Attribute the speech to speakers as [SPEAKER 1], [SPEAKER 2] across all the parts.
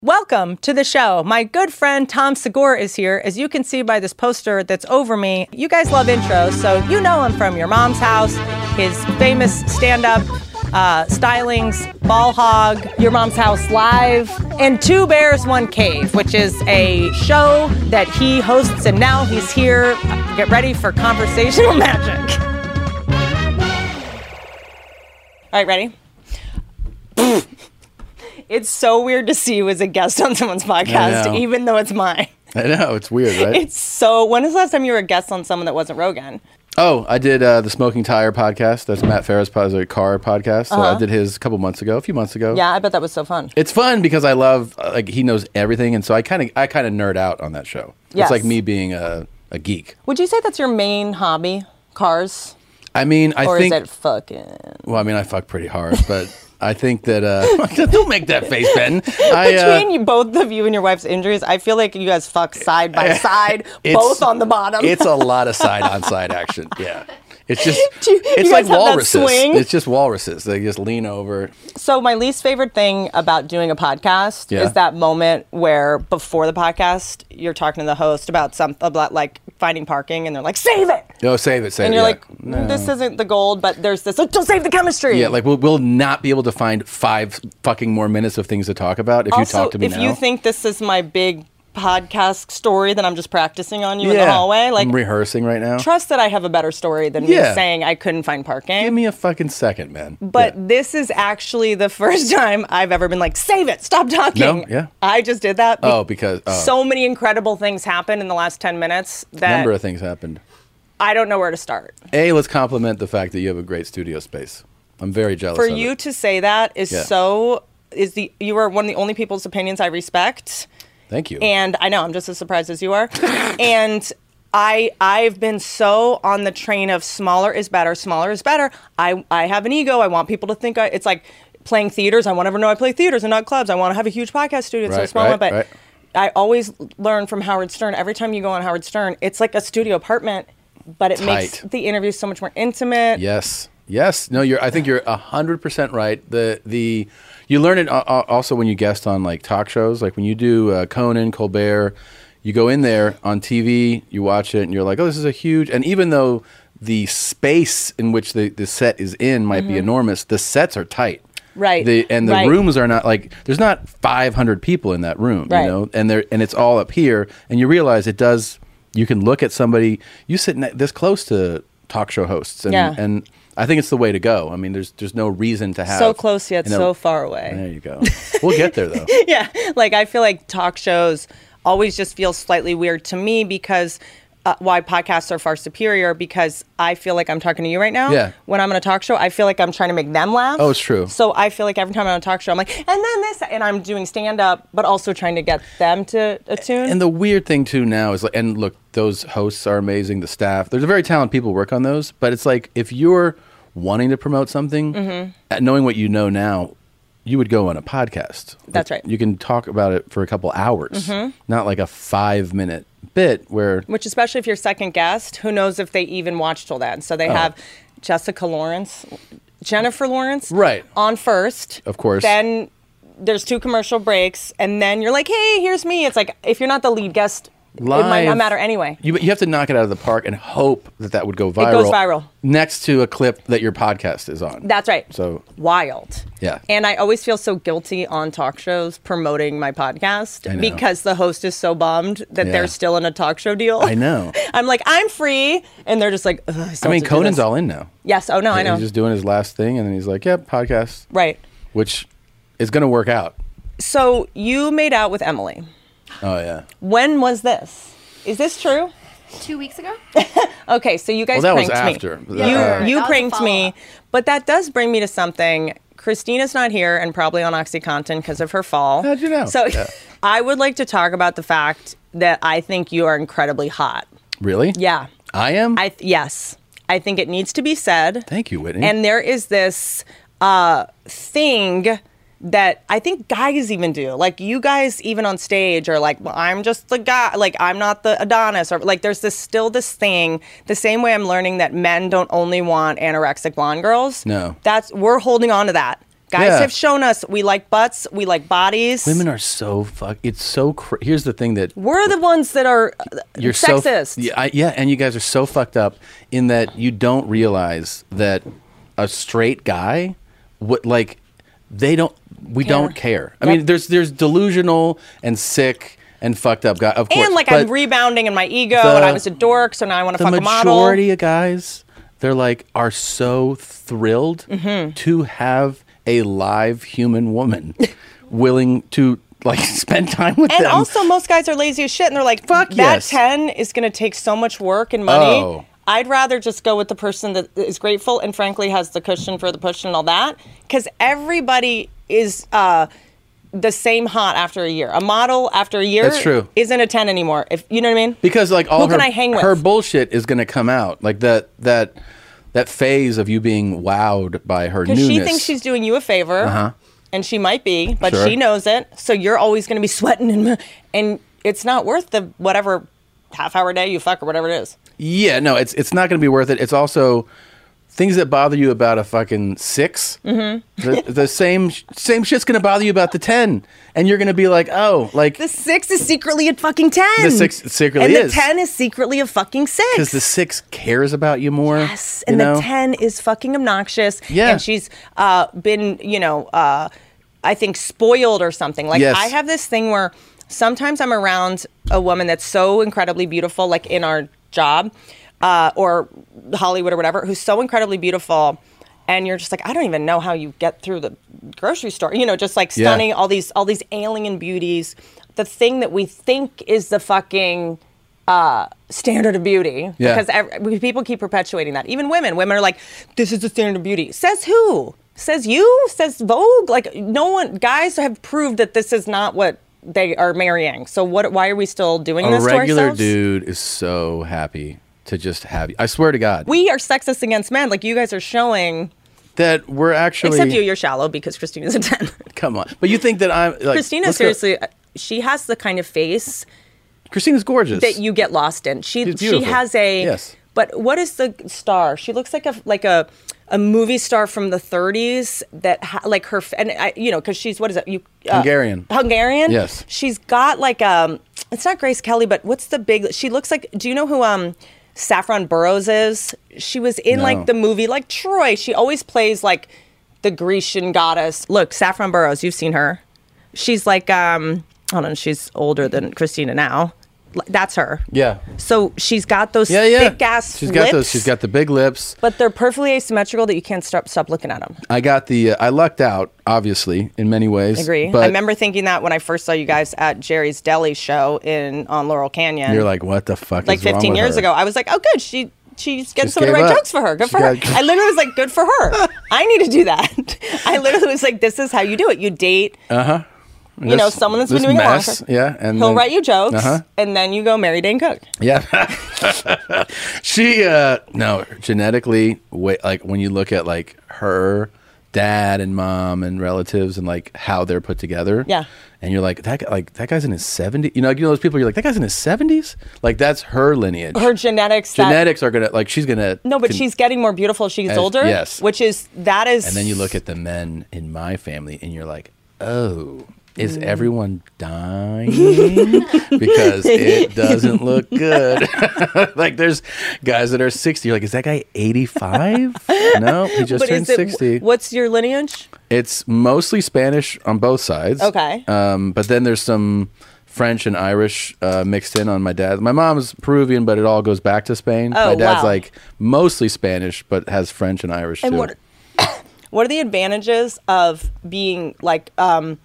[SPEAKER 1] Welcome to the show. My good friend Tom Segura is here, as you can see by this poster that's over me. You guys love intros, so you know him from your mom's house, his famous stand up, uh, stylings, ball hog, your mom's house live, and Two Bears, One Cave, which is a show that he hosts, and now he's here. Get ready for conversational magic. All right, ready? It's so weird to see you as a guest on someone's podcast,
[SPEAKER 2] know.
[SPEAKER 1] even though it's mine.
[SPEAKER 2] I know it's weird, right?
[SPEAKER 1] It's so. When was the last time you were a guest on someone that wasn't Rogan?
[SPEAKER 2] oh, I did uh, the Smoking Tire podcast. That's Matt Farah's pod- uh, car podcast. So I did his a couple months ago, a few months ago.
[SPEAKER 1] Uh-huh. Yeah, I bet that was so fun.
[SPEAKER 2] it's fun because I love uh, like he knows everything, and so I kind of I kind of nerd out on that show.
[SPEAKER 1] Yes.
[SPEAKER 2] It's like me being a, a geek.
[SPEAKER 1] Would you say that's your main hobby? Cars,
[SPEAKER 2] I mean, I
[SPEAKER 1] or
[SPEAKER 2] think.
[SPEAKER 1] is it fucking?
[SPEAKER 2] well, I mean, I fuck pretty hard, but I think that uh, don't make that face, Ben. I, uh,
[SPEAKER 1] Between you, both of you and your wife's injuries, I feel like you guys fuck side by side,
[SPEAKER 2] It's-
[SPEAKER 1] both on the bottom.
[SPEAKER 2] it's a lot of side on side action. Yeah. It's just,
[SPEAKER 1] Do you-
[SPEAKER 2] it's
[SPEAKER 1] you
[SPEAKER 2] like
[SPEAKER 1] guys have that
[SPEAKER 2] walruses.
[SPEAKER 1] swing?
[SPEAKER 2] It's just walruses. They just lean over.
[SPEAKER 1] So my least favorite thing about doing a podcast
[SPEAKER 2] Yeah.
[SPEAKER 1] is that moment where before the podcast you're talking to the host about something about like finding parking and they're like save it
[SPEAKER 2] No, save it, save
[SPEAKER 1] and
[SPEAKER 2] it.
[SPEAKER 1] you're
[SPEAKER 2] yeah.
[SPEAKER 1] like this isn't the gold but there's this like don't save the chemistry
[SPEAKER 2] Yeah, like we'll, we'll not be able to find five fucking more minutes of things to talk about if you
[SPEAKER 1] also
[SPEAKER 2] talk to me
[SPEAKER 1] if
[SPEAKER 2] now.
[SPEAKER 1] you think this is my big podcast story that I'm just practicing on you in the hallway like
[SPEAKER 2] I'm rehearsing right now.
[SPEAKER 1] trust that I have a better story than me
[SPEAKER 2] Yeah.
[SPEAKER 1] saying I couldn't find parking
[SPEAKER 2] Give me a fucking second, man.
[SPEAKER 1] But
[SPEAKER 2] Yeah.
[SPEAKER 1] this is actually the first time I've ever been like, save it, stop talking.
[SPEAKER 2] No, yeah.
[SPEAKER 1] I just did that. be-
[SPEAKER 2] Oh, because- oh.
[SPEAKER 1] so many incredible things happened in the last 10 minutes that
[SPEAKER 2] number of things happened.
[SPEAKER 1] I don't know where to start.
[SPEAKER 2] A, let's compliment the fact that you have a great studio space. I'm very jealous.
[SPEAKER 1] For
[SPEAKER 2] of
[SPEAKER 1] you
[SPEAKER 2] it.
[SPEAKER 1] to say that is
[SPEAKER 2] Yeah.
[SPEAKER 1] so, is the, you are one of the only people's opinions I respect.
[SPEAKER 2] thank you.
[SPEAKER 1] and I know I'm just as surprised as you are. and I I've been so on the train of smaller is better, smaller is better. I I have an ego. I want people to think I, it's like playing theaters. I want everyone to know I play theaters and not clubs. I want to have a huge podcast studio, it's so
[SPEAKER 2] Right,
[SPEAKER 1] small,
[SPEAKER 2] right,
[SPEAKER 1] but
[SPEAKER 2] right.
[SPEAKER 1] I always learn from Howard Stern. Every time you go on Howard Stern, it's like a studio apartment, but it makes
[SPEAKER 2] Tight.
[SPEAKER 1] the interview so much more intimate.
[SPEAKER 2] Yes. Yes. No, you're I think you're 100% right. The the you learn it a- a- also when you guest on like talk shows, like when you do uh, Conan, Colbert, you go in there on TV, you watch it and you're like, "Oh, this is a huge." And even though the space in which the, the set is in might be enormous, the sets are tight.
[SPEAKER 1] Mm-hmm. Right.
[SPEAKER 2] The, and the
[SPEAKER 1] Right.
[SPEAKER 2] rooms are not like there's not 500 people in that room,
[SPEAKER 1] Right.
[SPEAKER 2] you know. And they and it's all up here and you realize it does you can look at somebody you sit ne- this close to talk show hosts and
[SPEAKER 1] Yeah.
[SPEAKER 2] and I think it's the way to go. I mean, there's there's no reason to have
[SPEAKER 1] So close yet
[SPEAKER 2] you know-
[SPEAKER 1] so far away.
[SPEAKER 2] There you go. We'll get there though.
[SPEAKER 1] yeah like i feel like talk shows always just feel slightly weird to me because uh, why podcasts are far superior because i feel like i'm talking to you right now
[SPEAKER 2] Yeah.
[SPEAKER 1] when i'm on a talk show i feel like i'm trying to make them laugh
[SPEAKER 2] Oh, it's true.
[SPEAKER 1] so i feel like every time i'm on a talk show i'm like and then this and i'm doing stand up but also trying to get them to attune
[SPEAKER 2] And the weird thing too now is like, and look, those hosts are amazing. The staff, there's a very talented people who work on those. But it's like if you're wanting to promote something,
[SPEAKER 1] Mm-hmm.
[SPEAKER 2] uh, knowing what you know now, you would go on a podcast.
[SPEAKER 1] That's
[SPEAKER 2] Like,
[SPEAKER 1] right. Mm-hmm.
[SPEAKER 2] You can talk about it for a couple hours, not like a five minute bit where
[SPEAKER 1] which especially if you're second guest who knows if they even watch till then so they
[SPEAKER 2] Oh.
[SPEAKER 1] have jessica lawrence jennifer lawrence
[SPEAKER 2] Right.
[SPEAKER 1] on first
[SPEAKER 2] Of course.
[SPEAKER 1] then there's two commercial breaks and then you're like hey here's me it's like if you're not the lead guest it might not
[SPEAKER 2] Live-
[SPEAKER 1] matter anyway
[SPEAKER 2] You, you have to knock it out of the park and hope that that would go viral.
[SPEAKER 1] goes viral.
[SPEAKER 2] Next to a clip that your podcast is on.
[SPEAKER 1] that's right
[SPEAKER 2] So-
[SPEAKER 1] wild
[SPEAKER 2] Yeah.
[SPEAKER 1] and i always feel so guilty on talk shows promoting my
[SPEAKER 2] I
[SPEAKER 1] podcast
[SPEAKER 2] know.
[SPEAKER 1] because the host is so bummed that
[SPEAKER 2] Yeah.
[SPEAKER 1] they're still in a talk show deal
[SPEAKER 2] I know.
[SPEAKER 1] i'm like i'm free and they're just like Ugh, I,
[SPEAKER 2] I
[SPEAKER 1] still have
[SPEAKER 2] mean,
[SPEAKER 1] to do
[SPEAKER 2] Conan's
[SPEAKER 1] this."
[SPEAKER 2] all in now.
[SPEAKER 1] yes oh no i know
[SPEAKER 2] He's just doing his last thing and then he's like, yep, podcast.
[SPEAKER 1] right
[SPEAKER 2] Which is going to work out.
[SPEAKER 1] So you made out with Emily.
[SPEAKER 2] Oh, yeah.
[SPEAKER 1] When was this? Is this true?
[SPEAKER 3] two weeks ago.
[SPEAKER 1] Okay, so you guys
[SPEAKER 2] Well, that was
[SPEAKER 1] pranked
[SPEAKER 2] after. Uh,
[SPEAKER 1] me.
[SPEAKER 2] Yeah,
[SPEAKER 1] you
[SPEAKER 2] right, right.
[SPEAKER 3] That
[SPEAKER 1] you
[SPEAKER 3] was a
[SPEAKER 1] pranked me,
[SPEAKER 3] follow-up.
[SPEAKER 1] but that does bring me to something Christina's not here and probably on OxyContin because of her fall.
[SPEAKER 2] How'd you know?
[SPEAKER 1] So
[SPEAKER 2] Yeah.
[SPEAKER 1] I would like to talk about the fact that I think you are incredibly hot.
[SPEAKER 2] Really?
[SPEAKER 1] Yeah.
[SPEAKER 2] I am.
[SPEAKER 1] I th- yes. I think it needs to be said.
[SPEAKER 2] Thank you, Whitney.
[SPEAKER 1] And there is this uh, thing that I think guys even do. Like you guys, even on stage, are like, "Well, I'm just the guy. Like I'm not the Adonis." Or like, there's this still this thing. The same way I'm learning that men don't only want anorexic blonde girls.
[SPEAKER 2] No.
[SPEAKER 1] that's we're holding on to that. Guys
[SPEAKER 2] Yeah.
[SPEAKER 1] have shown us we like butts, we like bodies.
[SPEAKER 2] Women are so fuck. It's so. Cr- Here's the thing that
[SPEAKER 1] we're the ones that are uh,
[SPEAKER 2] you're
[SPEAKER 1] sexist.
[SPEAKER 2] So, yeah, I, yeah, and you guys are so fucked up in that you don't realize that a straight guy what like they don't we don't care. I mean, there's there's delusional and sick and fucked up guy. Of course,
[SPEAKER 1] and like
[SPEAKER 2] but
[SPEAKER 1] I'm rebounding in my ego,
[SPEAKER 2] the-
[SPEAKER 1] and I was a dork, so now I want to
[SPEAKER 2] the
[SPEAKER 1] fuck a model.
[SPEAKER 2] majority of guys they're like are so thrilled
[SPEAKER 1] Mm-hmm.
[SPEAKER 2] to have a live human woman willing to like spend time with
[SPEAKER 1] And
[SPEAKER 2] them.
[SPEAKER 1] also, most guys are lazy as shit, and they're like, "Fuck that
[SPEAKER 2] yes.
[SPEAKER 1] ten is going to take so much work and money.
[SPEAKER 2] Oh.
[SPEAKER 1] I'd rather just go with the person that is grateful and frankly has the cushion for the push and all that, because everybody is uh, the same hot after a year. A model after a year
[SPEAKER 2] That's true.
[SPEAKER 1] isn't a ten anymore. If you know what I mean?
[SPEAKER 2] because like all
[SPEAKER 1] Who
[SPEAKER 2] her,
[SPEAKER 1] can I hang with?
[SPEAKER 2] her bullshit is going to come out like that that that phase of you being wowed by her newness. Uh-huh.
[SPEAKER 1] Because she thinks she's doing you a favor, and she might be, but
[SPEAKER 2] Sure.
[SPEAKER 1] she knows it. So you're always going to be sweating, and and it's not worth the whatever half hour day you fuck or whatever it is.
[SPEAKER 2] yeah no it's it's not going to be worth it. It's also things that bother you about a fucking 6
[SPEAKER 1] Mm-hmm.
[SPEAKER 2] the, the same same shit's going to bother you about the ten, and you're going to be like oh like
[SPEAKER 1] The six is secretly a fucking ten.
[SPEAKER 2] The six secretly
[SPEAKER 1] and
[SPEAKER 2] is.
[SPEAKER 1] the ten is secretly a fucking
[SPEAKER 2] because
[SPEAKER 1] six.
[SPEAKER 2] the six cares about you more.
[SPEAKER 1] yes, and
[SPEAKER 2] you
[SPEAKER 1] the
[SPEAKER 2] know?
[SPEAKER 1] ten is fucking obnoxious.
[SPEAKER 2] Yeah.
[SPEAKER 1] and she's uh, been, you know, uh, I think spoiled or something. Like
[SPEAKER 2] Yes.
[SPEAKER 1] I have this thing where sometimes I'm around a woman that's so incredibly beautiful, like in our job uh, or Hollywood or whatever, who's so incredibly beautiful. And you're just like, I don't even know how you get through the grocery store. You know, just like
[SPEAKER 2] Yeah.
[SPEAKER 1] stunning, all these all these alien beauties. The thing that we think is the fucking uh, standard of beauty
[SPEAKER 2] Yeah.
[SPEAKER 1] because ev- we- people keep perpetuating that. Even women, women are like, "This is the standard of beauty." Says who? Says you? Says Vogue? Like no one. Guys have proved that this is not what they are marrying. So what? Why are we still doing
[SPEAKER 2] a
[SPEAKER 1] this to
[SPEAKER 2] regular
[SPEAKER 1] ourselves?
[SPEAKER 2] dude is so happy to just have you. I swear to God
[SPEAKER 1] We are sexist against men. Like you guys are showing.
[SPEAKER 2] that we're actually
[SPEAKER 1] Except you, you're shallow because Christina's a ten.
[SPEAKER 2] come on. But you think that I'm like,
[SPEAKER 1] Christina,
[SPEAKER 2] let's go-
[SPEAKER 1] seriously, uh, she has the kind of face
[SPEAKER 2] Christina's gorgeous.
[SPEAKER 1] that you get lost in. She
[SPEAKER 2] She's
[SPEAKER 1] she
[SPEAKER 2] beautiful.
[SPEAKER 1] has a
[SPEAKER 2] Yes.
[SPEAKER 1] But what is the star? She looks like a like a a movie star from the 30s that ha- like her f- and I, you know because she's what is it you uh,
[SPEAKER 2] Hungarian.
[SPEAKER 1] Hungarian
[SPEAKER 2] Yes.
[SPEAKER 1] she's got like um it's not Grace Kelly but what's the big she looks like do you know who um Saffron Burrows is she was in
[SPEAKER 2] No.
[SPEAKER 1] like the movie like Troy she always plays like the Grecian goddess look Saffron Burrows you've seen her she's like um I don't know she's older than Christina now L- that's her
[SPEAKER 2] yeah.
[SPEAKER 1] so she's got those
[SPEAKER 2] Yeah, yeah.
[SPEAKER 1] thick ass
[SPEAKER 2] She's
[SPEAKER 1] lips.
[SPEAKER 2] got those. She's got the big lips.
[SPEAKER 1] but they're perfectly asymmetrical that you can't stop stop looking at them.
[SPEAKER 2] I got the. Uh, I lucked out, obviously, in many ways.
[SPEAKER 1] Agree.
[SPEAKER 2] But
[SPEAKER 1] I remember thinking that when I first saw you guys at Jerry's Deli show in on Laurel Canyon.
[SPEAKER 2] You're like, what the fuck?
[SPEAKER 1] like
[SPEAKER 2] is wrong
[SPEAKER 1] 15
[SPEAKER 2] with
[SPEAKER 1] years
[SPEAKER 2] her?
[SPEAKER 1] ago. I was like, oh, good. She she's getting
[SPEAKER 2] Just
[SPEAKER 1] someone to
[SPEAKER 2] gave
[SPEAKER 1] write
[SPEAKER 2] up.
[SPEAKER 1] jokes for her. Good
[SPEAKER 2] She
[SPEAKER 1] for her.
[SPEAKER 2] got-
[SPEAKER 1] I literally was like, good for her. I need to do that. I literally was like, this is how you do it. You date. Uh huh. You know,
[SPEAKER 2] This-
[SPEAKER 1] someone that's been
[SPEAKER 2] this
[SPEAKER 1] doing
[SPEAKER 2] mess,
[SPEAKER 1] it longer.
[SPEAKER 2] yeah, and
[SPEAKER 1] he'll
[SPEAKER 2] then-
[SPEAKER 1] write you jokes,
[SPEAKER 2] Uh-huh.
[SPEAKER 1] and then you go marry Dane Cook.
[SPEAKER 2] Yeah. she uh no, genetically wa like when you look at like her dad and mom and relatives and like how they're put together.
[SPEAKER 1] Yeah.
[SPEAKER 2] And you're like that guy like that guy's in his 70s. You know, like, you know those people you're like that guy's in his 70s? Like that's her lineage.
[SPEAKER 1] Her genetics, that-
[SPEAKER 2] genetics are going to like she's going to
[SPEAKER 1] No, but she's getting more beautiful as she gets
[SPEAKER 2] As-
[SPEAKER 1] older.
[SPEAKER 2] yes.
[SPEAKER 1] Which is that is
[SPEAKER 2] And then you look at the men in my family and you're like, "Oh, is
[SPEAKER 1] Mm.
[SPEAKER 2] everyone dying because it doesn't look good. like there's guys that are 60. You're like, is that guy 85? no, he just
[SPEAKER 1] But
[SPEAKER 2] turned
[SPEAKER 1] is it-
[SPEAKER 2] 60.
[SPEAKER 1] What's your lineage?
[SPEAKER 2] It's mostly Spanish on both sides.
[SPEAKER 1] Okay.
[SPEAKER 2] Um, but then there's some French and Irish uh, mixed in on my dad. My mom's Peruvian, but it all goes back to Spain.
[SPEAKER 1] Oh,
[SPEAKER 2] my dad's
[SPEAKER 1] wow.
[SPEAKER 2] like mostly Spanish, but has French and Irish
[SPEAKER 1] And
[SPEAKER 2] too.
[SPEAKER 1] what what are the advantages of being like um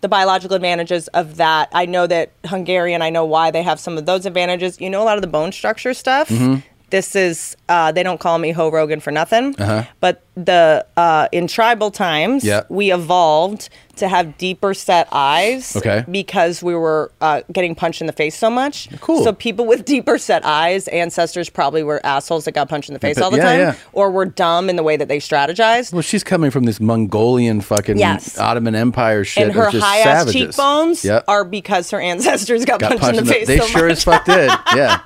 [SPEAKER 1] the biological advantages of that.
[SPEAKER 2] Mm-hmm.
[SPEAKER 1] I know that Hungarian, I know why they have some of those advantages. You know a lot of the bone structure stuff. this is uh, they don't call me Ho Rogan for nothing. But the uh, in tribal times,
[SPEAKER 2] Uh-huh. Yeah.
[SPEAKER 1] we evolved to have deeper set eyes.
[SPEAKER 2] Okay.
[SPEAKER 1] Because we were uh, getting punched in the face so much.
[SPEAKER 2] Cool.
[SPEAKER 1] So people with deeper set eyes, ancestors probably were assholes that got punched in the face
[SPEAKER 2] bet-
[SPEAKER 1] all the
[SPEAKER 2] yeah,
[SPEAKER 1] time,
[SPEAKER 2] yeah.
[SPEAKER 1] or were dumb in the way that they strategized.
[SPEAKER 2] Well, she's coming from this Mongolian fucking
[SPEAKER 4] Yes.
[SPEAKER 2] Ottoman Empire shit.
[SPEAKER 1] and her
[SPEAKER 2] of just
[SPEAKER 1] high ass
[SPEAKER 2] savages.
[SPEAKER 1] cheekbones
[SPEAKER 2] Yep.
[SPEAKER 1] are because her ancestors got,
[SPEAKER 2] got
[SPEAKER 1] punched, in the face.
[SPEAKER 2] They
[SPEAKER 1] so
[SPEAKER 2] sure
[SPEAKER 1] much.
[SPEAKER 2] as fuck did. Yeah.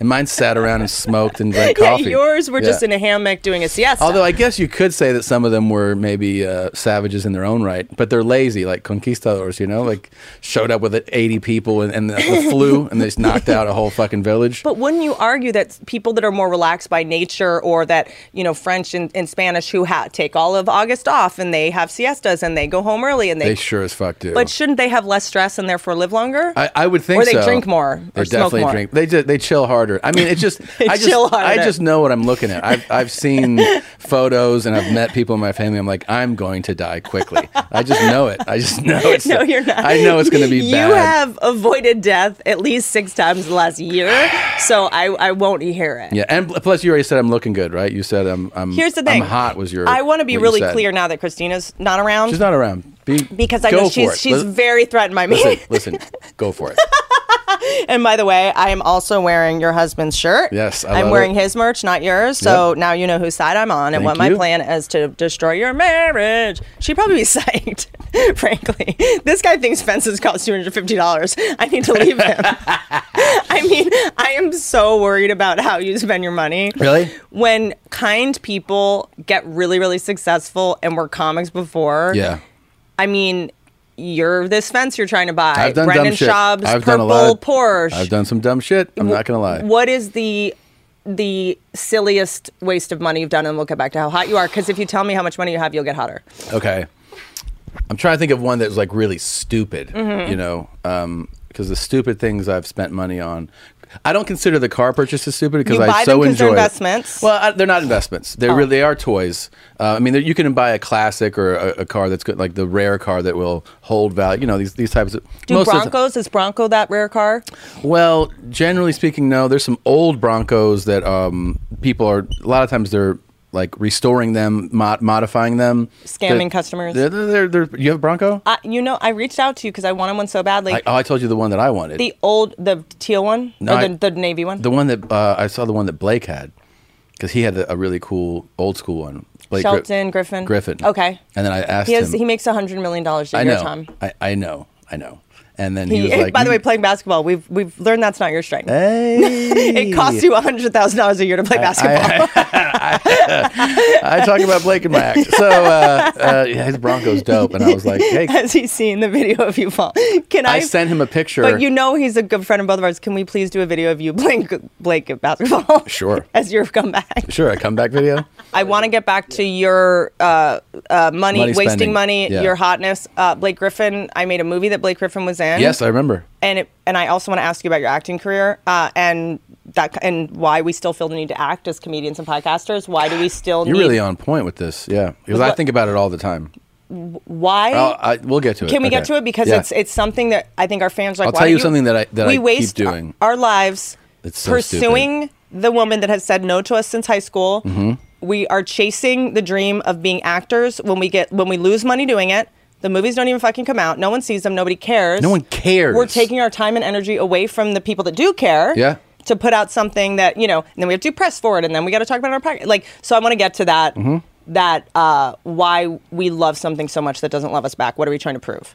[SPEAKER 2] And mine sat around and smoked and drank
[SPEAKER 1] Yeah,
[SPEAKER 2] coffee.
[SPEAKER 1] yours were
[SPEAKER 2] Yeah.
[SPEAKER 1] just in a hammock doing a siesta.
[SPEAKER 2] Although I guess you could say that some of them were maybe uh, savages in their own right, but they're lazy, like conquistadors, you know, like showed up with 80 people and, and the, the flu and they just knocked out a whole fucking village.
[SPEAKER 1] But wouldn't you argue that people that are more relaxed by nature or that, you know, French and, and Spanish who ha- take all of August off and they have siestas and they go home early and they.
[SPEAKER 2] they sure as fuck do.
[SPEAKER 1] but shouldn't they have less stress and therefore live longer?
[SPEAKER 2] I, I would think
[SPEAKER 1] Or they
[SPEAKER 2] so.
[SPEAKER 1] drink more
[SPEAKER 2] They
[SPEAKER 1] or smoke
[SPEAKER 2] definitely
[SPEAKER 1] more.
[SPEAKER 2] drink. They just, they chill harder. I mean, it's just I just
[SPEAKER 1] chill harder.
[SPEAKER 2] I just know what I'm looking at. I've I've seen photos and I've met people in my family. I'm like, I'm going to die quickly. I just know it. I just know it's.
[SPEAKER 1] no, you're not.
[SPEAKER 2] I know it's going to be
[SPEAKER 1] you
[SPEAKER 2] bad.
[SPEAKER 1] have avoided death at least six times the last year, so I, I won't hear it.
[SPEAKER 2] yeah, and pl- plus you already said I'm looking good, right? You said I'm. I'm
[SPEAKER 1] Here's the thing.
[SPEAKER 2] I'm hot. Was your?
[SPEAKER 1] I want to be
[SPEAKER 2] what you
[SPEAKER 1] really
[SPEAKER 2] said.
[SPEAKER 1] clear now that Christina's not around
[SPEAKER 2] She's not around. Be,
[SPEAKER 1] because I
[SPEAKER 2] go
[SPEAKER 1] know
[SPEAKER 2] for
[SPEAKER 1] she's
[SPEAKER 2] it.
[SPEAKER 1] she's
[SPEAKER 2] Li-
[SPEAKER 1] very threatened by me.
[SPEAKER 2] Listen, listen, go for it.
[SPEAKER 1] And by the way, I am also wearing your husband's shirt.
[SPEAKER 2] Yes, I
[SPEAKER 1] am
[SPEAKER 2] love
[SPEAKER 1] wearing
[SPEAKER 2] it.
[SPEAKER 1] his merch, not yours. So now you know whose side I'm on and
[SPEAKER 2] Thank
[SPEAKER 1] what my
[SPEAKER 2] you.
[SPEAKER 1] plan is to destroy your marriage. She'd probably be psyched, frankly. This guy thinks fences cost $250. I need to leave him. I mean, I am so worried about how you spend your money.
[SPEAKER 2] Really?
[SPEAKER 1] When kind people get really, really successful and were comics before.
[SPEAKER 2] Yeah.
[SPEAKER 1] I mean, you're this fence you're trying to buy.
[SPEAKER 2] I've done
[SPEAKER 1] Brendan
[SPEAKER 2] dumb shit.
[SPEAKER 1] Schaub's
[SPEAKER 2] I've done a
[SPEAKER 1] purple
[SPEAKER 2] lot of-
[SPEAKER 1] Porsche.
[SPEAKER 2] I've done some dumb shit. I'm not gonna lie.
[SPEAKER 1] What is the the silliest waste of money you've done? And we'll get back to how hot you are. Because if you tell me how much money you have, you'll get hotter.
[SPEAKER 2] Okay. I'm trying to think of one that was like really stupid,
[SPEAKER 1] Mm-hmm.
[SPEAKER 2] you know, because the stupid things I've spent money on. I don't consider the car purchases stupid because
[SPEAKER 1] You
[SPEAKER 2] I
[SPEAKER 1] buy
[SPEAKER 2] so
[SPEAKER 1] them 'cause they're
[SPEAKER 2] enjoy it.
[SPEAKER 1] investments? Oh.
[SPEAKER 2] Well, I, they're not investments. They really they are toys. Uh, I mean, they're- you can buy a classic or a, a car that's good, like the rare car that will hold value. You know, these these types of
[SPEAKER 1] Do
[SPEAKER 2] most of the-
[SPEAKER 1] Broncos is Bronco that rare car?
[SPEAKER 2] well, generally speaking, no. There's some old Broncos that um, people are a lot of times they're like restoring them, mod- modifying them,
[SPEAKER 1] Scamming
[SPEAKER 2] They're-
[SPEAKER 1] customers.
[SPEAKER 2] They're, they're, they're, you have a Bronco?
[SPEAKER 1] I, you know, I reached out to you because I wanted one so badly.
[SPEAKER 2] I, oh, I told you the one that I wanted.
[SPEAKER 1] the old, the teal one,
[SPEAKER 2] No,
[SPEAKER 1] or
[SPEAKER 2] I-
[SPEAKER 1] the, the navy one.
[SPEAKER 2] the one that uh, I saw the one that Blake had because he had a, a really cool old school one. Blake Gri-
[SPEAKER 1] Shelton Griffin.
[SPEAKER 2] Griffin.
[SPEAKER 1] Okay.
[SPEAKER 2] And then I asked
[SPEAKER 1] he has
[SPEAKER 2] him.
[SPEAKER 1] he makes a hundred million dollars a
[SPEAKER 2] I
[SPEAKER 1] year,
[SPEAKER 2] know.
[SPEAKER 1] Tom.
[SPEAKER 2] I, I know. I know. And then he,
[SPEAKER 1] He,
[SPEAKER 2] was like,
[SPEAKER 1] by the
[SPEAKER 2] "You-
[SPEAKER 1] way, playing basketball, we've we've learned that's not your strength.
[SPEAKER 2] Hey.
[SPEAKER 1] It costs you hundred thousand dollars a year to play basketball.
[SPEAKER 2] I talk about Blake in my act. So uh, uh, yeah, his Broncos dope, and I was like, hey.
[SPEAKER 1] Has he seen the video of you fall? Can I?
[SPEAKER 2] I sent him a picture.
[SPEAKER 1] But you know he's a good friend of both of ours. Can we please do a video of you playing Blake at basketball?
[SPEAKER 2] Sure.
[SPEAKER 1] As your comeback.
[SPEAKER 2] Sure, a comeback video.
[SPEAKER 1] I want to get back to your uh, uh, money,
[SPEAKER 2] Money
[SPEAKER 1] wasting
[SPEAKER 2] spending.
[SPEAKER 1] money,
[SPEAKER 2] Yeah.
[SPEAKER 1] your hotness. Uh, Blake Griffin. I made a movie that Blake Griffin was in.
[SPEAKER 2] yes, I remember.
[SPEAKER 1] and it, and I also want to ask you about your acting career uh, and that and why we still feel the need to act as comedians and podcasters. Why do we still
[SPEAKER 2] You're
[SPEAKER 1] need?
[SPEAKER 2] really on point with this, yeah. Because I
[SPEAKER 1] what-
[SPEAKER 2] think about it all the time.
[SPEAKER 1] why?
[SPEAKER 2] I'll, I, we'll get to it.
[SPEAKER 1] Can we get
[SPEAKER 2] Okay.
[SPEAKER 1] to it because
[SPEAKER 2] Yeah.
[SPEAKER 1] it's it's something that I think our fans like.
[SPEAKER 2] I'll
[SPEAKER 1] why
[SPEAKER 2] tell
[SPEAKER 1] don't
[SPEAKER 2] you something that I- that I
[SPEAKER 1] we
[SPEAKER 2] keep
[SPEAKER 1] waste our-
[SPEAKER 2] doing.
[SPEAKER 1] Our, lives
[SPEAKER 2] It's so
[SPEAKER 1] pursuing the woman that has said no to us since high school.
[SPEAKER 2] Mm-hmm.
[SPEAKER 1] We are chasing the dream of being actors when we get when we lose money doing it. The movies don't even fucking come out. No one sees them. Nobody cares.
[SPEAKER 2] No one cares.
[SPEAKER 1] We're taking our time and energy away from the people that do care.
[SPEAKER 2] Yeah.
[SPEAKER 1] To put out something that you know, and then we have to press for it, and then we got to talk about our podcast. Like, so I want to get to that. That uh, why we love something so much that doesn't love us back. What are we trying to prove?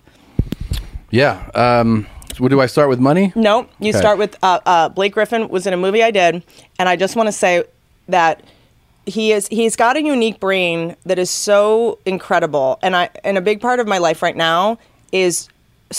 [SPEAKER 2] Yeah. Um, so do I start with money?
[SPEAKER 1] No, you
[SPEAKER 2] Okay.
[SPEAKER 1] start with uh, uh, Blake Griffin was in a movie I did, and I just want to say that he is he's got a unique brain that is so incredible, and I and a big part of my life right now is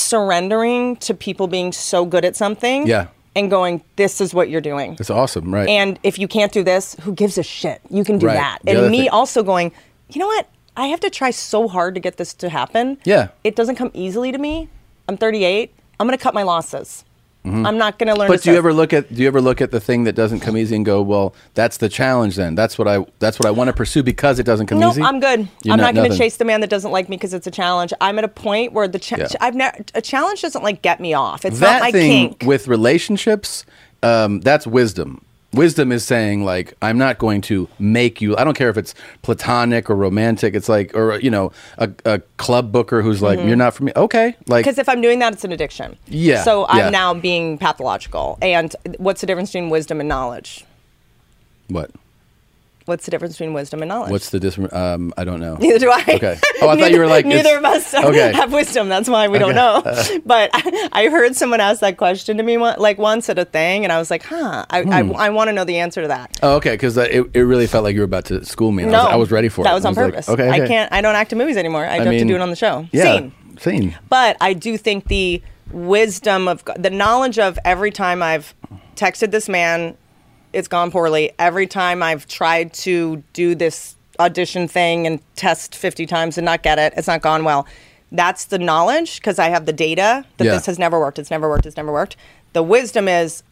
[SPEAKER 1] surrendering to people being so good at something,
[SPEAKER 2] Yeah.
[SPEAKER 1] and going this is what you're doing,
[SPEAKER 2] It's awesome, right?
[SPEAKER 1] and if you can't do this, who gives a shit? You can do
[SPEAKER 2] Right.
[SPEAKER 1] that,
[SPEAKER 2] The
[SPEAKER 1] and
[SPEAKER 2] other
[SPEAKER 1] me
[SPEAKER 2] thing-
[SPEAKER 1] also going, you know what? I have to try so hard to get this to happen.
[SPEAKER 2] Yeah.
[SPEAKER 1] it doesn't come easily to me. I'm 38. I'm gonna cut my losses. I'm not going to learn.
[SPEAKER 2] Mm-hmm. but
[SPEAKER 1] to
[SPEAKER 2] do you
[SPEAKER 1] surf.
[SPEAKER 2] ever look at do you ever look at the thing that doesn't come easy and go, well, that's the challenge then. That's what I that's what I want to pursue because it doesn't come
[SPEAKER 1] No,
[SPEAKER 2] easy.
[SPEAKER 1] I'm good.
[SPEAKER 2] You're
[SPEAKER 1] I'm not, going to
[SPEAKER 2] nothing.
[SPEAKER 1] chase the man that doesn't like me because it's a challenge. I'm at a point where the cha-
[SPEAKER 2] Yeah.
[SPEAKER 1] I've never a challenge doesn't like get me off. It's
[SPEAKER 2] that
[SPEAKER 1] not my
[SPEAKER 2] thing
[SPEAKER 1] kink.
[SPEAKER 2] with relationships. Um, that's wisdom. Wisdom is saying like I'm not going to make you. I don't care if it's platonic or romantic. It's like or you know a, a club booker who's
[SPEAKER 1] Mm-hmm.
[SPEAKER 2] like you're not for me. Okay, like
[SPEAKER 1] Because if I'm doing that, it's an addiction.
[SPEAKER 2] Yeah,
[SPEAKER 1] So I'm
[SPEAKER 2] yeah.
[SPEAKER 1] now being pathological. And what's the difference between wisdom and knowledge?
[SPEAKER 2] what?
[SPEAKER 1] What's the difference between wisdom and knowledge?
[SPEAKER 2] What's the dis? Um, I don't know.
[SPEAKER 1] Neither do I.
[SPEAKER 2] Okay. Oh, I thought you were like it's-
[SPEAKER 1] neither of us
[SPEAKER 2] Okay. Uh,
[SPEAKER 1] have wisdom. That's why we don't know. But I, I heard someone ask that question to me one, like once at a thing, and I was like, huh, I,
[SPEAKER 2] Hmm.
[SPEAKER 1] I, want to know the answer to that.
[SPEAKER 2] Oh, okay, because it, it really felt like you were about to school me. And I,
[SPEAKER 1] no,
[SPEAKER 2] was, I was ready for it.
[SPEAKER 1] That was
[SPEAKER 2] I
[SPEAKER 1] on
[SPEAKER 2] like,
[SPEAKER 1] purpose.
[SPEAKER 2] okay,
[SPEAKER 1] I
[SPEAKER 2] okay.
[SPEAKER 1] can't. I don't act in movies anymore. I,
[SPEAKER 2] I
[SPEAKER 1] have to
[SPEAKER 2] mean,
[SPEAKER 1] do it on the show.
[SPEAKER 2] Yeah,
[SPEAKER 1] Scene.
[SPEAKER 2] scene.
[SPEAKER 1] But I do think the wisdom of the knowledge of every time I've texted this man, it's gone poorly. Every time I've tried to do this audition thing and test 50 times and not get it, it's not gone well. That's the knowledge because I have the data that
[SPEAKER 2] Yeah.
[SPEAKER 1] this has never worked. It's never worked. It's never worked. The wisdom is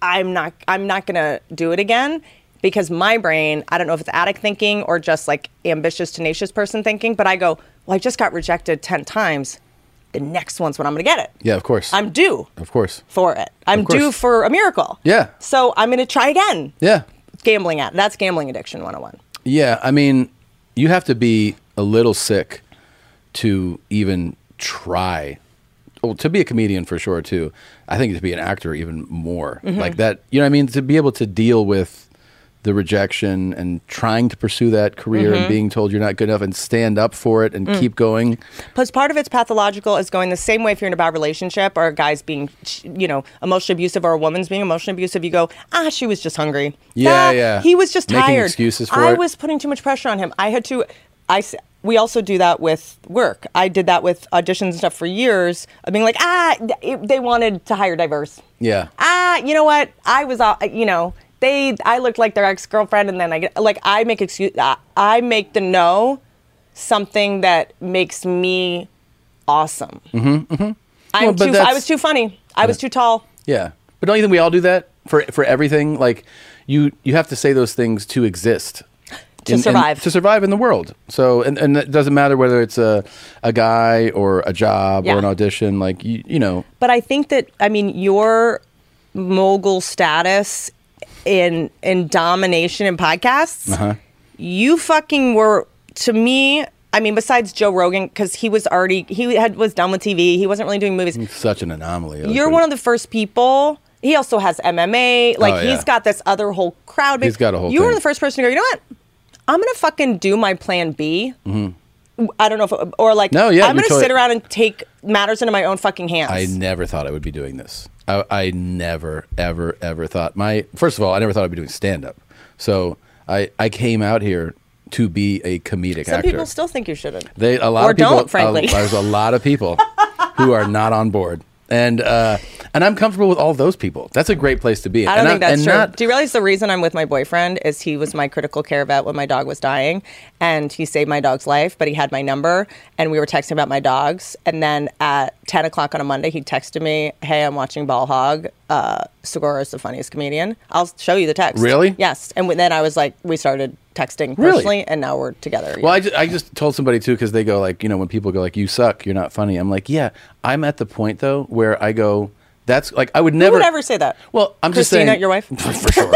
[SPEAKER 1] I'm not I'm not gonna do it again because my brain, I don't know if it's addict thinking or just like ambitious, tenacious person thinking, but I go, Well, I just got rejected ten times. The next one's when I'm gonna get it.
[SPEAKER 2] Yeah, of course.
[SPEAKER 1] I'm due
[SPEAKER 2] of course.
[SPEAKER 1] for it. I'm
[SPEAKER 2] Of course.
[SPEAKER 1] due for a miracle.
[SPEAKER 2] Yeah.
[SPEAKER 1] So I'm gonna try again.
[SPEAKER 2] Yeah,
[SPEAKER 1] Gambling at that's gambling addiction 101.
[SPEAKER 2] yeah. I mean, you have to be a little sick to even try. Well, to be a comedian for sure too. I think to be an actor even more like that. You know what I mean? To be able to deal with the rejection and trying to pursue that career and being told you're not good enough and stand up for it and keep going.
[SPEAKER 1] Plus, part of it's pathological is going the same way if you're in a bad relationship or a guy's being, you know, emotionally abusive or a woman's being emotionally abusive. You go, ah, she was just hungry.
[SPEAKER 2] Yeah,
[SPEAKER 1] Ah,
[SPEAKER 2] yeah.
[SPEAKER 1] He was just
[SPEAKER 2] Making
[SPEAKER 1] tired.
[SPEAKER 2] excuses for
[SPEAKER 1] I
[SPEAKER 2] it.
[SPEAKER 1] was putting too much pressure on him. I had to. I s- we also do that with work. I did that with auditions and stuff for years of being like, ah, th- it, they wanted to hire diverse.
[SPEAKER 2] Yeah.
[SPEAKER 1] Ah, you know what? I was, uh, you know, they. I looked like their ex girlfriend, and then I get like I make excuse. I, I make the no something that makes me awesome. Mm-hmm. I'm
[SPEAKER 2] Well, but
[SPEAKER 1] too, I
[SPEAKER 2] that's-
[SPEAKER 1] was too funny. I was too tall.
[SPEAKER 2] Yeah, but don't you think we all do that for for everything? Like you you have to say those things to exist.
[SPEAKER 1] To survive.
[SPEAKER 2] to survive in the world. So, and, and it doesn't matter whether it's a, a guy or a job
[SPEAKER 1] Yeah.
[SPEAKER 2] or an audition. Like, you, you know,
[SPEAKER 1] But I think that I mean your mogul status in in domination in podcasts.
[SPEAKER 2] Uh-huh.
[SPEAKER 1] You fucking were to me. I mean, besides Joe Rogan, because he was already he had was done with TV. He wasn't really doing movies.
[SPEAKER 2] such an anomaly.
[SPEAKER 1] You're one of the first people. He also has MMA. Like
[SPEAKER 2] Oh, yeah.
[SPEAKER 1] he's got this other whole crowd.
[SPEAKER 2] He's got a whole
[SPEAKER 1] You were
[SPEAKER 2] thing.
[SPEAKER 1] the first person to go. You know what? I'm gonna fucking do my plan B. I don't know if or like
[SPEAKER 2] Mm-hmm. No, yeah,
[SPEAKER 1] I'm gonna
[SPEAKER 2] you're
[SPEAKER 1] sit
[SPEAKER 2] totally-
[SPEAKER 1] around and take matters into my own fucking hands.
[SPEAKER 2] I never thought I would be doing this. I, I never, ever, ever thought my. First of all, I never thought I'd be doing stand up. So I I came out here to be a comedic
[SPEAKER 1] Some
[SPEAKER 2] actor.
[SPEAKER 1] people still think you shouldn't.
[SPEAKER 2] They a lot
[SPEAKER 1] Or
[SPEAKER 2] of people.
[SPEAKER 1] don't, frankly.
[SPEAKER 2] uh, there's a lot of people who are not on board, and uh, and I'm comfortable with all those people. That's a great place to be.
[SPEAKER 1] I don't
[SPEAKER 2] and
[SPEAKER 1] think that's
[SPEAKER 2] and
[SPEAKER 1] true.
[SPEAKER 2] not-
[SPEAKER 1] Do you realize the reason I'm with my boyfriend is he was my critical care vet when my dog was dying, and he saved my dog's life. But he had my number, and we were texting about my dogs. And then at 10 o'clock on a Monday, he texted me, "Hey, I'm watching Ball Hog. Uh, Segura is the funniest comedian. I'll show you the text."
[SPEAKER 2] Really?
[SPEAKER 1] Yes. And then I was like, we started texting
[SPEAKER 2] Really?
[SPEAKER 1] personally, and now we're together.
[SPEAKER 2] well, I just, I just told somebody too because they go like you know when people go like you suck, you're not funny. I'm like yeah, I'm at the point though where I go that's like I would
[SPEAKER 1] Who
[SPEAKER 2] never
[SPEAKER 1] would ever say that?
[SPEAKER 2] Well, I'm just
[SPEAKER 1] Christina,
[SPEAKER 2] saying
[SPEAKER 1] your wife?
[SPEAKER 2] for sure.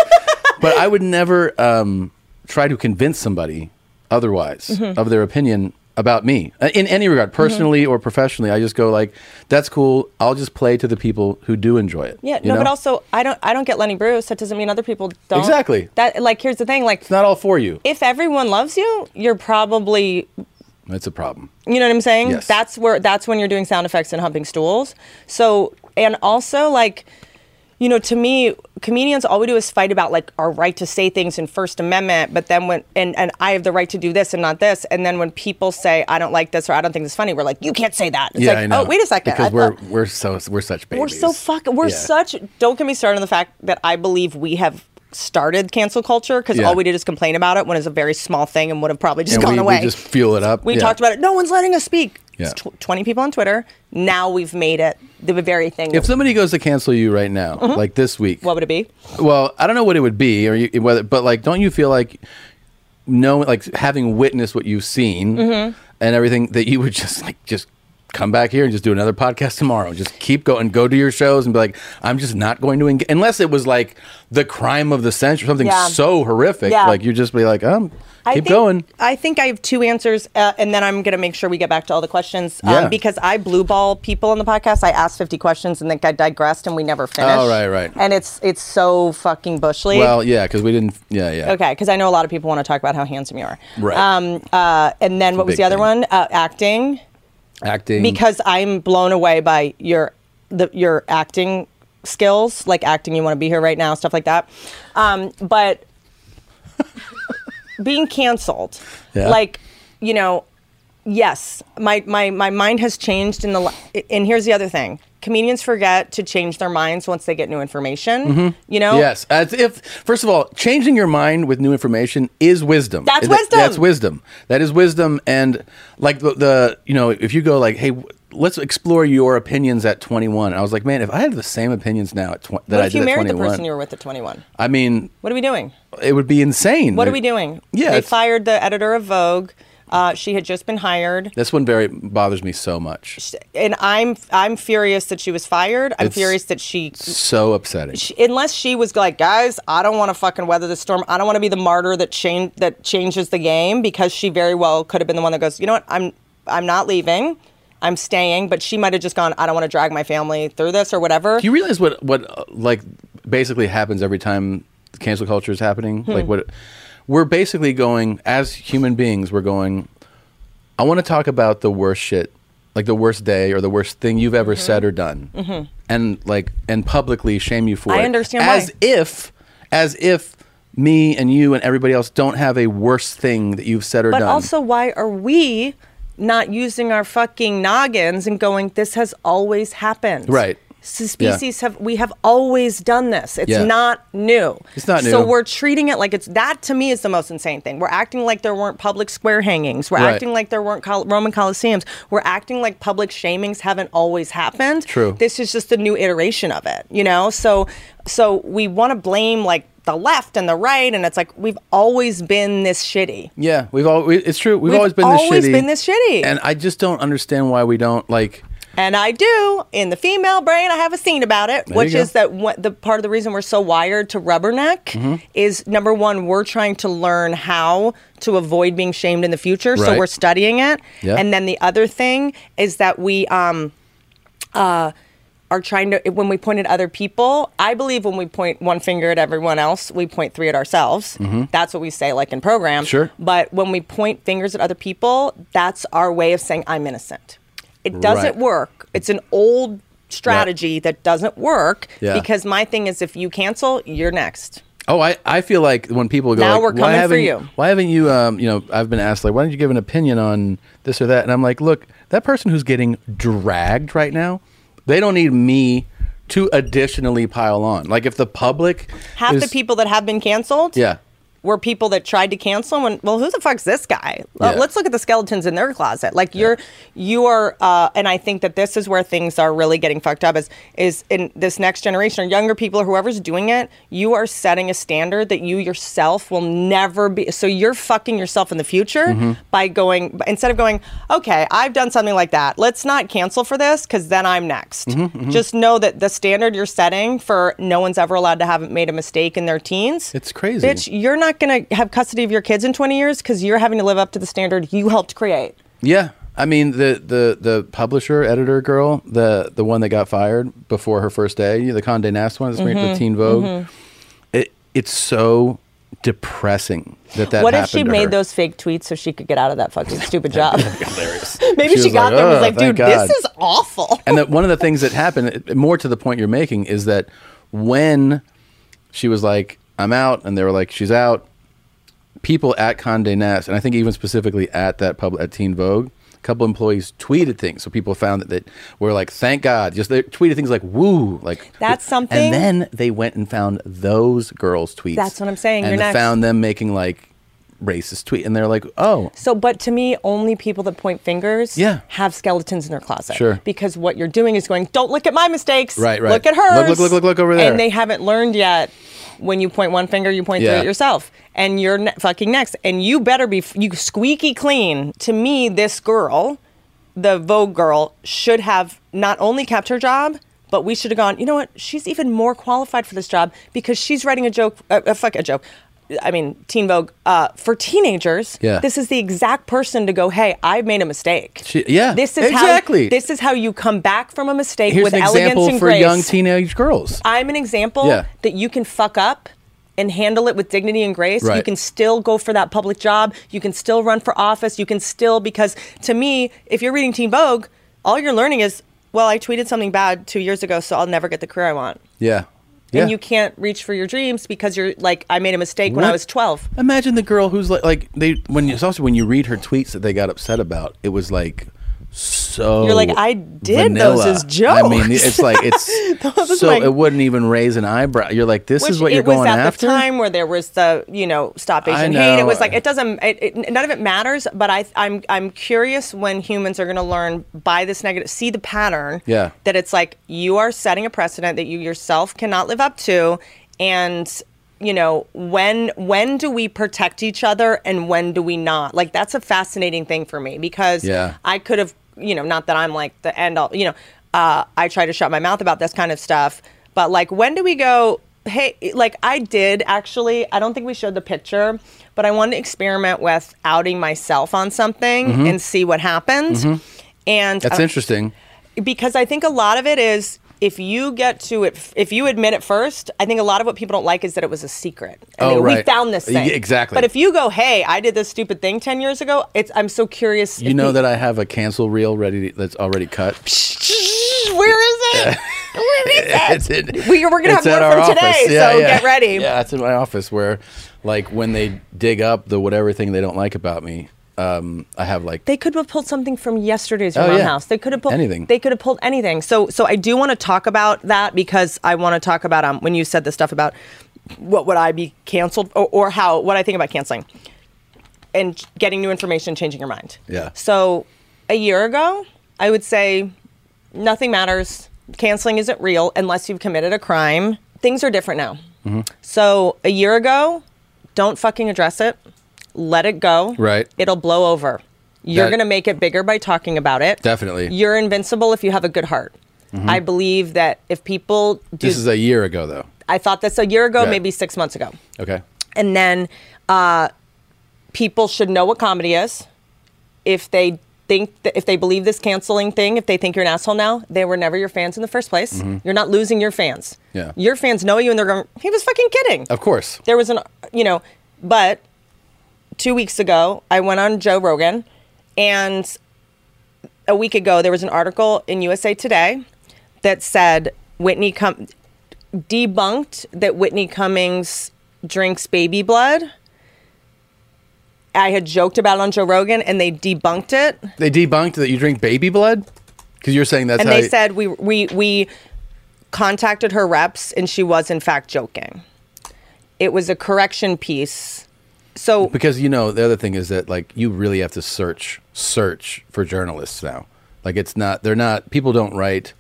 [SPEAKER 2] but I would never um, try to convince somebody otherwise
[SPEAKER 1] Mm-hmm.
[SPEAKER 2] of their opinion about me Uh, in any regard, personally or professionally. I just go like, "That's cool. I'll just play to the people who do enjoy it."
[SPEAKER 1] Yeah,
[SPEAKER 2] you
[SPEAKER 1] no, but
[SPEAKER 2] know?
[SPEAKER 1] also I don't I don't get Lenny Bruce. That doesn't mean other people don't.
[SPEAKER 2] Exactly.
[SPEAKER 1] That like here's the thing, like
[SPEAKER 2] it's not all for you.
[SPEAKER 1] if everyone loves you, you're probably
[SPEAKER 2] That's a problem.
[SPEAKER 1] you know what I'm saying?
[SPEAKER 2] Yes.
[SPEAKER 1] That's where that's when you're doing sound effects and humping stools. So and also like you know, to me, comedians all we do is fight about like our right to say things in First Amendment, but then when and, and I have the right to do this and not this, and then when people say I don't like this or I don't think this is funny, we're like, You can't say that. It's
[SPEAKER 2] yeah,
[SPEAKER 1] like,
[SPEAKER 2] I know.
[SPEAKER 1] oh wait a second. I
[SPEAKER 2] Because we're
[SPEAKER 1] thought-
[SPEAKER 2] we're so we're such babies.
[SPEAKER 1] we're so fucking. We're
[SPEAKER 2] Yeah.
[SPEAKER 1] such. Don't get me started on the fact that I believe we have started cancel culture because
[SPEAKER 2] Yeah.
[SPEAKER 1] all we did is complain about it when it's a very small thing and would have probably just
[SPEAKER 2] And
[SPEAKER 1] gone
[SPEAKER 2] we,
[SPEAKER 1] away.
[SPEAKER 2] we just fuel it up.
[SPEAKER 1] We
[SPEAKER 2] Yeah.
[SPEAKER 1] talked about it. No one's letting us speak.
[SPEAKER 2] Yeah.
[SPEAKER 1] It's tw- Twenty people on Twitter. Now we've made it the very thing.
[SPEAKER 2] If
[SPEAKER 1] that-
[SPEAKER 2] somebody goes to cancel you right now,
[SPEAKER 1] Mm-hmm.
[SPEAKER 2] like this week,
[SPEAKER 1] what would it be?
[SPEAKER 2] Well, I don't know what it would be, or you, whether, but like, don't you feel like
[SPEAKER 1] Mm-hmm.
[SPEAKER 2] knowing, like having witnessed what you've seen and everything, that you would just like just come back here and just do another podcast tomorrow. Just keep going, go to your shows and be like, I'm just not going to engage. Unless it was like the crime of the century, something
[SPEAKER 1] Yeah.
[SPEAKER 2] so horrific.
[SPEAKER 1] Yeah.
[SPEAKER 2] Like you just be like, um,
[SPEAKER 1] I
[SPEAKER 2] keep
[SPEAKER 1] think-
[SPEAKER 2] going.
[SPEAKER 1] I think I have two answers, uh, and then I'm going to make sure we get back to all the questions um,
[SPEAKER 2] Yeah.
[SPEAKER 1] because I blue ball people on the podcast. I asked 50 questions and then I digressed and we never finished.
[SPEAKER 2] Oh, right, right.
[SPEAKER 1] And it's it's so fucking bush league.
[SPEAKER 2] Well, yeah, because we didn't. Yeah, yeah.
[SPEAKER 1] Okay, because I know a lot of people want to talk about how handsome you are.
[SPEAKER 2] Right.
[SPEAKER 1] Um, uh, and then what was
[SPEAKER 2] big
[SPEAKER 1] the other
[SPEAKER 2] thing. Mm-hmm.
[SPEAKER 1] one? Uh, acting.
[SPEAKER 2] Acting.
[SPEAKER 1] Because I'm blown away by your the, your acting skills, like acting. You want to be here right now, stuff like that. Um, but being canceled,
[SPEAKER 2] Yeah.
[SPEAKER 1] like you know, yes, my my my mind has changed in the. la- And here's the other thing: comedians forget to change their minds once they get new information. You know.
[SPEAKER 2] Mm-hmm. Yes. As if, first of all, changing your mind with new information is wisdom.
[SPEAKER 1] That's
[SPEAKER 2] That-
[SPEAKER 1] wisdom.
[SPEAKER 2] That's wisdom. That is wisdom. And like the, the you know, if you go like, hey, w- let's explore your opinions at 21. And I was like, man, if I had the same opinions now at tw- that
[SPEAKER 1] What
[SPEAKER 2] I
[SPEAKER 1] if
[SPEAKER 2] did
[SPEAKER 1] you
[SPEAKER 2] at
[SPEAKER 1] married the
[SPEAKER 2] 21,
[SPEAKER 1] person you were with at 21?
[SPEAKER 2] I mean,
[SPEAKER 1] What are we doing?
[SPEAKER 2] it would be insane.
[SPEAKER 1] What are
[SPEAKER 2] Like,
[SPEAKER 1] we doing?
[SPEAKER 2] Yeah,
[SPEAKER 1] they
[SPEAKER 2] it's-
[SPEAKER 1] fired the editor of Vogue. Uh, she had just been hired,
[SPEAKER 2] This one very bothers me so much.
[SPEAKER 1] and I'm I'm furious that she was fired. I'm
[SPEAKER 2] It's-
[SPEAKER 1] furious that she,
[SPEAKER 2] So upsetting.
[SPEAKER 1] she- unless she was like, guys, I don't want to fucking weather the storm. I don't want to be the martyr that change that changes the game because she very well could have been the one that goes, you know what, I'm I'm not leaving. I'm staying, but she might have just gone. I don't want to drag my family through this or whatever.
[SPEAKER 2] Do you realize what what uh, like basically happens every time cancel culture is happening?
[SPEAKER 1] Hmm.
[SPEAKER 2] Like what we're basically going as human beings, we're going. I want to talk about the worst shit, like the worst day or the worst thing you've
[SPEAKER 1] Mm-hmm.
[SPEAKER 2] ever said or done, and like and publicly shame you for
[SPEAKER 1] I
[SPEAKER 2] it.
[SPEAKER 1] understand why.
[SPEAKER 2] as if as if me and you and everybody else don't have a worse thing that you've said or
[SPEAKER 1] But
[SPEAKER 2] done.
[SPEAKER 1] also, why are we not using our fucking noggins and going, this has always happened?
[SPEAKER 2] Right.
[SPEAKER 1] So species have, we have always done this. It's
[SPEAKER 2] Yeah.
[SPEAKER 1] not new.
[SPEAKER 2] It's not
[SPEAKER 1] So
[SPEAKER 2] new.
[SPEAKER 1] we're treating it like it's, that to me is the most insane thing. We're acting like there weren't public square hangings. We're
[SPEAKER 2] Right.
[SPEAKER 1] acting like there weren't col- Roman Colosseums. We're acting like public shamings haven't always happened.
[SPEAKER 2] True.
[SPEAKER 1] This is just the new iteration of it, you know? So, so we want to blame like the left and the right. And it's like, we've always been this shitty.
[SPEAKER 2] Yeah, we've all. We, it's true. We've,
[SPEAKER 1] We've
[SPEAKER 2] always been this
[SPEAKER 1] always
[SPEAKER 2] shitty.
[SPEAKER 1] been this shitty.
[SPEAKER 2] And I just don't understand why we don't like.
[SPEAKER 1] And I do. In the female brain, I have a scene about it, which
[SPEAKER 2] you go.
[SPEAKER 1] is that what, the part of the reason we're so wired to rubberneck
[SPEAKER 2] Mm-hmm.
[SPEAKER 1] is number one, we're trying to learn how to avoid being shamed in the future. So
[SPEAKER 2] Right.
[SPEAKER 1] we're studying it.
[SPEAKER 2] Yeah.
[SPEAKER 1] And then the other thing is that we, um, uh, are trying to when we point at other people. I believe when we point one finger at everyone else, we point three at ourselves. That's what we say, like in program.
[SPEAKER 2] Mm-hmm. Sure.
[SPEAKER 1] But when we point fingers at other people, that's our way of saying I'm innocent. It doesn't
[SPEAKER 2] Right.
[SPEAKER 1] work. It's an old strategy that doesn't work
[SPEAKER 2] Yeah.
[SPEAKER 1] because my thing is if you cancel, you're next.
[SPEAKER 2] Oh, I, I feel like when people go
[SPEAKER 1] Now
[SPEAKER 2] like,
[SPEAKER 1] we're
[SPEAKER 2] why
[SPEAKER 1] coming for
[SPEAKER 2] haven't,
[SPEAKER 1] you."
[SPEAKER 2] Why haven't you? Um, you know, I've been asked like, why don't you give an opinion on this or that? And I'm like, look, that person who's getting dragged right now, they don't need me to additionally pile on. Like if the public
[SPEAKER 1] Half the
[SPEAKER 2] is-
[SPEAKER 1] people that have been canceled
[SPEAKER 2] yeah,
[SPEAKER 1] were people that tried to cancel and well who the fuck's this guy Let-
[SPEAKER 2] Yeah.
[SPEAKER 1] let's look at the skeletons in their closet like you're you are uh, and i think that this is where things are really getting fucked up is is in this next generation or younger people or whoever's doing it you are setting a standard that you yourself will never be so you're fucking yourself in the future
[SPEAKER 2] Mm-hmm.
[SPEAKER 1] by going instead of going okay i've done something like that let's not cancel for this because then i'm next
[SPEAKER 2] Mm-hmm,
[SPEAKER 1] just know that the standard you're setting for no one's ever allowed to have made a mistake in their teens
[SPEAKER 2] It's crazy.
[SPEAKER 1] bitch you're not going to have custody of your kids in 20 years because you're having to live up to the standard you helped create.
[SPEAKER 2] yeah. I mean the the the publisher editor girl, the the one that got fired before her first day, the Condé Nast one, the, the
[SPEAKER 1] Mm-hmm,
[SPEAKER 2] Teen Vogue. It it's so depressing that that
[SPEAKER 1] what if
[SPEAKER 2] happened
[SPEAKER 1] she
[SPEAKER 2] to
[SPEAKER 1] made
[SPEAKER 2] her.
[SPEAKER 1] those fake tweets so she could get out of that fucking stupid job?
[SPEAKER 2] hilarious.
[SPEAKER 1] Maybe she,
[SPEAKER 2] was
[SPEAKER 1] got them and was
[SPEAKER 2] "Oh,
[SPEAKER 1] like, dude, this
[SPEAKER 2] thank God."
[SPEAKER 1] is awful.
[SPEAKER 2] and that one of the things that happened, more to the point you're making, is that when she was like, "I'm out," and they were like, "She's out," people at Condé Nast, and I think even specifically at that public at Teen Vogue, a couple employees tweeted things, so people found that that were like, "Thank God," just they tweeted things like, "Woo," like
[SPEAKER 1] That's something-
[SPEAKER 2] And then they went and found those girls' tweets.
[SPEAKER 1] That's what I'm saying,
[SPEAKER 2] And
[SPEAKER 1] you're
[SPEAKER 2] they
[SPEAKER 1] next.
[SPEAKER 2] found them making like racist tweet, and they're like, "Oh,
[SPEAKER 1] So, but to me, only people that point fingers
[SPEAKER 2] Yeah.
[SPEAKER 1] have skeletons in their closet.
[SPEAKER 2] Sure.
[SPEAKER 1] Because what you're doing is going, don't look at my mistakes.
[SPEAKER 2] Right, right.
[SPEAKER 1] Look at
[SPEAKER 2] Look,
[SPEAKER 1] hers.
[SPEAKER 2] look, look, look, look over there.
[SPEAKER 1] And they haven't learned yet. When you point one finger, you point three
[SPEAKER 2] Yeah.
[SPEAKER 1] at yourself, and you're ne- fucking next. And you better be f- you squeaky clean. To me, this girl the Vogue girl should have not only kept her job, but we should have gone. You know what? She's even more qualified for this job because she's writing a joke. Uh, uh, fuck a joke. I mean, Teen Vogue uh, for teenagers.
[SPEAKER 2] Yeah.
[SPEAKER 1] This is the exact person to go. Hey, I made a mistake.
[SPEAKER 2] She- yeah,
[SPEAKER 1] This is
[SPEAKER 2] exactly.
[SPEAKER 1] How, this is how you come back from a mistake
[SPEAKER 2] Here's
[SPEAKER 1] with
[SPEAKER 2] an
[SPEAKER 1] elegance
[SPEAKER 2] example
[SPEAKER 1] and
[SPEAKER 2] for
[SPEAKER 1] grace. Uh,
[SPEAKER 2] young teenage girls.
[SPEAKER 1] I'm an example
[SPEAKER 2] Yeah.
[SPEAKER 1] that you can fuck up and handle it with dignity and grace. You
[SPEAKER 2] Right.
[SPEAKER 1] can still go for that public job. You can still run for office. You can still, because to me, if you're reading Teen Vogue, all you're learning is, well, I tweeted something bad two years ago, so I'll never get the career I want.
[SPEAKER 2] Yeah. Yeah.
[SPEAKER 1] And you can't reach for your dreams because you're like, I made a mistake when I
[SPEAKER 2] What?
[SPEAKER 1] was 12.
[SPEAKER 2] Imagine the girl who's like, like they when you, it's also when you read her tweets that they got upset about. It was like so.
[SPEAKER 1] You're like, I did
[SPEAKER 2] vanilla.
[SPEAKER 1] those as
[SPEAKER 2] I mean,
[SPEAKER 1] jokes.
[SPEAKER 2] it's like it's
[SPEAKER 1] was
[SPEAKER 2] so
[SPEAKER 1] like-
[SPEAKER 2] it wouldn't even raise an eyebrow. You're like, this is
[SPEAKER 1] Which
[SPEAKER 2] what you're
[SPEAKER 1] it was
[SPEAKER 2] going
[SPEAKER 1] at
[SPEAKER 2] after.
[SPEAKER 1] the time where there was the you know stop
[SPEAKER 2] I
[SPEAKER 1] Asian hate. It
[SPEAKER 2] know.
[SPEAKER 1] was like it doesn't. It, it, none of it matters. But I I'm I'm curious when humans are going to learn by this negative, see the pattern.
[SPEAKER 2] Yeah.
[SPEAKER 1] That it's like you are setting a precedent that you yourself cannot live up to, and you know when when do we protect each other and when do we not? Like that's a fascinating thing for me because
[SPEAKER 2] Yeah.
[SPEAKER 1] I could have, you know, not that I'm like the end all, you know, uh, I try to shut my mouth about this kind of stuff. But like, when do we go, hey, like I did actually, I don't think we showed the picture, but I wanted to experiment with outing myself on something and see what happens. And
[SPEAKER 2] Mm-hmm. That's
[SPEAKER 1] uh,
[SPEAKER 2] interesting.
[SPEAKER 1] because I think a lot of it is if you get to it, if you admit it first, I think a lot of what people don't like is that it was a secret. And
[SPEAKER 2] Oh,
[SPEAKER 1] they- We
[SPEAKER 2] right.
[SPEAKER 1] found this
[SPEAKER 2] Yeah,
[SPEAKER 1] thing.
[SPEAKER 2] exactly.
[SPEAKER 1] But if you go, hey, I did this stupid thing 10 years ago, it's, I'm so curious.
[SPEAKER 2] You
[SPEAKER 1] if
[SPEAKER 2] know
[SPEAKER 1] the-
[SPEAKER 2] that I have a cancel reel ready that's already cut.
[SPEAKER 1] Where is it? Where is it?
[SPEAKER 2] It's in-
[SPEAKER 1] We- we're gonna
[SPEAKER 2] it's
[SPEAKER 1] have one
[SPEAKER 2] at our
[SPEAKER 1] from today,
[SPEAKER 2] office.
[SPEAKER 1] so get ready.
[SPEAKER 2] Yeah, it's in my office where, like, when they dig up the whatever thing they don't like about me, um, I have like
[SPEAKER 1] They could have pulled something from yesterday's Your
[SPEAKER 2] Oh,
[SPEAKER 1] Mom
[SPEAKER 2] yeah.
[SPEAKER 1] House. They could have pulled
[SPEAKER 2] Anything.
[SPEAKER 1] They could have pulled anything. So, so I do want to talk about that because I want to talk about um when you said the stuff about what would I be canceled or, or how what I think about canceling and getting new information, changing your mind.
[SPEAKER 2] Yeah.
[SPEAKER 1] So, a year ago, I would say nothing matters. Canceling isn't real unless you've committed a crime. Things are different now.
[SPEAKER 2] Mm-hmm.
[SPEAKER 1] So a year ago, don't fucking address it. Let it go.
[SPEAKER 2] Right.
[SPEAKER 1] It'll blow over. You're
[SPEAKER 2] That-
[SPEAKER 1] going to make it bigger by talking about it.
[SPEAKER 2] Definitely. Mm-hmm.
[SPEAKER 1] You're invincible if you have a good heart. I believe that if people do,
[SPEAKER 2] this is a year ago though.
[SPEAKER 1] I thought this a year ago,
[SPEAKER 2] Right.
[SPEAKER 1] maybe six months ago
[SPEAKER 2] Okay.
[SPEAKER 1] and then uh, people should know what comedy is. If they think that, if they believe this canceling thing, if they think you're an asshole now, they were never your fans in the first place. You're not losing your fans.
[SPEAKER 2] Mm-hmm. Yeah.
[SPEAKER 1] your fans know you, and they're going, "He was fucking kidding."
[SPEAKER 2] Of course.
[SPEAKER 1] There was an, you know, but two weeks ago, I went on Joe Rogan, and a week ago, there was an article in USA Today that said Whitney com- debunked that Whitney Cummings drinks baby blood. I had joked about it on Joe Rogan, and they debunked it,
[SPEAKER 2] They debunked that you drink baby blood because you're saying that's
[SPEAKER 1] and
[SPEAKER 2] how
[SPEAKER 1] they
[SPEAKER 2] you-
[SPEAKER 1] said we we we contacted her reps, and she was in fact joking. It was a correction piece. So
[SPEAKER 2] because you know the other thing is that like you really have to search search for journalists now. Like it's not they're not people don't write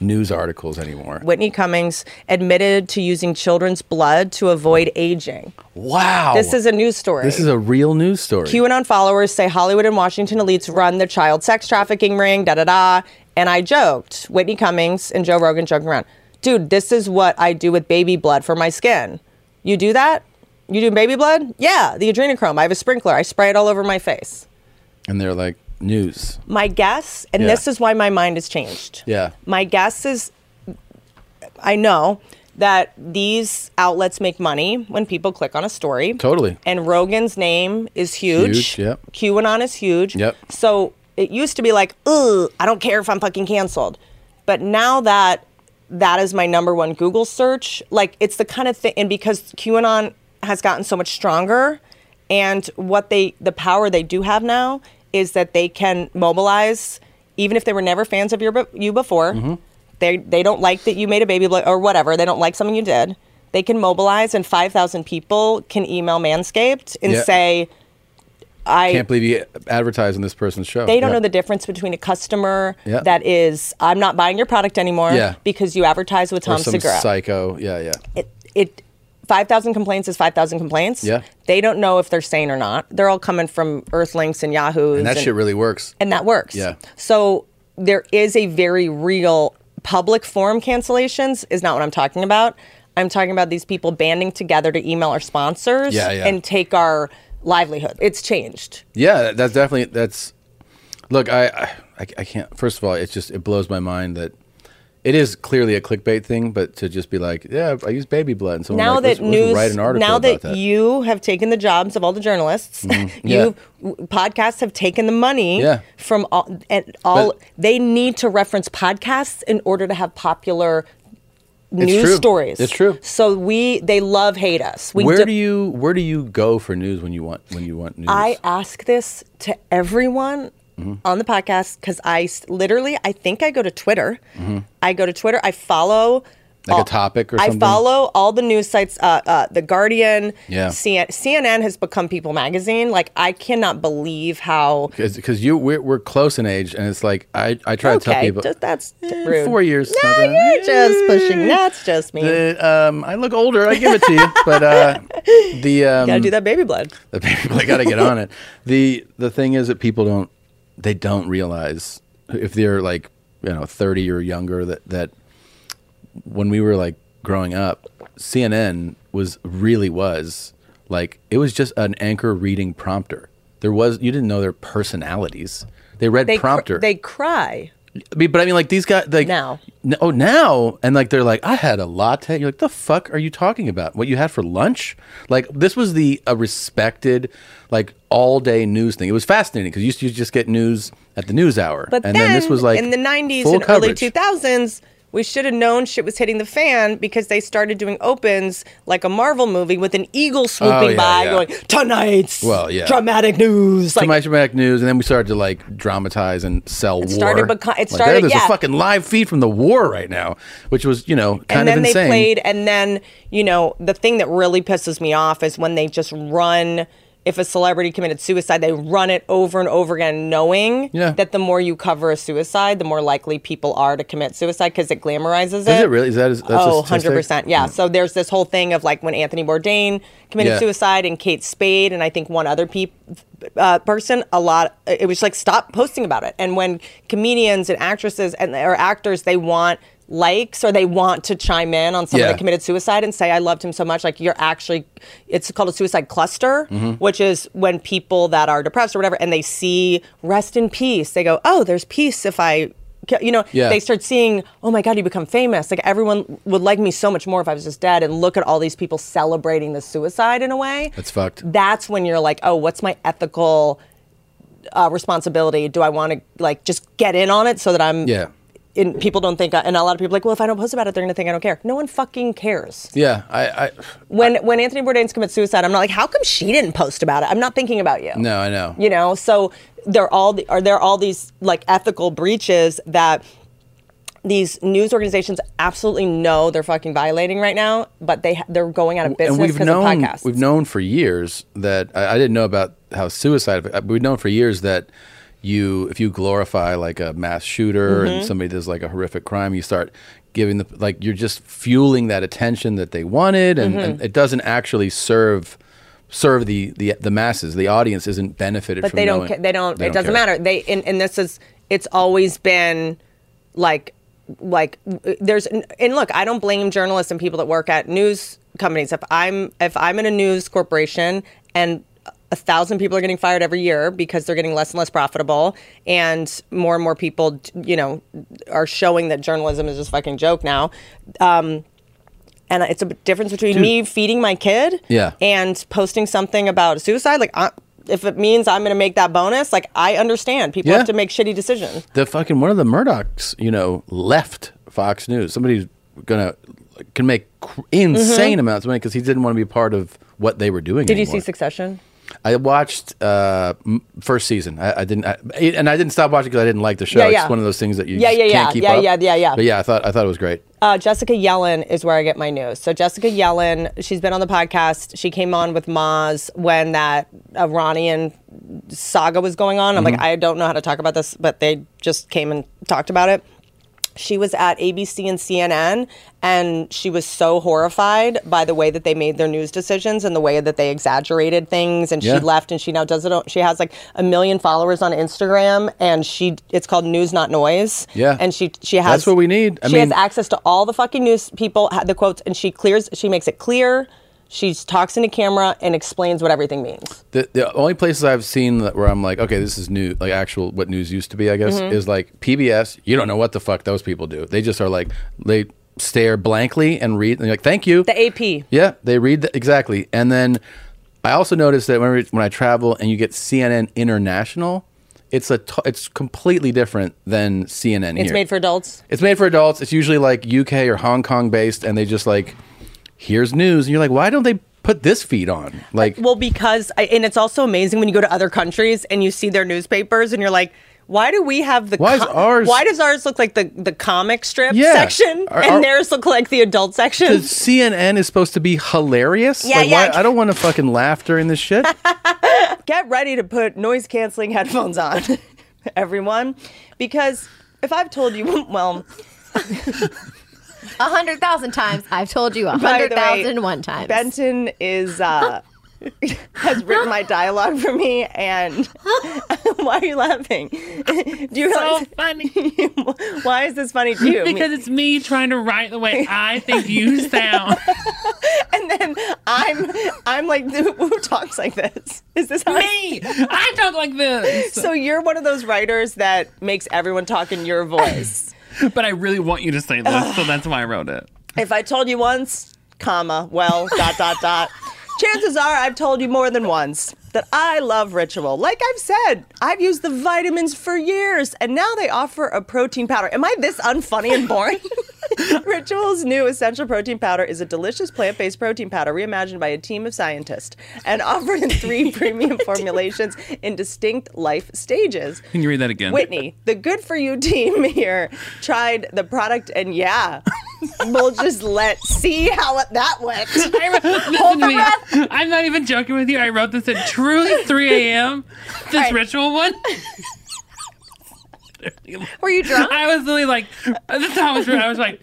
[SPEAKER 2] news articles anymore.
[SPEAKER 1] Whitney Cummings admitted to using children's blood to avoid aging.
[SPEAKER 2] Oh, Wow.
[SPEAKER 1] This is a news story.
[SPEAKER 2] this is a real news story.
[SPEAKER 1] QAnon followers say Hollywood and Washington elites run the child sex trafficking ring, da da da. And I joked, Whitney Cummings and Joe Rogan joking around. Dude, this is what I do with baby blood for my skin. You do that? You do baby blood? Yeah, the adrenochrome. I have a sprinkler. I spray it all over my face.
[SPEAKER 2] and they're like news.
[SPEAKER 1] My guess, and
[SPEAKER 2] Yeah.
[SPEAKER 1] this is why my mind has changed.
[SPEAKER 2] Yeah.
[SPEAKER 1] My guess is I know that these outlets make money when people click on a story.
[SPEAKER 2] Totally.
[SPEAKER 1] And Rogan's name is huge.
[SPEAKER 2] Huge, yep.
[SPEAKER 1] QAnon is huge.
[SPEAKER 2] Yep.
[SPEAKER 1] So it used to be like, ugh, I don't care if I'm fucking canceled. But now that that is my number one Google search, like it's the kind of thing, and because QAnon has gotten so much stronger, and what they, the power they do have now is that they can mobilize, even if they were never fans of your, be- you before,
[SPEAKER 2] Mm-hmm.
[SPEAKER 1] they they don't like that you made a baby blo- or whatever. They don't like something you did. They can mobilize, and five thousand people can email Manscaped and
[SPEAKER 2] Yeah.
[SPEAKER 1] say, "I."
[SPEAKER 2] Can't believe you advertise on this person's show.
[SPEAKER 1] they don't
[SPEAKER 2] Yeah.
[SPEAKER 1] know the difference between a customer
[SPEAKER 2] Yeah.
[SPEAKER 1] that is, "I'm not buying your product anymore"
[SPEAKER 2] Yeah.
[SPEAKER 1] because you advertise with
[SPEAKER 2] Or
[SPEAKER 1] Tom
[SPEAKER 2] some
[SPEAKER 1] Segura.
[SPEAKER 2] psycho. Yeah, yeah.
[SPEAKER 1] it, it 5,000 complaints is 5,000 complaints.
[SPEAKER 2] Yeah.
[SPEAKER 1] They don't know if they're sane or not. They're all coming from Earthlings and Yahoo.
[SPEAKER 2] and that shit really works.
[SPEAKER 1] and that works.
[SPEAKER 2] Yeah.
[SPEAKER 1] So there is a very real public forum cancellations is not what I'm talking about. I'm talking about these people banding together to email our sponsors
[SPEAKER 2] Yeah, yeah.
[SPEAKER 1] and take our livelihood. It's changed.
[SPEAKER 2] Yeah, that- that's definitely that's. Look, I, I I can't. First of all, it's just it blows my mind that it is clearly a clickbait thing, but to just be like, yeah, I use baby blood, and someone
[SPEAKER 1] now
[SPEAKER 2] like,
[SPEAKER 1] that
[SPEAKER 2] let's- let's
[SPEAKER 1] news
[SPEAKER 2] write an article
[SPEAKER 1] now
[SPEAKER 2] about
[SPEAKER 1] that,
[SPEAKER 2] that, Mm-hmm.
[SPEAKER 1] you have taken the jobs of all the journalists
[SPEAKER 2] Yeah.
[SPEAKER 1] you podcasts have taken the money
[SPEAKER 2] Yeah.
[SPEAKER 1] from all and all
[SPEAKER 2] But-
[SPEAKER 1] they need to reference podcasts in order to have popular news
[SPEAKER 2] true.
[SPEAKER 1] stories
[SPEAKER 2] It's true.
[SPEAKER 1] so we they love hate us we
[SPEAKER 2] where
[SPEAKER 1] de-
[SPEAKER 2] do you where do you go for news when you want when you want news?
[SPEAKER 1] I ask this to everyone
[SPEAKER 2] Mm-hmm.
[SPEAKER 1] on the podcast because I s- literally, I think I go to Twitter. I go to Twitter. I follow
[SPEAKER 2] Mm-hmm. Like a topic or
[SPEAKER 1] I
[SPEAKER 2] something?
[SPEAKER 1] follow all the news sites. Uh, uh, the Guardian.
[SPEAKER 2] Yeah.
[SPEAKER 1] CN- CNN has become People Magazine. Like I cannot believe how.
[SPEAKER 2] because you we're, we're close in age, and it's like I I try to tell
[SPEAKER 1] okay,
[SPEAKER 2] people
[SPEAKER 1] just- that's
[SPEAKER 2] "Eh,
[SPEAKER 1] rude.
[SPEAKER 2] four years.
[SPEAKER 1] No,
[SPEAKER 2] not that-
[SPEAKER 1] you're just pushing. That's just me.
[SPEAKER 2] The, um, I look older. I give it to you, but uh, the um,
[SPEAKER 1] Gotta do that baby blood.
[SPEAKER 2] the people I got to get on it. The the thing is that people don't they don't realize if they're like you know thirty or younger that that when we were like growing up, CNN was really was like it was just an anchor reading prompter. There was you didn't know their personalities. They read
[SPEAKER 1] They cr-
[SPEAKER 2] prompter.
[SPEAKER 1] they cry.
[SPEAKER 2] I mean, but I mean, like these guys, like
[SPEAKER 1] Now.
[SPEAKER 2] N- oh now, and like they're like, I had a latte. You're like, the fuck are you talking about? What you had for lunch? Like this was the a respected, like all day news thing. It was fascinating because you used to just get news at the news hour,
[SPEAKER 1] But
[SPEAKER 2] and
[SPEAKER 1] then,
[SPEAKER 2] then, this was like
[SPEAKER 1] in the 90s
[SPEAKER 2] full
[SPEAKER 1] and early
[SPEAKER 2] coverage.
[SPEAKER 1] 2000s, we should have known shit was hitting the fan because they started doing opens like a Marvel movie with an eagle swooping
[SPEAKER 2] Oh, yeah,
[SPEAKER 1] by
[SPEAKER 2] yeah.
[SPEAKER 1] going, Tonight's
[SPEAKER 2] Well, yeah.
[SPEAKER 1] dramatic news.
[SPEAKER 2] Too
[SPEAKER 1] Like,
[SPEAKER 2] much dramatic news, and then we started to like dramatize and sell
[SPEAKER 1] It
[SPEAKER 2] war.
[SPEAKER 1] started beco- it
[SPEAKER 2] Like, there-
[SPEAKER 1] started-
[SPEAKER 2] there's
[SPEAKER 1] yeah.
[SPEAKER 2] a fucking live feed from the war right now, which was you know kind
[SPEAKER 1] and then
[SPEAKER 2] of
[SPEAKER 1] they
[SPEAKER 2] insane.
[SPEAKER 1] played, and then, you know, the thing that really pisses me off is when they just run. If a celebrity committed suicide, they run it over and over again, knowing
[SPEAKER 2] Yeah.
[SPEAKER 1] that the more you cover a suicide, the more likely people are to commit suicide because it glamorizes it.
[SPEAKER 2] Is it really? Is that? Is, that's a
[SPEAKER 1] Oh,
[SPEAKER 2] statistic?
[SPEAKER 1] 100%. Yeah. So there's this whole thing of like when Anthony Bourdain committed
[SPEAKER 2] Yeah.
[SPEAKER 1] suicide and Kate Spade and I think one other peop uh, person, a lot, it was like stop posting about it. And when comedians and actresses and or actors, they want likes or they want to chime in on someone
[SPEAKER 2] Yeah.
[SPEAKER 1] that committed suicide and say, I loved him so much. Like you're actually, it's called a suicide cluster,
[SPEAKER 2] Mm-hmm.
[SPEAKER 1] which is when people that are depressed or whatever and they see rest in peace, they go, oh, there's peace if I. You know,
[SPEAKER 2] Yeah.
[SPEAKER 1] they start seeing, oh my God, you become famous. Like everyone would like me so much more if I was just dead. And look at all these people celebrating the suicide in a way.
[SPEAKER 2] That's fucked.
[SPEAKER 1] That's when you're like, oh, what's my ethical uh, responsibility? Do I want to like just get in on it so that I'm
[SPEAKER 2] Yeah.
[SPEAKER 1] And people don't think, I, and a lot of people are like, well, if I don't post about it, they're gonna think I don't care. No one fucking cares.
[SPEAKER 2] Yeah, I, I
[SPEAKER 1] When when Anthony Bourdain commits suicide, I'm not like, how come she didn't post about it? I'm not thinking about you
[SPEAKER 2] no, I know.
[SPEAKER 1] you know so there are all the, are there all these like ethical breaches that these news organizations absolutely know they're fucking violating right now but they ha- they're going out of business because of
[SPEAKER 2] known,
[SPEAKER 1] podcasts
[SPEAKER 2] We've known for years that I, I didn't know about how suicide. but uh, We've known for years that you, if you glorify like a mass shooter
[SPEAKER 1] Mm-hmm.
[SPEAKER 2] and somebody does like a horrific crime, you start giving the like you're just fueling that attention that they wanted, and,
[SPEAKER 1] Mm-hmm.
[SPEAKER 2] and it doesn't actually serve serve the the the masses. The audience isn't benefited.
[SPEAKER 1] but
[SPEAKER 2] from
[SPEAKER 1] they don't,
[SPEAKER 2] knowing-
[SPEAKER 1] ca- they don't it doesn't
[SPEAKER 2] care.
[SPEAKER 1] matter they and, and this is it's always been like like w- there's and look i don't blame journalists and people that work at news companies if i'm if i'm in a news corporation and a thousand people are getting fired every year because they're getting less and less profitable and more and more people you know are showing that journalism is just a fucking joke now um, and it's a difference between me feeding my kid
[SPEAKER 2] Yeah.
[SPEAKER 1] and posting something about suicide like I, if it means i'm going to make that bonus like i understand people
[SPEAKER 2] Yeah.
[SPEAKER 1] have to make shitty decisions
[SPEAKER 2] the fucking one of the Murdochs, you know, left Fox News. Somebody's gonna can make cr- insane amounts of money because he didn't want to be part of what they were doing.
[SPEAKER 1] Mm-hmm. did you
[SPEAKER 2] anymore.
[SPEAKER 1] see succession
[SPEAKER 2] I watched uh, m- first season. I, I didn't, I, and I didn't stop watching because I didn't like the show.
[SPEAKER 1] Yeah, yeah.
[SPEAKER 2] It's one of those things that you
[SPEAKER 1] Yeah,
[SPEAKER 2] just
[SPEAKER 1] yeah,
[SPEAKER 2] can't
[SPEAKER 1] yeah.
[SPEAKER 2] keep
[SPEAKER 1] Yeah,
[SPEAKER 2] up.
[SPEAKER 1] yeah, yeah, yeah.
[SPEAKER 2] But yeah, I thought I thought it was great.
[SPEAKER 1] uh, Jessica Yellen is where I get my news. So Jessica Yellen, she's been on the podcast. She came on with Maz when that Iranian
[SPEAKER 2] Mm-hmm.
[SPEAKER 1] saga was going on. I'm like, I don't know how to talk about this, but they just came and talked about it. she was at ABC and CNN, and she was so horrified by the way that they made their news decisions and the way that they exaggerated things. And
[SPEAKER 2] Yeah.
[SPEAKER 1] she left, and she now does it. on- She has like a million followers on Instagram, and she it's called News Not Noise.
[SPEAKER 2] Yeah.
[SPEAKER 1] and she she has
[SPEAKER 2] That's what we need. I
[SPEAKER 1] she
[SPEAKER 2] mean-
[SPEAKER 1] has access to all the fucking news people ha- the quotes, and she clears. She makes it clear. She talks into camera and explains what everything means.
[SPEAKER 2] the, the only places I've seen that where I'm like, okay, this is new, like actual what news used to be, I guess,
[SPEAKER 1] Mm-hmm.
[SPEAKER 2] is like PBS. You don't know what the fuck those people do. They just are like they stare blankly and read. And they're like, thank you.
[SPEAKER 1] The AP.
[SPEAKER 2] yeah, they read the, exactly. And then I also noticed that whenever when I travel and you get CNN International, it's a t- it's completely different than CNN.
[SPEAKER 1] It's
[SPEAKER 2] here.
[SPEAKER 1] made for adults.
[SPEAKER 2] It's made for adults. It's usually like UK or Hong Kong based, and they just like, here's news, and you're like, why don't they put this feed on? Like,
[SPEAKER 1] Well, because I, and it's also amazing when you go to other countries and you see their newspapers and you're like, why do we have the
[SPEAKER 2] Why is ours-
[SPEAKER 1] Why does ours look like the the comic strip
[SPEAKER 2] Yeah.
[SPEAKER 1] section
[SPEAKER 2] Our-
[SPEAKER 1] and
[SPEAKER 2] our-
[SPEAKER 1] theirs look like the adult section?
[SPEAKER 2] Because CNN is supposed to be hilarious.
[SPEAKER 1] Yeah,
[SPEAKER 2] like,
[SPEAKER 1] yeah.
[SPEAKER 2] Why, I don't want to fucking laugh during this shit.
[SPEAKER 1] Get ready to put noise canceling headphones on, everyone, because if I've told you, well,
[SPEAKER 5] A hundred thousand times I've told you a
[SPEAKER 1] By the
[SPEAKER 5] hundred
[SPEAKER 1] way,
[SPEAKER 5] thousand and one times.
[SPEAKER 1] Benton is uh, has written my dialogue for me, and why are you laughing? Do you realize?
[SPEAKER 6] funny
[SPEAKER 1] Why is this funny to you?
[SPEAKER 6] because it's me trying to write the way I think you sound.
[SPEAKER 1] and then I'm I'm like who talks like this? Is this how
[SPEAKER 6] me, I talk like this,
[SPEAKER 1] So you're one of those writers that makes everyone talk in your voice.
[SPEAKER 6] but I really want you to say this, so that's why I wrote it.
[SPEAKER 1] if I told you once, comma, well, dot dot dot. Chances are I've told you more than once that I love ritual. Like I've said, I've used the vitamins for years and now they offer a protein powder. Am I this unfunny and boring? Ritual's new essential protein powder is a delicious plant based protein powder reimagined by a team of scientists and offered in three premium formulations in distinct life stages.
[SPEAKER 6] Can you read that again?
[SPEAKER 1] Whitney, the good for you team here tried the product, and yeah, we'll just let see how it, that went.
[SPEAKER 6] I wrote, listen to me. I'm not even joking with you. I wrote this at truly 3 a.m. This ritual one.
[SPEAKER 5] Were you drunk?
[SPEAKER 6] I was really like, this is how I was. I was like,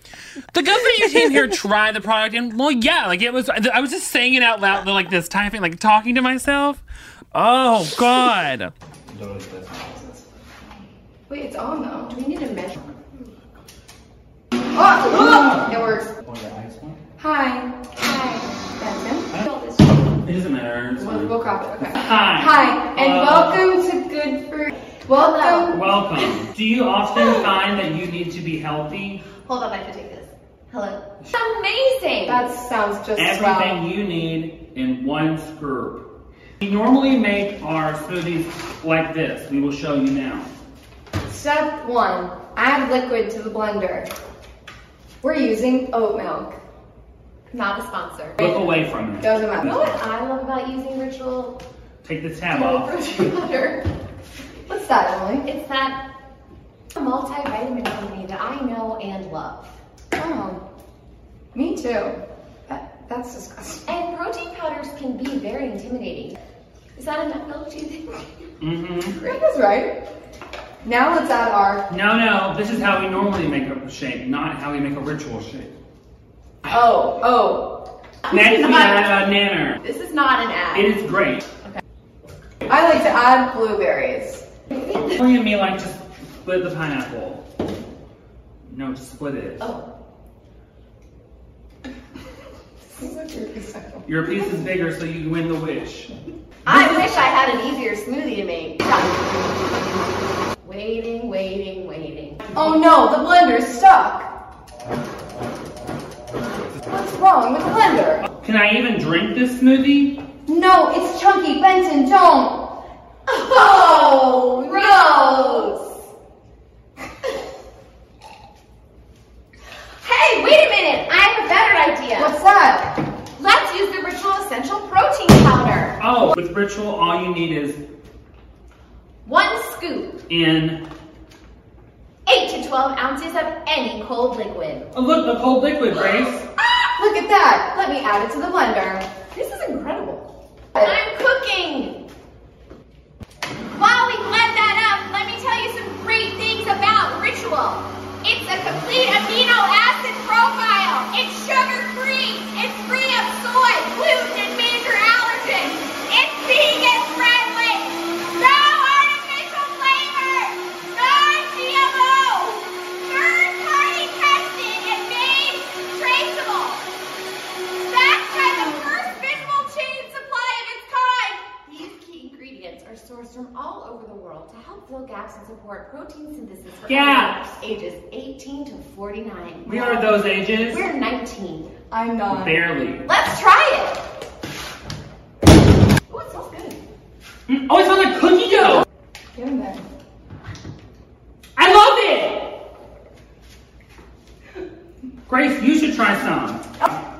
[SPEAKER 6] the good for you team here try the product, and well, yeah, like it was. I was just saying it out loud, like this typing, like talking to myself. Oh God!
[SPEAKER 7] Wait, it's on though. Do we need to measure? Oh, it works. Hi. Hi. That's him.
[SPEAKER 6] It doesn't matter.
[SPEAKER 7] We'll, we'll crop it. Okay.
[SPEAKER 6] Hi. Uh,
[SPEAKER 7] Hi, and welcome to Good for. Welcome.
[SPEAKER 6] Welcome. Do you often find that you need to be healthy?
[SPEAKER 7] Hold on, I have to take this. Hello. Amazing. That sounds just as
[SPEAKER 6] Everything
[SPEAKER 7] well.
[SPEAKER 6] you need in one scoop. We normally make our smoothies like this. We will show you now.
[SPEAKER 7] Step one: add liquid to the blender. We're using oat milk. Not a sponsor.
[SPEAKER 6] Look away from it.
[SPEAKER 7] Doesn't matter. You know what I love about using ritual
[SPEAKER 6] Take the tab
[SPEAKER 7] Well,
[SPEAKER 6] off.
[SPEAKER 7] protein powder. What's that, Emily? It's that multivitamin company that I know and love.
[SPEAKER 8] Oh, me too. That, that's disgusting.
[SPEAKER 7] And protein powders can be very intimidating. Is that enough milk, do you think?
[SPEAKER 2] Mm-hmm.
[SPEAKER 8] Greg is right. Now let's add our.
[SPEAKER 6] No, no, this is how we normally make a shape, not how we make a ritual shape.
[SPEAKER 8] Oh, oh.
[SPEAKER 6] Next, we have a nanner.
[SPEAKER 8] This is not an ad.
[SPEAKER 6] It is great.
[SPEAKER 8] I like to add blueberries.
[SPEAKER 6] Only me like just split the pineapple. No, just split it.
[SPEAKER 8] Oh.
[SPEAKER 6] Your piece is bigger, so you win the wish.
[SPEAKER 8] I wish I had an easier smoothie to make. Waiting, waiting, waiting. Oh no, the blender's stuck. What's wrong with the blender?
[SPEAKER 6] Can I even drink this smoothie?
[SPEAKER 8] No, it's chunky. Benson, don't. Oh, gross.
[SPEAKER 7] Hey, wait a minute! I have a better idea.
[SPEAKER 8] What's that?
[SPEAKER 7] Let's use the Ritual Essential Protein Powder.
[SPEAKER 6] Oh, with ritual, all you need is
[SPEAKER 7] One scoop,
[SPEAKER 6] in.
[SPEAKER 7] 8 to 12 ounces of any cold liquid.
[SPEAKER 6] Oh, look, the cold liquid, Grace.
[SPEAKER 8] Look at that. Let me add it to the blender.
[SPEAKER 7] This is incredible. I'm cooking! While we blend that up, let me tell you some great things about Ritual. It's
[SPEAKER 8] the complete amino acid profile. It's sugar-free. It's free of soy, gluten, and major allergens. It's vegan-friendly. No artificial flavor. Non-GMO. Third-party tested and made traceable. Backed by the first visual chain supply of its kind. These key ingredients are sourced from all over the world to help fill gaps and support protein synthesis for
[SPEAKER 9] Gaps.
[SPEAKER 8] everyone, ages 18 to 49.
[SPEAKER 9] We are those ages.
[SPEAKER 8] We're 19. I'm not.
[SPEAKER 9] Barely.
[SPEAKER 8] Let's try it. Oh, it smells good.
[SPEAKER 9] Oh, it smells like cookie dough.
[SPEAKER 8] Give him that.
[SPEAKER 9] I love it. Grace, you should try some.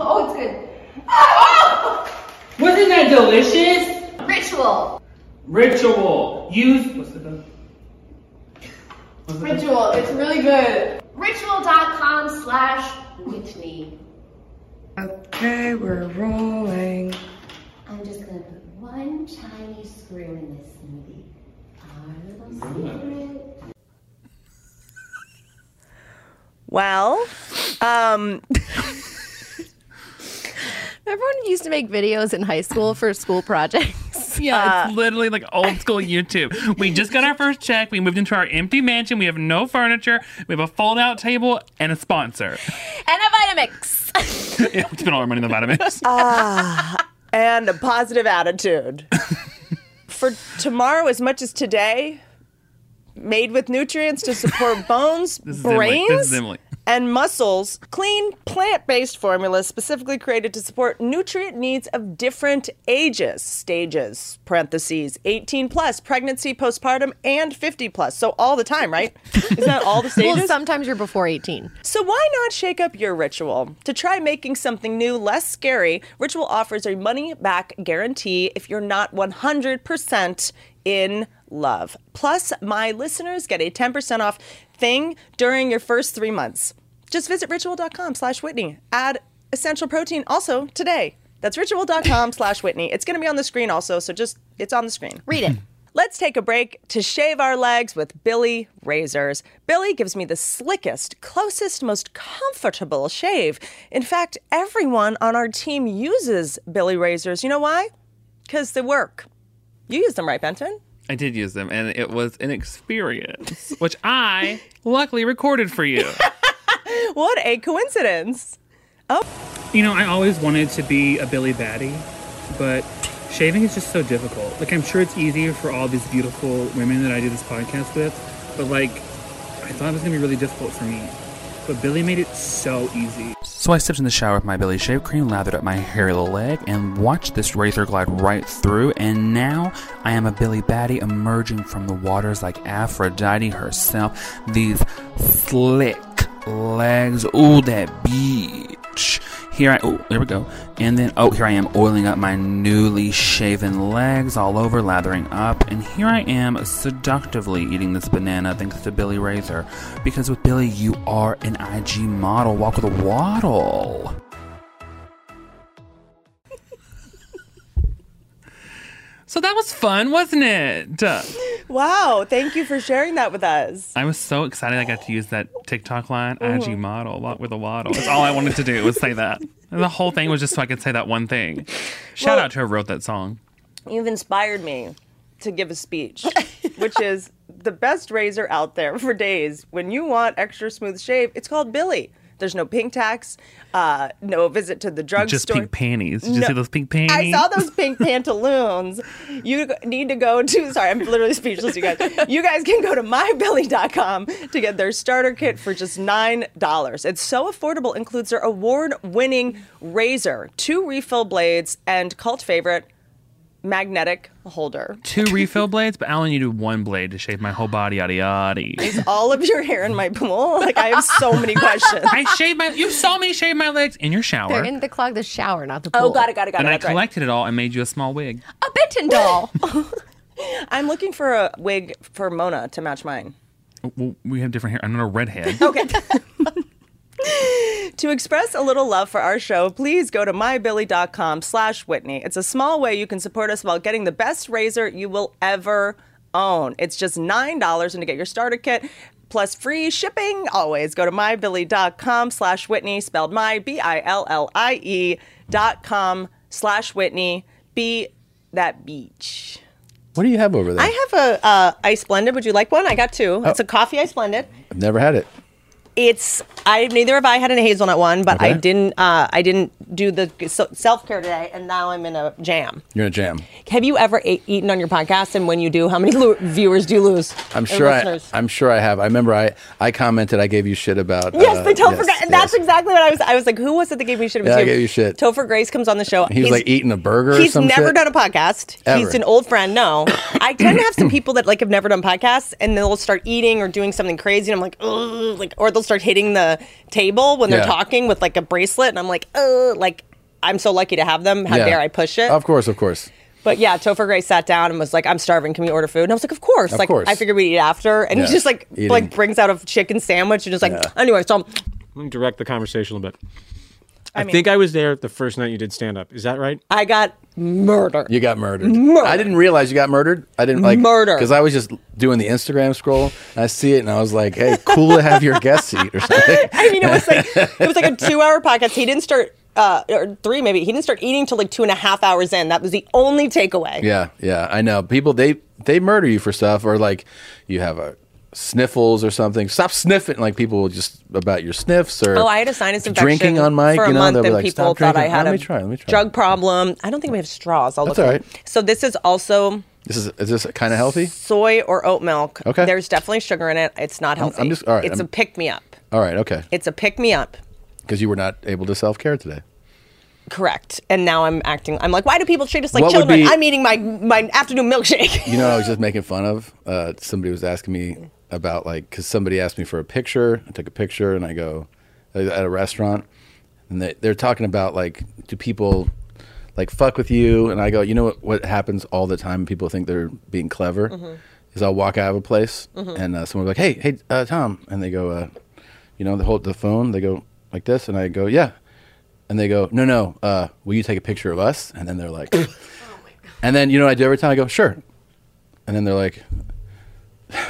[SPEAKER 8] Oh, it's good. Oh,
[SPEAKER 9] Wasn't that delicious?
[SPEAKER 8] oh! Ritual.
[SPEAKER 9] Ritual. Use what's the book? What's the book?
[SPEAKER 8] Ritual. It's really good. Ritual.com slash Whitney.
[SPEAKER 10] Okay, we're rolling.
[SPEAKER 8] I'm just gonna put one Chinese screw in this smoothie. Our little secret.
[SPEAKER 1] Well, um,
[SPEAKER 11] Remember when we used to make videos in high school for school projects?
[SPEAKER 2] Yeah, it's literally like old school YouTube. We just got our first check. We moved into our empty mansion. We have no furniture. We have a fold out table and a sponsor.
[SPEAKER 11] and a Vitamix.
[SPEAKER 2] yeah, we spent all our money on the Vitamix.
[SPEAKER 10] Uh,
[SPEAKER 1] Ah, and a positive attitude. For tomorrow, as much as today, made with nutrients to support bones,
[SPEAKER 2] This is Emily. This
[SPEAKER 1] brains,
[SPEAKER 2] is Emily.
[SPEAKER 1] and muscles, clean plant based formulas specifically created to support nutrient needs of different ages, stages, parentheses, 18 plus, pregnancy, postpartum, and 50 plus. So all the time, right? Isn't that all the stages?
[SPEAKER 11] Well, sometimes you're before 18.
[SPEAKER 1] So why not shake up your ritual? To try making something new less scary, Ritual offers a money back guarantee if you're not 100% in love. Plus, my listeners get a 10% off thing during your first 3 months. Just visit ritual.com/whitney. slash Whitney. Add essential protein also today. That's ritual.com/whitney. slash Whitney. It's going to be on the screen also, so just it's on the screen.
[SPEAKER 11] Read it.
[SPEAKER 1] Let's take a break to shave our legs with Billy razors. Billy gives me the slickest, closest, most comfortable shave. In fact, everyone on our team uses Billy razors. You know why? Because they work. You use them, right, Benton?
[SPEAKER 2] I did use them, and it was an experience, which I luckily recorded for you.
[SPEAKER 1] What a coincidence.
[SPEAKER 9] You know, I always wanted to be a Billy Batty, but shaving is just so difficult. Like, I'm sure it's easier for all these beautiful women that I do this podcast with, but like, I thought it was gonna be really difficult for me. But Billy made it so easy.
[SPEAKER 6] So I stepped in the shower with my Billy Shave Cream, lathered up my hairy little leg, and watched this razor glide right through. And now I am a Billy Batty emerging from the waters like Aphrodite herself. These slick legs. Ooh, that beach. Here I oh there we go, and then oh here I am oiling up my newly shaven legs all over, lathering up, and here I am seductively eating this banana thanks to Billy Razor, because with Billy you are an IG model. Walk with a waddle.
[SPEAKER 2] So that was fun, wasn't it?
[SPEAKER 1] Wow, thank you for sharing that with us.
[SPEAKER 2] I was so excited I got to use that TikTok line, IG
[SPEAKER 8] Mm-hmm.
[SPEAKER 2] model, walk with a waddle. That's all I wanted to do was say that. And the whole thing was just so I could say that one thing. Shout
[SPEAKER 1] Well-
[SPEAKER 2] out to who wrote that song.
[SPEAKER 1] You've inspired me to give a speech, which is the best razor out there for days. When you want extra smooth shave, it's called Billy. There's no pink tax, uh, no visit to the drugstore.
[SPEAKER 2] just pink panties. Did you
[SPEAKER 1] No.
[SPEAKER 2] see those pink panties?
[SPEAKER 1] I saw those pink pantaloons. You g- need to go to, sorry, I'm literally speechless, you guys. You guys can go to mybilly.com to get their starter kit for just $9. It's so affordable, includes their award winning razor, two refill blades, and cult favorite magnetic holder.
[SPEAKER 2] Two refill blades, but I only needed one blade to shave my whole body, yada yada.
[SPEAKER 1] Is all of your hair in my pool? Like, I have so many questions.
[SPEAKER 2] I shaved my, you saw me shave my legs in your shower.
[SPEAKER 11] They're in the clog, the shower, not the pool.
[SPEAKER 1] Oh, got it, got it, got
[SPEAKER 2] and
[SPEAKER 1] it.
[SPEAKER 2] I
[SPEAKER 1] That's right.
[SPEAKER 2] collected it all and made you a small wig.
[SPEAKER 11] A Benton doll.
[SPEAKER 1] I'm looking for a wig for Mona to match mine.
[SPEAKER 2] Well, we have different hair. I'm not a redhead.
[SPEAKER 1] To express a little love for our show, please go to mybilly.com slash Whitney. It's a small way you can support us while getting the best razor you will ever own. It's just $9 and to get your starter kit, plus free shipping always. Go to mybilly.com slash Whitney, spelled my, B-I-L-L-I-E E dot com slash Whitney, be that beach.
[SPEAKER 2] What do you have over there?
[SPEAKER 1] I have a uh, ice blended. Would you like one? I got two. It's a coffee ice blended.
[SPEAKER 2] I've never had it.
[SPEAKER 1] It's I neither have I had a hazelnut one, but I
[SPEAKER 2] Okay.
[SPEAKER 1] didn't uh, I didn't do the self care today, and now I'm in a jam.
[SPEAKER 2] You're in a jam.
[SPEAKER 1] Have you ever ate, eaten on your podcast? And when you do, how many lo- viewers do you lose?
[SPEAKER 2] I'm
[SPEAKER 1] Or
[SPEAKER 2] sure. I,
[SPEAKER 1] listeners?
[SPEAKER 2] I'm sure I have. I remember. I I commented. I gave you shit about.
[SPEAKER 1] yes,
[SPEAKER 2] uh,
[SPEAKER 1] the Topher.
[SPEAKER 2] yes,
[SPEAKER 1] Gra- and that's exactly what I was. I was like, who was it that gave me shit? It was
[SPEAKER 2] Yeah, I gave you shit.
[SPEAKER 1] Topher Grace comes on the show.
[SPEAKER 2] He was like eating a burger. or
[SPEAKER 1] He's
[SPEAKER 2] some
[SPEAKER 1] never
[SPEAKER 2] shit.
[SPEAKER 1] done a podcast. He's
[SPEAKER 2] Ever.
[SPEAKER 1] an old friend. No, I tend to have some people that like have never done podcasts, and they'll start eating or doing something crazy, and I'm like, Ugh, like, or they'll start hitting the table when they're
[SPEAKER 2] Yeah.
[SPEAKER 1] talking with like a bracelet, and I'm like, oh, like I'm so lucky to have them. How
[SPEAKER 2] Yeah.
[SPEAKER 1] dare I push it?
[SPEAKER 2] Of course, of course.
[SPEAKER 1] But yeah, Topher Gray sat down and was like, "I'm starving. Can we order food?" And I was like, "Of course."
[SPEAKER 2] Of
[SPEAKER 1] like
[SPEAKER 2] course.
[SPEAKER 1] I figured we'd eat after, and
[SPEAKER 6] Yeah.
[SPEAKER 1] he just like
[SPEAKER 6] Eating.
[SPEAKER 1] like brings out a chicken sandwich and just like anyway. So I'm,
[SPEAKER 6] Let me direct the conversation a little bit.
[SPEAKER 1] I
[SPEAKER 6] I,
[SPEAKER 1] mean-
[SPEAKER 6] think I was there the first night you did stand up. Is that right?
[SPEAKER 1] I got murdered.
[SPEAKER 2] You got murdered. I didn't realize you got murdered. I didn't like
[SPEAKER 6] Murder.
[SPEAKER 2] because I was just doing the Instagram scroll and I see it and I was like, hey, cool to have your guest seat or something.
[SPEAKER 1] I mean, it was like it was like a two-hour podcast. He didn't start. Uh, or three maybe. He didn't start eating till like two and a half hours in. That was the only takeaway.
[SPEAKER 2] Yeah, yeah, I know. People they they murder you for stuff or like you have a sniffles or something. Stop sniffing. Like people will just about your sniffs or
[SPEAKER 1] Oh, I had a sinus infection
[SPEAKER 2] drinking on mic.
[SPEAKER 1] for a
[SPEAKER 2] you know,
[SPEAKER 1] month,
[SPEAKER 2] they'll be
[SPEAKER 1] and
[SPEAKER 2] like,
[SPEAKER 1] people
[SPEAKER 2] "Stop
[SPEAKER 1] thought I
[SPEAKER 2] drinking."
[SPEAKER 1] had
[SPEAKER 2] let
[SPEAKER 1] a
[SPEAKER 2] me try. Let me try.
[SPEAKER 1] drug problem. I don't think we have straws. I'll
[SPEAKER 2] That's
[SPEAKER 1] look
[SPEAKER 2] all
[SPEAKER 1] it up. So this is also
[SPEAKER 2] This is is this kind of healthy?
[SPEAKER 1] soy or oat milk.
[SPEAKER 2] Okay.
[SPEAKER 1] There's definitely sugar in it. It's not
[SPEAKER 2] I'm-
[SPEAKER 1] healthy.
[SPEAKER 2] I'm just- all right,
[SPEAKER 1] It's
[SPEAKER 2] I'm-
[SPEAKER 1] a pick me up.
[SPEAKER 2] All right, okay.
[SPEAKER 1] It's a pick me up.
[SPEAKER 2] Because you were not able to self care today.
[SPEAKER 1] Correct. And now I'm acting. I'm like, why do people treat us like
[SPEAKER 2] What would
[SPEAKER 1] children?
[SPEAKER 2] be-
[SPEAKER 1] I'm eating my my afternoon milkshake.
[SPEAKER 2] You know, what I was just making fun of. Uh, somebody was asking me about like because somebody asked me for a picture. I took a picture and I go at a restaurant, and they, they're talking about like do people like fuck with you? And I go, you know what? What happens all the time? People think they're being clever.
[SPEAKER 1] Mm-hmm.
[SPEAKER 12] Mhm.
[SPEAKER 2] Is I'll walk out of a place
[SPEAKER 12] Mhm.
[SPEAKER 2] and uh, someone's like, hey, hey, uh, Tom, and they go, uh, you know, they hold the phone. They go like this, and I go, yeah, and they go, no, no, uh, will you take a picture of us? And then they're like.
[SPEAKER 1] Oh
[SPEAKER 2] And then you know what I do every time I go, sure. And then they're like,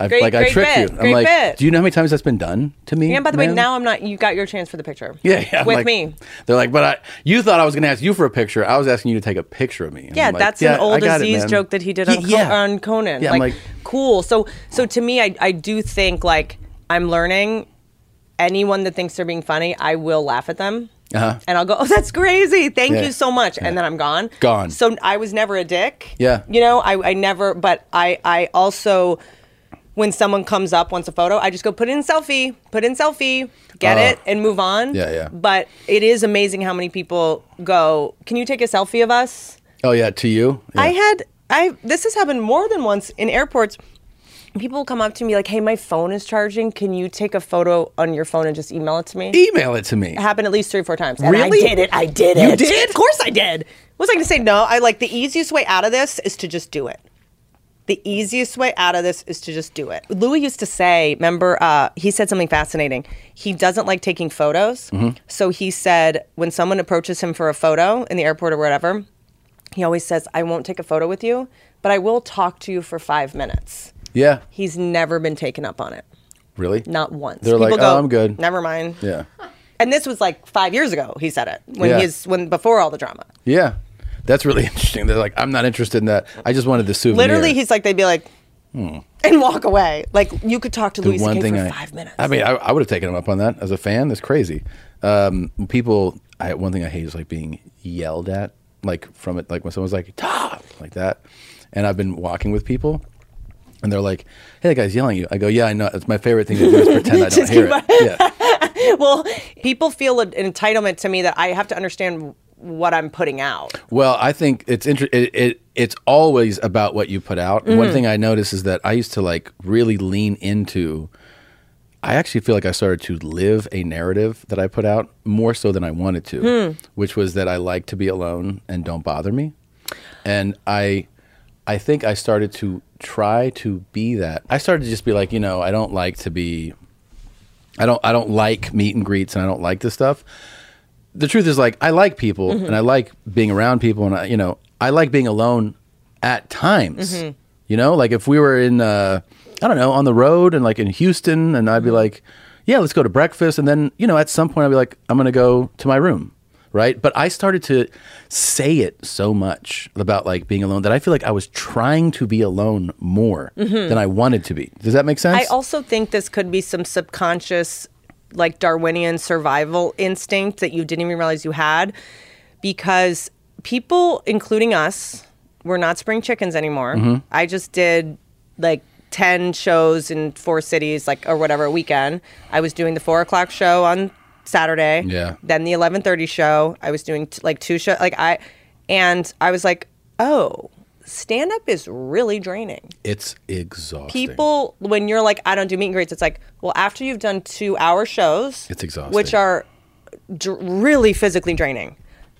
[SPEAKER 2] I,
[SPEAKER 1] Great-
[SPEAKER 2] like I
[SPEAKER 1] great
[SPEAKER 2] tricked
[SPEAKER 1] bit,
[SPEAKER 2] you. I'm
[SPEAKER 1] great
[SPEAKER 2] like,
[SPEAKER 1] bit.
[SPEAKER 2] do you know how many times that's been done to me?
[SPEAKER 1] and by the way,
[SPEAKER 2] ma'am?"
[SPEAKER 1] now I'm not. You got your chance for the picture.
[SPEAKER 2] yeah, yeah, I'm
[SPEAKER 1] with
[SPEAKER 2] like-
[SPEAKER 1] me.
[SPEAKER 2] They're like, but I, you thought I was going to ask you for a picture. I was asking you to take a picture of me. And
[SPEAKER 1] Yeah,
[SPEAKER 2] I'm like,
[SPEAKER 1] that's
[SPEAKER 2] "Yeah,
[SPEAKER 1] an old
[SPEAKER 2] I got it,
[SPEAKER 1] disease
[SPEAKER 2] man."
[SPEAKER 1] joke that he did on, Co- on Conan.
[SPEAKER 2] Yeah, I'm
[SPEAKER 1] like,
[SPEAKER 2] like-
[SPEAKER 1] cool. So, so to me, I, I do think like I'm learning. Anyone that thinks they're being funny, I will laugh at them,
[SPEAKER 2] Uh-huh.
[SPEAKER 1] and I'll go, "Oh, that's crazy! Thank
[SPEAKER 2] Yeah.
[SPEAKER 1] you so much," and then I'm gone.
[SPEAKER 2] Gone.
[SPEAKER 1] So I was never a dick.
[SPEAKER 2] Yeah.
[SPEAKER 1] You know, I, I never, but I, I also, when someone comes up, wants a photo, I just go put in selfie, put in selfie, get
[SPEAKER 2] Oh.
[SPEAKER 1] it, and move on.
[SPEAKER 2] Yeah, yeah.
[SPEAKER 1] But it is amazing how many people go, can you take a selfie of us?
[SPEAKER 2] Oh yeah, to you. Yeah.
[SPEAKER 1] I had I this has happened more than once in airports. People come up to me like, "Hey, my phone is charging. Can you take a photo on your phone and just email it to me?"
[SPEAKER 2] Email it to me.
[SPEAKER 1] It happened at least three or four times. And
[SPEAKER 2] Really?
[SPEAKER 1] I did it. I did
[SPEAKER 2] You
[SPEAKER 1] it.
[SPEAKER 2] did?
[SPEAKER 1] Of course I did. Was I going to say no? I like the easiest way out of this is to just do it. The easiest way out of this is to just do it. Louis used to say, remember, uh, he said something fascinating. He doesn't like taking photos.
[SPEAKER 2] Mm-hmm.
[SPEAKER 13] Mhm.
[SPEAKER 1] So he said, when someone approaches him for a photo in the airport or whatever, he always says, I won't take a photo with you, but I will talk to you for five minutes.
[SPEAKER 2] Yeah,
[SPEAKER 1] He's never been taken up on it,
[SPEAKER 2] really.
[SPEAKER 1] not once.
[SPEAKER 2] They're like, "Oh, I'm good."
[SPEAKER 1] Never mind.
[SPEAKER 2] Yeah,
[SPEAKER 1] And this was like five years ago. He said it when
[SPEAKER 2] Yeah.
[SPEAKER 1] he's when before all the drama.
[SPEAKER 2] yeah. That's really interesting. They're like, I'm not interested in that. I just wanted the souvenir.
[SPEAKER 1] Literally, he's like, they'd be like,
[SPEAKER 2] Hmm.
[SPEAKER 1] and walk away. Like you could talk to
[SPEAKER 2] The
[SPEAKER 1] Louis C.K. for
[SPEAKER 2] I,
[SPEAKER 1] five minutes.
[SPEAKER 2] I mean, I, I would have taken him up on that as a fan. That's crazy. Um, people, I, one thing I hate is like being yelled at, like from it, like when someone's like "Tom," like that. And I've been walking with people, and they're like, "Hey, that guy's yelling at you." I go, "Yeah, I know. It's my favorite thing to do is pretend I don't
[SPEAKER 1] Just
[SPEAKER 2] hear
[SPEAKER 1] keep
[SPEAKER 2] it." Yeah,
[SPEAKER 1] well, people feel an entitlement to me that I have to understand what I'm putting out.
[SPEAKER 2] Well, I think it's inter- it, it it's always about what you put out. One
[SPEAKER 1] Mhm.
[SPEAKER 2] thing I noticed is that I used to like really lean into I actually feel like I started to live a narrative that I put out more so than I wanted to,
[SPEAKER 12] Hmm.
[SPEAKER 2] which was that I like to be alone and don't bother me. And I I think I started to try to be that. I started to just be like, you know, I don't like to be I don't I don't like meet and greets and I don't like this stuff. The truth is like I like people
[SPEAKER 12] Mhm.
[SPEAKER 2] and I like being around people and I, you know, I like being alone at times.
[SPEAKER 12] Mhm.
[SPEAKER 2] You know, like if we were in uh I don't know, on the road and like in Houston, and I'd be like, yeah, let's go to breakfast, and then you know, at some point, I'd be like, I'm gonna go to my room, right? But I started to say it so much about like being alone that I feel like I was trying to be alone more
[SPEAKER 1] Mhm.
[SPEAKER 2] than I wanted to be. Does that make sense?
[SPEAKER 1] I also think this could be some subconscious, like Darwinian survival instinct that you didn't even realize you had because people, including us, we're not spring chickens anymore.
[SPEAKER 14] Mhm.
[SPEAKER 1] I just did like 10 shows in four cities, like, or whatever, a weekend. I was doing the four o'clock show on Saturday.
[SPEAKER 14] Yeah.
[SPEAKER 1] Then the 11:30 show. I was doing t- like two show like I and I was like, "Oh, stand up is really draining."
[SPEAKER 2] it's exhausting.
[SPEAKER 1] people when you're like i don't do meet and greets it's like well after you've done two hour shows
[SPEAKER 2] It's exhausting.
[SPEAKER 1] which are d- really physically draining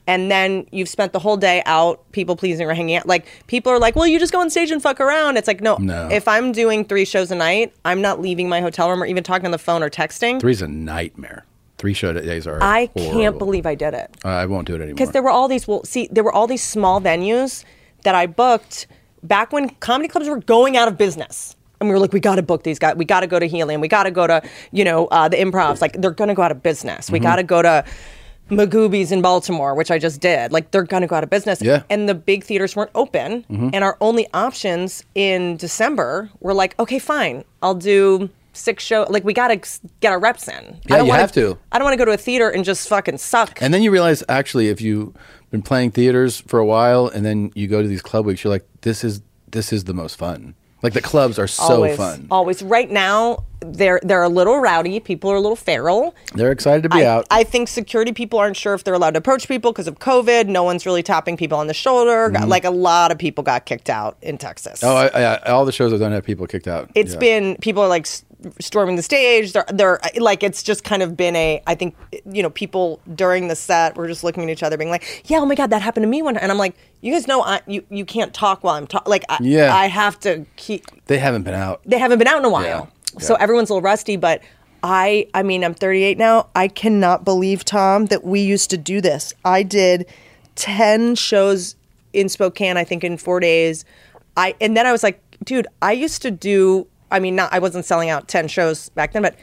[SPEAKER 1] and then you've spent the whole day out people pleasing or hanging out like people are like well you just go on stage and fuck around it's like no,
[SPEAKER 2] No.
[SPEAKER 1] if i'm doing three shows a night i'm not leaving my hotel room or even talking on the phone or texting
[SPEAKER 2] Three's a nightmare. Three show days are.
[SPEAKER 1] i
[SPEAKER 2] horrible.
[SPEAKER 1] can't believe i did it
[SPEAKER 2] I won't do it anymore.
[SPEAKER 1] because there were all these well see there were all these small venues that i booked back when comedy clubs were going out of business and we were like we gotta book these guys we gotta go to helium we gotta go to you know uh, the improvs like they're gonna go out of business we
[SPEAKER 14] Mhm.
[SPEAKER 2] Mm-hmm.
[SPEAKER 1] gotta go to magoobies in baltimore which i just did like they're gonna go out of business
[SPEAKER 14] Yeah.
[SPEAKER 1] and the big theaters weren't open
[SPEAKER 2] Mm-hmm.
[SPEAKER 14] Mhm.
[SPEAKER 1] and our only options in december were like okay fine i'll do six show like we gotta get our reps in
[SPEAKER 2] Yeah,
[SPEAKER 1] i don't
[SPEAKER 2] you
[SPEAKER 1] wanna,
[SPEAKER 2] have to.
[SPEAKER 1] i don't want to go to a theater and just fucking suck
[SPEAKER 2] And then you realize actually if you've been playing theaters for a while and then you go to these club weeks, you're like, this is this is the most fun. Like the clubs are so
[SPEAKER 1] always,
[SPEAKER 2] fun.
[SPEAKER 1] Always. Right now, they're they're a little rowdy. People are a little feral.
[SPEAKER 2] They're excited to be
[SPEAKER 1] I,
[SPEAKER 2] out.
[SPEAKER 1] I think security people aren't sure if they're allowed to approach people because of COVID. No one's really tapping people on the shoulder. Got-
[SPEAKER 2] Mhm.
[SPEAKER 1] Like a lot of people got kicked out in Texas.
[SPEAKER 2] oh, I, I, all the shows I've done have people kicked out.
[SPEAKER 1] It's
[SPEAKER 2] It's
[SPEAKER 1] been people are like s- storming the stage. They're they're like it's just kind of been a I think you know people during the set were just looking at each other being like yeah oh my god that happened to me one time." and I'm like you guys know I you you can't talk while I'm talking like I,
[SPEAKER 2] Yeah.
[SPEAKER 1] I have to keep
[SPEAKER 2] They haven't been out.
[SPEAKER 1] they haven't been out in a while.
[SPEAKER 2] Yeah.
[SPEAKER 1] So everyone's a little rusty, but I I mean, I'm 38 now. I cannot believe Tom that we used to do this. I did 10 shows in Spokane I think in 4 days. I and then I was like, dude, I used to do I mean, not I wasn't selling out 10 shows back then, but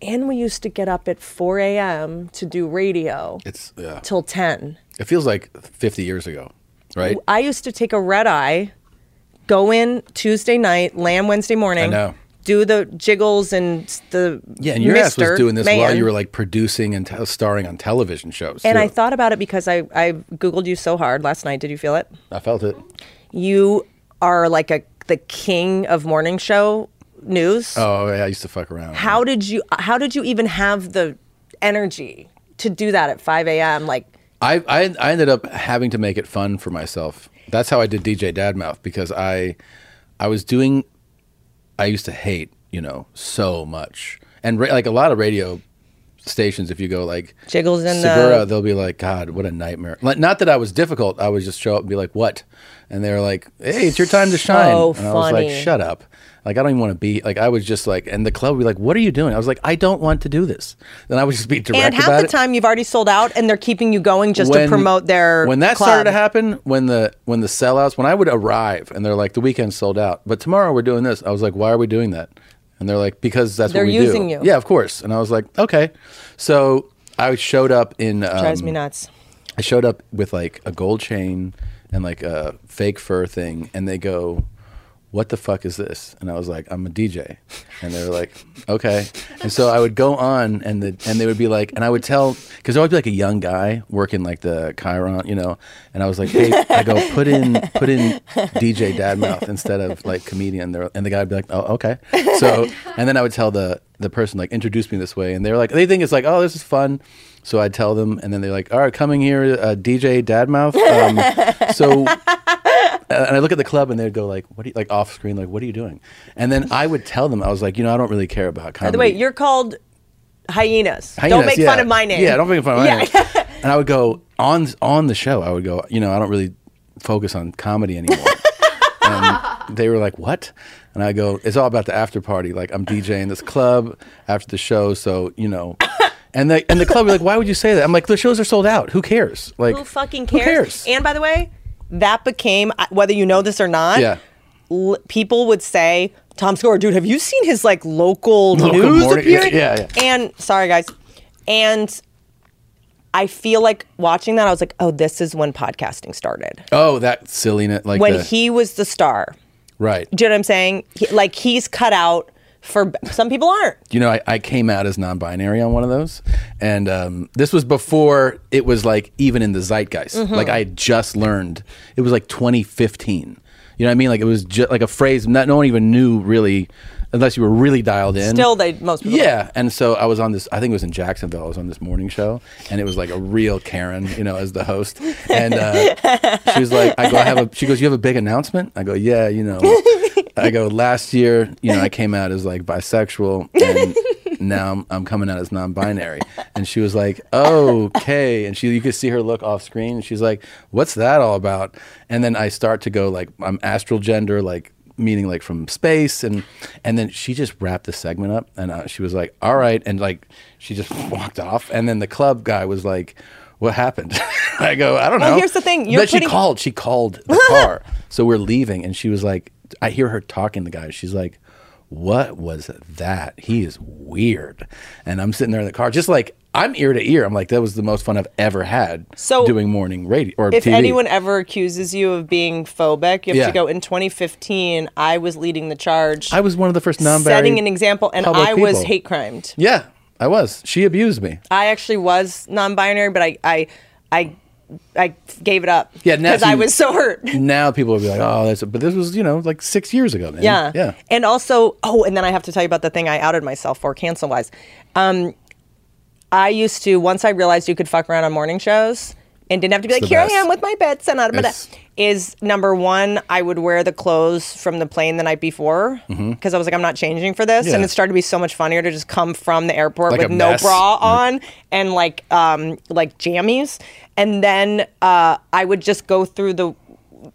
[SPEAKER 1] and we used to get up at 4 a.m. to do radio
[SPEAKER 2] It's yeah.
[SPEAKER 1] till 10.
[SPEAKER 2] It feels like 50 years ago, right?
[SPEAKER 1] I used to take a red eye, go in Tuesday night, land Wednesday morning.
[SPEAKER 2] I know.
[SPEAKER 1] Do the jiggles and s- the
[SPEAKER 2] Yeah, and your ass was
[SPEAKER 1] Mr.
[SPEAKER 2] doing this while
[SPEAKER 1] man.
[SPEAKER 2] you were like producing and t- starring on television shows.
[SPEAKER 1] And
[SPEAKER 2] too.
[SPEAKER 1] I thought about it because I I googled you so hard last night. Did you feel it?
[SPEAKER 2] I felt it.
[SPEAKER 1] You are like a the king of morning show news.
[SPEAKER 2] Oh, yeah, I used to fuck around.
[SPEAKER 1] How did you How did you even have the energy to do that at 5 a.m. Like
[SPEAKER 2] I, I I ended up having to make it fun for myself. That's how I did DJ Dadmouth because I I was doing I used to hate you know so much and ra- like a lot of radio stations. If you go like
[SPEAKER 1] Jiggles and, uh,
[SPEAKER 2] Segura, they'll be like, God, what a nightmare. Like, not that I was difficult. I would just show up and be like, What? And they're like, Hey, it's your time to shine.
[SPEAKER 1] So
[SPEAKER 2] and I was like,
[SPEAKER 1] funny.
[SPEAKER 2] Shut up. Like I don't even want to be like I was just like and the club would be like, What are you doing? I was like, I don't want to do this. Then I would just be direct
[SPEAKER 1] and half
[SPEAKER 2] about
[SPEAKER 1] the
[SPEAKER 2] it
[SPEAKER 1] time you've already sold out and they're keeping you going just to
[SPEAKER 2] when-
[SPEAKER 1] promote their
[SPEAKER 2] when that
[SPEAKER 1] club.
[SPEAKER 2] started to happen when the when the sellouts when i would arrive and they're like the weekend's sold out but tomorrow we're doing this i was like why are we doing that and they're like because that's
[SPEAKER 1] They're
[SPEAKER 2] what we
[SPEAKER 1] using
[SPEAKER 2] do
[SPEAKER 1] you.
[SPEAKER 2] yeah of course and i was like okay so i showed up in um,
[SPEAKER 1] drives me nuts.
[SPEAKER 2] I showed up with like a gold chain and like a fake fur thing, and they go, "What the fuck is this?" And I was like, "I'm a DJ," and they were like, "Okay." And so I would go on, and the and they would be like, and I would tell because I would be like a young guy working like the Chiron, you know, and I was like, "Hey," I go, "Put in put in DJ Dadmouth instead of like comedian." They're, and the guy would be like, "Oh, okay." So and then I would tell the the person like introduce me this way, and they're like, they think it's like, "Oh, this is fun." So I tell them, and then they're like, "All right, coming here, uh, DJ Dadmouth." Um, so, uh, and I look at the club, and they'd go like, "What? Are you, like off screen? Like, what are you doing?" And then I would tell them, I was like, "You know, I don't really care about
[SPEAKER 1] By
[SPEAKER 2] comedy."
[SPEAKER 1] the way, you're called hyenas.
[SPEAKER 2] Hyenas,
[SPEAKER 1] don't make
[SPEAKER 2] yeah.
[SPEAKER 1] fun of my name.
[SPEAKER 2] Yeah, don't make fun of my
[SPEAKER 1] Yeah.
[SPEAKER 2] name. And I would go on on the show. I would go, you know, I don't really focus on comedy anymore. and they were like, "What?" And I go, "It's all about the after party. Like I'm DJing this club after the show, so you know." And the and the club were like, "Why would you say that?" I'm like, "The shows are sold out. Who cares?" Like,
[SPEAKER 1] who fucking
[SPEAKER 2] who
[SPEAKER 1] cares? And by the way, that became I- whether you know this or not.
[SPEAKER 2] yeah.
[SPEAKER 1] L- people would say, Tom Segura, dude, have you seen his like local,
[SPEAKER 2] Local
[SPEAKER 1] news
[SPEAKER 2] morning-
[SPEAKER 1] appearing?
[SPEAKER 2] yeah, yeah,
[SPEAKER 1] And sorry guys, and I feel like watching that. I was like, oh, this is when podcasting started.
[SPEAKER 2] Oh, that silliness. Like
[SPEAKER 1] when
[SPEAKER 2] the-
[SPEAKER 1] he was the star.
[SPEAKER 2] right.
[SPEAKER 1] Do you know what I'm saying? He- like he's cut out for some people aren't.
[SPEAKER 2] You know, I, I came out as non-binary on one of those, and um, this was before it was like even in the zeitgeist.
[SPEAKER 1] Mhm.
[SPEAKER 2] Like I had just learned it was like 2015. You know what I mean? Like it was just like a phrase not no one even knew really, unless you were really dialed in.
[SPEAKER 1] Still, they most people.
[SPEAKER 2] Yeah, and so I was on this. I think it was in Jacksonville. I was on this morning show, and it was like a real Karen, you know, as the host. And uh, she was like, "I go, I have a." She goes, "You have a big announcement?" I go, "Yeah, you know." I go, "Last year, you know, I came out as like bisexual, and now I'm, I'm coming out as non-binary." And she was like, "Okay," and she you could see her look off screen. And she's like, "What's that all about?" And then I start to go like, "I'm astral gender," like meaning like from space and and then she just wrapped the segment up and uh, she was like all right and like she just walked off and then the club guy was like what happened i go i don't
[SPEAKER 1] Well,
[SPEAKER 2] know
[SPEAKER 1] here's the thing, you're
[SPEAKER 2] but
[SPEAKER 1] putting-
[SPEAKER 2] she called she called the car so we're leaving and she was like i hear her talking to the guy she's like what was that he is weird and i'm sitting there in the car just like i'm ear to ear i'm like that was the most fun i've ever had
[SPEAKER 1] So,
[SPEAKER 2] doing morning radio or
[SPEAKER 1] If
[SPEAKER 2] TV.
[SPEAKER 1] anyone ever accuses you of being phobic, you have
[SPEAKER 2] Yeah.
[SPEAKER 1] to go. In 2015, I was leading the charge.
[SPEAKER 2] i was one of the first non-binary
[SPEAKER 1] setting an example, and
[SPEAKER 2] public
[SPEAKER 1] I was
[SPEAKER 2] people.
[SPEAKER 1] hate crimed.
[SPEAKER 2] yeah i was she abused me
[SPEAKER 1] I actually was non-binary, but I, I, I, I gave it up.
[SPEAKER 2] Yeah, now
[SPEAKER 1] because I
[SPEAKER 2] you-
[SPEAKER 1] was so hurt.
[SPEAKER 2] Now people will be like, "Oh, that's," but this was you know like six years ago, man.
[SPEAKER 1] Yeah.
[SPEAKER 2] yeah.
[SPEAKER 1] And also, oh, and then I have to tell you about the thing I outed myself for cancel wise. Um, I used to, once I realized you could fuck around on morning shows and didn't have to be
[SPEAKER 15] It's
[SPEAKER 1] like,
[SPEAKER 15] the
[SPEAKER 1] here
[SPEAKER 15] best.
[SPEAKER 1] I am with my bits and out
[SPEAKER 15] It's-
[SPEAKER 1] is number one, I would wear the clothes from the plane the night before because
[SPEAKER 15] Mhm.
[SPEAKER 1] I was like, I'm not changing for this. And
[SPEAKER 15] Yeah.
[SPEAKER 1] it started to be so much funnier to just come from the airport
[SPEAKER 15] Like
[SPEAKER 1] with
[SPEAKER 15] a
[SPEAKER 1] no
[SPEAKER 15] mess.
[SPEAKER 1] bra on and like um, like jammies. And then uh, I would just go through the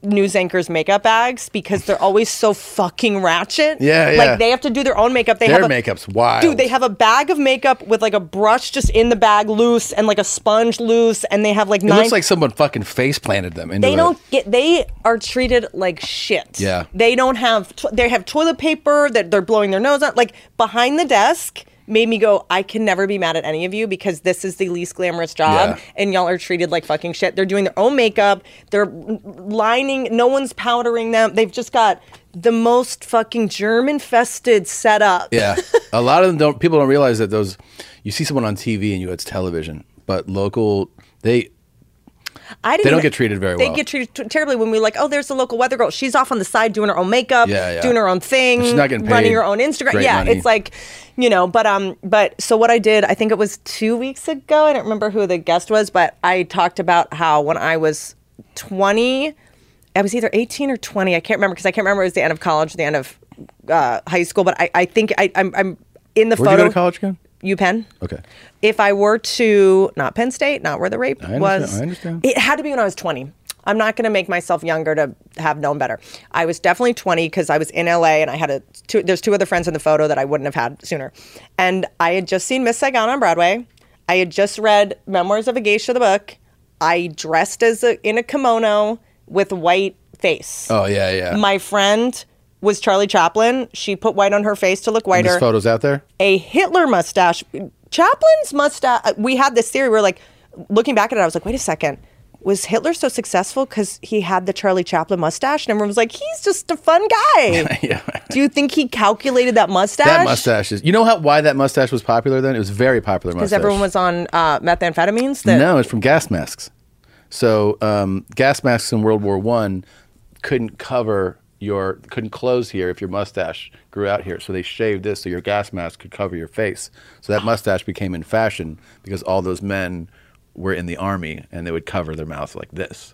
[SPEAKER 1] news anchors makeup bags because they're always so fucking ratchet.
[SPEAKER 2] Yeah, yeah.
[SPEAKER 1] Like they have to do their own makeup. They
[SPEAKER 2] Their
[SPEAKER 1] have a,
[SPEAKER 2] makeup's wild.
[SPEAKER 1] Dude, they have a bag of makeup with like a brush just in the bag loose and like a sponge loose and they have like
[SPEAKER 2] it
[SPEAKER 1] nine
[SPEAKER 2] looks like someone fucking face planted them. Into
[SPEAKER 1] they
[SPEAKER 2] the-
[SPEAKER 1] don't get they are treated like shit
[SPEAKER 2] Yeah.
[SPEAKER 1] they don't have tw- they have toilet paper that they're blowing their nose on like behind the desk made me go i can never be mad at any of you because this is the least glamorous job
[SPEAKER 15] Yeah.
[SPEAKER 1] and y'all are treated like fucking shit they're doing their own makeup they're lining no one's powdering them they've just got the most fucking germ infested setup
[SPEAKER 2] Yeah, a lot of them don't. People don't realize that those. You see someone on TV and you it's television, but local they
[SPEAKER 1] I didn't
[SPEAKER 2] They don't
[SPEAKER 1] even-
[SPEAKER 2] get treated very
[SPEAKER 1] they
[SPEAKER 2] well.
[SPEAKER 1] get treated t- terribly when we like, oh, there's the local weather girl. She's off on the side doing her own makeup,
[SPEAKER 2] Yeah, yeah.
[SPEAKER 1] doing her own thing,
[SPEAKER 2] She's not getting paid
[SPEAKER 1] running her own Instagram.
[SPEAKER 2] great
[SPEAKER 1] Yeah,
[SPEAKER 2] money.
[SPEAKER 1] it's like, you know, but um, but so what I did, I think it was two weeks ago. I don't remember who the guest was, but I talked about how when I was 20, I was either 18 or 20. I can't remember because I can't remember. It was the end of college, the end of uh, high school. But I, I think I, I'm, I'm in the
[SPEAKER 2] Where'd
[SPEAKER 1] photo.
[SPEAKER 2] you go to college Oh, again?
[SPEAKER 1] UPenn.
[SPEAKER 2] Okay.
[SPEAKER 1] If I were to not Penn State, not where the rape
[SPEAKER 2] I understand-
[SPEAKER 1] was,
[SPEAKER 2] I understand.
[SPEAKER 1] it had to be when I was 20. I'm not going to make myself younger to have known better. I was definitely 20 because I was in LA and I had a two, there's two other friends in the photo that I wouldn't have had sooner, and I had just seen Miss Saigon on Broadway. I had just read Memoirs of a Geisha, the book. I dressed as a, in a kimono with white face.
[SPEAKER 2] Oh yeah, yeah.
[SPEAKER 1] My friend was Charlie Chaplin. She put white on her face to look
[SPEAKER 2] And
[SPEAKER 1] whiter
[SPEAKER 2] this photos out there.
[SPEAKER 1] a Hitler mustache. Chaplin's mustache. uh, We had this theory. where like, looking back at it, I was like, wait a second. Was Hitler so successful because he had the Charlie Chaplin mustache? And everyone was like, he's just a fun guy.
[SPEAKER 2] yeah.
[SPEAKER 1] Do you think he calculated that mustache?
[SPEAKER 2] That mustache is. You know how why that mustache was popular then? It was very popular mustache.
[SPEAKER 1] Because everyone was on uh, methamphetamines. That
[SPEAKER 2] no, it's from gas masks. So um, gas masks in World War One couldn't cover your couldn't close here if your mustache grew out here. So they shaved this so your gas mask could cover your face. So that mustache became in fashion because all those men were in the army and they would cover their mouth like this.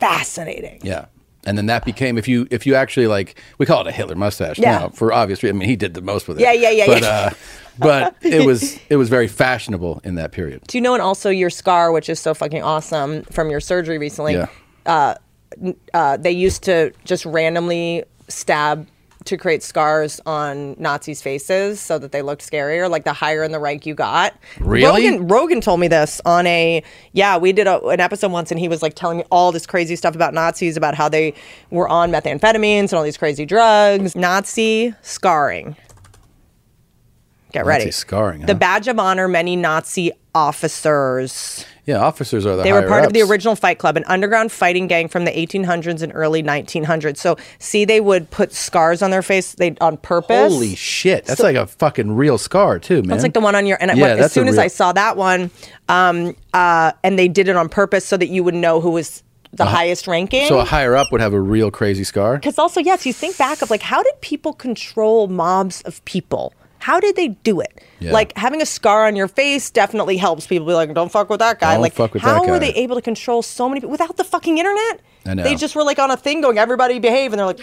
[SPEAKER 1] fascinating.
[SPEAKER 2] Yeah. And then that became if you if you actually like we call it a Hitler mustache
[SPEAKER 1] Yeah.
[SPEAKER 2] now for obvious reasons. I mean he did the most with it.
[SPEAKER 1] Yeah, yeah, yeah,
[SPEAKER 2] But
[SPEAKER 1] yeah.
[SPEAKER 2] uh, but it was it was very fashionable in that period.
[SPEAKER 1] Do you know? And also your scar, which is so fucking awesome from your surgery recently.
[SPEAKER 2] Yeah.
[SPEAKER 1] Uh, n- uh, they used to just randomly stab to create scars on Nazis' faces so that they looked scarier. Like the higher in the rank you got.
[SPEAKER 2] Really?
[SPEAKER 1] Rogan, Rogan told me this on a yeah. We did a, an episode once, and he was like telling me all this crazy stuff about Nazis, about how they were on methamphetamines and all these crazy drugs. Nazi scarring. Get ready.
[SPEAKER 2] Nazi scarring,
[SPEAKER 1] The
[SPEAKER 2] huh?
[SPEAKER 1] badge of honor many Nazi officers.
[SPEAKER 2] Yeah, officers are the
[SPEAKER 1] They were
[SPEAKER 2] higher
[SPEAKER 1] part of the
[SPEAKER 2] ups.
[SPEAKER 1] original Fight Club, an underground fighting gang from the 1800s and early 1900s. So, see, they would put scars on their face. They on purpose.
[SPEAKER 2] Holy shit! That's
[SPEAKER 1] So-
[SPEAKER 2] like a fucking real scar too, man.
[SPEAKER 1] That's like the one on your. And I,
[SPEAKER 2] Yeah,
[SPEAKER 1] as
[SPEAKER 2] that's a
[SPEAKER 1] soon as
[SPEAKER 2] real-
[SPEAKER 1] I saw that one, um, uh, and they did it on purpose so that you would know who was the
[SPEAKER 2] Uh,
[SPEAKER 1] highest ranking.
[SPEAKER 2] So a higher up would have a real crazy scar.
[SPEAKER 1] Because also, yes, you think back of like, how did people control mobs of people? How did they do it?
[SPEAKER 2] Yeah.
[SPEAKER 1] Like having a scar on your face definitely helps people be like, don't fuck with that guy.
[SPEAKER 2] Don't
[SPEAKER 1] like,
[SPEAKER 2] fuck with
[SPEAKER 1] how
[SPEAKER 2] that
[SPEAKER 1] were
[SPEAKER 2] guy.
[SPEAKER 1] they able to control so many people without the fucking internet?
[SPEAKER 2] I know.
[SPEAKER 1] They just were like on a thing going, everybody behave, and they're like,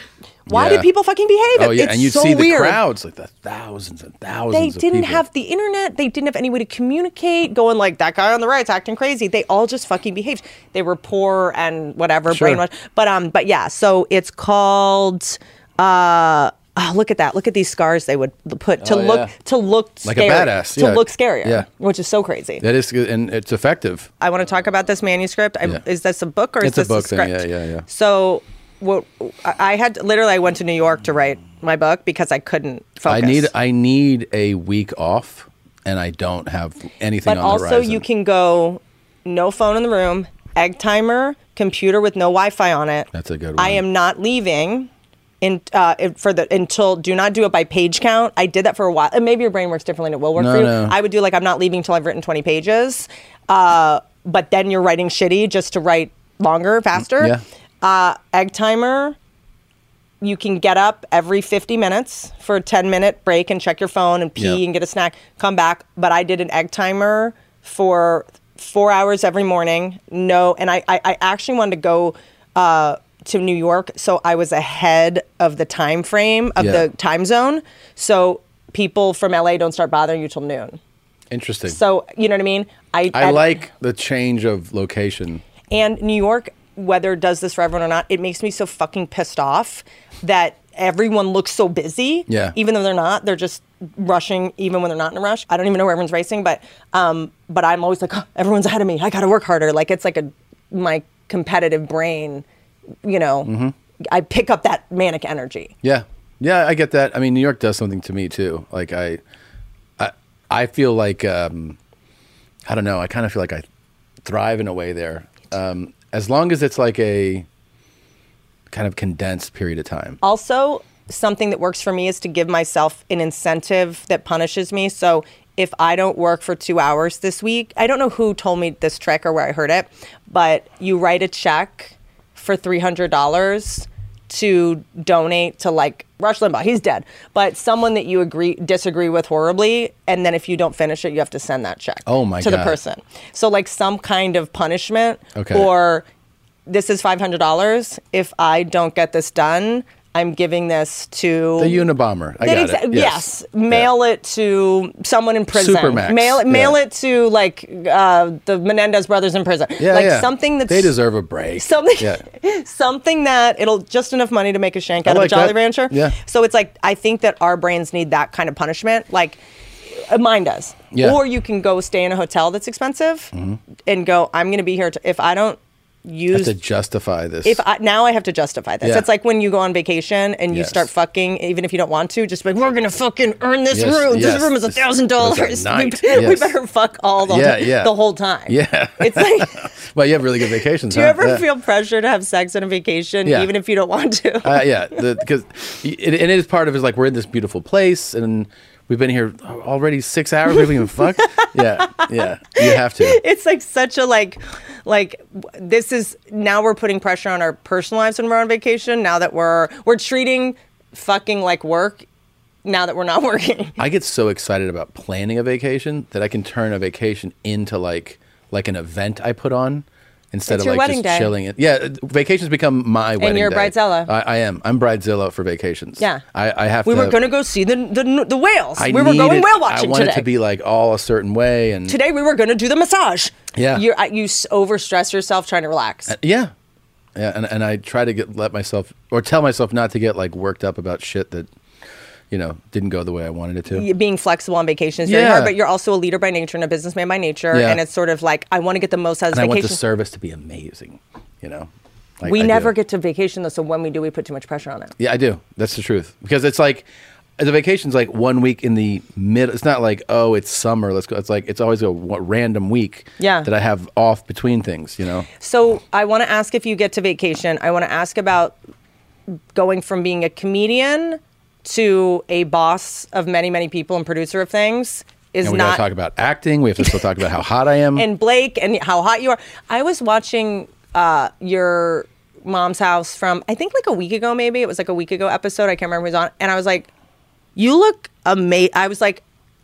[SPEAKER 1] why
[SPEAKER 2] Yeah.
[SPEAKER 1] did people fucking behave?
[SPEAKER 2] Oh yeah,
[SPEAKER 1] It's
[SPEAKER 2] and you'd
[SPEAKER 1] so
[SPEAKER 2] see the
[SPEAKER 1] weird.
[SPEAKER 2] crowds, like the thousands and
[SPEAKER 1] They
[SPEAKER 2] thousands. of
[SPEAKER 1] didn't
[SPEAKER 2] people.
[SPEAKER 1] have the internet. They didn't have any way to communicate. Going like that guy on the right's acting crazy. They all just fucking behaved. They were poor and whatever,
[SPEAKER 2] Sure.
[SPEAKER 1] brainwashed. But um, but yeah. So it's called. Uh, oh, look at that! Look at these scars they would put to
[SPEAKER 2] Oh,
[SPEAKER 1] look
[SPEAKER 2] yeah.
[SPEAKER 1] to look
[SPEAKER 2] Like a
[SPEAKER 1] scary-
[SPEAKER 2] badass,
[SPEAKER 1] to
[SPEAKER 2] yeah.
[SPEAKER 1] look scarier.
[SPEAKER 2] Yeah.
[SPEAKER 1] which is so crazy.
[SPEAKER 2] That is, good, and it's effective.
[SPEAKER 1] I want to talk about this manuscript. I,
[SPEAKER 2] Yeah.
[SPEAKER 1] Is this a book or
[SPEAKER 2] it's
[SPEAKER 1] is this
[SPEAKER 2] a book thing.
[SPEAKER 1] script?
[SPEAKER 2] Yeah, yeah, yeah.
[SPEAKER 1] So what I I had literally I went to New York to write my book because I couldn't focus.
[SPEAKER 2] I need I need a week off, and I don't have anything.
[SPEAKER 1] but
[SPEAKER 2] on the
[SPEAKER 1] also
[SPEAKER 2] horizon.
[SPEAKER 1] you can go no phone in the room egg timer computer with no wi-fi on it
[SPEAKER 2] That's a good
[SPEAKER 1] i
[SPEAKER 2] one.
[SPEAKER 1] am not leaving in, uh, it- for the until do not do it by page count i did that for a while and maybe your brain works differently and it will work
[SPEAKER 2] No,
[SPEAKER 1] for you
[SPEAKER 2] no.
[SPEAKER 1] i would do like i'm not leaving until i've written 20 pages uh, but then you're writing shitty just to write longer faster
[SPEAKER 2] yeah.
[SPEAKER 1] uh, egg timer you can get up every 50 minutes for a 10 minute break and check your phone and pee
[SPEAKER 2] Yeah.
[SPEAKER 1] and get a snack, come back. But I did an egg timer for four hours every morning. No, and I, I, I actually wanted to go uh, to New York, so I was ahead of the time frame of
[SPEAKER 2] Yeah.
[SPEAKER 1] the time zone. So people from LA don't start bothering you till noon.
[SPEAKER 2] Interesting.
[SPEAKER 1] So, you know what I mean?
[SPEAKER 2] I like the change of location.
[SPEAKER 1] And New York, whether it does this for everyone or not, it makes me so fucking pissed off that everyone looks so busy.
[SPEAKER 2] Yeah.
[SPEAKER 1] Even though they're not, they're just rushing even when they're not in a rush. I don't even know where everyone's racing, but um, but I'm always like, "Oh, everyone's ahead of me. I gotta work harder. Like it's like a my competitive brain, you know,
[SPEAKER 2] Mhm.
[SPEAKER 1] I pick up that manic energy.
[SPEAKER 2] Yeah, yeah, I get that. I mean, New York does something to me too. Like I, I, I feel like um, I don't know. I kind of feel like I thrive in a way there. Um, as long as it's like a kind of condensed period of time.
[SPEAKER 1] Also, something that works for me is to give myself an incentive that punishes me. So if I don't work for two hours this week, I don't know who told me this trick or where I heard it, but you write a check for $300 to donate to like Rush Limbaugh, he's dead, but someone that you agree disagree with horribly, and then if you don't finish it, you have to send that check
[SPEAKER 2] Oh my
[SPEAKER 1] to the
[SPEAKER 2] God.
[SPEAKER 1] person. So like some kind of punishment
[SPEAKER 2] Okay.
[SPEAKER 1] or this is $500. If I don't get this done, I'm giving this to
[SPEAKER 2] The Unabomber. I
[SPEAKER 1] That
[SPEAKER 2] got
[SPEAKER 1] exa-
[SPEAKER 2] it.
[SPEAKER 1] Yes. mail it to someone in prison.
[SPEAKER 2] Supermax.
[SPEAKER 1] Mail it, mail
[SPEAKER 2] Yeah.
[SPEAKER 1] it to like uh, the Menendez brothers in prison.
[SPEAKER 2] Yeah,
[SPEAKER 1] like
[SPEAKER 2] yeah.
[SPEAKER 1] something that's
[SPEAKER 2] they deserve a break.
[SPEAKER 1] something,
[SPEAKER 2] Yeah.
[SPEAKER 1] something that it'll just enough money to make a shank
[SPEAKER 2] I
[SPEAKER 1] out
[SPEAKER 2] like
[SPEAKER 1] of a Jolly
[SPEAKER 2] that.
[SPEAKER 1] Rancher.
[SPEAKER 2] Yeah.
[SPEAKER 1] So it's like I think that our brains need that kind of punishment, like uh, mine does.
[SPEAKER 2] Yeah. Mm-hmm.
[SPEAKER 1] Or you can go stay in a hotel that's expensive Mhm. and go. I'm going to be here to, if I don't
[SPEAKER 2] I have
[SPEAKER 1] use
[SPEAKER 2] to justify this.
[SPEAKER 1] if I, now I have to justify this.
[SPEAKER 2] Yeah.
[SPEAKER 1] It's like when you go on vacation and you
[SPEAKER 2] Yes.
[SPEAKER 1] start fucking, even if you don't want to, just like we're gonna fucking earn this
[SPEAKER 2] Yes,
[SPEAKER 1] room.
[SPEAKER 2] yes,
[SPEAKER 1] This room is a
[SPEAKER 2] this-
[SPEAKER 1] thousand dollars.
[SPEAKER 2] it's a night.
[SPEAKER 1] We
[SPEAKER 2] Yes.
[SPEAKER 1] better fuck all the
[SPEAKER 2] yeah, yeah.
[SPEAKER 1] the whole time.
[SPEAKER 2] Yeah.
[SPEAKER 1] It's like,
[SPEAKER 2] well, you have really good vacations.
[SPEAKER 1] do you
[SPEAKER 2] huh?
[SPEAKER 1] ever
[SPEAKER 2] Yeah.
[SPEAKER 1] feel pressure to have sex on a vacation,
[SPEAKER 2] Yeah.
[SPEAKER 1] even if you don't want to?
[SPEAKER 2] uh, yeah, because it, it is part of is like we're in this beautiful place and we've been here already six hours. We haven't even fucked. Yeah, yeah, you have to.
[SPEAKER 1] It's like such a like, like w- this is now we're putting pressure on our personal lives when we're on vacation. Now that we're we're treating fucking like work. Now that we're not working.
[SPEAKER 2] I get so excited about planning a vacation that I can turn a vacation into like like an event I put on instead
[SPEAKER 1] It's
[SPEAKER 2] of
[SPEAKER 1] your
[SPEAKER 2] like
[SPEAKER 1] wedding
[SPEAKER 2] just
[SPEAKER 1] day.
[SPEAKER 2] chilling. It. Yeah, uh, vacations become my wedding.
[SPEAKER 1] you're
[SPEAKER 2] day.
[SPEAKER 1] bridezilla.
[SPEAKER 2] I, I am. I'm bridezilla for vacations.
[SPEAKER 1] Yeah.
[SPEAKER 2] I, I have.
[SPEAKER 1] we
[SPEAKER 2] to,
[SPEAKER 1] were going to go see the the, the whales.
[SPEAKER 2] I
[SPEAKER 1] we were
[SPEAKER 2] need
[SPEAKER 1] going
[SPEAKER 2] it-
[SPEAKER 1] whale watching
[SPEAKER 2] I want
[SPEAKER 1] today.
[SPEAKER 2] it to be like all a certain way and
[SPEAKER 1] today we were going to do the massage.
[SPEAKER 2] Yeah.
[SPEAKER 1] You're, I- you s- overstress yourself trying to relax.
[SPEAKER 2] Uh, yeah. Yeah, and and I try to get let myself or tell myself not to get like worked up about shit that you know didn't go the way I wanted it to.
[SPEAKER 1] Y- being flexible on vacation is very
[SPEAKER 2] Yeah.
[SPEAKER 1] hard, but you're also a leader by nature and a businessman by nature.
[SPEAKER 2] Yeah.
[SPEAKER 1] And it's sort of like, I want to get the most out of
[SPEAKER 2] and I want the
[SPEAKER 1] vacation.
[SPEAKER 2] service to be amazing. You know, Like,
[SPEAKER 1] we
[SPEAKER 2] I do.
[SPEAKER 1] never get to vacation though, so when we do, we put too much pressure on it.
[SPEAKER 2] Yeah, I do. That's the truth. Because it's like the vacation's like one week in the middle. It's not like oh, it's summer. Let's go. It's like it's always a wa- random week.
[SPEAKER 1] Yeah.
[SPEAKER 2] That I have off between things. You know.
[SPEAKER 1] So I want to ask if you get to vacation. I want to ask about going from being a comedian to a boss of many, many people and producer of things is
[SPEAKER 2] and we
[SPEAKER 1] not
[SPEAKER 2] gotta talk about acting. We have to still talk about how hot I am.
[SPEAKER 1] and Blake and how hot you are. I was watching uh, your mom's house from I think like a week ago, maybe it was like a week ago episode. I can't remember who was on, and I was like, "You look amazing." I was like,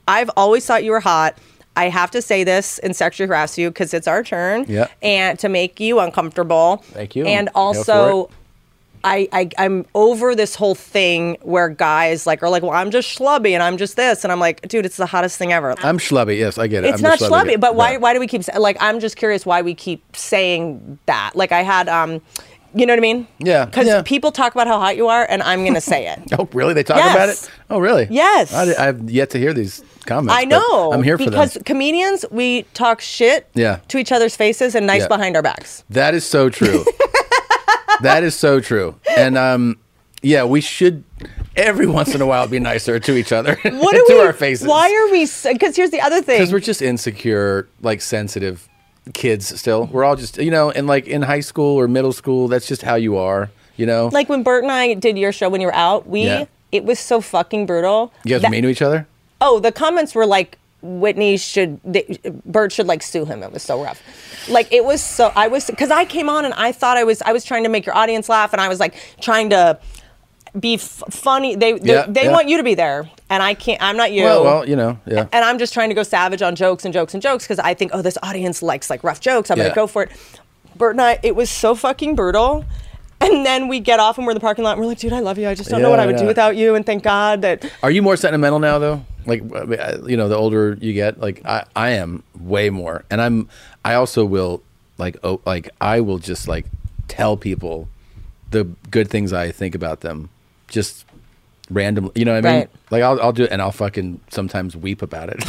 [SPEAKER 1] "I've always thought you were hot." I have to say this and sexually harass you because it's our turn,
[SPEAKER 2] Yeah.
[SPEAKER 1] and to make you uncomfortable.
[SPEAKER 2] Thank you.
[SPEAKER 1] And
[SPEAKER 2] Go for
[SPEAKER 1] also,
[SPEAKER 2] it.
[SPEAKER 1] I, I I'm over this whole thing where guys like are like, well, I'm just schlubby and I'm just this, and I'm like, dude, it's the hottest thing ever.
[SPEAKER 2] I'm schlubby. Yes, I get it.
[SPEAKER 1] It's
[SPEAKER 2] I'm
[SPEAKER 1] not
[SPEAKER 2] the
[SPEAKER 1] schlubby,
[SPEAKER 2] guy.
[SPEAKER 1] but why? Why do we keep sa- like? I'm just curious why we keep saying that. Like I had, um, you know what I mean?
[SPEAKER 2] Yeah,
[SPEAKER 1] Because people talk about how hot you are, and I'm gonna say it.
[SPEAKER 2] Oh, really? They talk
[SPEAKER 1] Yes.
[SPEAKER 2] about it? Oh, really?
[SPEAKER 1] Yes.
[SPEAKER 2] I, I've yet to hear these comments.
[SPEAKER 1] I
[SPEAKER 2] but
[SPEAKER 1] know.
[SPEAKER 2] I'm here for
[SPEAKER 1] because
[SPEAKER 2] them.
[SPEAKER 1] comedians we talk shit
[SPEAKER 2] Yeah.
[SPEAKER 1] to each other's faces and nice
[SPEAKER 2] Yeah.
[SPEAKER 1] behind our backs.
[SPEAKER 2] That is so true. that is so true. And um, yeah, we should every once in a while be nicer to each other.
[SPEAKER 1] What
[SPEAKER 2] and
[SPEAKER 1] do
[SPEAKER 2] to
[SPEAKER 1] we?
[SPEAKER 2] our faces?
[SPEAKER 1] Why are we? Because here's the other thing.
[SPEAKER 2] Because we're just insecure, like sensitive kids. Still, we're all just you know, and like in high school or middle school, that's just how you are. You know,
[SPEAKER 1] Like when Bert and I did your show when you were out, we
[SPEAKER 2] Yeah.
[SPEAKER 1] it was so fucking brutal.
[SPEAKER 2] you guys
[SPEAKER 1] that-
[SPEAKER 2] were mean to each other.
[SPEAKER 1] Oh, the comments were like Whitney should they, Bert should like sue him. It was so rough. Like it was so I was cuz I came on and I thought I was I was trying to make your audience laugh and I was like trying to be f- funny. They they,
[SPEAKER 2] Yeah,
[SPEAKER 1] they
[SPEAKER 2] yeah.
[SPEAKER 1] want you to be there and I can't I'm not you.
[SPEAKER 2] Well, well, you know, yeah.
[SPEAKER 1] And I'm just trying to go savage on jokes and jokes and jokes because I think, oh, this audience likes like rough jokes. I'm
[SPEAKER 2] Yeah.
[SPEAKER 1] gonna go for it. Bert and I, it was so fucking brutal. And then we get off and we're in the parking lot and we're like, dude, I love you. I just don't know
[SPEAKER 2] Yeah,
[SPEAKER 1] what I would do
[SPEAKER 2] yeah.
[SPEAKER 1] without you. And thank God that
[SPEAKER 2] Are you more sentimental now though? Like I mean, I- you know, the older you get, like I, I am way more, and I'm I also will like oh like I will just like tell people the good things I think about them, just randomly. You know what I mean?
[SPEAKER 1] Right.
[SPEAKER 2] Like I'll I'll do it, and I'll fucking sometimes weep about it.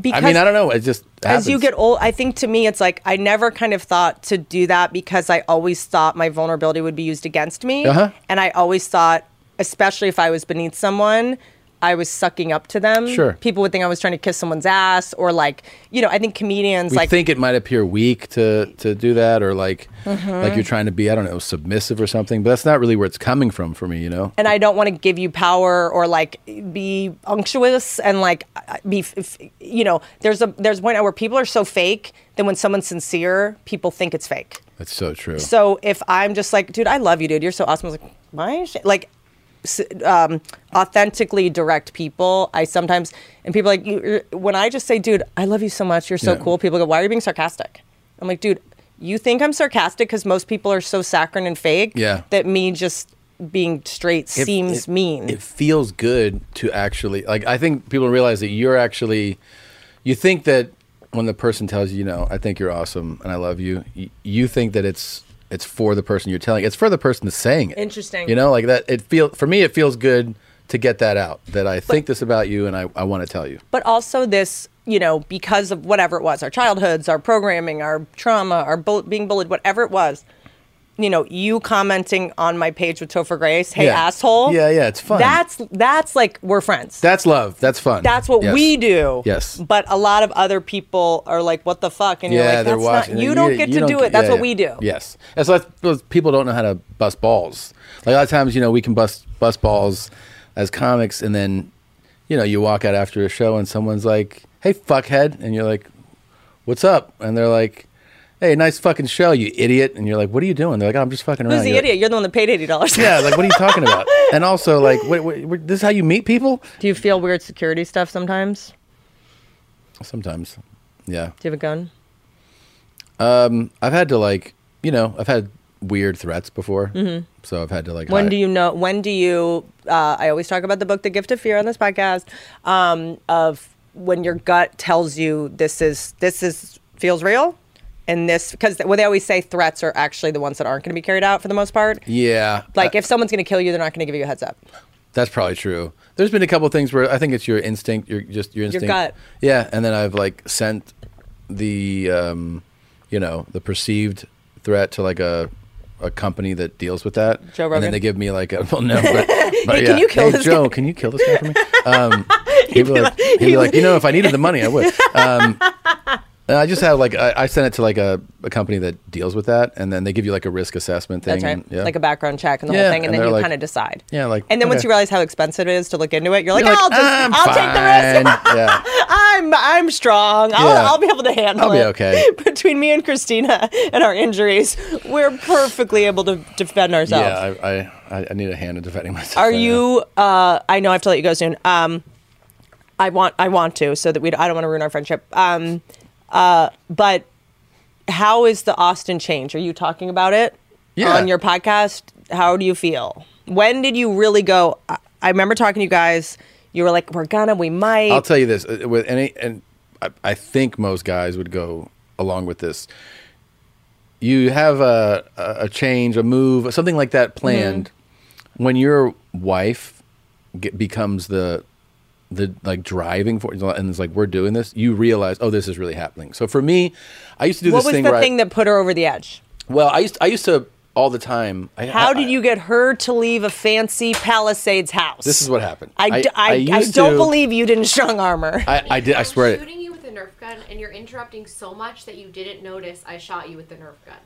[SPEAKER 1] because
[SPEAKER 2] I mean, I don't know. It just happens.
[SPEAKER 1] as you get old, I think to me, it's like I never kind of thought to do that because I always thought my vulnerability would be used against me.
[SPEAKER 2] Uh-huh.
[SPEAKER 1] And I always thought, especially if I was beneath someone, I was sucking up to them.
[SPEAKER 2] Sure.
[SPEAKER 1] People would think I was trying to kiss someone's ass or like, you know, I think comedians
[SPEAKER 2] we
[SPEAKER 1] like.
[SPEAKER 2] think it might appear weak to to do that, or like
[SPEAKER 1] Mhm.
[SPEAKER 2] like you're trying to be I don't know submissive or something, but that's not really where it's coming from for me. You know?
[SPEAKER 1] and I don't want to give you power or like be unctuous and like I- be, f- f- you know, there's a there's a point where people are so fake that when someone's sincere, people think it's fake.
[SPEAKER 2] That's so true.
[SPEAKER 1] So if I'm just like, dude, I love you, dude, you're so awesome. I was like, why? Is she? Like, s- um, authentically direct people. I sometimes and people are like you, you're- when I just say, dude, I love you so much, you're so
[SPEAKER 2] Yeah.
[SPEAKER 1] cool. People go, why are you being sarcastic? I'm like, dude, you think I'm sarcastic because most people are so saccharine and fake.
[SPEAKER 2] Yeah.
[SPEAKER 1] That me just being straight
[SPEAKER 2] It-
[SPEAKER 1] seems
[SPEAKER 2] it-
[SPEAKER 1] mean.
[SPEAKER 2] It feels good to actually like. I think people realize that you're actually. You think that when the person tells you, you know, I think you're awesome and I love you, you, you think that it's it's for the person you're telling. It's for the person that's saying it.
[SPEAKER 1] Interesting.
[SPEAKER 2] You know, like that. It feel for me, it feels good to get that out that I think this about you and I, I want to tell you.
[SPEAKER 1] but also this you know because of whatever it was our childhoods our programming our trauma our bull- being bullied whatever it was you know you commenting on my page with topher grace hey
[SPEAKER 2] Yeah.
[SPEAKER 1] asshole
[SPEAKER 2] Yeah, yeah, it's fun.
[SPEAKER 1] that's that's like we're friends
[SPEAKER 2] That's love. That's fun.
[SPEAKER 1] that's what
[SPEAKER 2] Yes.
[SPEAKER 1] we do
[SPEAKER 2] Yes.
[SPEAKER 1] but a lot of other people are like what the fuck and you're
[SPEAKER 2] yeah,
[SPEAKER 1] like
[SPEAKER 2] they're
[SPEAKER 1] that's
[SPEAKER 2] watching.
[SPEAKER 1] not you don't get to do it that's
[SPEAKER 2] yeah,
[SPEAKER 1] what
[SPEAKER 2] yeah.
[SPEAKER 1] we do
[SPEAKER 2] Yes, and so that's because people don't know how to bust balls. Like a lot of times, you know, we can bust bust balls as comics, and then you know, you walk out after a show, and someone's like, "Hey, fuckhead," and you're like, "What's up?" And they're like, "Hey, nice fucking show, you idiot!" And you're like, "What are you doing?" They're like, "I'm just fucking around."
[SPEAKER 1] who's the
[SPEAKER 2] You're like,
[SPEAKER 1] idiot you're the one that paid $80
[SPEAKER 2] yeah, like what are you talking about? And also, like, wait, wait, wait, this is how you meet people?
[SPEAKER 1] do you feel weird security stuff sometimes
[SPEAKER 2] Sometimes, yeah.
[SPEAKER 1] do you have a gun
[SPEAKER 2] Um, I've had to like, you know, I've had weird threats before,
[SPEAKER 1] Mhm.
[SPEAKER 2] so I've had to like.
[SPEAKER 1] When
[SPEAKER 2] hide-
[SPEAKER 1] do you know? When do you? Uh, I always talk about the book, The Gift of Fear, on this podcast. Um, of when your gut tells you this is this is feels real, in this because well, they always say threats are actually the ones that aren't going to be carried out for the most part.
[SPEAKER 2] Yeah.
[SPEAKER 1] Like if someone's going to kill you, they're not going to give you a heads up.
[SPEAKER 2] That's probably true. There's been a couple things where I think it's your instinct, your just your
[SPEAKER 1] Your
[SPEAKER 2] instinct,
[SPEAKER 1] gut.
[SPEAKER 2] Yeah, and then I've like sent the, um, you know, the perceived threat to like a a company that deals with that.
[SPEAKER 1] Joe
[SPEAKER 2] And
[SPEAKER 1] Rogan?
[SPEAKER 2] then they give me like a well, no, but, but
[SPEAKER 1] Hey,
[SPEAKER 2] yeah.
[SPEAKER 1] can you kill
[SPEAKER 2] hey,
[SPEAKER 1] this
[SPEAKER 2] Joe,
[SPEAKER 1] guy?
[SPEAKER 2] can you kill this guy for me? Um, he'd be like, he'd be like, you know, if I needed the money, I would. Um, and I just have like I, I sent it to like a, a company that deals with that, and then they give you like a risk assessment thing.
[SPEAKER 1] That's right.
[SPEAKER 2] and- yeah.
[SPEAKER 1] Like a background check and the
[SPEAKER 2] Yeah,
[SPEAKER 1] whole thing, and,
[SPEAKER 2] and
[SPEAKER 1] then
[SPEAKER 2] they're
[SPEAKER 1] you
[SPEAKER 2] like-
[SPEAKER 1] kind of decide.
[SPEAKER 2] yeah, like
[SPEAKER 1] And then once
[SPEAKER 2] okay.
[SPEAKER 1] you realize how expensive it is to look into it, you're like,
[SPEAKER 2] You're like,
[SPEAKER 1] I'll just,
[SPEAKER 2] "I'm
[SPEAKER 1] I'll take the risk.
[SPEAKER 2] fine." Yeah.
[SPEAKER 1] I'm, I'm strong. I'll,
[SPEAKER 2] Yeah.
[SPEAKER 1] I'll be able to handle
[SPEAKER 2] I'll be
[SPEAKER 1] it.
[SPEAKER 2] okay.
[SPEAKER 1] Between me and Christina and our injuries, we're perfectly able to defend ourselves.
[SPEAKER 2] Yeah, I, I- I, I need a hand in defending myself.
[SPEAKER 1] Are
[SPEAKER 2] right now.
[SPEAKER 1] you? Uh, I know I have to let you go soon. Um, I want I want to so that we I don't want to ruin our friendship. Um, uh, but how is the Austin change? Are you talking about it
[SPEAKER 2] Yeah.
[SPEAKER 1] on your podcast? How do you feel? When did you really go? I, I remember talking to you guys. You were like, "We're gonna, we might."
[SPEAKER 2] I'll tell you this uh, with any, and I, I think most guys would go along with this. You have a a a change, a move, something like that planned.
[SPEAKER 1] Mm-hmm.
[SPEAKER 2] When your wife get, becomes the the like driving force, and it's like we're doing this, you realize, oh, this is really happening. So for me, I used to do
[SPEAKER 1] what
[SPEAKER 2] this
[SPEAKER 1] was
[SPEAKER 2] thing.
[SPEAKER 1] the
[SPEAKER 2] where I-
[SPEAKER 1] thing that put her over the edge?
[SPEAKER 2] well, I used I used to all the time. I,
[SPEAKER 1] How
[SPEAKER 2] I-
[SPEAKER 1] did you get her to leave a fancy Palisades house?
[SPEAKER 2] This is what happened.
[SPEAKER 1] I, d- I- I
[SPEAKER 2] used
[SPEAKER 1] don't
[SPEAKER 2] to-
[SPEAKER 1] believe you didn't strong arm her.
[SPEAKER 2] I, I did. I swear it.
[SPEAKER 8] shooting you with a Nerf gun, and you're interrupting so much that you didn't notice I shot you with the Nerf gun.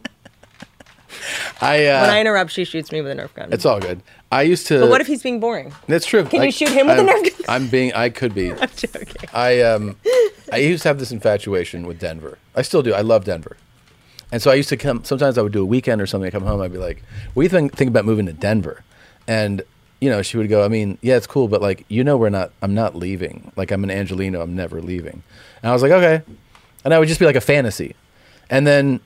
[SPEAKER 2] I uh,
[SPEAKER 1] when I interrupt, she shoots me with a Nerf gun.
[SPEAKER 2] It's all good. I used to.
[SPEAKER 1] but what if he's being boring?
[SPEAKER 2] That's true.
[SPEAKER 1] Can
[SPEAKER 2] I-
[SPEAKER 1] you shoot him with a
[SPEAKER 2] I'm-
[SPEAKER 1] Nerf gun?
[SPEAKER 2] I'm being. I could be. I'm
[SPEAKER 1] joking.
[SPEAKER 2] I um. I used to have this infatuation with Denver. I still do. I love Denver. And so I used to come. Sometimes I would do a weekend or something. I come home. I'd be like, "What do you think, think about moving to Denver?" And you know, she would go, "I mean, yeah, it's cool, but like, you know, we're not. I'm not leaving. Like, I'm an Angelino. I'm never leaving." And I was like, "Okay," and I would just be like a fantasy. And then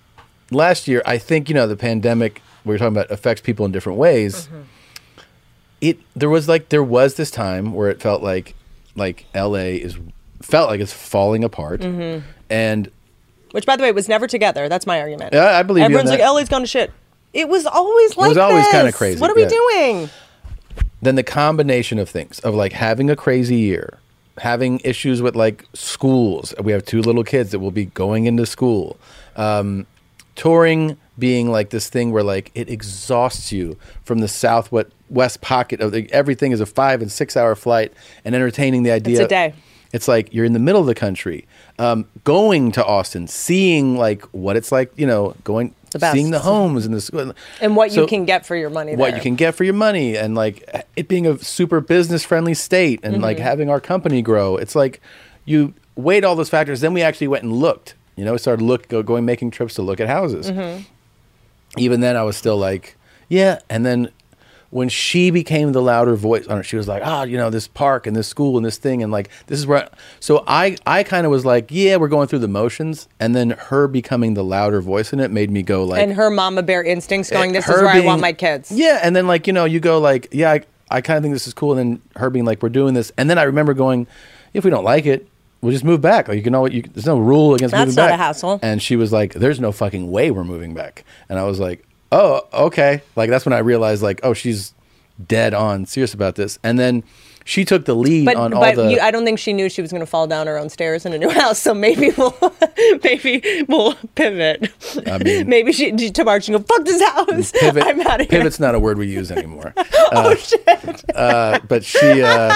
[SPEAKER 2] last year, I think you know the pandemic we were talking about affects people in different
[SPEAKER 1] Mm-hmm.
[SPEAKER 2] ways it there was like there was this time where it felt like like LA is felt like it's falling apart
[SPEAKER 1] Mhm.
[SPEAKER 2] and
[SPEAKER 1] Which, by the way, was never together. That's my argument.
[SPEAKER 2] Yeah, I believe you on
[SPEAKER 1] Everyone's
[SPEAKER 2] that.
[SPEAKER 1] like, LA's gone to shit. It was always like
[SPEAKER 2] was always
[SPEAKER 1] this.
[SPEAKER 2] kinda crazy,
[SPEAKER 1] What are we
[SPEAKER 2] yeah.
[SPEAKER 1] doing?
[SPEAKER 2] then the combination of things of like having a crazy year having issues with like schools we have two little kids that will be going into school um, touring being like this thing where like it exhausts you from the southwest west pocket of the, everything is a five and six hour flight and entertaining the idea
[SPEAKER 1] a day.
[SPEAKER 2] It's like you're in the middle of the country, um, going to Austin, seeing like what it's like, you know, going,
[SPEAKER 1] The best.
[SPEAKER 2] seeing the homes and the school,
[SPEAKER 1] And what you
[SPEAKER 2] So-
[SPEAKER 1] can get for your money.
[SPEAKER 2] what
[SPEAKER 1] there.
[SPEAKER 2] you can get for your money, and like it being a super business friendly state, and like
[SPEAKER 1] Mhm.
[SPEAKER 2] having our company grow. It's like you weighed all those factors. Then we actually went and looked. You know, we started look go, going making trips to look at houses
[SPEAKER 1] Mhm.
[SPEAKER 2] even then I was still like, yeah. And then when she became the louder voice on it, she was like, ah, you know, this park and this school and this thing and like this is where. I-" So I I kind of was like, yeah, we're going through the motions, and then her becoming the louder voice in it made me go like,
[SPEAKER 1] and her mama bear instincts going, this is
[SPEAKER 2] Eh, her
[SPEAKER 1] where I
[SPEAKER 2] being-
[SPEAKER 1] want my kids.
[SPEAKER 2] yeah. And then like you know you go like, yeah, I, I kind of think this is cool, and then her being like, we're doing this, and then I remember going, if we don't like it. We'll just move back. Like you can always. You, there's no rule against
[SPEAKER 1] That's
[SPEAKER 2] moving
[SPEAKER 1] not
[SPEAKER 2] back.
[SPEAKER 1] a hassle.
[SPEAKER 2] And she was like, "There's no fucking way we're moving back." And I was like, "Oh, okay." Like that's when I realized, like, oh, she's dead on serious about this. And then she took the lead
[SPEAKER 1] But,
[SPEAKER 2] on
[SPEAKER 1] but
[SPEAKER 2] all the.
[SPEAKER 1] you, I don't think she knew she was going to fall down her own stairs in a new house. So maybe we'll maybe we'll pivot.
[SPEAKER 2] I mean-
[SPEAKER 1] maybe she, she tomorrow she can go fuck this house.
[SPEAKER 2] pivot.
[SPEAKER 1] I'm out of here.
[SPEAKER 2] Pivot's not a word we use anymore. oh shit! Uh, but she, uh,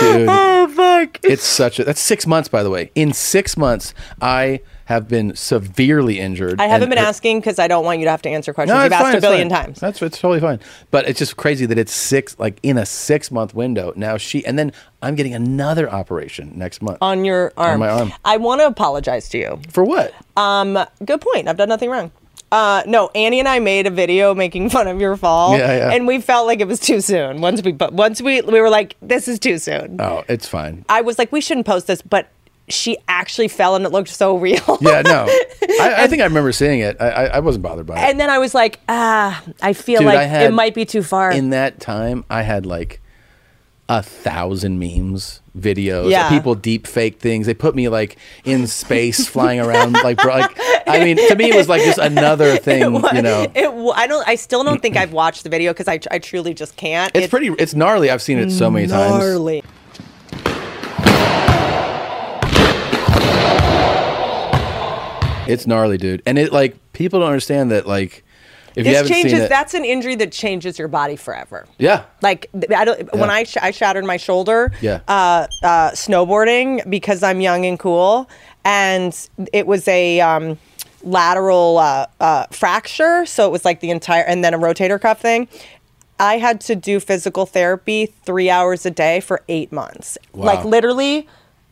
[SPEAKER 2] dude,
[SPEAKER 1] oh fuck!
[SPEAKER 2] It's such a. That's six months, by the way. In six months, I have been severely injured.
[SPEAKER 1] I haven't
[SPEAKER 2] and-
[SPEAKER 1] been asking because I don't want you to have to answer questions.
[SPEAKER 2] No,
[SPEAKER 1] You've
[SPEAKER 2] it's
[SPEAKER 1] asked
[SPEAKER 2] fine,
[SPEAKER 1] a
[SPEAKER 2] it's
[SPEAKER 1] billion
[SPEAKER 2] fine.
[SPEAKER 1] times.
[SPEAKER 2] That's it's totally fine. But it's just crazy that it's six, like in a six month window. Now she, and then I'm getting another operation next month.
[SPEAKER 1] on your arm.
[SPEAKER 2] my arm.
[SPEAKER 1] I want to apologize to you
[SPEAKER 2] for what?
[SPEAKER 1] Um, good point. I've done nothing wrong. Uh, no, Annie and I made a video making fun of your fall,
[SPEAKER 2] Yeah, yeah.
[SPEAKER 1] and we felt like it was too soon. Once we, but once we, we were like, this is too soon.
[SPEAKER 2] Oh, it's fine.
[SPEAKER 1] I was like, we shouldn't post this, but she actually fell and it looked so real.
[SPEAKER 2] Yeah, no. I, I think I remember seeing it. I, I, I wasn't bothered by it.
[SPEAKER 1] and then I was like, ah, I feel
[SPEAKER 2] Dude,
[SPEAKER 1] like
[SPEAKER 2] I had-
[SPEAKER 1] it might be too far.
[SPEAKER 2] in that time, I had like a thousand memes, videos,
[SPEAKER 16] Yeah.
[SPEAKER 2] people deep fake things. They put me like in space flying around like bro, like I mean to me it was like just another thing,
[SPEAKER 1] It wa-
[SPEAKER 2] you know.
[SPEAKER 1] it wa- I don't. I still don't think I've watched the video because I, tr- I truly just can't.
[SPEAKER 2] It's pretty it's gnarly. I've seen it so many times.
[SPEAKER 1] gnarly.
[SPEAKER 2] It's gnarly, dude. And it like people don't understand that like if you
[SPEAKER 1] this
[SPEAKER 2] haven't
[SPEAKER 1] changes.
[SPEAKER 2] seen it,
[SPEAKER 1] That's an injury that changes your body forever.
[SPEAKER 2] yeah.
[SPEAKER 1] Like th- I don't. When
[SPEAKER 2] Yeah.
[SPEAKER 1] I sh- I shattered my shoulder.
[SPEAKER 2] Yeah.
[SPEAKER 1] Uh, uh, snowboarding because I'm young and cool, and it was a um, lateral uh, uh, fracture. So it was like the entire and then a rotator cuff thing. I had to do physical therapy three hours a day for eight months.
[SPEAKER 2] Wow.
[SPEAKER 1] Like literally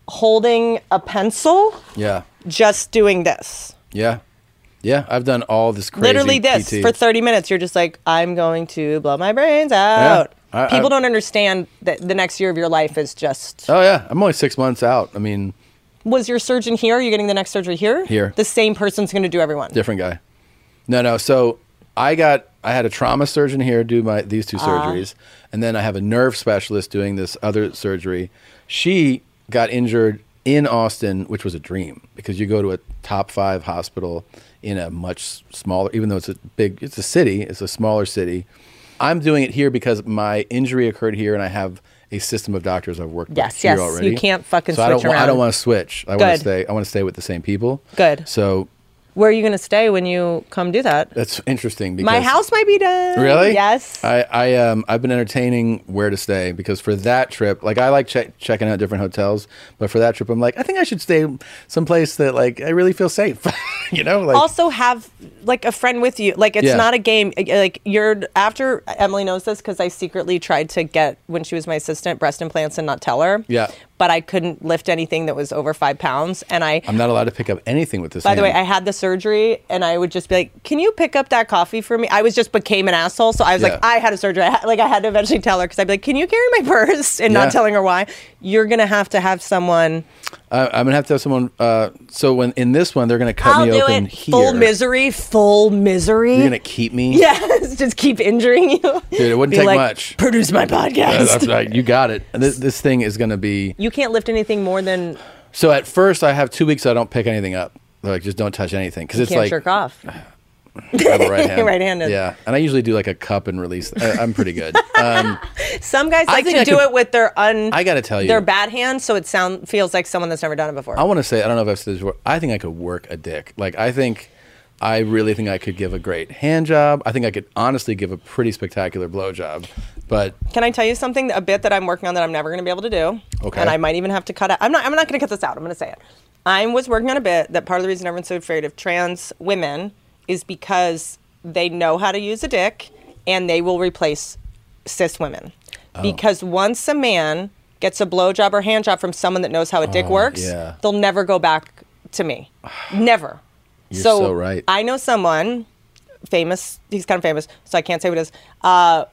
[SPEAKER 1] holding a pencil,
[SPEAKER 2] Yeah.
[SPEAKER 1] just doing this.
[SPEAKER 2] Yeah. Yeah. I've done all this crazy
[SPEAKER 1] literally this
[SPEAKER 2] PT.
[SPEAKER 1] for 30 minutes you're just like i'm going to blow my brains out
[SPEAKER 2] I- I-
[SPEAKER 1] people don't understand that the next year of your life is just
[SPEAKER 2] Oh yeah. I'm only six months out. I mean,
[SPEAKER 1] was your surgeon here you're getting the next surgery here
[SPEAKER 2] Here.
[SPEAKER 1] the same person's going to do everyone
[SPEAKER 2] different guy. No, no. So I got I had a trauma surgeon here do my these two
[SPEAKER 1] Ah.
[SPEAKER 2] surgeries, and then I have a nerve specialist doing this other surgery. She got injured in Austin, which was a dream because you go to a top five hospital in a much s- smaller, even though it's a big, it's a city, it's a smaller city. I'm doing it here because my injury occurred here, and I have a system of doctors I've worked
[SPEAKER 1] Yes,
[SPEAKER 2] with here
[SPEAKER 1] yes. You
[SPEAKER 2] already.
[SPEAKER 1] can't fucking
[SPEAKER 2] so I don't,
[SPEAKER 1] switch
[SPEAKER 2] wa- I
[SPEAKER 1] around.
[SPEAKER 2] don't want to switch. I want to
[SPEAKER 1] Good.
[SPEAKER 2] stay. I want to stay with the same people.
[SPEAKER 1] Good.
[SPEAKER 2] So
[SPEAKER 1] where are you going to stay when you come do that
[SPEAKER 2] that's interesting. Uh, Because
[SPEAKER 1] my house might be done
[SPEAKER 2] Really?
[SPEAKER 1] yes
[SPEAKER 2] I, I um I've been entertaining where to stay because for that trip, like I like check checking out different hotels, but for that trip, I'm like I think I should stay someplace that like I really feel safe. you know, like
[SPEAKER 1] also have like a friend with you like it's
[SPEAKER 2] Yeah.
[SPEAKER 1] not a game Uh, like you're after emily knows this because i secretly tried to get when she was my assistant breast implants and not tell her
[SPEAKER 2] yeah,
[SPEAKER 1] but i couldn't lift anything that was over five pounds and i
[SPEAKER 2] I'm not allowed to pick up anything with this.
[SPEAKER 1] By the way, I
[SPEAKER 2] hand.
[SPEAKER 1] had the surgery and I would just be like, "Can you pick up that coffee for me?" I was just became an asshole, so I was
[SPEAKER 2] Yeah.
[SPEAKER 1] like, "I had a surgery." I had, like I had to eventually tell her cuz I'd be like, "Can you carry my purse?" and
[SPEAKER 2] Yeah.
[SPEAKER 1] not telling her why. You're going to have to have someone
[SPEAKER 2] I, I'm gonna have to have someone. Uh, so when in this one, they're gonna cut
[SPEAKER 1] I'll
[SPEAKER 2] me
[SPEAKER 1] do
[SPEAKER 2] open
[SPEAKER 1] it.
[SPEAKER 2] here.
[SPEAKER 1] Full misery, full misery.
[SPEAKER 2] You're gonna keep me.
[SPEAKER 1] Yes, just keep injuring you.
[SPEAKER 2] dude, it wouldn't
[SPEAKER 1] Be
[SPEAKER 2] take
[SPEAKER 1] like,
[SPEAKER 2] much.
[SPEAKER 1] Produce my podcast.
[SPEAKER 2] Uh, that's right. You got it. This, this thing is gonna be.
[SPEAKER 1] You can't lift anything more than
[SPEAKER 2] So at first, I have two weeks. I don't pick anything up. Like just don't touch anything because
[SPEAKER 1] you
[SPEAKER 2] it's
[SPEAKER 1] can't
[SPEAKER 2] like
[SPEAKER 1] jerk off.
[SPEAKER 2] I have a right hand.
[SPEAKER 1] Right-handed.
[SPEAKER 2] Yeah, and I usually do like a cup and release. I, I'm pretty good. Um,
[SPEAKER 1] Some guys
[SPEAKER 2] I
[SPEAKER 1] like
[SPEAKER 2] think
[SPEAKER 1] to
[SPEAKER 2] I
[SPEAKER 1] do
[SPEAKER 2] could-
[SPEAKER 1] it with their un
[SPEAKER 2] I gotta tell you.
[SPEAKER 1] their bad hand so it sound feels like someone that's never done it before.
[SPEAKER 2] I want to say I don't know if I've said this before. I think I could work a dick. Like I think I really think I could give a great hand job. I think I could honestly give a pretty spectacular blow job. But
[SPEAKER 1] Can I tell you something? A bit that I'm working on that I'm never going to be able to do.
[SPEAKER 2] Okay.
[SPEAKER 1] And I might even have to cut out. I'm not. I'm not going to cut this out. I'm going to say it. I was working on a bit that part of the reason everyone's so afraid of trans women is because they know how to use a dick and they will replace cis women.
[SPEAKER 17] Oh.
[SPEAKER 1] Because once a man gets a blowjob or hand job from someone that knows how a dick
[SPEAKER 2] Oh,
[SPEAKER 1] works,
[SPEAKER 2] yeah.
[SPEAKER 1] they'll never go back to me. never.
[SPEAKER 2] You're so right.
[SPEAKER 1] I know someone famous. He's kind of famous, so I can't say what it is. Uh,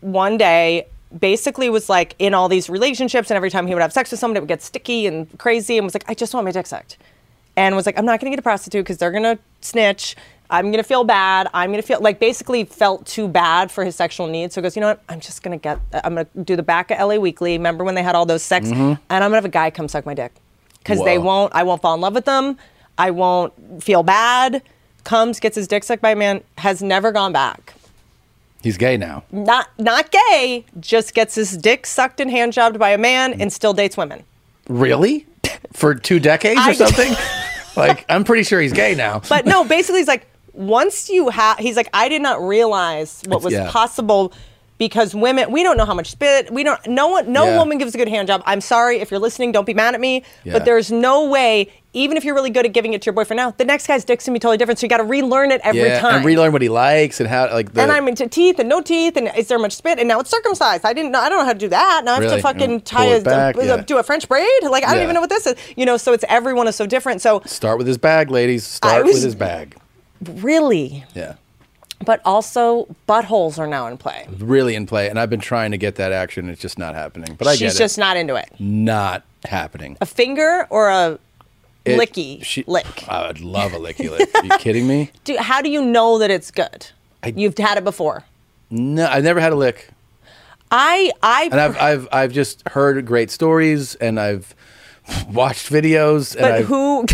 [SPEAKER 1] one day, basically was like in all these relationships, and every time he would have sex with someone, it would get sticky and crazy, and was like, I just want my dick sucked, and was like, I'm not gonna get a prostitute because they're gonna snitch. I'm gonna feel bad. I'm gonna feel like basically felt too bad for his sexual needs. So he goes, you know what? I'm just gonna get. I'm gonna do the back of LA Weekly. Remember when they had all those sex?
[SPEAKER 17] Mhm.
[SPEAKER 1] And I'm gonna have a guy come suck my dick because they
[SPEAKER 17] Whoa.
[SPEAKER 1] won't. I won't fall in love with them. I won't feel bad. Comes, gets his dick sucked by a man, has never gone back.
[SPEAKER 2] he's gay now.
[SPEAKER 1] Not not gay, just gets his dick sucked and hand jobbed by a man and still dates women.
[SPEAKER 2] Really? For two decades or something? like I'm pretty sure he's gay now.
[SPEAKER 1] But no, basically, he's like, once you have, he's like, I did not realize what
[SPEAKER 2] It's-
[SPEAKER 1] was
[SPEAKER 2] yeah.
[SPEAKER 1] possible because women, we don't know how much spit, we don't, no one, no
[SPEAKER 2] Yeah.
[SPEAKER 1] woman gives a good hand job. I'm sorry if you're listening, don't be mad at me,
[SPEAKER 2] Yeah.
[SPEAKER 1] but there's no way, even if you're really good at giving it to your boyfriend now, the next guy's dick's gonna be totally different. So you got to relearn it every
[SPEAKER 2] yeah,
[SPEAKER 1] time.
[SPEAKER 2] and relearn what he likes and how like the
[SPEAKER 1] and I'm into teeth and no teeth and is there much spit and now it's circumcised. I didn't know. I don't know how to do that. Now I have
[SPEAKER 2] Really?
[SPEAKER 1] to fucking
[SPEAKER 2] And
[SPEAKER 1] tie
[SPEAKER 2] pull
[SPEAKER 1] a,
[SPEAKER 2] it back,
[SPEAKER 1] a-
[SPEAKER 2] yeah.
[SPEAKER 1] do a French braid. Like I don't
[SPEAKER 2] Yeah.
[SPEAKER 1] even know what this is. You know, so it's everyone is so different. So
[SPEAKER 2] start with his bag, ladies. Start
[SPEAKER 1] was-
[SPEAKER 2] with his bag.
[SPEAKER 1] really,
[SPEAKER 2] Yeah.
[SPEAKER 1] but also buttholes are now in play.
[SPEAKER 2] Really in play. And I've been trying to get that action. It's just not happening. But I
[SPEAKER 1] she's
[SPEAKER 2] get it. Mm.
[SPEAKER 1] just not into it.
[SPEAKER 2] not happening.
[SPEAKER 1] A finger or a
[SPEAKER 2] It-
[SPEAKER 1] licky lick.
[SPEAKER 2] I would love a licky lick. Are you kidding me?
[SPEAKER 1] Do, how do you know that it's good? You've had it before.
[SPEAKER 2] No, I've never had a lick.
[SPEAKER 1] I I
[SPEAKER 2] and I've I've I've just heard great stories and I've watched videos. And
[SPEAKER 1] but
[SPEAKER 2] I've,
[SPEAKER 1] who?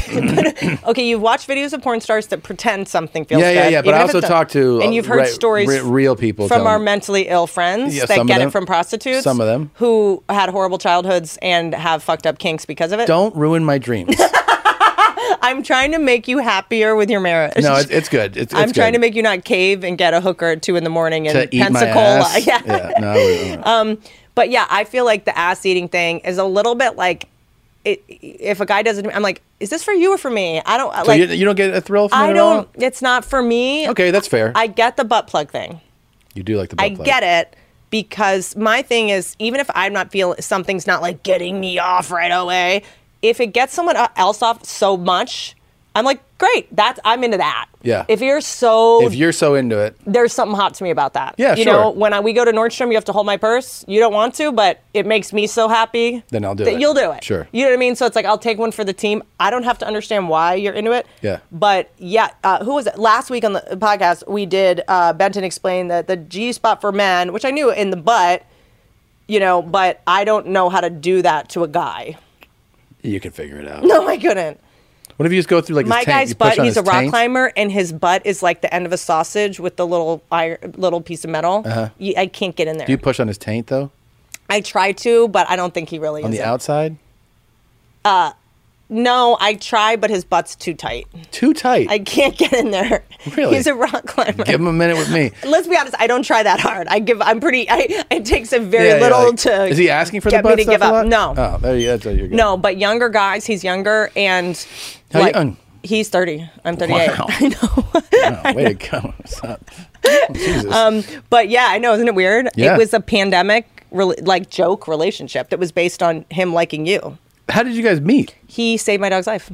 [SPEAKER 1] but- okay, you've watched videos of porn stars that pretend something feels
[SPEAKER 2] Yeah,
[SPEAKER 1] good.
[SPEAKER 2] yeah, yeah, but
[SPEAKER 1] even
[SPEAKER 2] I
[SPEAKER 1] if
[SPEAKER 2] also
[SPEAKER 1] it's a-
[SPEAKER 2] talked to, uh,
[SPEAKER 1] and you've heard
[SPEAKER 2] re-
[SPEAKER 1] stories
[SPEAKER 2] re- real people
[SPEAKER 1] from
[SPEAKER 2] tell
[SPEAKER 1] our
[SPEAKER 2] me.
[SPEAKER 1] mentally ill friends
[SPEAKER 2] Yeah,
[SPEAKER 1] that
[SPEAKER 2] some of
[SPEAKER 1] get
[SPEAKER 2] them.
[SPEAKER 1] it from prostitutes.
[SPEAKER 2] Some of them.
[SPEAKER 1] who had horrible childhoods and have fucked up kinks because of it.
[SPEAKER 2] Don't ruin my dreams.
[SPEAKER 1] I'm trying to make you happier with your marriage.
[SPEAKER 2] no, it's it's good. It's, it's
[SPEAKER 1] I'm trying
[SPEAKER 2] good.
[SPEAKER 1] to make you not cave and get a hooker at two in the morning in
[SPEAKER 2] to eat
[SPEAKER 1] Pensacola.
[SPEAKER 2] my ass.
[SPEAKER 1] Yeah.
[SPEAKER 2] no, I wouldn't.
[SPEAKER 1] Um, but yeah, I feel like the ass eating thing is a little bit like, it, if a guy does it, I'm like, is this for you or for me? I don't
[SPEAKER 2] So
[SPEAKER 1] like.
[SPEAKER 2] you, you don't get a thrill from it
[SPEAKER 1] I
[SPEAKER 2] at
[SPEAKER 1] don't.
[SPEAKER 2] all?
[SPEAKER 1] It's not for me.
[SPEAKER 2] Okay, that's fair.
[SPEAKER 1] I get the butt plug thing.
[SPEAKER 2] you do like the.
[SPEAKER 1] I
[SPEAKER 2] butt plug.
[SPEAKER 1] get it because my thing is even if I'm not feeling something's not like getting me off right away, if it gets someone uh, else off so much, I'm like, great, that's I'm into that.
[SPEAKER 2] Yeah.
[SPEAKER 1] If you're so
[SPEAKER 2] If you're so into it,
[SPEAKER 1] there's something hot to me about that.
[SPEAKER 2] Yeah,
[SPEAKER 1] you
[SPEAKER 2] sure.
[SPEAKER 1] know, when I, we go to Nordstrom, you have to hold my purse. You don't want to, but it makes me so happy.
[SPEAKER 2] Then I'll do
[SPEAKER 1] that
[SPEAKER 2] it.
[SPEAKER 1] You'll do it.
[SPEAKER 2] Sure.
[SPEAKER 1] You know what I mean? So it's like I'll take one for the team. I don't have to understand why you're into it.
[SPEAKER 2] Yeah.
[SPEAKER 1] But yeah, uh, who was it? Last week on the podcast, we did uh, Benton explain that the G spot for men, which I knew in the butt, you know, but I don't know how to do that to a guy. Oh
[SPEAKER 2] you can figure it out.
[SPEAKER 1] No, I couldn't.
[SPEAKER 2] What if you just go through like
[SPEAKER 1] My
[SPEAKER 2] his tank,
[SPEAKER 1] guy's
[SPEAKER 2] you push
[SPEAKER 1] butt,
[SPEAKER 2] on
[SPEAKER 1] he's a
[SPEAKER 2] his
[SPEAKER 1] rock
[SPEAKER 2] tank?
[SPEAKER 1] climber, and his butt is like the end of a sausage with the little iron, little piece of metal.
[SPEAKER 2] Uh-huh.
[SPEAKER 1] You- I can't get in there.
[SPEAKER 2] Do you push on his taint though?
[SPEAKER 1] I try to, but I don't think he really
[SPEAKER 2] on
[SPEAKER 1] is.
[SPEAKER 2] the outside?
[SPEAKER 1] uh, no, I try, but his butt's too tight.
[SPEAKER 2] Too tight.
[SPEAKER 1] I can't get in there.
[SPEAKER 2] Really?
[SPEAKER 1] He's a rock climber.
[SPEAKER 2] Give him a minute with me.
[SPEAKER 1] Let's be honest. I don't try that hard. I give. I'm pretty. I. It takes a very
[SPEAKER 2] Yeah, yeah,
[SPEAKER 1] little
[SPEAKER 2] like-
[SPEAKER 1] to.
[SPEAKER 2] Is he asking for
[SPEAKER 1] get
[SPEAKER 2] the butt
[SPEAKER 1] me to
[SPEAKER 2] stuff
[SPEAKER 1] give
[SPEAKER 2] a
[SPEAKER 1] up?
[SPEAKER 2] lot?
[SPEAKER 1] No.
[SPEAKER 2] Oh, there you, that's what you're good.
[SPEAKER 1] No, but younger guys. He's younger, and
[SPEAKER 2] How
[SPEAKER 1] like,
[SPEAKER 2] young?
[SPEAKER 1] he's thirty. I'm thirty-eight.
[SPEAKER 2] Wow.
[SPEAKER 1] I know.
[SPEAKER 2] Oh, way to go. Stop. Oh, Jesus.
[SPEAKER 1] Um, but yeah, I know. Isn't it weird?
[SPEAKER 2] Yeah.
[SPEAKER 1] It was a pandemic, rela- like joke relationship that was based on him liking you.
[SPEAKER 2] how did you guys meet?
[SPEAKER 1] He saved my dog's life.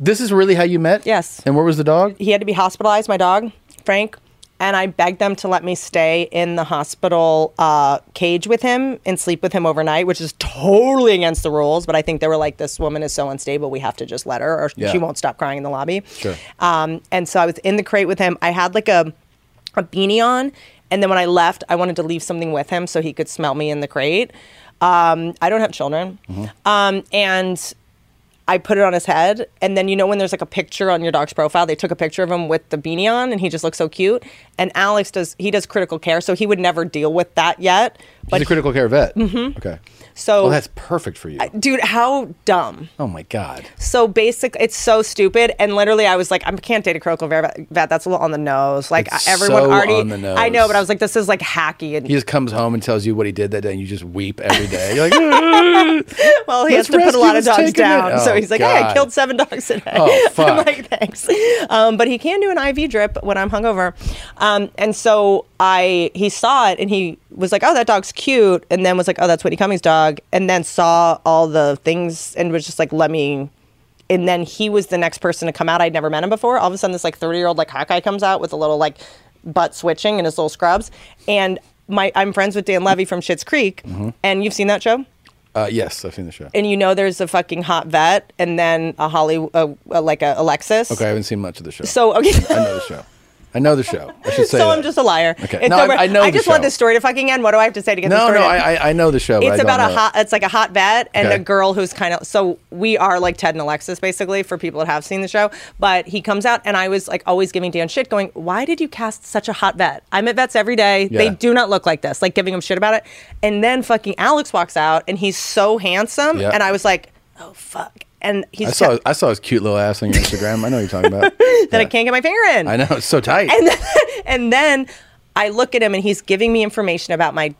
[SPEAKER 2] This is really how you met?
[SPEAKER 1] Yes.
[SPEAKER 2] And where was the dog?
[SPEAKER 1] He had to be hospitalized, my dog, Frank, and I begged them to let me stay in the hospital uh, cage with him and sleep with him overnight, which is totally against the rules. But I think they were like, this woman is so unstable, we have to just let her, or
[SPEAKER 18] Yeah.
[SPEAKER 1] she won't stop crying in the lobby.
[SPEAKER 18] Sure.
[SPEAKER 1] Um, and so I was in the crate with him. I had like a, a beanie on. And then when I left, I wanted to leave something with him so he could smell me in the crate. Um, I don't have children.
[SPEAKER 2] Mm-hmm.
[SPEAKER 1] Um, and I put it on his head. And then, you know, when there's like a picture on your dog's profile, they took a picture of him with the beanie on and he just looks so cute. And Alex does, he does critical care. So he would never deal with that yet.
[SPEAKER 2] He's a critical care vet.
[SPEAKER 1] Mhm.
[SPEAKER 2] Okay.
[SPEAKER 1] So-
[SPEAKER 2] well, that's perfect for you.
[SPEAKER 1] Dude, how dumb.
[SPEAKER 2] oh my God.
[SPEAKER 1] So basic, it's so stupid. And literally, I was like, I can't date a critical care vet. That's a little on the nose. Like
[SPEAKER 2] It's
[SPEAKER 1] everyone
[SPEAKER 2] so
[SPEAKER 1] already,
[SPEAKER 2] on the nose.
[SPEAKER 1] I know, but I was like, this is like hacky. And
[SPEAKER 2] He just comes home and tells you what he did that day, and you just weep every day. You're like,
[SPEAKER 1] well, he has
[SPEAKER 2] Let's
[SPEAKER 1] to put a
[SPEAKER 2] rescue
[SPEAKER 1] lot of
[SPEAKER 2] this
[SPEAKER 1] dogs
[SPEAKER 2] chicken
[SPEAKER 1] down.
[SPEAKER 2] and-
[SPEAKER 1] so
[SPEAKER 2] Oh,
[SPEAKER 1] he's like, hey, I
[SPEAKER 2] God.
[SPEAKER 1] killed seven dogs today.
[SPEAKER 2] Oh,
[SPEAKER 1] I'm
[SPEAKER 2] fuck.
[SPEAKER 1] like, thanks. Um, but he can do an IV drip when I'm hungover. Um, and so I, he saw it and he was like, oh, that dog's cute. And then was like, oh, that's Whitney Cummings' dog. And then saw all the things and was just like, let me. And then he was the next person to come out. I'd never met him before. All of a sudden, this like 30 year old like Hawkeye comes out with a little like butt switching and his little scrubs. And my, I'm friends with Dan Levy from Schitt's Creek.
[SPEAKER 2] Mhm.
[SPEAKER 1] And you've seen that show?
[SPEAKER 2] uh, yes, I've seen the show.
[SPEAKER 1] and you know there's a fucking hot vet and then a Holly, uh, uh, like a Alexis.
[SPEAKER 2] Okay, I haven't seen much of the show.
[SPEAKER 1] So, okay.
[SPEAKER 2] I know the show. I know the show. I should say
[SPEAKER 1] so
[SPEAKER 2] that.
[SPEAKER 1] I'm just a liar.
[SPEAKER 2] Okay. No, I-
[SPEAKER 1] over.
[SPEAKER 2] I know
[SPEAKER 1] I
[SPEAKER 2] the
[SPEAKER 1] just want
[SPEAKER 2] show.
[SPEAKER 1] this story to fucking end. What do I have to say to get this
[SPEAKER 2] no,
[SPEAKER 1] story?
[SPEAKER 2] no,
[SPEAKER 1] to end?
[SPEAKER 2] I, I- I know the show. but I
[SPEAKER 1] it's
[SPEAKER 2] don't
[SPEAKER 1] about a
[SPEAKER 2] know it.
[SPEAKER 1] hot. It's like a hot vet and a
[SPEAKER 2] Okay.
[SPEAKER 1] girl who's kind of. So we are like Ted and Alexis, basically, for people that have seen the show. But he comes out, and I was like always giving Dan shit, going, "Why did you cast such a hot vet? I'm at vets every day. They
[SPEAKER 18] Yeah.
[SPEAKER 1] do not look like this. Like giving him shit about it." And then fucking Alex walks out, and he's so handsome,
[SPEAKER 2] Yeah.
[SPEAKER 1] and I was like, "Oh fuck!" And he's
[SPEAKER 2] I saw I saw his cute little ass on your Instagram. I know what you're talking about.
[SPEAKER 1] that I can't get my finger in.
[SPEAKER 2] I know it's so tight.
[SPEAKER 1] And then, and then I look at him and he's giving me information about my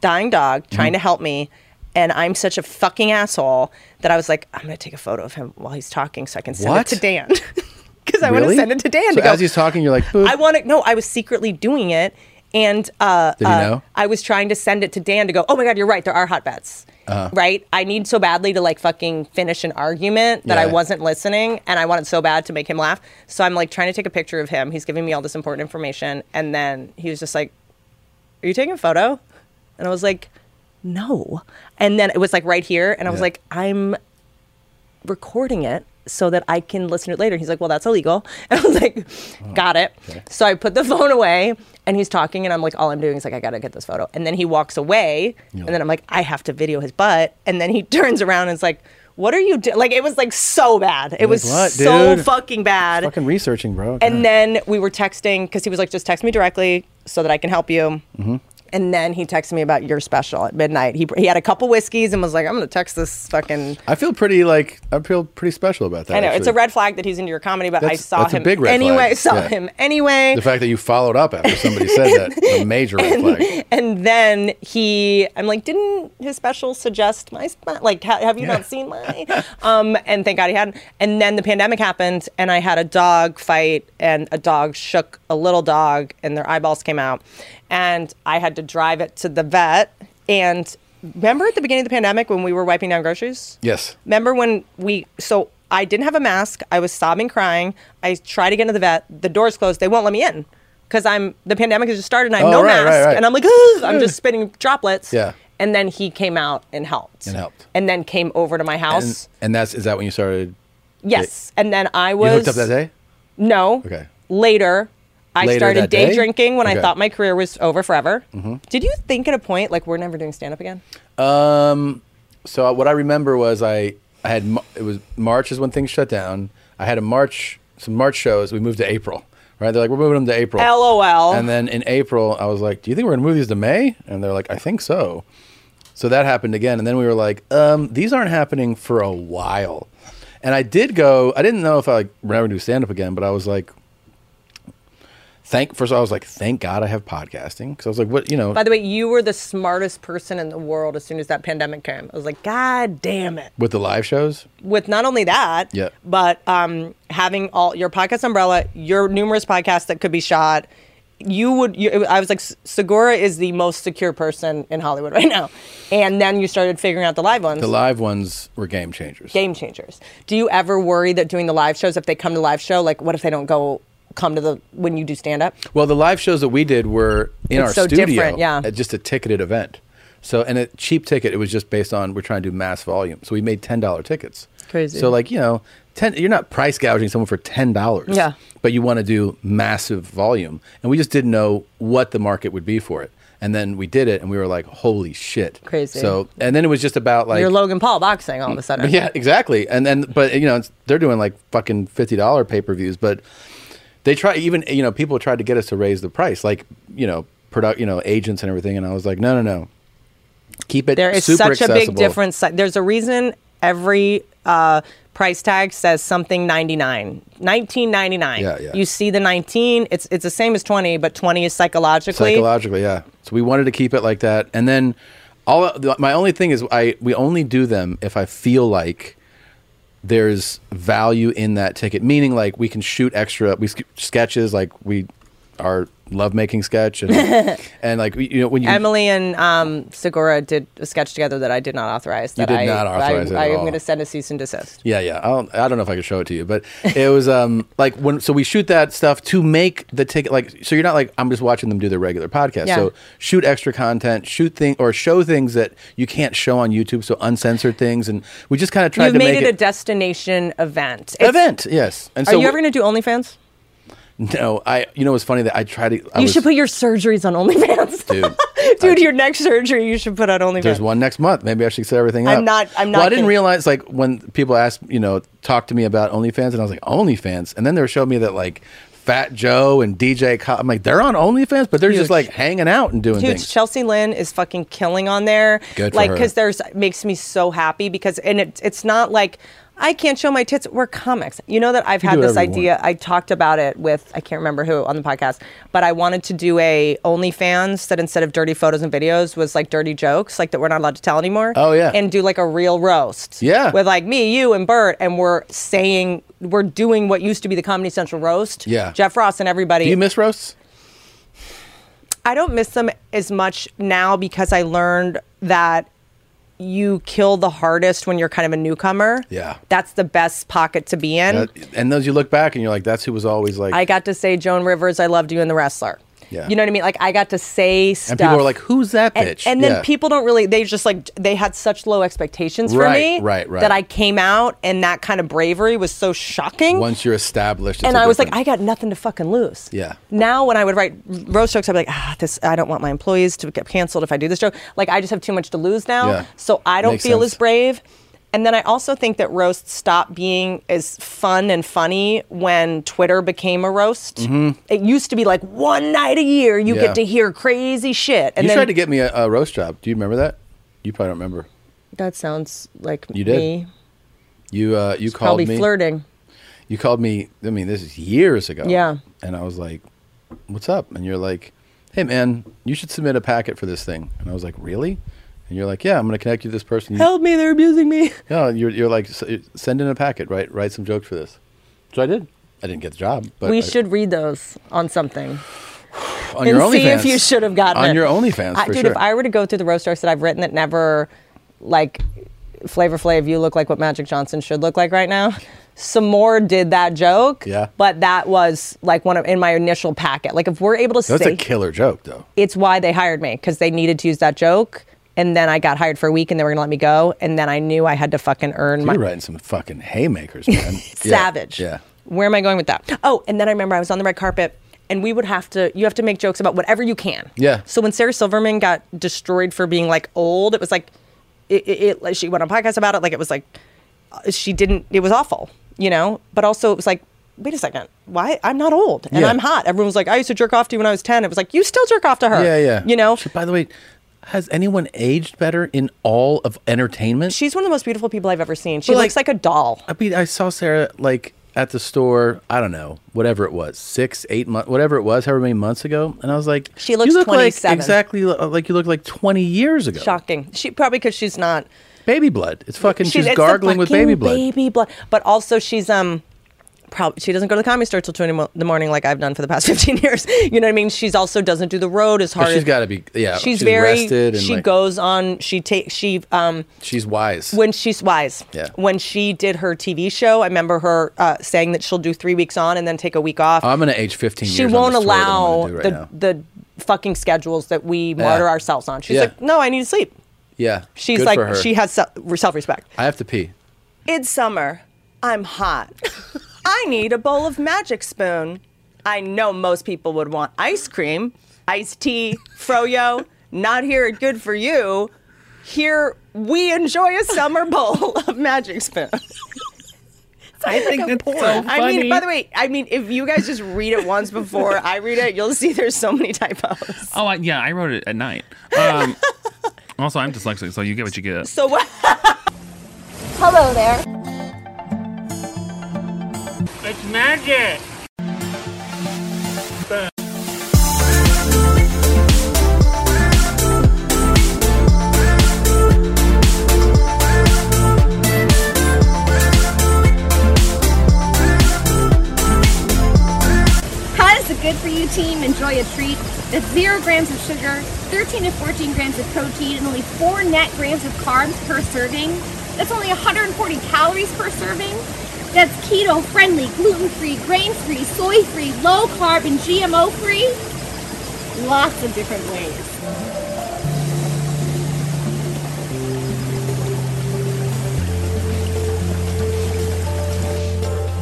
[SPEAKER 1] dying dog,
[SPEAKER 2] Mm-hmm.
[SPEAKER 1] trying to help me. And I'm such a fucking asshole that I was like, I'm going to take a photo of him while he's talking so I can send
[SPEAKER 2] What?
[SPEAKER 1] it to Dan. Because I want to
[SPEAKER 2] Really?
[SPEAKER 1] send it to Dan.
[SPEAKER 2] So
[SPEAKER 1] to go,
[SPEAKER 2] as he's talking, you're like, boop.
[SPEAKER 1] I want to. No, I was secretly doing it. And uh,
[SPEAKER 2] Did he
[SPEAKER 1] uh,
[SPEAKER 2] know?
[SPEAKER 1] I was trying to send it to Dan to go, oh my God, you're right. There are hot bets.
[SPEAKER 2] Uh-huh.
[SPEAKER 1] Right? I need so badly to like fucking finish an argument that I
[SPEAKER 2] Yeah.
[SPEAKER 1] wasn't listening and I wanted so bad to make him laugh. So I'm like trying to take a picture of him. He's giving me all this important information. And then he was just like, are you taking a photo? And I was like, no. And then it was like right here. And I was
[SPEAKER 18] Yeah.
[SPEAKER 1] like, I'm recording it so that I can listen to it later. He's like, well, that's illegal. And I was like, got it. So I put the phone away and he's talking and I'm like, all I'm doing is like, I gotta get this photo. And then he walks away and then I'm like, I have to video his butt. And then he turns around and is like, what are you doing? Like, it was like so bad. It was
[SPEAKER 2] What,
[SPEAKER 1] so
[SPEAKER 2] dude?
[SPEAKER 1] fucking bad.
[SPEAKER 2] Fucking researching, bro.
[SPEAKER 1] And then we were texting because he was like, just text me directly so that I can help you.
[SPEAKER 2] Mhm.
[SPEAKER 1] And then he texted me about your special at midnight. He, he had a couple whiskeys and was like, I'm going to text this fucking.
[SPEAKER 2] I feel pretty like I feel pretty special about that.
[SPEAKER 1] I know it's a
[SPEAKER 2] actually.
[SPEAKER 1] red flag that he's into your comedy, but I
[SPEAKER 2] That's-
[SPEAKER 1] saw
[SPEAKER 2] that's a
[SPEAKER 1] him
[SPEAKER 2] big red
[SPEAKER 1] anyway.
[SPEAKER 2] flag.
[SPEAKER 1] Saw
[SPEAKER 2] Yeah.
[SPEAKER 1] him anyway.
[SPEAKER 2] The fact that you followed up after somebody said that, a major red flag.
[SPEAKER 1] and then he, I'm like, didn't his special suggest my spot? Like, ha- have you not seen my? um, and thank God he hadn't. And then the pandemic happened, and I had a dog fight, and a dog shook a little dog, and their eyeballs came out, and I had to drive it to the vet. And remember at the beginning of the pandemic when we were wiping down groceries?
[SPEAKER 2] Yes.
[SPEAKER 1] Remember when we so I didn't have a mask. I was sobbing, crying. I tried to get into the vet. The door's closed. They won't let me in because I'm the pandemic has just started. and I have no
[SPEAKER 2] Oh, right, right,
[SPEAKER 1] mask,
[SPEAKER 2] right.
[SPEAKER 1] and I'm like, Ugh, I'm just spitting droplets.
[SPEAKER 2] Yeah.
[SPEAKER 1] And then he came out and helped.
[SPEAKER 2] And helped.
[SPEAKER 1] And then came over to my house.
[SPEAKER 2] And, and that's is that when you started?
[SPEAKER 1] yes. And then I was.
[SPEAKER 2] you hooked up that day.
[SPEAKER 1] No.
[SPEAKER 2] Okay.
[SPEAKER 1] Later, I
[SPEAKER 2] Later
[SPEAKER 1] started
[SPEAKER 2] that
[SPEAKER 1] day,
[SPEAKER 2] day?
[SPEAKER 1] drinking when I
[SPEAKER 2] Okay.
[SPEAKER 1] thought my career was over forever.
[SPEAKER 2] Mhm.
[SPEAKER 1] Did you think at a point like we're never doing stand up again?
[SPEAKER 2] Um, so what I remember was I I had m- it was March is when things shut down. I had a March some March shows. We moved to April. Right? They're like we're moving them to April.
[SPEAKER 1] LOL.
[SPEAKER 2] And then in April, I was like, "Do you think we're gonna move these to May?" And they're like, "I think so." So that happened again, and then we were like, um, "These aren't happening for a while." And I did go. I didn't know if I like, would ever do stand up again, but I was like, "Thank." First, I was like, "Thank God I have podcasting," because I was like, "What you know?"
[SPEAKER 1] By the way, you were the smartest person in the world as soon as that pandemic came. I was like, God damn it.
[SPEAKER 2] with the live shows,
[SPEAKER 1] With not only that,
[SPEAKER 2] Yeah.
[SPEAKER 1] but um, having all your podcast umbrella, your numerous podcasts that could be shot, you would. You, I was like, S- Segura is the most secure person in Hollywood right now. And then you started figuring out the live ones.
[SPEAKER 2] the live ones were game changers.
[SPEAKER 1] Game changers. Do you ever worry that doing the live shows, if they come to live show, like what if they don't go come to the when you do stand up?
[SPEAKER 2] Well, the live shows that we did were in
[SPEAKER 1] It's
[SPEAKER 2] our
[SPEAKER 1] so
[SPEAKER 2] studio,
[SPEAKER 1] different, yeah.
[SPEAKER 2] at just a ticketed event. So, and a cheap ticket. It was just based on we're trying to do mass volume. So we made ten dollar tickets.
[SPEAKER 1] Crazy.
[SPEAKER 2] So like you know, ten. You're not price gouging someone for ten dollars.
[SPEAKER 1] Yeah.
[SPEAKER 2] But you want to do massive volume, and we just didn't know what the market would be for it. And then we did it, and we were like, "Holy shit!"
[SPEAKER 1] Crazy.
[SPEAKER 2] So, and then it was just about like
[SPEAKER 1] You're Logan Paul boxing all of a sudden.
[SPEAKER 2] yeah, exactly. And then, but you know, it's, they're doing like fucking fifty dollar pay per views. But they try even you know people tried to get us to raise the price, like you know product you know agents and everything. And I was like, no, no, no, keep it.
[SPEAKER 1] There is
[SPEAKER 2] super
[SPEAKER 1] such a big
[SPEAKER 2] accessible.
[SPEAKER 1] difference. There's a reason every uh, price tag says something 99, 19.99.
[SPEAKER 2] Yeah, yeah.
[SPEAKER 1] You see the 19, it's it's the same as 20, but 20 is psychologically.
[SPEAKER 2] Psychologically, yeah. So we wanted to keep it like that, and then all the- my only thing is I we only do them if I feel like there's value in that ticket. Meaning, like we can shoot extra we sk- sketches, like we our love making sketch, and, and like we- you know when you
[SPEAKER 1] Emily and um, Segura did a sketch together that I did not authorize.
[SPEAKER 2] You
[SPEAKER 1] That
[SPEAKER 2] did
[SPEAKER 1] I,
[SPEAKER 2] not
[SPEAKER 1] I,
[SPEAKER 2] authorize it at
[SPEAKER 1] I am
[SPEAKER 2] all.
[SPEAKER 1] going to send a cease and desist.
[SPEAKER 2] Yeah, yeah. I don't, I don't know if I could show it to you, but it was um like when so we shoot that stuff to make the ticket like so you're not like I'm just watching them do their regular podcast.
[SPEAKER 1] Yeah.
[SPEAKER 2] So shoot extra content, shoot thing or show things that you can't show on YouTube, so uncensored things, and we just kind of tried
[SPEAKER 1] You've
[SPEAKER 2] to
[SPEAKER 1] made
[SPEAKER 2] make
[SPEAKER 1] it, a destination event. It's-
[SPEAKER 2] an event. Yes, and
[SPEAKER 1] Are
[SPEAKER 2] so
[SPEAKER 1] you ever going to do OnlyFans?
[SPEAKER 2] no, I you know it's funny that I try to. I
[SPEAKER 1] you
[SPEAKER 2] was,
[SPEAKER 1] should put your surgeries on OnlyFans,
[SPEAKER 2] dude.
[SPEAKER 1] dude. your next surgery, you should put on OnlyFans.
[SPEAKER 2] There's one next month. Maybe I should set everything up.
[SPEAKER 1] I'm not- I'm not
[SPEAKER 2] Well, I didn't
[SPEAKER 1] kidding.
[SPEAKER 2] realize like when people asked, you know, talk to me about OnlyFans, and I was like, OnlyFans, and then they were showing me that like Fat Joe and DJ. Co- I'm like, they're on OnlyFans, but they're just like hanging out and doing
[SPEAKER 1] Dude,
[SPEAKER 2] things.
[SPEAKER 1] Chelsea Lynn is fucking killing on there.
[SPEAKER 2] Good for
[SPEAKER 1] like,
[SPEAKER 2] her.
[SPEAKER 1] because there's makes me so happy because and it, it's not like I can't show my tits. We're comics. You know that I've
[SPEAKER 2] You
[SPEAKER 1] had
[SPEAKER 2] do
[SPEAKER 1] this
[SPEAKER 2] whatever you want.
[SPEAKER 1] idea. I talked about it with I can't remember who on the podcast, but I wanted to do a OnlyFans that instead of dirty photos and videos was like dirty jokes, like that we're not allowed to tell anymore.
[SPEAKER 2] Oh, yeah.
[SPEAKER 1] and do like a real roast.
[SPEAKER 2] Yeah.
[SPEAKER 1] with like me, you, and Bert, and we're saying we're doing what used to be the Comedy Central roast.
[SPEAKER 2] Yeah.
[SPEAKER 1] Jeff Ross and everybody.
[SPEAKER 2] Do you miss roasts?
[SPEAKER 1] I don't miss them as much now because I learned that you kill the hardest when you're kind of a newcomer.
[SPEAKER 2] Yeah.
[SPEAKER 1] That's the best pocket to be in.
[SPEAKER 2] That- and those you look back and you're like, that's who was always like.
[SPEAKER 1] I got to say Joan Rivers, I loved you in The Wrestler.
[SPEAKER 2] Yeah.
[SPEAKER 1] You know what I mean? Like I got to say stuff.
[SPEAKER 2] people are like, "Who's that
[SPEAKER 1] And-
[SPEAKER 2] bitch?"
[SPEAKER 1] And, then
[SPEAKER 2] Yeah.
[SPEAKER 1] people don't really. They just like they had such low expectations for
[SPEAKER 2] Right,
[SPEAKER 1] me.
[SPEAKER 2] right, right.
[SPEAKER 1] That I came out and that kind of bravery was so shocking.
[SPEAKER 2] Once you're established, it's
[SPEAKER 1] and
[SPEAKER 2] a
[SPEAKER 1] I was like,
[SPEAKER 2] different-
[SPEAKER 1] I got nothing to fucking lose.
[SPEAKER 2] yeah.
[SPEAKER 1] Now, when I would write roast jokes, I'd be like, ah, this, I don't want my employees to get canceled if I do this joke. Like, I just have too much to lose now.
[SPEAKER 2] Yeah.
[SPEAKER 1] So I don't
[SPEAKER 2] Makes
[SPEAKER 1] feel
[SPEAKER 2] sense.
[SPEAKER 1] as brave. And then I also think that roasts stopped being as fun and funny when Twitter became a roast.
[SPEAKER 2] Mhm.
[SPEAKER 1] It used to be like one night a year, you
[SPEAKER 2] Yeah.
[SPEAKER 1] get to hear crazy shit. And
[SPEAKER 2] you
[SPEAKER 1] then
[SPEAKER 2] tried to get me a, a roast job. Do you remember that? You probably don't remember.
[SPEAKER 1] that sounds like
[SPEAKER 2] You did.
[SPEAKER 1] me.
[SPEAKER 2] You uh, you called
[SPEAKER 1] Probably
[SPEAKER 2] me.
[SPEAKER 1] flirting.
[SPEAKER 2] You called me. I mean, this is years ago.
[SPEAKER 1] Yeah.
[SPEAKER 2] And I was like, "What's up?" And you're like, "Hey, man, you should submit a packet for this thing." And I was like, "Really?" And you're like, "Yeah, I'm going to connect you to this person."
[SPEAKER 1] Help me, they're abusing me.
[SPEAKER 2] Yeah, you're, you're like, "S- send in a packet, right? Write some jokes for this. So I did. I didn't get the job, but
[SPEAKER 1] we
[SPEAKER 2] I-
[SPEAKER 1] should read those on something.
[SPEAKER 2] on
[SPEAKER 1] and
[SPEAKER 2] your OnlyFans.
[SPEAKER 1] see if you should have gotten
[SPEAKER 2] on
[SPEAKER 1] it.
[SPEAKER 2] your OnlyFans
[SPEAKER 1] I,
[SPEAKER 2] for
[SPEAKER 1] dude,
[SPEAKER 2] sure.
[SPEAKER 1] if I were to go through the roast jokes that I've written that never, like, Flavor Flav, you look like what Magic Johnson should look like right now. Some more did that joke.
[SPEAKER 2] Yeah.
[SPEAKER 1] But that was like one of in my initial packet. Like, if we're able to
[SPEAKER 2] That's
[SPEAKER 1] say
[SPEAKER 2] a killer joke, though.
[SPEAKER 1] it's why they hired me because they needed to use that joke. And then I got hired for a week, and they were gonna let me go. And then I knew I had to fucking earn my
[SPEAKER 2] You're writing some fucking haymakers, man. Yeah,
[SPEAKER 1] Savage.
[SPEAKER 2] Yeah.
[SPEAKER 1] Where am I going with that? Oh, and then I remember I was on the red carpet and we would have to you have to make jokes about whatever you can.
[SPEAKER 2] Yeah.
[SPEAKER 1] So when Sarah Silverman got destroyed for being like old, it was like it, it, it like she went on podcasts about it like it was like uh, she didn't it was awful, you know? But also it was like wait a second. Why I'm not old and
[SPEAKER 2] Yeah.
[SPEAKER 1] I'm hot. Everyone was like I used to jerk off to you when I was 10. It was like you still jerk off to her.
[SPEAKER 2] Yeah, yeah.
[SPEAKER 1] You know?
[SPEAKER 2] She- by the way, has anyone aged better in all of entertainment?
[SPEAKER 1] She's one of the most beautiful people I've ever seen. She
[SPEAKER 2] But,
[SPEAKER 1] looks like a doll.
[SPEAKER 2] I mean, I saw Sarah like at the store. I don't know, whatever it was, six, eight months, whatever it was, however many months ago, and I was like,
[SPEAKER 1] She looks
[SPEAKER 2] you look Like
[SPEAKER 1] 27."
[SPEAKER 2] exactly li- like you look like twenty years ago.
[SPEAKER 1] Shocking. She probably because she's not
[SPEAKER 2] Baby blood. It's fucking. she's
[SPEAKER 1] it's the
[SPEAKER 2] gargling with
[SPEAKER 1] fucking
[SPEAKER 2] baby blood.
[SPEAKER 1] Baby blood. But also she's um probably she doesn't go to the comedy store till two in the morning like I've done for the past fifteen years. You know what I mean? She's also doesn't do the road as hard.
[SPEAKER 2] But Oh, she's
[SPEAKER 1] as-
[SPEAKER 2] got to be. Yeah,
[SPEAKER 1] she's, very.
[SPEAKER 2] rested and
[SPEAKER 1] she
[SPEAKER 2] like,
[SPEAKER 1] goes on. She takes. She um.
[SPEAKER 2] She's wise.
[SPEAKER 1] When she's wise.
[SPEAKER 2] Yeah.
[SPEAKER 1] When she did her TV show, I remember her uh, saying that she'll do three weeks on and then take a week off.
[SPEAKER 2] Oh, I'm gonna age 15
[SPEAKER 1] she
[SPEAKER 2] years.
[SPEAKER 1] won't
[SPEAKER 2] on this tour that I'm gonna
[SPEAKER 1] allow
[SPEAKER 2] do right
[SPEAKER 1] the
[SPEAKER 2] now.
[SPEAKER 1] the fucking schedules that we
[SPEAKER 2] Yeah.
[SPEAKER 1] martyr ourselves on. She's
[SPEAKER 2] Yeah.
[SPEAKER 1] like, no, I need to sleep.
[SPEAKER 2] Yeah.
[SPEAKER 1] She's
[SPEAKER 2] good
[SPEAKER 1] like,
[SPEAKER 2] for her.
[SPEAKER 1] she has self respect.
[SPEAKER 2] I have to pee.
[SPEAKER 1] It's summer. I'm hot. I need a bowl of magic spoon. I know most people would want ice cream, iced tea, froyo. Not here at Good For You. Here we enjoy a summer bowl of magic spoon.
[SPEAKER 3] I think
[SPEAKER 1] Like a
[SPEAKER 3] that's
[SPEAKER 1] porn.
[SPEAKER 3] so
[SPEAKER 1] I mean,
[SPEAKER 3] funny.
[SPEAKER 1] by the way, I mean, if you guys just read it once before I read it, you'll see there's so many typos.
[SPEAKER 6] Oh, I, yeah, I wrote it at night. Um, also, I'm dyslexic, so you get what you get.
[SPEAKER 1] So what?
[SPEAKER 19] Hello there.
[SPEAKER 20] It's magic.
[SPEAKER 21] How does the Good For You team enjoy a treat that's 0 grams of sugar, 13 to 14 grams of protein, and only 4 net grams of carbs per serving? That's only 140 calories per serving? That's keto friendly, gluten free, grain free, soy free, low carb, and GMO free? Lots of different ways.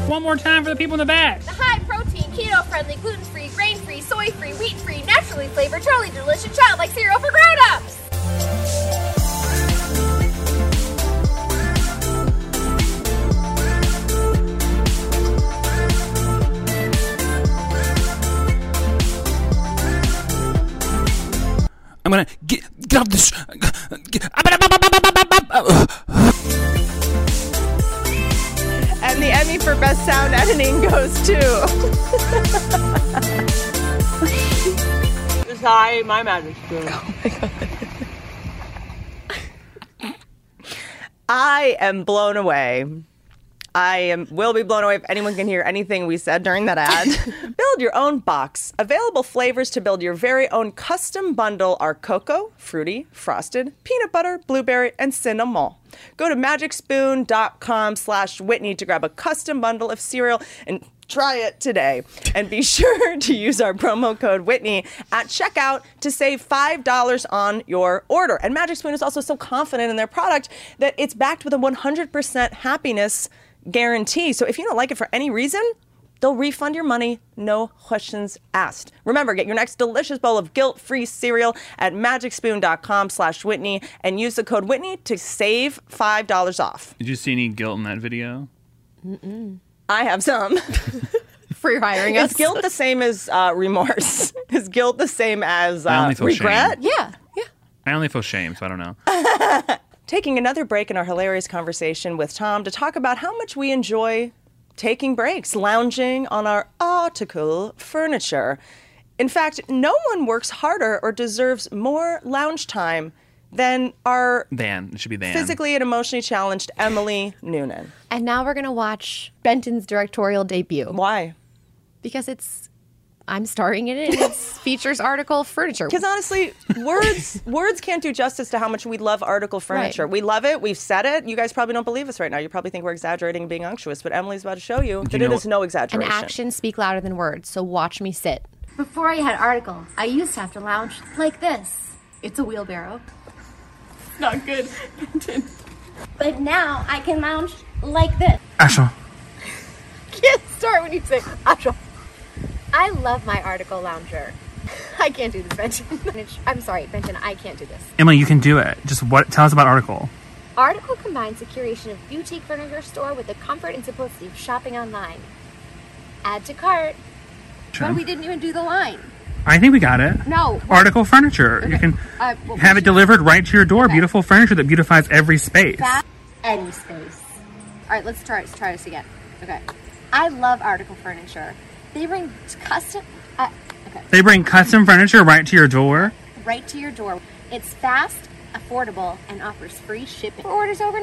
[SPEAKER 20] One more time for the people in the back.
[SPEAKER 21] The high protein, keto friendly, gluten free, grain free, soy free, wheat free, naturally flavored, truly delicious childlike cereal for grown ups!
[SPEAKER 22] I'm gonna get, get off this. Get,
[SPEAKER 20] ah, uh.
[SPEAKER 1] And the Emmy for Best Sound Editing goes to. Just I my magic spoon. I am blown away I am will be blown away if anyone can hear anything we said during that ad. build your own box. Available flavors to build your very own custom bundle are cocoa, fruity, frosted, peanut butter, blueberry, and cinnamon. Go to magicspoon.com slash Whitney to grab a custom bundle of cereal and try it today. And be sure to use our promo code Whitney at checkout to save $5 on your order. And Magic Spoon is also so confident in their product that it's backed with a 100% happiness guarantee. So if you don't like it for any reason, They'll refund your money, no questions asked. Remember, get your next delicious bowl of guilt-free cereal at magicspoon.com slash Whitney and use the code Whitney to save $5 off.
[SPEAKER 20] Did you see any guilt in that video?
[SPEAKER 1] Mm-mm. I have some.
[SPEAKER 8] Free hiring us.
[SPEAKER 1] Is guilt the same as uh, remorse? Is guilt the same as
[SPEAKER 20] I
[SPEAKER 1] uh,
[SPEAKER 20] only feel
[SPEAKER 1] regret?
[SPEAKER 20] shame.
[SPEAKER 1] Yeah.
[SPEAKER 20] I only feel shame, so I don't know.
[SPEAKER 1] Taking another break in our hilarious conversation with Tom to talk about how much we enjoy taking breaks, lounging on our article furniture. In fact, no one works harder or deserves more lounge time than our
[SPEAKER 20] Ban. It should be ban.
[SPEAKER 1] physically and emotionally challenged Emily Noonan.
[SPEAKER 8] And now we're gonna watch Benton's directorial debut.
[SPEAKER 1] Why?
[SPEAKER 8] Because it's I'm starring in it. And it's features article furniture.
[SPEAKER 1] Because honestly, words words can't do justice to how much we love article furniture.
[SPEAKER 8] Right.
[SPEAKER 1] We love it. We've said it. You guys probably don't believe us right now. You probably think we're exaggerating and being unctuous, but Emily's about to show you
[SPEAKER 8] Do
[SPEAKER 1] that
[SPEAKER 8] you
[SPEAKER 1] it
[SPEAKER 8] know-
[SPEAKER 1] is no
[SPEAKER 8] and
[SPEAKER 1] exaggeration.
[SPEAKER 8] actions speak louder than words. So watch me sit.
[SPEAKER 23] Before I had articles, I used to have to lounge like this. It's a wheelbarrow. Not good. but now I can lounge like this.
[SPEAKER 19] Asha.
[SPEAKER 23] Can't start when you say Asha. I love my article lounger. I can't do this, Benton. I'm sorry, Benton. I can't do this.
[SPEAKER 20] Emily, you can do it. Just what? Tell us about article.
[SPEAKER 23] Article combines the curation of boutique furniture store with the comfort and simplicity of shopping online. Add to cart.
[SPEAKER 20] Sure.
[SPEAKER 23] But we didn't even do the line.
[SPEAKER 20] I think we got it.
[SPEAKER 23] No.
[SPEAKER 20] Article furniture. You can
[SPEAKER 23] Uh, well,
[SPEAKER 20] have it delivered right to your door. Beautiful furniture that beautifies every space.
[SPEAKER 23] Back any space. All right, let's try let's try this again. Okay. I love article furniture. They bring custom uh, okay,
[SPEAKER 20] They bring custom furniture right to your door.
[SPEAKER 23] right to your door. It's fast, affordable, and offers free shipping for orders over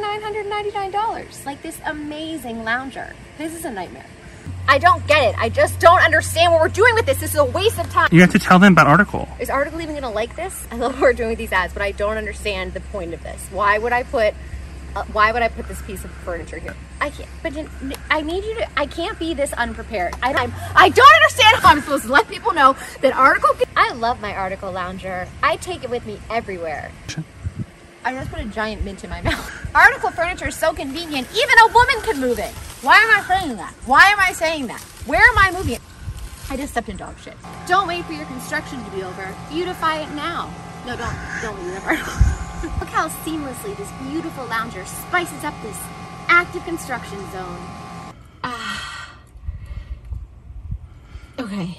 [SPEAKER 23] $999. Like this amazing lounger. This is a nightmare. I don't get it. I just don't understand what we're doing with this. This is a waste of time.
[SPEAKER 20] You have to tell them about article.
[SPEAKER 23] Is Article even gonna like this? I love what we're doing with these ads, but I don't understand the point of this. Why would I put, uh, why would I put this piece of furniture here? I can't. But then- I need you to. I can't be this unprepared. I, I'm. I don't understand how I'm supposed to let people know that Article. I love my Article Lounger. I take it with me everywhere. I just put a giant mint in my mouth. Article furniture is so convenient. Even a woman can move it. Why am I saying that? Why am I saying that? Where am I moving it? I just stepped in dog shit. Don't wait for your construction to be over. Beautify it now. No, don't. Don't leave it over. Look how seamlessly this beautiful lounger spices up this active construction zone. Ah. Okay.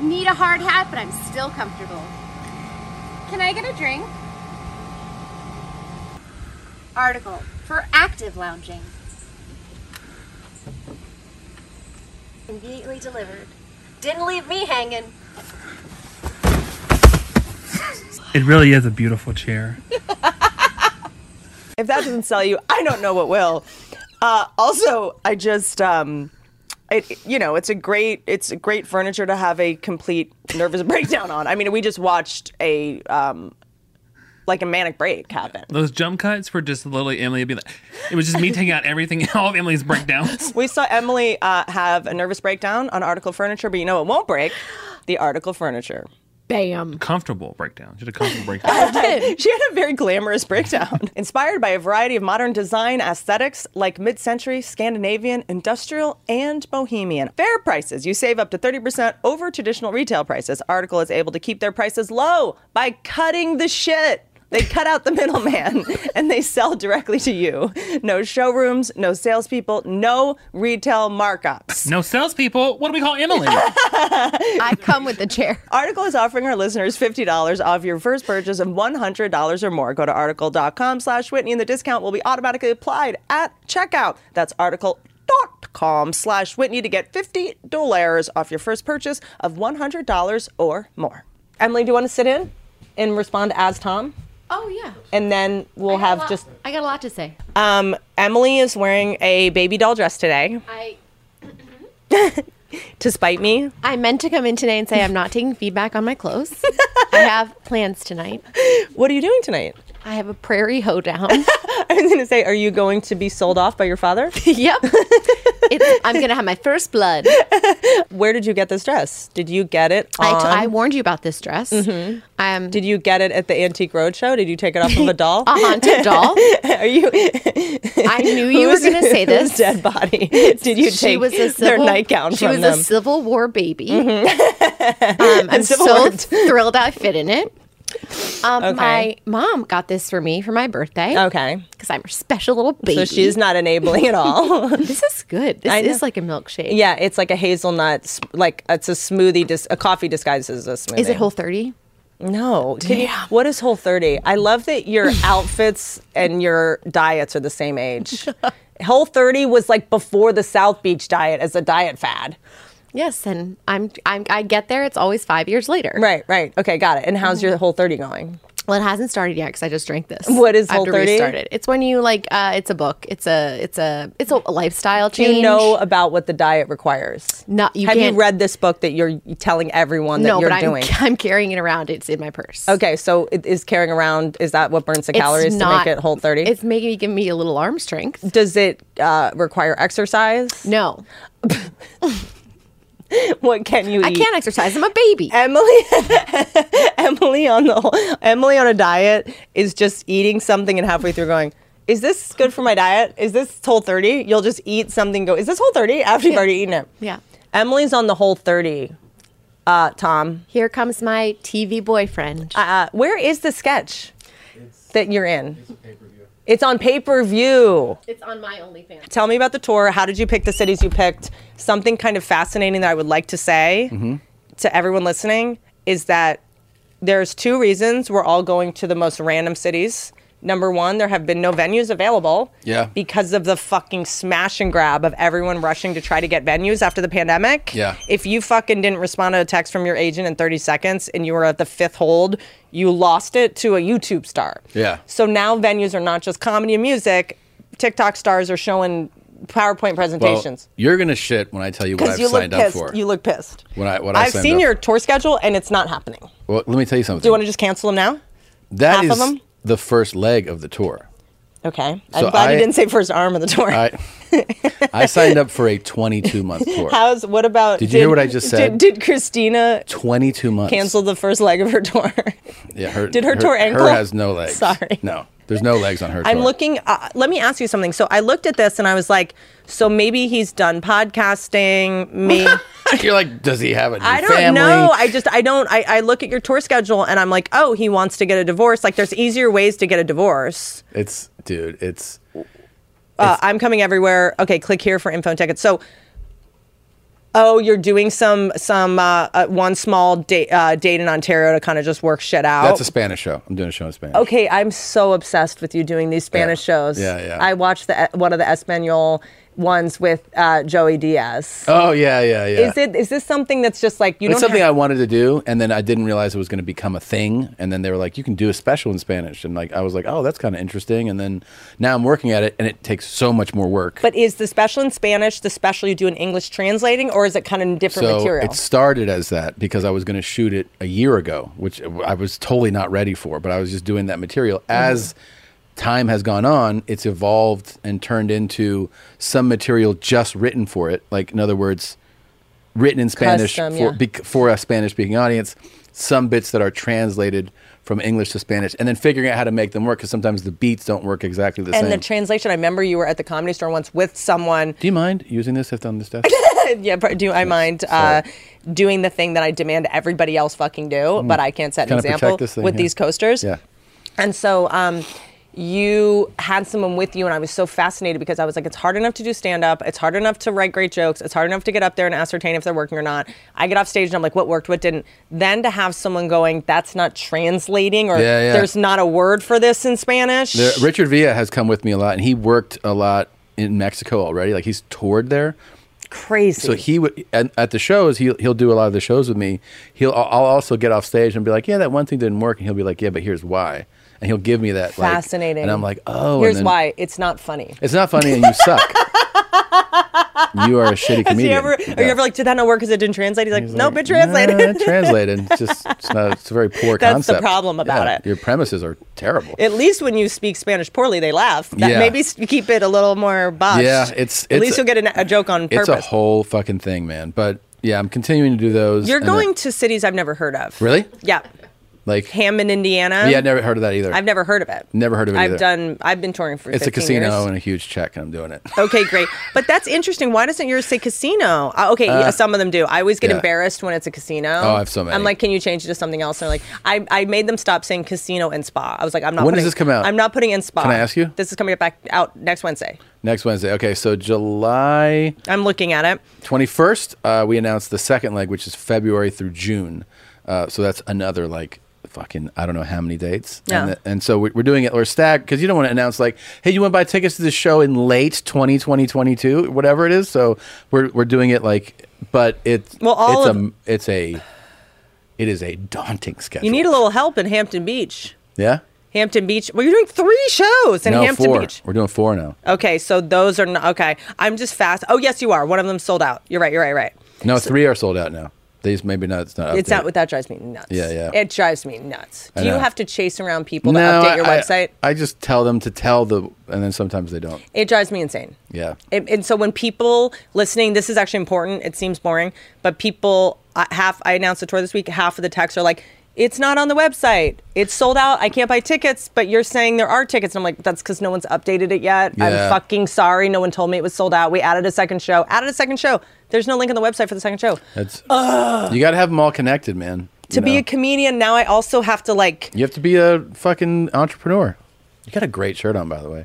[SPEAKER 23] Need a hard hat, but I'm still comfortable. Can I get a drink? Article for active lounging. Immediately delivered. Didn't leave me hanging.
[SPEAKER 20] It really is a beautiful chair.
[SPEAKER 1] If that doesn't sell you, I don't know what will. Uh, also, I just, um, it, you know, it's a great, it's a great furniture to have a complete nervous breakdown on. I mean, we just watched a, um, like a manic break happen.
[SPEAKER 20] Those jump cuts were just literally Emily would be like, it was just me taking out everything, all of Emily's breakdowns.
[SPEAKER 1] We saw Emily uh, have a nervous breakdown on article furniture, but you know it won't break the article furniture.
[SPEAKER 8] Bam.
[SPEAKER 20] Comfortable breakdown. She had a comfortable breakdown.
[SPEAKER 1] she had a very glamorous breakdown. Inspired by a variety of modern design aesthetics like mid century, Scandinavian, industrial, and bohemian. Fair prices. You save up to 30% over traditional retail prices. Article is able to keep their prices low by cutting the shit. They cut out the middleman and they sell directly to you. No showrooms, no salespeople, no retail markups.
[SPEAKER 20] No salespeople. What do we call Emily?
[SPEAKER 1] I come with the chair. Article is offering our listeners $50 off your first purchase of $100 or more. Go to article.com slash Whitney and the discount will be automatically applied at checkout. That's article.com slash Whitney to get $50 off your first purchase of $100 or more. Emily, do you want to sit in and respond as Tom?
[SPEAKER 24] Oh yeah.
[SPEAKER 1] and then we'll have
[SPEAKER 24] lot-
[SPEAKER 1] just.
[SPEAKER 24] I got a lot to say.
[SPEAKER 1] Um, Emily is wearing a baby doll dress today
[SPEAKER 24] I
[SPEAKER 1] to spite me.
[SPEAKER 8] I meant to come in today and say I'm not taking feedback on my clothes. I have plans tonight.
[SPEAKER 1] What are you doing tonight?
[SPEAKER 8] I have a prairie hoedown.
[SPEAKER 1] I was gonna say, are you going to be sold off by your father?
[SPEAKER 8] yep. It's, I'm gonna have my first blood.
[SPEAKER 1] Where did you get this dress? Did you get it?
[SPEAKER 8] I, t-
[SPEAKER 1] on-
[SPEAKER 8] I warned you about this dress.
[SPEAKER 1] Mhm.
[SPEAKER 8] Um,
[SPEAKER 1] Did you get it at the Antique Roadshow? Did you take it off of a doll?
[SPEAKER 8] A haunted doll?
[SPEAKER 1] Are you?
[SPEAKER 8] I knew you were
[SPEAKER 1] Who's-
[SPEAKER 8] gonna say
[SPEAKER 1] whose
[SPEAKER 8] this.
[SPEAKER 1] Dead body. Did you
[SPEAKER 8] she
[SPEAKER 1] take
[SPEAKER 8] was a
[SPEAKER 1] their
[SPEAKER 8] civil,
[SPEAKER 1] nightgown
[SPEAKER 8] She
[SPEAKER 1] from
[SPEAKER 8] was
[SPEAKER 1] them? Mm-hmm.
[SPEAKER 8] a Civil War baby. um, I'm
[SPEAKER 1] Civil
[SPEAKER 8] so
[SPEAKER 1] War-
[SPEAKER 8] thrilled I fit in it. Um,
[SPEAKER 1] Okay.
[SPEAKER 8] My mom got this for me for my birthday.
[SPEAKER 1] Okay.
[SPEAKER 8] Because I'm her special little baby.
[SPEAKER 1] So she's not enabling at all.
[SPEAKER 8] this is good. This
[SPEAKER 1] I know.
[SPEAKER 8] is like a milkshake.
[SPEAKER 1] yeah, it's like a hazelnut, s- like it's a smoothie, dis- a coffee disguised as a smoothie.
[SPEAKER 8] Is it Whole 30?
[SPEAKER 1] No. Can you- what is Whole 30? I love that your outfits and your diets are the same age. Whole 30 was like before the South Beach diet as a diet fad.
[SPEAKER 8] Yes, and I'm, I'm I get there. It's always five years later.
[SPEAKER 1] Right, right. Okay, got it. And
[SPEAKER 8] Mm.
[SPEAKER 1] how's your Whole 30 going?
[SPEAKER 8] Well, it hasn't started yet because I just drank this.
[SPEAKER 1] What is
[SPEAKER 8] I have to
[SPEAKER 1] Whole30?
[SPEAKER 8] restart it. It's when you like. Uh, it's a book. It's a. It's a. It's a lifestyle
[SPEAKER 1] Do
[SPEAKER 8] change.
[SPEAKER 1] you know about what the diet requires?
[SPEAKER 8] No, you
[SPEAKER 1] Have
[SPEAKER 8] can't-
[SPEAKER 1] you read this book that you're telling everyone that
[SPEAKER 8] No,
[SPEAKER 1] you're
[SPEAKER 8] but I'm,
[SPEAKER 1] doing?
[SPEAKER 8] I'm carrying it around. It's in my purse.
[SPEAKER 1] Okay, so it is carrying around, is that what burns the
[SPEAKER 8] It's
[SPEAKER 1] calories
[SPEAKER 8] not-
[SPEAKER 1] to make it Whole 30?
[SPEAKER 8] It's making me give me a little arm strength.
[SPEAKER 1] Does it uh, require exercise?
[SPEAKER 8] No.
[SPEAKER 1] what can you
[SPEAKER 8] I
[SPEAKER 1] eat?
[SPEAKER 8] can't exercise. I'm a baby.
[SPEAKER 1] Emily Emily on the Emily on a diet is just eating something and halfway through going, is this good for my diet? Is this whole 30? You'll just eat something and go, is this whole 30 after you've
[SPEAKER 8] Yeah.
[SPEAKER 1] already eaten it?
[SPEAKER 8] Yeah.
[SPEAKER 1] Emily's on the whole 30. Uh, Tom,
[SPEAKER 8] Here comes my TV boyfriend.
[SPEAKER 1] uh, where is the sketch that you're in? It's on pay-per-view.
[SPEAKER 24] it's on my OnlyFans.
[SPEAKER 1] Tell me about the tour. How did you pick the cities you picked? Something kind of fascinating that I would like to say.
[SPEAKER 2] Mhm.
[SPEAKER 1] to everyone listening is that there's two reasons we're all going to the most random cities. Number one, there have been no venues available
[SPEAKER 2] Yeah.
[SPEAKER 1] because of the fucking smash and grab of everyone rushing to try to get venues after the pandemic.
[SPEAKER 2] Yeah.
[SPEAKER 1] If you fucking didn't respond to a text from your agent in 30 seconds and you were at the fifth hold, you lost it to a YouTube star.
[SPEAKER 2] Yeah.
[SPEAKER 1] So now venues are not just comedy and music, TikTok stars are showing PowerPoint
[SPEAKER 2] Well,
[SPEAKER 1] presentations.
[SPEAKER 2] you're gonna shit when I tell you what I've
[SPEAKER 1] you look
[SPEAKER 2] signed up
[SPEAKER 1] pissed.
[SPEAKER 2] for.
[SPEAKER 1] You look pissed.
[SPEAKER 2] When I what I
[SPEAKER 1] I've
[SPEAKER 2] signed
[SPEAKER 1] seen
[SPEAKER 2] up.
[SPEAKER 1] your tour schedule and it's not happening.
[SPEAKER 2] Well, let me tell you something.
[SPEAKER 1] Do you want to just cancel them now?
[SPEAKER 2] That
[SPEAKER 1] half of
[SPEAKER 2] is
[SPEAKER 1] them?
[SPEAKER 2] the first leg of the tour.
[SPEAKER 1] Okay.
[SPEAKER 2] So
[SPEAKER 1] I'm glad
[SPEAKER 2] I-
[SPEAKER 1] you didn't say first arm of the tour.
[SPEAKER 2] I I signed up for a 22 month tour.
[SPEAKER 1] How's what about?
[SPEAKER 2] Did you hear what I just said?
[SPEAKER 1] Did, did Christina
[SPEAKER 2] 22 months.
[SPEAKER 1] cancel the first leg of her tour?
[SPEAKER 2] Yeah, her,
[SPEAKER 1] Did her tour ankle?
[SPEAKER 2] Her has no legs.
[SPEAKER 1] Sorry.
[SPEAKER 2] No, there's no legs on her.
[SPEAKER 1] I'm
[SPEAKER 2] tour.
[SPEAKER 1] looking. Uh, let me ask you something. So I looked at this and I was like, so maybe he's done podcasting. Maybe.
[SPEAKER 2] You're like, does he have a new
[SPEAKER 1] I don't
[SPEAKER 2] family?
[SPEAKER 1] know. I just I don't I, I look at your tour schedule and I'm like, oh, he wants to get a divorce. Like there's easier ways to get a divorce.
[SPEAKER 2] It's dude. It's
[SPEAKER 1] Uh, I'm coming everywhere. Okay, click here for info and tickets. So, oh, you're doing some some uh, uh, one small date uh, date in Ontario to kind of just work shit out.
[SPEAKER 2] that's a Spanish show. I'm doing a show in Spanish.
[SPEAKER 1] Oh. Okay, I'm so obsessed with you doing these Spanish shows.
[SPEAKER 2] Yeah, yeah.
[SPEAKER 1] I watched the one of the Espanol ones with uh, Joey Diaz.
[SPEAKER 2] Oh yeah, yeah, yeah.
[SPEAKER 1] Is it is this something that's just like you
[SPEAKER 2] it's
[SPEAKER 1] don't
[SPEAKER 2] something
[SPEAKER 1] have-
[SPEAKER 2] I wanted to do, and then I didn't realize it was going to become a thing. And then they were like, "You can do a special in Spanish," and like I was like, "Oh, that's kind of interesting." And then now I'm working at it, and it takes so much more work.
[SPEAKER 1] but is the special in Spanish the special you do in English translating, or is it kind of different
[SPEAKER 2] so
[SPEAKER 1] material?
[SPEAKER 2] it started as that because I was going to shoot it a year ago, which I was totally not ready for. But I was just doing that material
[SPEAKER 1] Mm-hmm.
[SPEAKER 2] as. Time has gone on, it's evolved and turned into some material just written for it. Like, in other words, written in Spanish
[SPEAKER 1] Custom, yeah.
[SPEAKER 2] for, bec- for a Spanish speaking audience, some bits that are translated from English to Spanish, and then figuring out how to make them work because sometimes the beats don't work exactly the
[SPEAKER 1] and
[SPEAKER 2] same.
[SPEAKER 1] the translation. I remember you were at the comedy store once with someone
[SPEAKER 2] Do you mind using this if on this desk?
[SPEAKER 1] yeah, but do I mind uh, doing the thing that I demand everybody else fucking do, but I can't set an
[SPEAKER 2] Mm. Kinda protect
[SPEAKER 1] example
[SPEAKER 2] this thing,
[SPEAKER 1] with
[SPEAKER 2] yeah.
[SPEAKER 1] these coasters?
[SPEAKER 2] Yeah.
[SPEAKER 1] And so um, you had someone with you, and I was so fascinated because I was like, it's hard enough to do stand up, it's hard enough to write great jokes, it's hard enough to get up there and ascertain if they're working or not. I get off stage and I'm like, what worked, what didn't? Then to have someone going, that's not translating, or
[SPEAKER 2] Yeah, yeah.
[SPEAKER 1] there's not a word for this in Spanish.
[SPEAKER 2] There, Richard Villa has come with me a lot, and he worked a lot in Mexico already. Like he's toured there.
[SPEAKER 1] Crazy.
[SPEAKER 2] So he would and at the shows. He he'll do a lot of the shows with me. He'll I'll I'll also get off stage and be like, "Yeah, that one thing didn't work," and he'll be like, "Yeah, but here's why." and he'll give me that. like-
[SPEAKER 1] Fascinating.
[SPEAKER 2] and I'm like, oh. and
[SPEAKER 1] Here's
[SPEAKER 2] then-
[SPEAKER 1] why it's not funny.
[SPEAKER 2] It's not funny, and you suck. you are a shitty
[SPEAKER 1] Has he
[SPEAKER 2] comedian.
[SPEAKER 1] ever, Are you
[SPEAKER 2] Yeah.
[SPEAKER 1] ever like, did that not work because it didn't translate? He's like, no,
[SPEAKER 2] like,
[SPEAKER 1] but translated.
[SPEAKER 2] "Nah, translated. It's just it's, not, it's a very poor
[SPEAKER 1] That's the
[SPEAKER 2] concept.
[SPEAKER 1] problem about
[SPEAKER 2] Yeah,
[SPEAKER 1] it.
[SPEAKER 2] Your premises are terrible.
[SPEAKER 1] At least when you speak Spanish poorly, they laugh. That
[SPEAKER 2] Yeah.
[SPEAKER 1] Maybe s- keep it a little more botched.
[SPEAKER 2] Yeah, it's-
[SPEAKER 1] at
[SPEAKER 2] it's
[SPEAKER 1] least
[SPEAKER 2] a-
[SPEAKER 1] you'll get a, a joke on
[SPEAKER 2] It's a
[SPEAKER 1] purpose.
[SPEAKER 2] whole fucking thing, man. But yeah, I'm continuing to do those.
[SPEAKER 1] You're
[SPEAKER 2] and then-
[SPEAKER 1] going to cities I've never heard of.
[SPEAKER 2] really
[SPEAKER 1] Yeah,
[SPEAKER 2] like.
[SPEAKER 1] Hammond, Indiana.
[SPEAKER 2] yeah, I'd never heard of that either.
[SPEAKER 1] I've never heard of it.
[SPEAKER 2] Never heard of it
[SPEAKER 1] I've
[SPEAKER 2] either.
[SPEAKER 1] done. I've been touring for.
[SPEAKER 2] It's a
[SPEAKER 1] 15
[SPEAKER 2] casino
[SPEAKER 1] years.
[SPEAKER 2] and a huge check, and I'm doing it.
[SPEAKER 1] okay, great. But that's interesting. Why doesn't yours say casino? Uh, okay,
[SPEAKER 2] Uh,
[SPEAKER 1] yeah, some of them do. I always get
[SPEAKER 2] yeah.
[SPEAKER 1] embarrassed when it's a casino.
[SPEAKER 2] Oh, I have so many.
[SPEAKER 1] I'm like, can you change it to something else? And they're like, I, I made them stop saying casino and spa. I was like, I'm not.
[SPEAKER 2] When does
[SPEAKER 1] putting-
[SPEAKER 2] this come out?
[SPEAKER 1] I'm not putting in spa.
[SPEAKER 2] Can I ask you?
[SPEAKER 1] This is coming back out next Wednesday.
[SPEAKER 2] Next Wednesday. Okay, so July
[SPEAKER 1] I'm looking at it.
[SPEAKER 2] 21st, uh, we announced the second leg, which is February through June. Uh, so that's another like fucking I don't know how many dates.
[SPEAKER 1] Yeah.
[SPEAKER 2] And, th- and so we- we're doing it or stag because you don't want to announce like, hey, you want to buy tickets to this show in late 2020, 22, whatever it is. So we're we're doing it like, but it's
[SPEAKER 1] Well, all
[SPEAKER 2] it's
[SPEAKER 1] of-
[SPEAKER 2] a it's a it is a daunting schedule.
[SPEAKER 1] You need a little help in Hampton Beach.
[SPEAKER 2] yeah.
[SPEAKER 1] Hampton Beach. Well, you're doing three shows in
[SPEAKER 2] no,
[SPEAKER 1] Hampton
[SPEAKER 2] four.
[SPEAKER 1] Beach.
[SPEAKER 2] We're doing four now.
[SPEAKER 1] Okay, so those are not, okay. I'm just fast. Oh yes, you are. One of them sold out. You're right. You're right. Right.
[SPEAKER 2] No, three are sold out now. These maybe not. It's not.
[SPEAKER 1] It's
[SPEAKER 2] updated.
[SPEAKER 1] not that drives me nuts.
[SPEAKER 2] Yeah, yeah.
[SPEAKER 1] It drives me nuts.
[SPEAKER 2] I
[SPEAKER 1] Do you
[SPEAKER 2] know.
[SPEAKER 1] have to chase around people to update your
[SPEAKER 2] I-
[SPEAKER 1] website?
[SPEAKER 2] I, just tell them to tell the, and then sometimes they don't.
[SPEAKER 1] It drives me insane.
[SPEAKER 2] Yeah.
[SPEAKER 1] And, and so when people listening, this is actually important. It seems boring, but people I- half I announced a tour this week. Half of the texts are like, "It's not on the website. It's sold out. I can't buy tickets." But you're saying there are tickets, and I'm like, "That's because no one's updated it yet.
[SPEAKER 2] Yeah.
[SPEAKER 1] I'm fucking sorry. No one told me it was sold out. We added a second show. Added a second show. There's no link on the website for the second show.
[SPEAKER 2] That's
[SPEAKER 1] Ugh.
[SPEAKER 2] you got to have them all connected, man.
[SPEAKER 1] To be a comedian now, I also have to like.
[SPEAKER 2] you have to be a fucking entrepreneur. You got a great shirt on, by the way.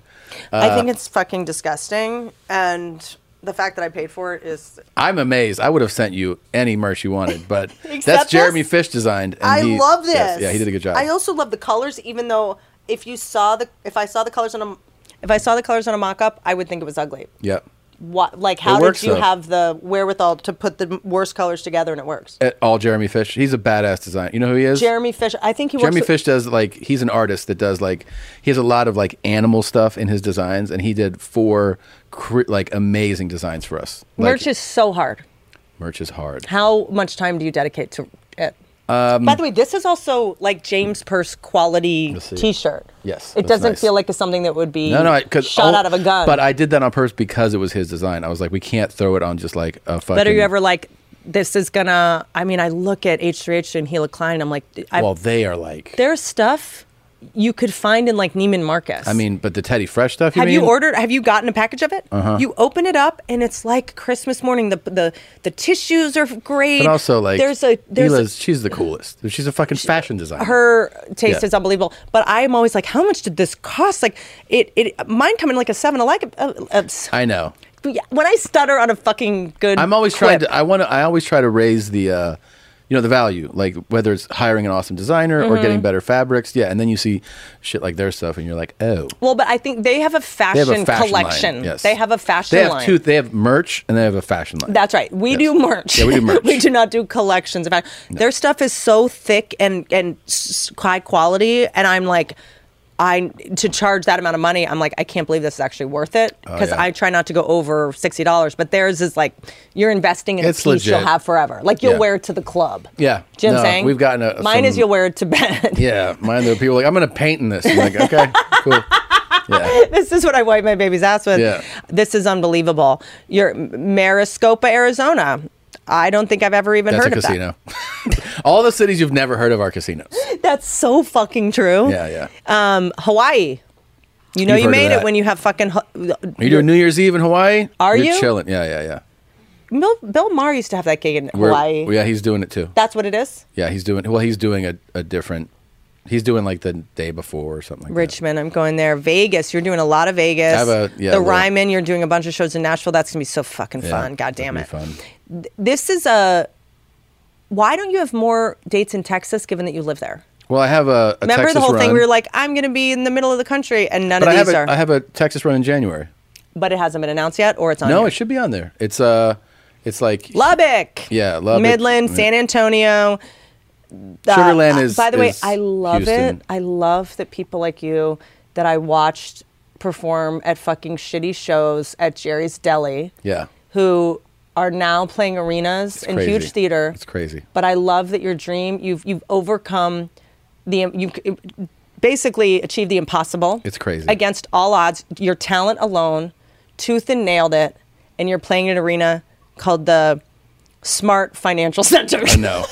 [SPEAKER 1] I think
[SPEAKER 2] Uh,
[SPEAKER 1] it's fucking disgusting, and the fact that I paid for it is
[SPEAKER 2] I'm amazed. I would have sent you any merch you wanted, but
[SPEAKER 1] Except
[SPEAKER 2] that's
[SPEAKER 1] this?
[SPEAKER 2] Jeremy Fish designed. And
[SPEAKER 1] I
[SPEAKER 2] he-
[SPEAKER 1] love this.
[SPEAKER 2] yes, yeah, he did a good job.
[SPEAKER 1] I also love the colors, even though if you saw the if I saw the colors on a if I saw the colors on a mock up, I would think it was ugly.
[SPEAKER 2] yeah.
[SPEAKER 1] What like how
[SPEAKER 2] works,
[SPEAKER 1] did you
[SPEAKER 2] though.
[SPEAKER 1] have the wherewithal to put the m- worst colors together and it works?
[SPEAKER 2] At all Jeremy Fish. He's a badass designer. You know who he is?
[SPEAKER 1] Jeremy Fish, I think he works.
[SPEAKER 2] Jeremy
[SPEAKER 1] with-
[SPEAKER 2] Fish does like he's an artist that does like he has a lot of like animal stuff in his designs, and he did four cr- like amazing designs for us. Like,
[SPEAKER 1] merch is so hard.
[SPEAKER 2] merch is hard.
[SPEAKER 1] How much time do you dedicate to it?
[SPEAKER 2] Um,
[SPEAKER 1] By the way, this is also like James Purse quality
[SPEAKER 2] see.
[SPEAKER 1] T-shirt.
[SPEAKER 2] Yes,
[SPEAKER 1] it
[SPEAKER 2] that's
[SPEAKER 1] doesn't
[SPEAKER 2] nice.
[SPEAKER 1] feel like it's something that would be
[SPEAKER 2] no, no, because
[SPEAKER 1] shot out of a gun.
[SPEAKER 2] But I did that on purpose because it was his design. I was like, we can't throw it on just like a fucking.
[SPEAKER 1] But are you ever like, this is gonna? I mean, I look at H3H and Gila Klein. I'm like, I,
[SPEAKER 2] well, they are like.
[SPEAKER 1] there's stuff you could find in like Neiman Marcus.
[SPEAKER 2] I mean, but the Teddy Fresh stuff. You
[SPEAKER 1] have
[SPEAKER 2] mean?
[SPEAKER 1] you ordered? Have you gotten a package of it?
[SPEAKER 2] Uh-huh.
[SPEAKER 1] You open it up and it's like Christmas morning. The the the tissues are great.
[SPEAKER 2] But also like
[SPEAKER 1] there's a there's
[SPEAKER 2] Hila's- she's the coolest. She's a fucking fashion
[SPEAKER 1] a,
[SPEAKER 2] designer.
[SPEAKER 1] her taste
[SPEAKER 2] Yeah.
[SPEAKER 1] is unbelievable. But I am always like, how much did this cost? Like it it mine come in like a seven. I like uh, uh,
[SPEAKER 2] I know.
[SPEAKER 1] when I stutter on a fucking good.
[SPEAKER 2] I'm always trying
[SPEAKER 1] quip,
[SPEAKER 2] to. I want to. I always try to raise the, uh, you know, the value. Like whether it's hiring an awesome designer or
[SPEAKER 1] Mhm.
[SPEAKER 2] getting better fabrics. Yeah, and then you see shit like their stuff, and you're like, oh.
[SPEAKER 1] Well, but I think they have a fashion,
[SPEAKER 2] fashion line,
[SPEAKER 1] collection.
[SPEAKER 2] yes.
[SPEAKER 1] They have a fashion
[SPEAKER 2] They have
[SPEAKER 1] line.
[SPEAKER 2] two. They have merch and they have a fashion line.
[SPEAKER 1] That's right. We do merch.
[SPEAKER 2] Yeah, we do merch.
[SPEAKER 1] we do not do collections. In fact, their stuff is so thick and and s- high quality, and I'm like. I to charge that amount of money, I'm like, I can't believe this is actually worth it
[SPEAKER 2] Oh,
[SPEAKER 1] because
[SPEAKER 2] yeah.
[SPEAKER 1] I try not to go over sixty dollars. But theirs is like, you're investing in
[SPEAKER 2] It's
[SPEAKER 1] a piece you'll
[SPEAKER 2] legit.
[SPEAKER 1] have forever. Like you'll
[SPEAKER 2] Yeah.
[SPEAKER 1] wear it to the club.
[SPEAKER 2] Yeah.
[SPEAKER 1] Do you know what
[SPEAKER 2] No,
[SPEAKER 1] I'm saying?
[SPEAKER 2] We've gotten a.
[SPEAKER 1] Mine is
[SPEAKER 2] some-
[SPEAKER 1] you'll wear it to bed.
[SPEAKER 2] Yeah, mine. There are people like, I'm going to paint in this. I'm like, okay, cool. Yeah.
[SPEAKER 1] this is what I wipe my baby's ass with.
[SPEAKER 2] Yeah.
[SPEAKER 1] This is unbelievable. Your Mariscopa, Arizona. I don't think I've ever even
[SPEAKER 2] That's
[SPEAKER 1] heard
[SPEAKER 2] a
[SPEAKER 1] of
[SPEAKER 2] casino. All the cities you've never heard of are casinos.
[SPEAKER 1] that. That's so fucking true.
[SPEAKER 2] Yeah, yeah.
[SPEAKER 1] Um, Hawaii. You know you
[SPEAKER 2] You've heard of
[SPEAKER 1] made it
[SPEAKER 2] that.
[SPEAKER 1] when you have fucking.
[SPEAKER 2] Are you doing New Year's Eve in Hawaii?
[SPEAKER 1] Are
[SPEAKER 2] You're
[SPEAKER 1] you?
[SPEAKER 2] chilling? Yeah, yeah, yeah.
[SPEAKER 1] Bill, Bill Maher used to have that gig in
[SPEAKER 2] We're-
[SPEAKER 1] Hawaii.
[SPEAKER 2] Yeah, he's doing it too.
[SPEAKER 1] That's what it is.
[SPEAKER 2] Yeah, he's doing. Well, he's doing a, a different. He's doing like the day before or something. Like
[SPEAKER 1] Richmond, I'm going there. Vegas, you're doing a lot of Vegas.
[SPEAKER 2] I have a- yeah,
[SPEAKER 1] the
[SPEAKER 2] a little-
[SPEAKER 1] Ryman, you're doing a bunch of shows in Nashville. That's gonna be so fucking
[SPEAKER 2] that. Yeah,
[SPEAKER 1] fun. God
[SPEAKER 2] that'd
[SPEAKER 1] damn
[SPEAKER 2] be
[SPEAKER 1] it.
[SPEAKER 2] Fun.
[SPEAKER 1] Th- This is a. Why don't you have more dates in Texas, given that you live there?
[SPEAKER 2] Well, I have a, a
[SPEAKER 1] Remember
[SPEAKER 2] Texas
[SPEAKER 1] the whole
[SPEAKER 2] run,
[SPEAKER 1] thing? We were like, I'm going to be in the middle of the country, and none
[SPEAKER 2] but
[SPEAKER 1] of
[SPEAKER 2] I have
[SPEAKER 1] these
[SPEAKER 2] a,
[SPEAKER 1] are.
[SPEAKER 2] I have a Texas run in January.
[SPEAKER 1] but it hasn't been announced yet, or it's on.
[SPEAKER 2] no,
[SPEAKER 1] here.
[SPEAKER 2] it should be on there. It's uh, it's like
[SPEAKER 1] Lubbock,
[SPEAKER 2] yeah, Lubbock,
[SPEAKER 1] Midland,
[SPEAKER 2] yeah.
[SPEAKER 1] San Antonio, uh,
[SPEAKER 2] Sugarland
[SPEAKER 1] uh,
[SPEAKER 2] is-
[SPEAKER 1] By the way,
[SPEAKER 2] is
[SPEAKER 1] I love
[SPEAKER 2] Houston.
[SPEAKER 1] it. I love that people like you that I watched perform at fucking shitty shows at Jerry's Deli.
[SPEAKER 2] Yeah.
[SPEAKER 1] Who are now playing arenas in
[SPEAKER 2] crazy.
[SPEAKER 1] huge theater.
[SPEAKER 2] It's crazy.
[SPEAKER 1] But I love that your dream. You've you've overcome the you have basically achieved the impossible.
[SPEAKER 2] It's crazy.
[SPEAKER 1] Against all odds, your talent alone, tooth and nailed it, and you're playing in an arena called the Smart Financial Center.
[SPEAKER 2] I know.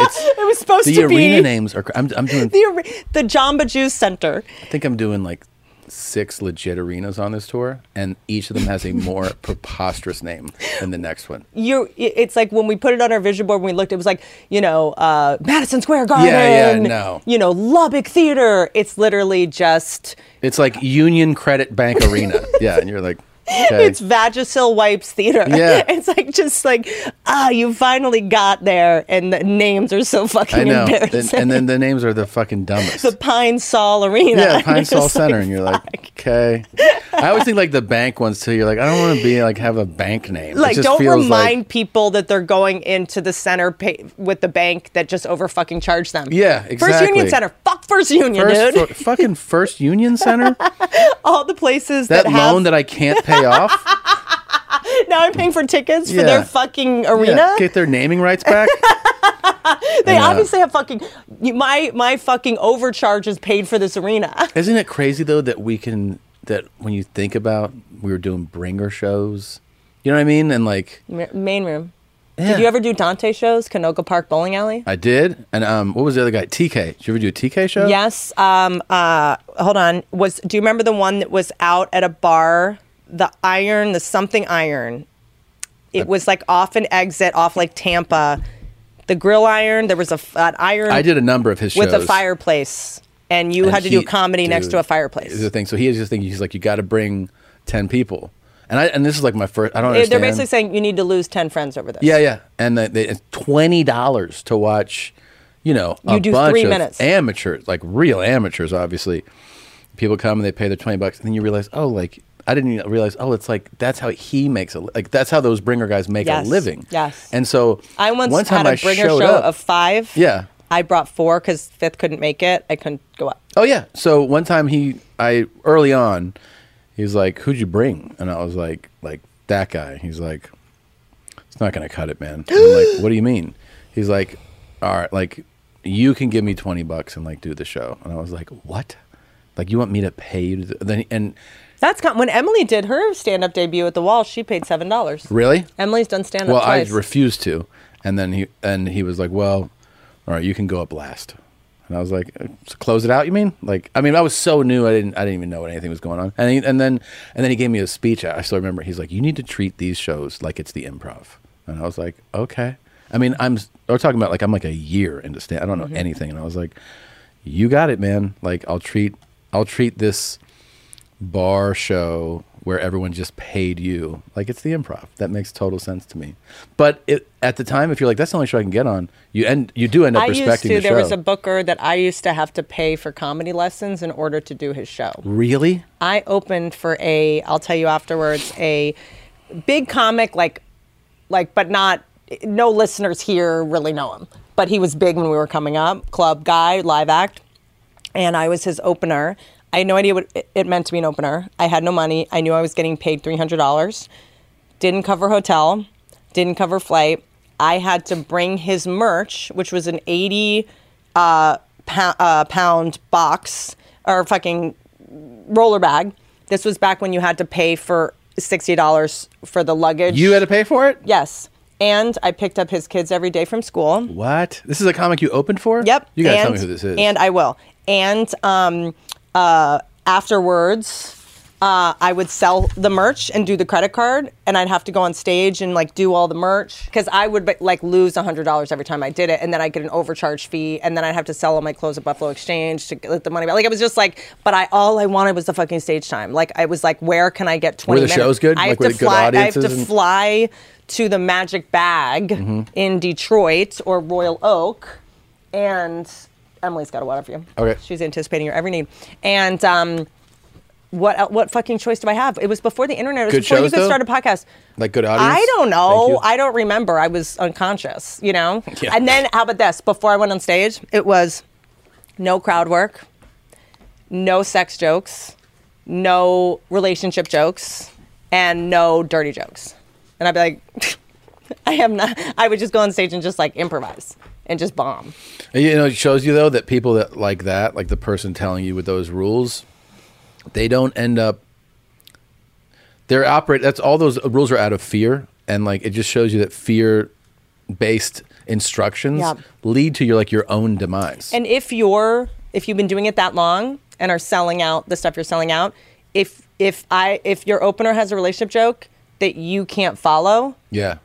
[SPEAKER 1] it was supposed
[SPEAKER 2] the
[SPEAKER 1] to be
[SPEAKER 2] arena names are. cr- I'm, I'm doing.
[SPEAKER 1] the are- the Jamba Juice Center.
[SPEAKER 2] I think I'm doing like six legit arenas on this tour, and each of them has a more preposterous name than the next one.
[SPEAKER 1] You, it's like when we put it on our vision board. When we looked, it was like you know uh, Madison Square Garden.
[SPEAKER 2] yeah, no.
[SPEAKER 1] You know Lubbock Theater. It's literally just
[SPEAKER 2] It's like Union Credit Bank Arena. Yeah, and you're like, okay.
[SPEAKER 1] it's Vagisil Wipes Theater.
[SPEAKER 2] Yeah.
[SPEAKER 1] it's like just like ah, you finally got there, and the names are so fucking
[SPEAKER 2] I know. And,
[SPEAKER 1] embarrassing.
[SPEAKER 2] and then the names are the fucking dumbest.
[SPEAKER 1] the Pine Sol Arena.
[SPEAKER 2] Yeah, Pine
[SPEAKER 1] It's
[SPEAKER 2] Sol
[SPEAKER 1] like,
[SPEAKER 2] Center, and you're like, okay. I always think like the bank ones too. You're like, I don't want to be like have a bank name. It
[SPEAKER 1] Like,
[SPEAKER 2] just
[SPEAKER 1] don't
[SPEAKER 2] feels like-
[SPEAKER 1] remind people that they're going into the center pay- with the bank that just over fucking charged them.
[SPEAKER 2] Yeah,
[SPEAKER 1] First Union
[SPEAKER 2] exactly.
[SPEAKER 1] Center. Fuck First Union,
[SPEAKER 2] First,
[SPEAKER 1] dude.
[SPEAKER 2] fu- fucking First Union Center.
[SPEAKER 1] All the places that,
[SPEAKER 2] that loan that I can't pay off.
[SPEAKER 1] have. now I'm paying for tickets for
[SPEAKER 2] Yeah.
[SPEAKER 1] their fucking arena.
[SPEAKER 2] Yeah, get their naming rights back.
[SPEAKER 1] They
[SPEAKER 2] Yeah.
[SPEAKER 1] obviously have fucking you- my my fucking overcharge is paid for this arena.
[SPEAKER 2] Isn't it crazy though that we can that when you think about we were doing bringer shows, you know what I mean? And like
[SPEAKER 1] Ma- Main room. Did you ever do Dante shows? Canoga Park Bowling Alley.
[SPEAKER 2] I did, and um, what was the other guy? TK. Did you ever do a TK show?
[SPEAKER 1] Yes. Um. Uh. Hold on. Was do you remember the one that was out at a bar? The Iron, the something Iron. It was like off an exit, off like Tampa. The Grill Iron. There was a f- an iron.
[SPEAKER 2] I did a number of his
[SPEAKER 1] with a
[SPEAKER 2] shows.
[SPEAKER 1] fireplace, and you
[SPEAKER 2] And
[SPEAKER 1] had to do
[SPEAKER 2] he-
[SPEAKER 1] comedy next
[SPEAKER 2] dude,
[SPEAKER 1] to a fireplace.
[SPEAKER 2] Is the thing. So he is just thinking he's like, you got to bring ten people, and I and this is like my first. I don't
[SPEAKER 1] They-
[SPEAKER 2] understand.
[SPEAKER 1] They're basically saying you need to lose ten friends over this.
[SPEAKER 2] Yeah, yeah, and they, they, it's twenty dollars to watch. You know, a
[SPEAKER 1] You do
[SPEAKER 2] bunch
[SPEAKER 1] three
[SPEAKER 2] of
[SPEAKER 1] minutes.
[SPEAKER 2] amateurs, like real amateurs, obviously. People come and they pay their twenty bucks, and then you realize, oh, like I didn't even realize, oh, it's like that's how he makes a li- like that's how those bringer guys make
[SPEAKER 1] Yes,
[SPEAKER 2] a living.
[SPEAKER 1] yes.
[SPEAKER 2] And so
[SPEAKER 1] I once
[SPEAKER 2] one time
[SPEAKER 1] had a
[SPEAKER 2] I
[SPEAKER 1] bringer
[SPEAKER 2] showed
[SPEAKER 1] show
[SPEAKER 2] up-
[SPEAKER 1] of five.
[SPEAKER 2] yeah.
[SPEAKER 1] I brought four because fifth couldn't make it. I couldn't go up.
[SPEAKER 2] Oh yeah. So one time he, I early on, he was like, "Who'd you bring?" And I was like, "Like that guy." He's like, "It's not gonna cut it, man." And I'm like, "What do you mean?" He's like, "All right, like you can give me twenty bucks and like do the show." And I was like, "What? Like you want me to pay you?" To do-" Then and
[SPEAKER 1] That's con- when Emily did her stand-up debut at the Wall. She paid seven dollars.
[SPEAKER 2] really,
[SPEAKER 1] Emily's done stand-up
[SPEAKER 2] well,
[SPEAKER 1] twice.
[SPEAKER 2] I refused to. And then he and he was like, "Well, all right, you can go up last." And I was like, "Uh, so "Close it out, you mean?" Like, I mean, I was so new, I didn't, I didn't even know what anything was going on. And he, and then and then he gave me a speech. I still remember. He's like, "You need to treat these shows like it's the improv." And I was like, "Okay." I mean, I'm s- we're talking about like I'm like a year into stand. I don't know
[SPEAKER 25] Mhm.
[SPEAKER 2] anything, and I was like, "You got it, man." Like, I'll treat, I'll treat this bar show where everyone just paid you. Like it's the improv. That makes total sense to me. But it, at the time, if you're like, that's the only show I can get on, you end you do end up
[SPEAKER 1] I used
[SPEAKER 2] respecting
[SPEAKER 1] to.
[SPEAKER 2] the show.
[SPEAKER 1] there was a booker that I used to have to pay for comedy lessons in order to do his show.
[SPEAKER 2] really?
[SPEAKER 1] I opened for a, I'll tell you afterwards, a big comic, like, like, but not, no listeners here really know him. But he was big when we were coming up, club guy, live act. And I was his opener. I had no idea what it- it meant to be an opener. I had no money. I knew I was getting paid $300. Didn't cover hotel, didn't cover flight. I had to bring his merch, which was an 80 uh, pou- uh, pound box or fucking roller bag. This was back when you had to pay for sixty dollars for the luggage.
[SPEAKER 2] You had to pay for it?
[SPEAKER 1] Yes. And I picked up his kids every day from school.
[SPEAKER 2] What? This is a comic you opened for?
[SPEAKER 1] Yep.
[SPEAKER 2] You gotta tell
[SPEAKER 1] and-
[SPEAKER 2] me who this is.
[SPEAKER 1] And I will. And um, uh, afterwards, uh, I would sell the merch and do the credit card, and I'd have to go on stage and like do all the merch because I would but, like lose hundred dollars every time I did it, and then I would get an overcharge fee, and then I'd have to sell all my clothes at Buffalo Exchange to get the money back. Like it was just like, but I all I wanted was the fucking stage time. Like I was like, where can I get twenty?
[SPEAKER 2] Were the
[SPEAKER 1] minutes?
[SPEAKER 2] shows good?
[SPEAKER 1] I have
[SPEAKER 2] Like, were
[SPEAKER 1] to
[SPEAKER 2] they good
[SPEAKER 1] fly. I have to
[SPEAKER 2] audiences and-
[SPEAKER 1] fly to the Magic Bag
[SPEAKER 2] Mhm.
[SPEAKER 1] in Detroit or Royal Oak, and Emily's got a water for you.
[SPEAKER 2] Okay.
[SPEAKER 1] She's anticipating your every need. And um, what el- what fucking choice do I have? It was before the internet. It was
[SPEAKER 2] Good
[SPEAKER 1] before you
[SPEAKER 2] shows,
[SPEAKER 1] could
[SPEAKER 2] though?
[SPEAKER 1] start a podcast.
[SPEAKER 2] Like good audience.
[SPEAKER 1] I don't
[SPEAKER 2] Thank
[SPEAKER 1] know.
[SPEAKER 2] you.
[SPEAKER 1] I don't remember. I was unconscious, you know?
[SPEAKER 2] Yeah.
[SPEAKER 1] And then, how about this? Before I went on stage, it was no crowd work, no sex jokes, no relationship jokes, and no dirty jokes. And I'd be like, I am not, I would just go on stage and just like improvise and just bomb.
[SPEAKER 2] And, you know, it shows you though that people that like that, like the person telling you with those rules, they don't end up. They're operate. That's all. Those rules are out of fear, and like it just shows you that fear-based instructions
[SPEAKER 1] Yeah.
[SPEAKER 2] lead to your like your own demise.
[SPEAKER 1] And if you're if you've been doing it that long and are selling out the stuff you're selling out, if if I if your opener has a relationship joke that you can't follow,
[SPEAKER 2] Yeah,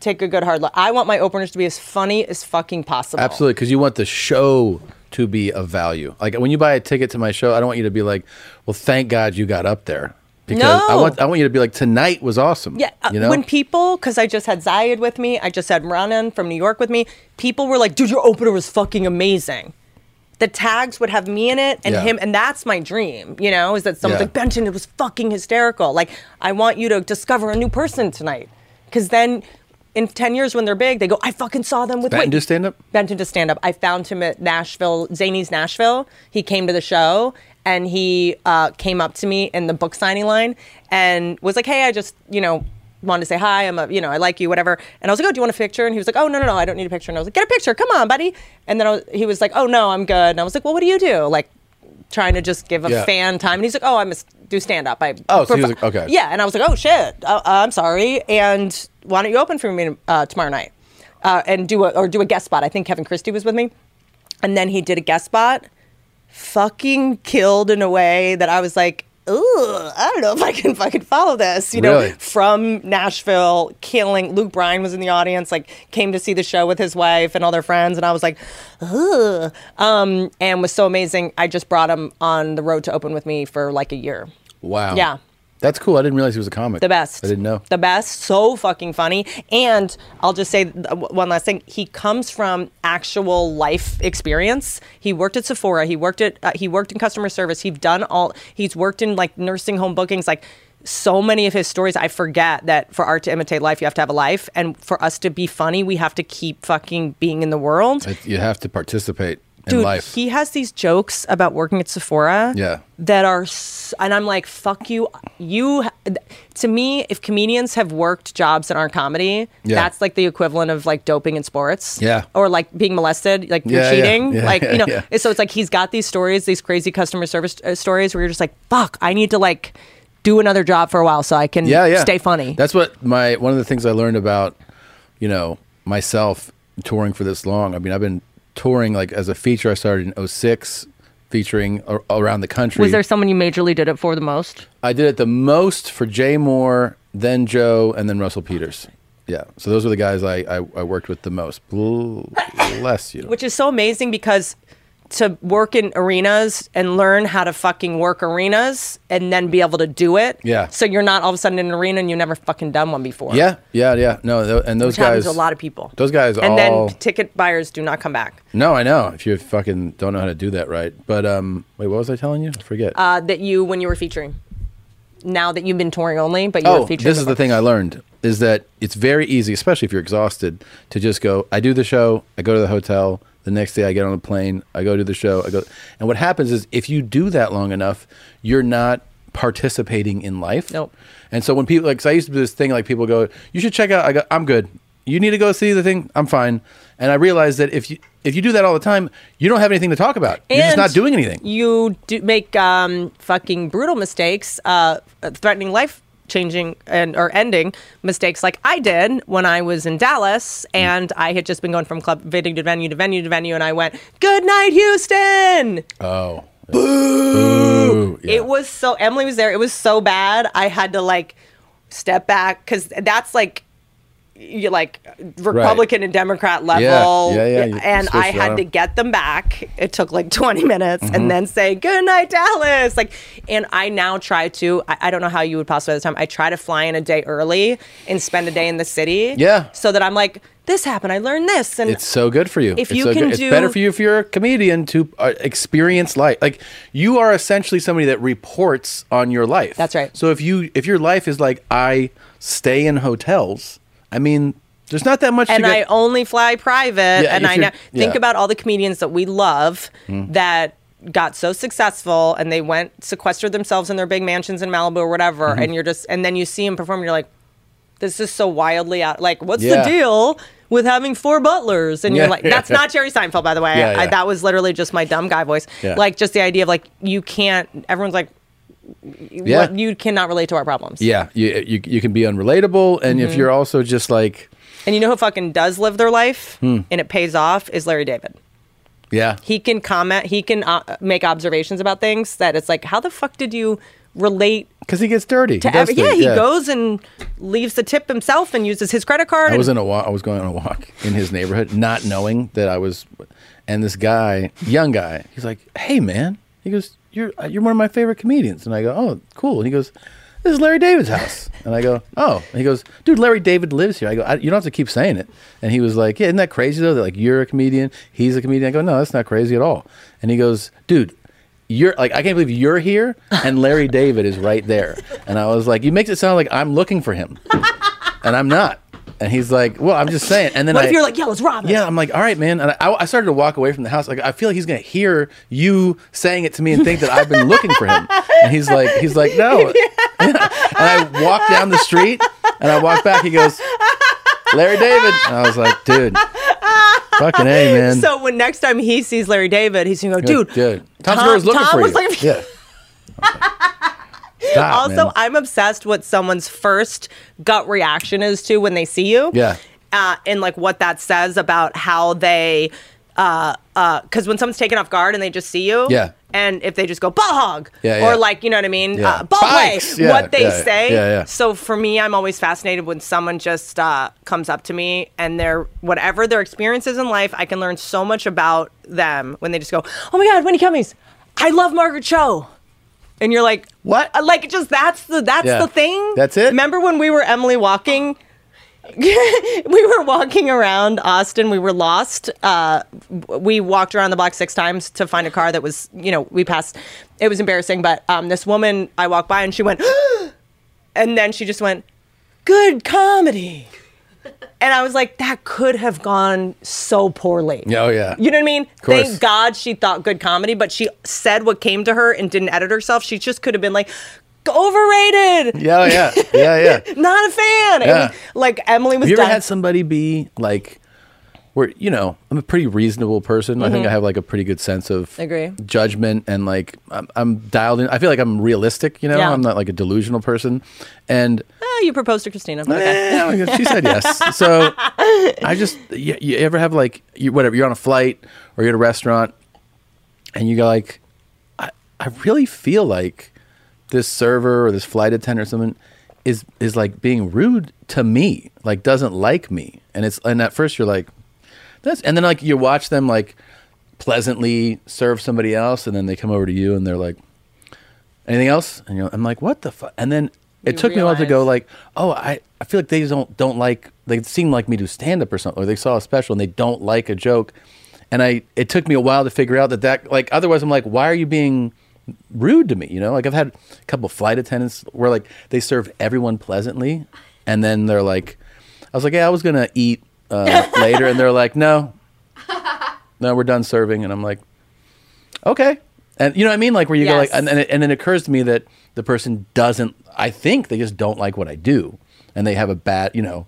[SPEAKER 1] take a good hard look. I want my openers to be as funny as fucking possible.
[SPEAKER 2] absolutely. Because you want the show to be of value. Like when you buy a ticket to my show, I don't want you to be like, "Well, thank God you got up there." Because I
[SPEAKER 1] No.
[SPEAKER 2] want I want you to be like, "Tonight was awesome."
[SPEAKER 1] Yeah, uh,
[SPEAKER 2] you know.
[SPEAKER 1] when people, because I just had Zayed with me, I just had Ranan from New York with me. People were like, "Dude, your opener was fucking amazing." The tags would have me in it and
[SPEAKER 19] Yeah.
[SPEAKER 1] him, and that's my dream. You know, is that someone's
[SPEAKER 19] Yeah.
[SPEAKER 1] like Benton? It was fucking hysterical. Like, I want you to discover a new person tonight, because then. In 10 years, when they're big, they go, I fucking saw them with
[SPEAKER 2] Benton
[SPEAKER 1] Wait."
[SPEAKER 2] do stand-up?
[SPEAKER 1] Benton to stand up. I found him at Nashville, Zany's Nashville. He came to the show and he uh, came up to me in the book signing line and was like, "Hey, I just you know wanted to say hi. I'm a you know I like you, whatever." And I was like, "Oh, do you want a picture?" And he was like, "Oh, no, no, no, I don't need a picture." And I was like, "Get a picture, come on, buddy." And then I was, he was like, "Oh no, I'm good." And I was like, "Well, what do you do?" Like trying to just give a
[SPEAKER 2] Yeah.
[SPEAKER 1] fan time. And he's like, "Oh, I must do stand up." I
[SPEAKER 2] Oh, so he was
[SPEAKER 1] prefer-
[SPEAKER 2] like- okay.
[SPEAKER 1] yeah. And I was like, "Oh shit, uh, I'm sorry." And why don't you open for me uh, tomorrow night uh, and do a or do a guest spot? I think Kevin Christie was with me, and then he did a guest spot, fucking killed in a way that I was like. Ooh, I don't know if I can fucking follow this. You know,
[SPEAKER 19] Really?
[SPEAKER 1] from Nashville, killing. Luke Bryan was in the audience, like came to see the show with his wife and all their friends, and I was like, Ugh. um, and was so amazing. I just brought him on the road to open with me for like a year.
[SPEAKER 2] Wow.
[SPEAKER 1] Yeah.
[SPEAKER 2] That's cool. I didn't realize he was a comic.
[SPEAKER 1] The best.
[SPEAKER 2] I didn't know.
[SPEAKER 1] The best, so fucking funny. And I'll just say th- one last thing. He comes from actual life experience. He worked at Sephora. He worked at uh, he worked in customer service. He's done all. He's worked in like nursing home bookings. Like so many of his stories, I forget that for art to imitate life, you have to have a life, and for us to be funny, we have to keep fucking being in the world.
[SPEAKER 2] It- you have to participate in
[SPEAKER 1] Dude,
[SPEAKER 2] life.
[SPEAKER 1] he has these jokes about working at Sephora
[SPEAKER 2] yeah.
[SPEAKER 1] that are s- and I'm like fuck you you to me if comedians have worked jobs that aren't comedy
[SPEAKER 2] Yeah.
[SPEAKER 1] that's like the equivalent of like doping in sports
[SPEAKER 2] Yeah.
[SPEAKER 1] or like being molested like
[SPEAKER 19] Yeah,
[SPEAKER 1] you're
[SPEAKER 19] yeah,
[SPEAKER 1] cheating
[SPEAKER 19] yeah,
[SPEAKER 1] like
[SPEAKER 19] yeah,
[SPEAKER 1] you know
[SPEAKER 19] yeah.
[SPEAKER 1] so it's like he's got these stories these crazy customer service uh, stories where you're just like fuck I need to like do another job for a while so I can
[SPEAKER 2] yeah, yeah.
[SPEAKER 1] stay funny
[SPEAKER 2] That's what my one of the things I learned about, you know, myself touring for this long. I mean, I've been touring like as a feature. I started in 06 featuring a- around the country.
[SPEAKER 1] was there someone you majorly did it for the most
[SPEAKER 2] I did it the most for Jay Moore, then Joe, and then Russell Peters. Yeah. So those were the guys I, I, I worked with the most. Bl- Bless you.
[SPEAKER 1] Which is so amazing because to work in arenas and learn how to fucking work arenas and then be able to do it.
[SPEAKER 2] Yeah.
[SPEAKER 1] So you're not all of a sudden in an arena and you've never fucking done one before.
[SPEAKER 2] Yeah. Yeah. Yeah. No. Th- and those
[SPEAKER 1] Which
[SPEAKER 2] guys.
[SPEAKER 1] happens to a lot of people.
[SPEAKER 2] Those guys
[SPEAKER 1] and
[SPEAKER 2] all.
[SPEAKER 1] then ticket buyers do not come back.
[SPEAKER 2] No, I know. If you fucking don't know how to do that right. But um wait, what was I telling you? I forget.
[SPEAKER 1] Uh, that you when you were featuring. Now that you've been touring only, but you
[SPEAKER 2] oh,
[SPEAKER 1] were featuring.
[SPEAKER 2] this is the thing I learned is that it's very easy, especially if you're exhausted, to just go, I do the show, I go to the hotel, the next day I get on a plane, I go to the show, I go and what happens is if you do that long enough, you're not participating in life. Nope. And so when people like 'cause I used to do this thing like people go, You should check out I go, I'm good. You need to go see the thing, I'm fine. And I realized that if you if you do that all the time, you don't have anything to talk about. you're just
[SPEAKER 1] And
[SPEAKER 2] not doing anything.
[SPEAKER 1] You do make um, fucking brutal mistakes, uh, threatening life changing and or ending mistakes like I did when I was in Dallas and I had just been going from club venue to venue to venue to venue and I went, Good night, Houston.
[SPEAKER 2] Oh.
[SPEAKER 1] It was so Emily was there. It was so bad. I had to like step back because that's like you're like Republican and Democrat level.
[SPEAKER 19] Yeah, yeah, you-
[SPEAKER 1] And
[SPEAKER 19] you're
[SPEAKER 1] I
[SPEAKER 19] supposed to
[SPEAKER 1] had to
[SPEAKER 19] have-
[SPEAKER 1] get them back. It took like 20 minutes
[SPEAKER 19] Mhm.
[SPEAKER 1] and then say, Good night, Dallas. Like, and I now try to, I, I don't know how you would possibly at the time, I try to fly in a day early and spend a day in the city.
[SPEAKER 2] Yeah.
[SPEAKER 1] So that I'm like, this happened. I learned this. And
[SPEAKER 2] it's so good for you.
[SPEAKER 1] If
[SPEAKER 2] It's
[SPEAKER 1] you
[SPEAKER 2] so
[SPEAKER 1] can
[SPEAKER 2] good.
[SPEAKER 1] do-
[SPEAKER 2] it's better for you if you're a comedian to uh, experience life. Like you are essentially somebody that reports on your life. That's right. So if you if your life is like I stay in hotels, I mean, there's not that much.
[SPEAKER 1] and
[SPEAKER 2] to
[SPEAKER 1] I
[SPEAKER 2] get,
[SPEAKER 1] only fly private.
[SPEAKER 2] Yeah,
[SPEAKER 1] and
[SPEAKER 2] if
[SPEAKER 1] I
[SPEAKER 2] you're-
[SPEAKER 1] know, think
[SPEAKER 2] yeah.
[SPEAKER 1] about all the comedians that we love
[SPEAKER 2] Mm.
[SPEAKER 1] that got so successful and they went sequestered themselves in their big mansions in Malibu or whatever.
[SPEAKER 2] Mhm.
[SPEAKER 1] And you're just, and then you see them perform, and you're like, this is so wildly out. Like, what's
[SPEAKER 2] Yeah.
[SPEAKER 1] the deal with having four butlers? And you're
[SPEAKER 2] Yeah,
[SPEAKER 1] like,
[SPEAKER 2] yeah.
[SPEAKER 1] that's not Jerry Seinfeld, by the way.
[SPEAKER 2] Yeah,
[SPEAKER 1] I,
[SPEAKER 2] yeah.
[SPEAKER 1] that was literally just my dumb guy voice.
[SPEAKER 2] Yeah.
[SPEAKER 1] Like, just the idea of like, you can't. Everyone's like.
[SPEAKER 2] Yeah.
[SPEAKER 1] What, you cannot relate to our problems.
[SPEAKER 2] Yeah, you, you you can be unrelatable, and if
[SPEAKER 1] Mhm.
[SPEAKER 2] you're also just like,
[SPEAKER 1] And you know who fucking does live their life
[SPEAKER 2] Hmm.
[SPEAKER 1] and it pays off is Larry David.
[SPEAKER 2] yeah,
[SPEAKER 1] He can comment, he can uh, make observations about things that it's like, how the fuck did you relate?
[SPEAKER 2] Because he gets dirty.
[SPEAKER 1] To
[SPEAKER 2] He does
[SPEAKER 1] every- yeah,
[SPEAKER 2] things,
[SPEAKER 1] he
[SPEAKER 2] yeah.
[SPEAKER 1] goes and leaves the tip himself and uses his credit card.
[SPEAKER 2] I was
[SPEAKER 1] and-
[SPEAKER 2] in a walk. I was going on a walk in his neighborhood, not knowing that I was. And this guy, young guy, he's like, "Hey, man," he goes, "You're uh, you're one of my favorite comedians." And I go, "Oh, cool." And he goes, "This is Larry David's house." And I go, "Oh." And he goes, "Dude, Larry David lives here." I go, I, "You don't have to keep saying it." And he was like, "Yeah, isn't that crazy though? That like you're a comedian, he's a comedian." I go, "No, that's not crazy at all." And he goes, "Dude." You're like I can't believe you're here, and Larry David is right there. And I was like, you makes it sound like I'm looking for him and I'm not. And he's like, well, I'm just saying. And then
[SPEAKER 1] What
[SPEAKER 2] I,
[SPEAKER 1] if you're like, yeah, let's rob it?
[SPEAKER 2] Yeah, I'm like, all right, man. And I, I started to walk away from the house. Like, I feel like he's gonna hear you saying it to me and think that I've been looking for him. And he's like, he's like, no. and I walk down the street and I walk back. He goes, Larry David. And I was like, dude, fucking a man.
[SPEAKER 1] So when next time he sees Larry David, he's gonna go,
[SPEAKER 2] You're like,
[SPEAKER 1] dude.
[SPEAKER 2] dude, Tom,
[SPEAKER 1] Tom-
[SPEAKER 2] Segura's looking
[SPEAKER 1] Tom
[SPEAKER 2] for
[SPEAKER 1] was
[SPEAKER 2] you.
[SPEAKER 1] looking for-
[SPEAKER 2] yeah. Stop,
[SPEAKER 1] also,
[SPEAKER 2] man.
[SPEAKER 1] I'm obsessed what someone's first gut reaction is to when they see you.
[SPEAKER 2] Yeah.
[SPEAKER 1] uh, and like what that says about how they because uh 'cause when someone's taken off guard and they just see you
[SPEAKER 2] Yeah.
[SPEAKER 1] and if they just go ball hog
[SPEAKER 2] Yeah,
[SPEAKER 1] or
[SPEAKER 2] yeah.
[SPEAKER 1] like you know what i mean
[SPEAKER 2] Yeah.
[SPEAKER 1] uh, ball play
[SPEAKER 2] Bikes! Yeah,
[SPEAKER 1] what they
[SPEAKER 2] yeah,
[SPEAKER 1] say
[SPEAKER 2] yeah, yeah.
[SPEAKER 1] so for me i'm always fascinated when someone just uh, comes up to me and their whatever their experiences in life i can learn so much about them when they just go oh my god winnie cummings i love margaret cho and you're like what like just that's the that's
[SPEAKER 2] Yeah.
[SPEAKER 1] the thing
[SPEAKER 2] That's it?
[SPEAKER 1] remember when we were emily walking we were walking around Austin. We were lost. Uh, we walked around the block six times to find a car that was, you know, we passed. It was embarrassing, but um, this woman, I walked by and she went, and then she just went, good comedy. And I was like, that could have gone so poorly.
[SPEAKER 2] Yeah, oh, yeah.
[SPEAKER 1] You know what I mean?
[SPEAKER 2] Of course.
[SPEAKER 1] Thank God she thought good comedy, but she said what came to her and didn't edit herself. She just could have been like, overrated.
[SPEAKER 2] Yeah, oh, yeah, yeah, yeah.
[SPEAKER 1] Not a fan.
[SPEAKER 2] Yeah.
[SPEAKER 1] And, like Emily was
[SPEAKER 2] Have you ever
[SPEAKER 1] done-
[SPEAKER 2] had somebody be like, where you know, I'm a pretty reasonable person. I think
[SPEAKER 1] Mhm.
[SPEAKER 2] I have like a pretty good sense of
[SPEAKER 1] Agree.
[SPEAKER 2] judgment and like I'm, I'm dialed in. I feel like I'm realistic. You know,
[SPEAKER 1] Yeah.
[SPEAKER 2] I'm not like a delusional person. And
[SPEAKER 1] Oh, you proposed to Christina. but
[SPEAKER 2] Eh, I
[SPEAKER 1] Okay.
[SPEAKER 2] mean, she said yes. So I just you, you ever have like you whatever you're on a flight or you're at a restaurant and you go like I I really feel like this server or this flight attendant or something is is like being rude to me like doesn't like me and it's and at first you're like that's and then like you watch them like pleasantly serve somebody else and then they come over to you and they're like anything else and you're, i'm like what the fuck and then it
[SPEAKER 26] You
[SPEAKER 2] took me a while to go like oh i i feel like they don't don't like they seem like me do stand up or something or they saw a special and they don't like a joke and i it took me a while to figure out that that like otherwise i'm like why are you being rude to me you know like i've had a couple flight attendants where like they serve everyone pleasantly and then they're like i was like yeah i was gonna eat uh, later and they're like no no, we're done serving. And I'm like, okay. And you know what I mean? Like where you go like,
[SPEAKER 26] Yes.
[SPEAKER 2] and, and, it, and it occurs to me that the person doesn't, I think they just don't like what I do. And they have a bad, you know,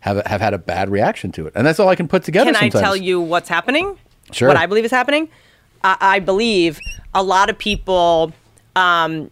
[SPEAKER 2] have, a, have had a bad reaction to it. And that's all I can put together
[SPEAKER 1] Can
[SPEAKER 2] sometimes.
[SPEAKER 1] I tell you what's happening?
[SPEAKER 2] Sure.
[SPEAKER 1] What I believe is happening? I, I believe a lot of people, um,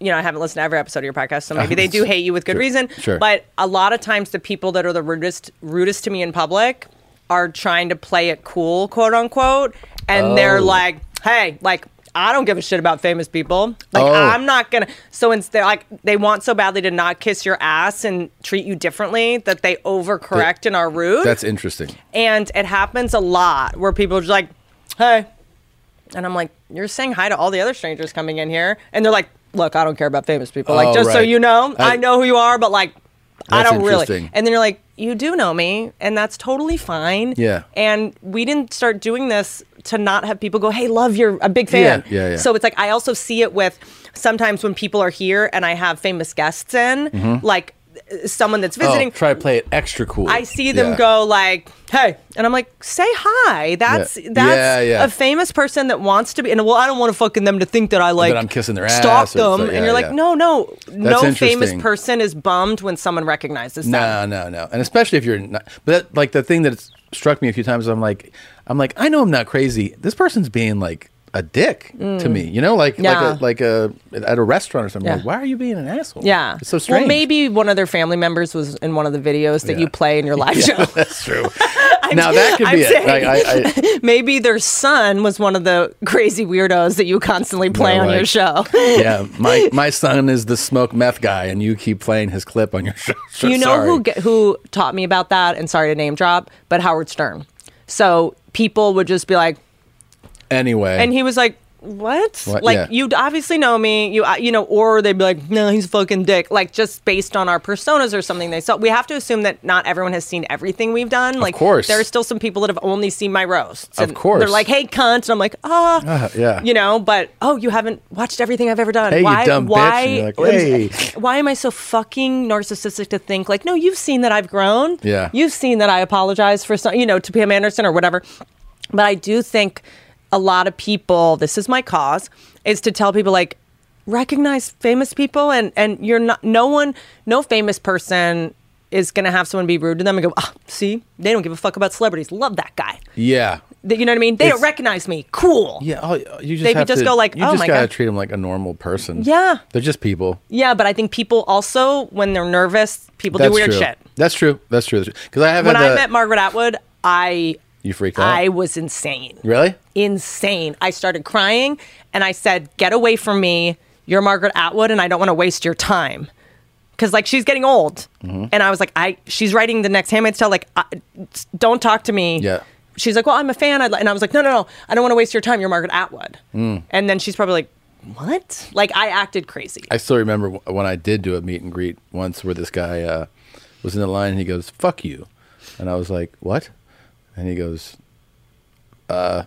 [SPEAKER 1] you know, I haven't listened to every episode of your podcast, so maybe they do hate you with good
[SPEAKER 2] Sure.
[SPEAKER 1] reason.
[SPEAKER 2] Sure.
[SPEAKER 1] But a lot of times the people that are the rudest, rudest to me in public are trying to play it cool, quote unquote. And they're
[SPEAKER 27] Oh.
[SPEAKER 1] like, hey, like, I don't give a shit about famous people. Like
[SPEAKER 27] Oh.
[SPEAKER 1] I'm not gonna. So instead, like they want so badly to not kiss your ass and treat you differently that they overcorrect and are rude.
[SPEAKER 2] That's interesting.
[SPEAKER 1] And it happens a lot where people are just like, hey. And I'm like, you're saying hi to all the other strangers coming in here. And they're like, look, I don't care about famous people. Like,
[SPEAKER 27] Oh,
[SPEAKER 1] just so
[SPEAKER 27] right.
[SPEAKER 1] you know, I,
[SPEAKER 27] I-
[SPEAKER 1] know who you are, but like, I
[SPEAKER 27] That's
[SPEAKER 1] don't really.
[SPEAKER 27] interesting.
[SPEAKER 1] And then you're like, you do know me, and that's totally fine.
[SPEAKER 2] Yeah.
[SPEAKER 1] And we didn't start doing this to not have people go, hey, love, you're a big fan.
[SPEAKER 2] Yeah, yeah, yeah.
[SPEAKER 1] So it's like, I also see it with sometimes when people are here and I have famous guests in,
[SPEAKER 2] Mhm.
[SPEAKER 1] like uh, someone that's visiting.
[SPEAKER 2] Oh, try to play it extra cool.
[SPEAKER 1] I see them
[SPEAKER 2] Yeah.
[SPEAKER 1] go like, "Hey," and I'm like, "Say hi." That's
[SPEAKER 2] Yeah.
[SPEAKER 1] that's
[SPEAKER 2] Yeah, yeah.
[SPEAKER 1] a famous person that wants to be. And well, I don't want to fucking them to think that I like
[SPEAKER 2] I'm kissing their
[SPEAKER 1] stalk
[SPEAKER 2] ass or
[SPEAKER 1] them.
[SPEAKER 2] so- yeah,
[SPEAKER 1] and you're like,
[SPEAKER 2] yeah.
[SPEAKER 1] "No, no, no famous
[SPEAKER 2] interesting.
[SPEAKER 1] person is bummed when someone recognizes them."
[SPEAKER 2] No, no, no, and especially if you're not. But that, like the thing that struck me a few times, I'm like, I'm like, I know I'm not crazy. This person's being like a dick to
[SPEAKER 1] Mm.
[SPEAKER 2] me, you know, like
[SPEAKER 1] Yeah.
[SPEAKER 2] like a like a at a restaurant or something.
[SPEAKER 1] Yeah.
[SPEAKER 2] Like, why are you being an asshole?
[SPEAKER 1] Yeah,
[SPEAKER 2] it's so strange.
[SPEAKER 1] Well, maybe one of their family members was in one of the videos that you play in your live
[SPEAKER 2] Yeah,
[SPEAKER 1] show.
[SPEAKER 2] that's true. now that could
[SPEAKER 1] I'm
[SPEAKER 2] be it.
[SPEAKER 1] saying,
[SPEAKER 2] Like, I, I,
[SPEAKER 1] maybe their son was one of the crazy weirdos that you constantly play
[SPEAKER 2] They're
[SPEAKER 1] on your
[SPEAKER 2] like-
[SPEAKER 1] show.
[SPEAKER 2] yeah, my my son is the smoke meth guy, and you keep playing his clip on your show.
[SPEAKER 1] you know
[SPEAKER 2] Sorry.
[SPEAKER 1] who ge- who taught me about that and sorry to name drop but howard stern so people would just be like
[SPEAKER 2] Anyway,
[SPEAKER 1] and he was like what,
[SPEAKER 2] What?
[SPEAKER 1] like
[SPEAKER 2] Yeah.
[SPEAKER 1] you obviously know me you I- you know or they'd be like no he's a fucking dick like just based on our personas or something they saw we have to assume that not everyone has seen everything we've done like
[SPEAKER 2] course.
[SPEAKER 1] there are still some people that have only seen my roasts
[SPEAKER 2] Of
[SPEAKER 1] and
[SPEAKER 2] course.
[SPEAKER 1] they're like hey cunt and i'm like ah
[SPEAKER 2] Ah, yeah.
[SPEAKER 1] you know but oh you haven't watched everything i've ever done
[SPEAKER 2] Hey, you
[SPEAKER 1] why
[SPEAKER 2] dumb bitch.
[SPEAKER 1] why
[SPEAKER 2] And you're like, "Hey."
[SPEAKER 1] why am I so fucking narcissistic to think like, no, you've seen that I've grown.
[SPEAKER 2] Yeah.
[SPEAKER 1] You've seen that I apologize for some, you know, to Pam Anderson or whatever. But I do think a lot of people, this is my cause, is to tell people like, recognize famous people and and you're not no one no famous person is gonna have someone be rude to them and go ah see they don't give a fuck about celebrities love that guy
[SPEAKER 2] yeah,
[SPEAKER 1] That- you know what i mean they don't
[SPEAKER 2] It's-
[SPEAKER 1] recognize me cool
[SPEAKER 2] yeah oh, you just
[SPEAKER 1] they
[SPEAKER 2] have
[SPEAKER 1] would just
[SPEAKER 2] to-
[SPEAKER 1] go like
[SPEAKER 2] you
[SPEAKER 1] oh
[SPEAKER 2] just
[SPEAKER 1] my
[SPEAKER 2] gotta
[SPEAKER 1] god
[SPEAKER 2] treat them like a normal person.
[SPEAKER 1] Yeah.
[SPEAKER 2] they're just people.
[SPEAKER 1] yeah but i think people also when they're nervous people do weird
[SPEAKER 2] true.
[SPEAKER 1] shit
[SPEAKER 2] That's true. That's true. Because I have
[SPEAKER 1] when
[SPEAKER 2] had
[SPEAKER 1] I
[SPEAKER 2] the-
[SPEAKER 1] met Margaret Atwood, I
[SPEAKER 2] you freaked out.
[SPEAKER 1] I was insane.
[SPEAKER 2] really?
[SPEAKER 1] Insane. I started crying and I said, "Get away from me. You're Margaret Atwood and I don't want to waste your time." Cuz like she's getting old.
[SPEAKER 2] Mm-hmm.
[SPEAKER 1] And I was like, "I she's writing the next Handmaid's Tale like I, don't talk to me."
[SPEAKER 2] Yeah.
[SPEAKER 1] She's like, "Well, I'm a fan." I'd li-" And I was like, "No, no, no. I don't want to waste your time. You're Margaret Atwood."
[SPEAKER 2] Mm.
[SPEAKER 1] And then she's probably like, "What?" Like I acted crazy.
[SPEAKER 2] I still remember w- when I did do a meet and greet once where this guy uh, was in the line and he goes, fuck you. And I was like, what? And he goes, uh,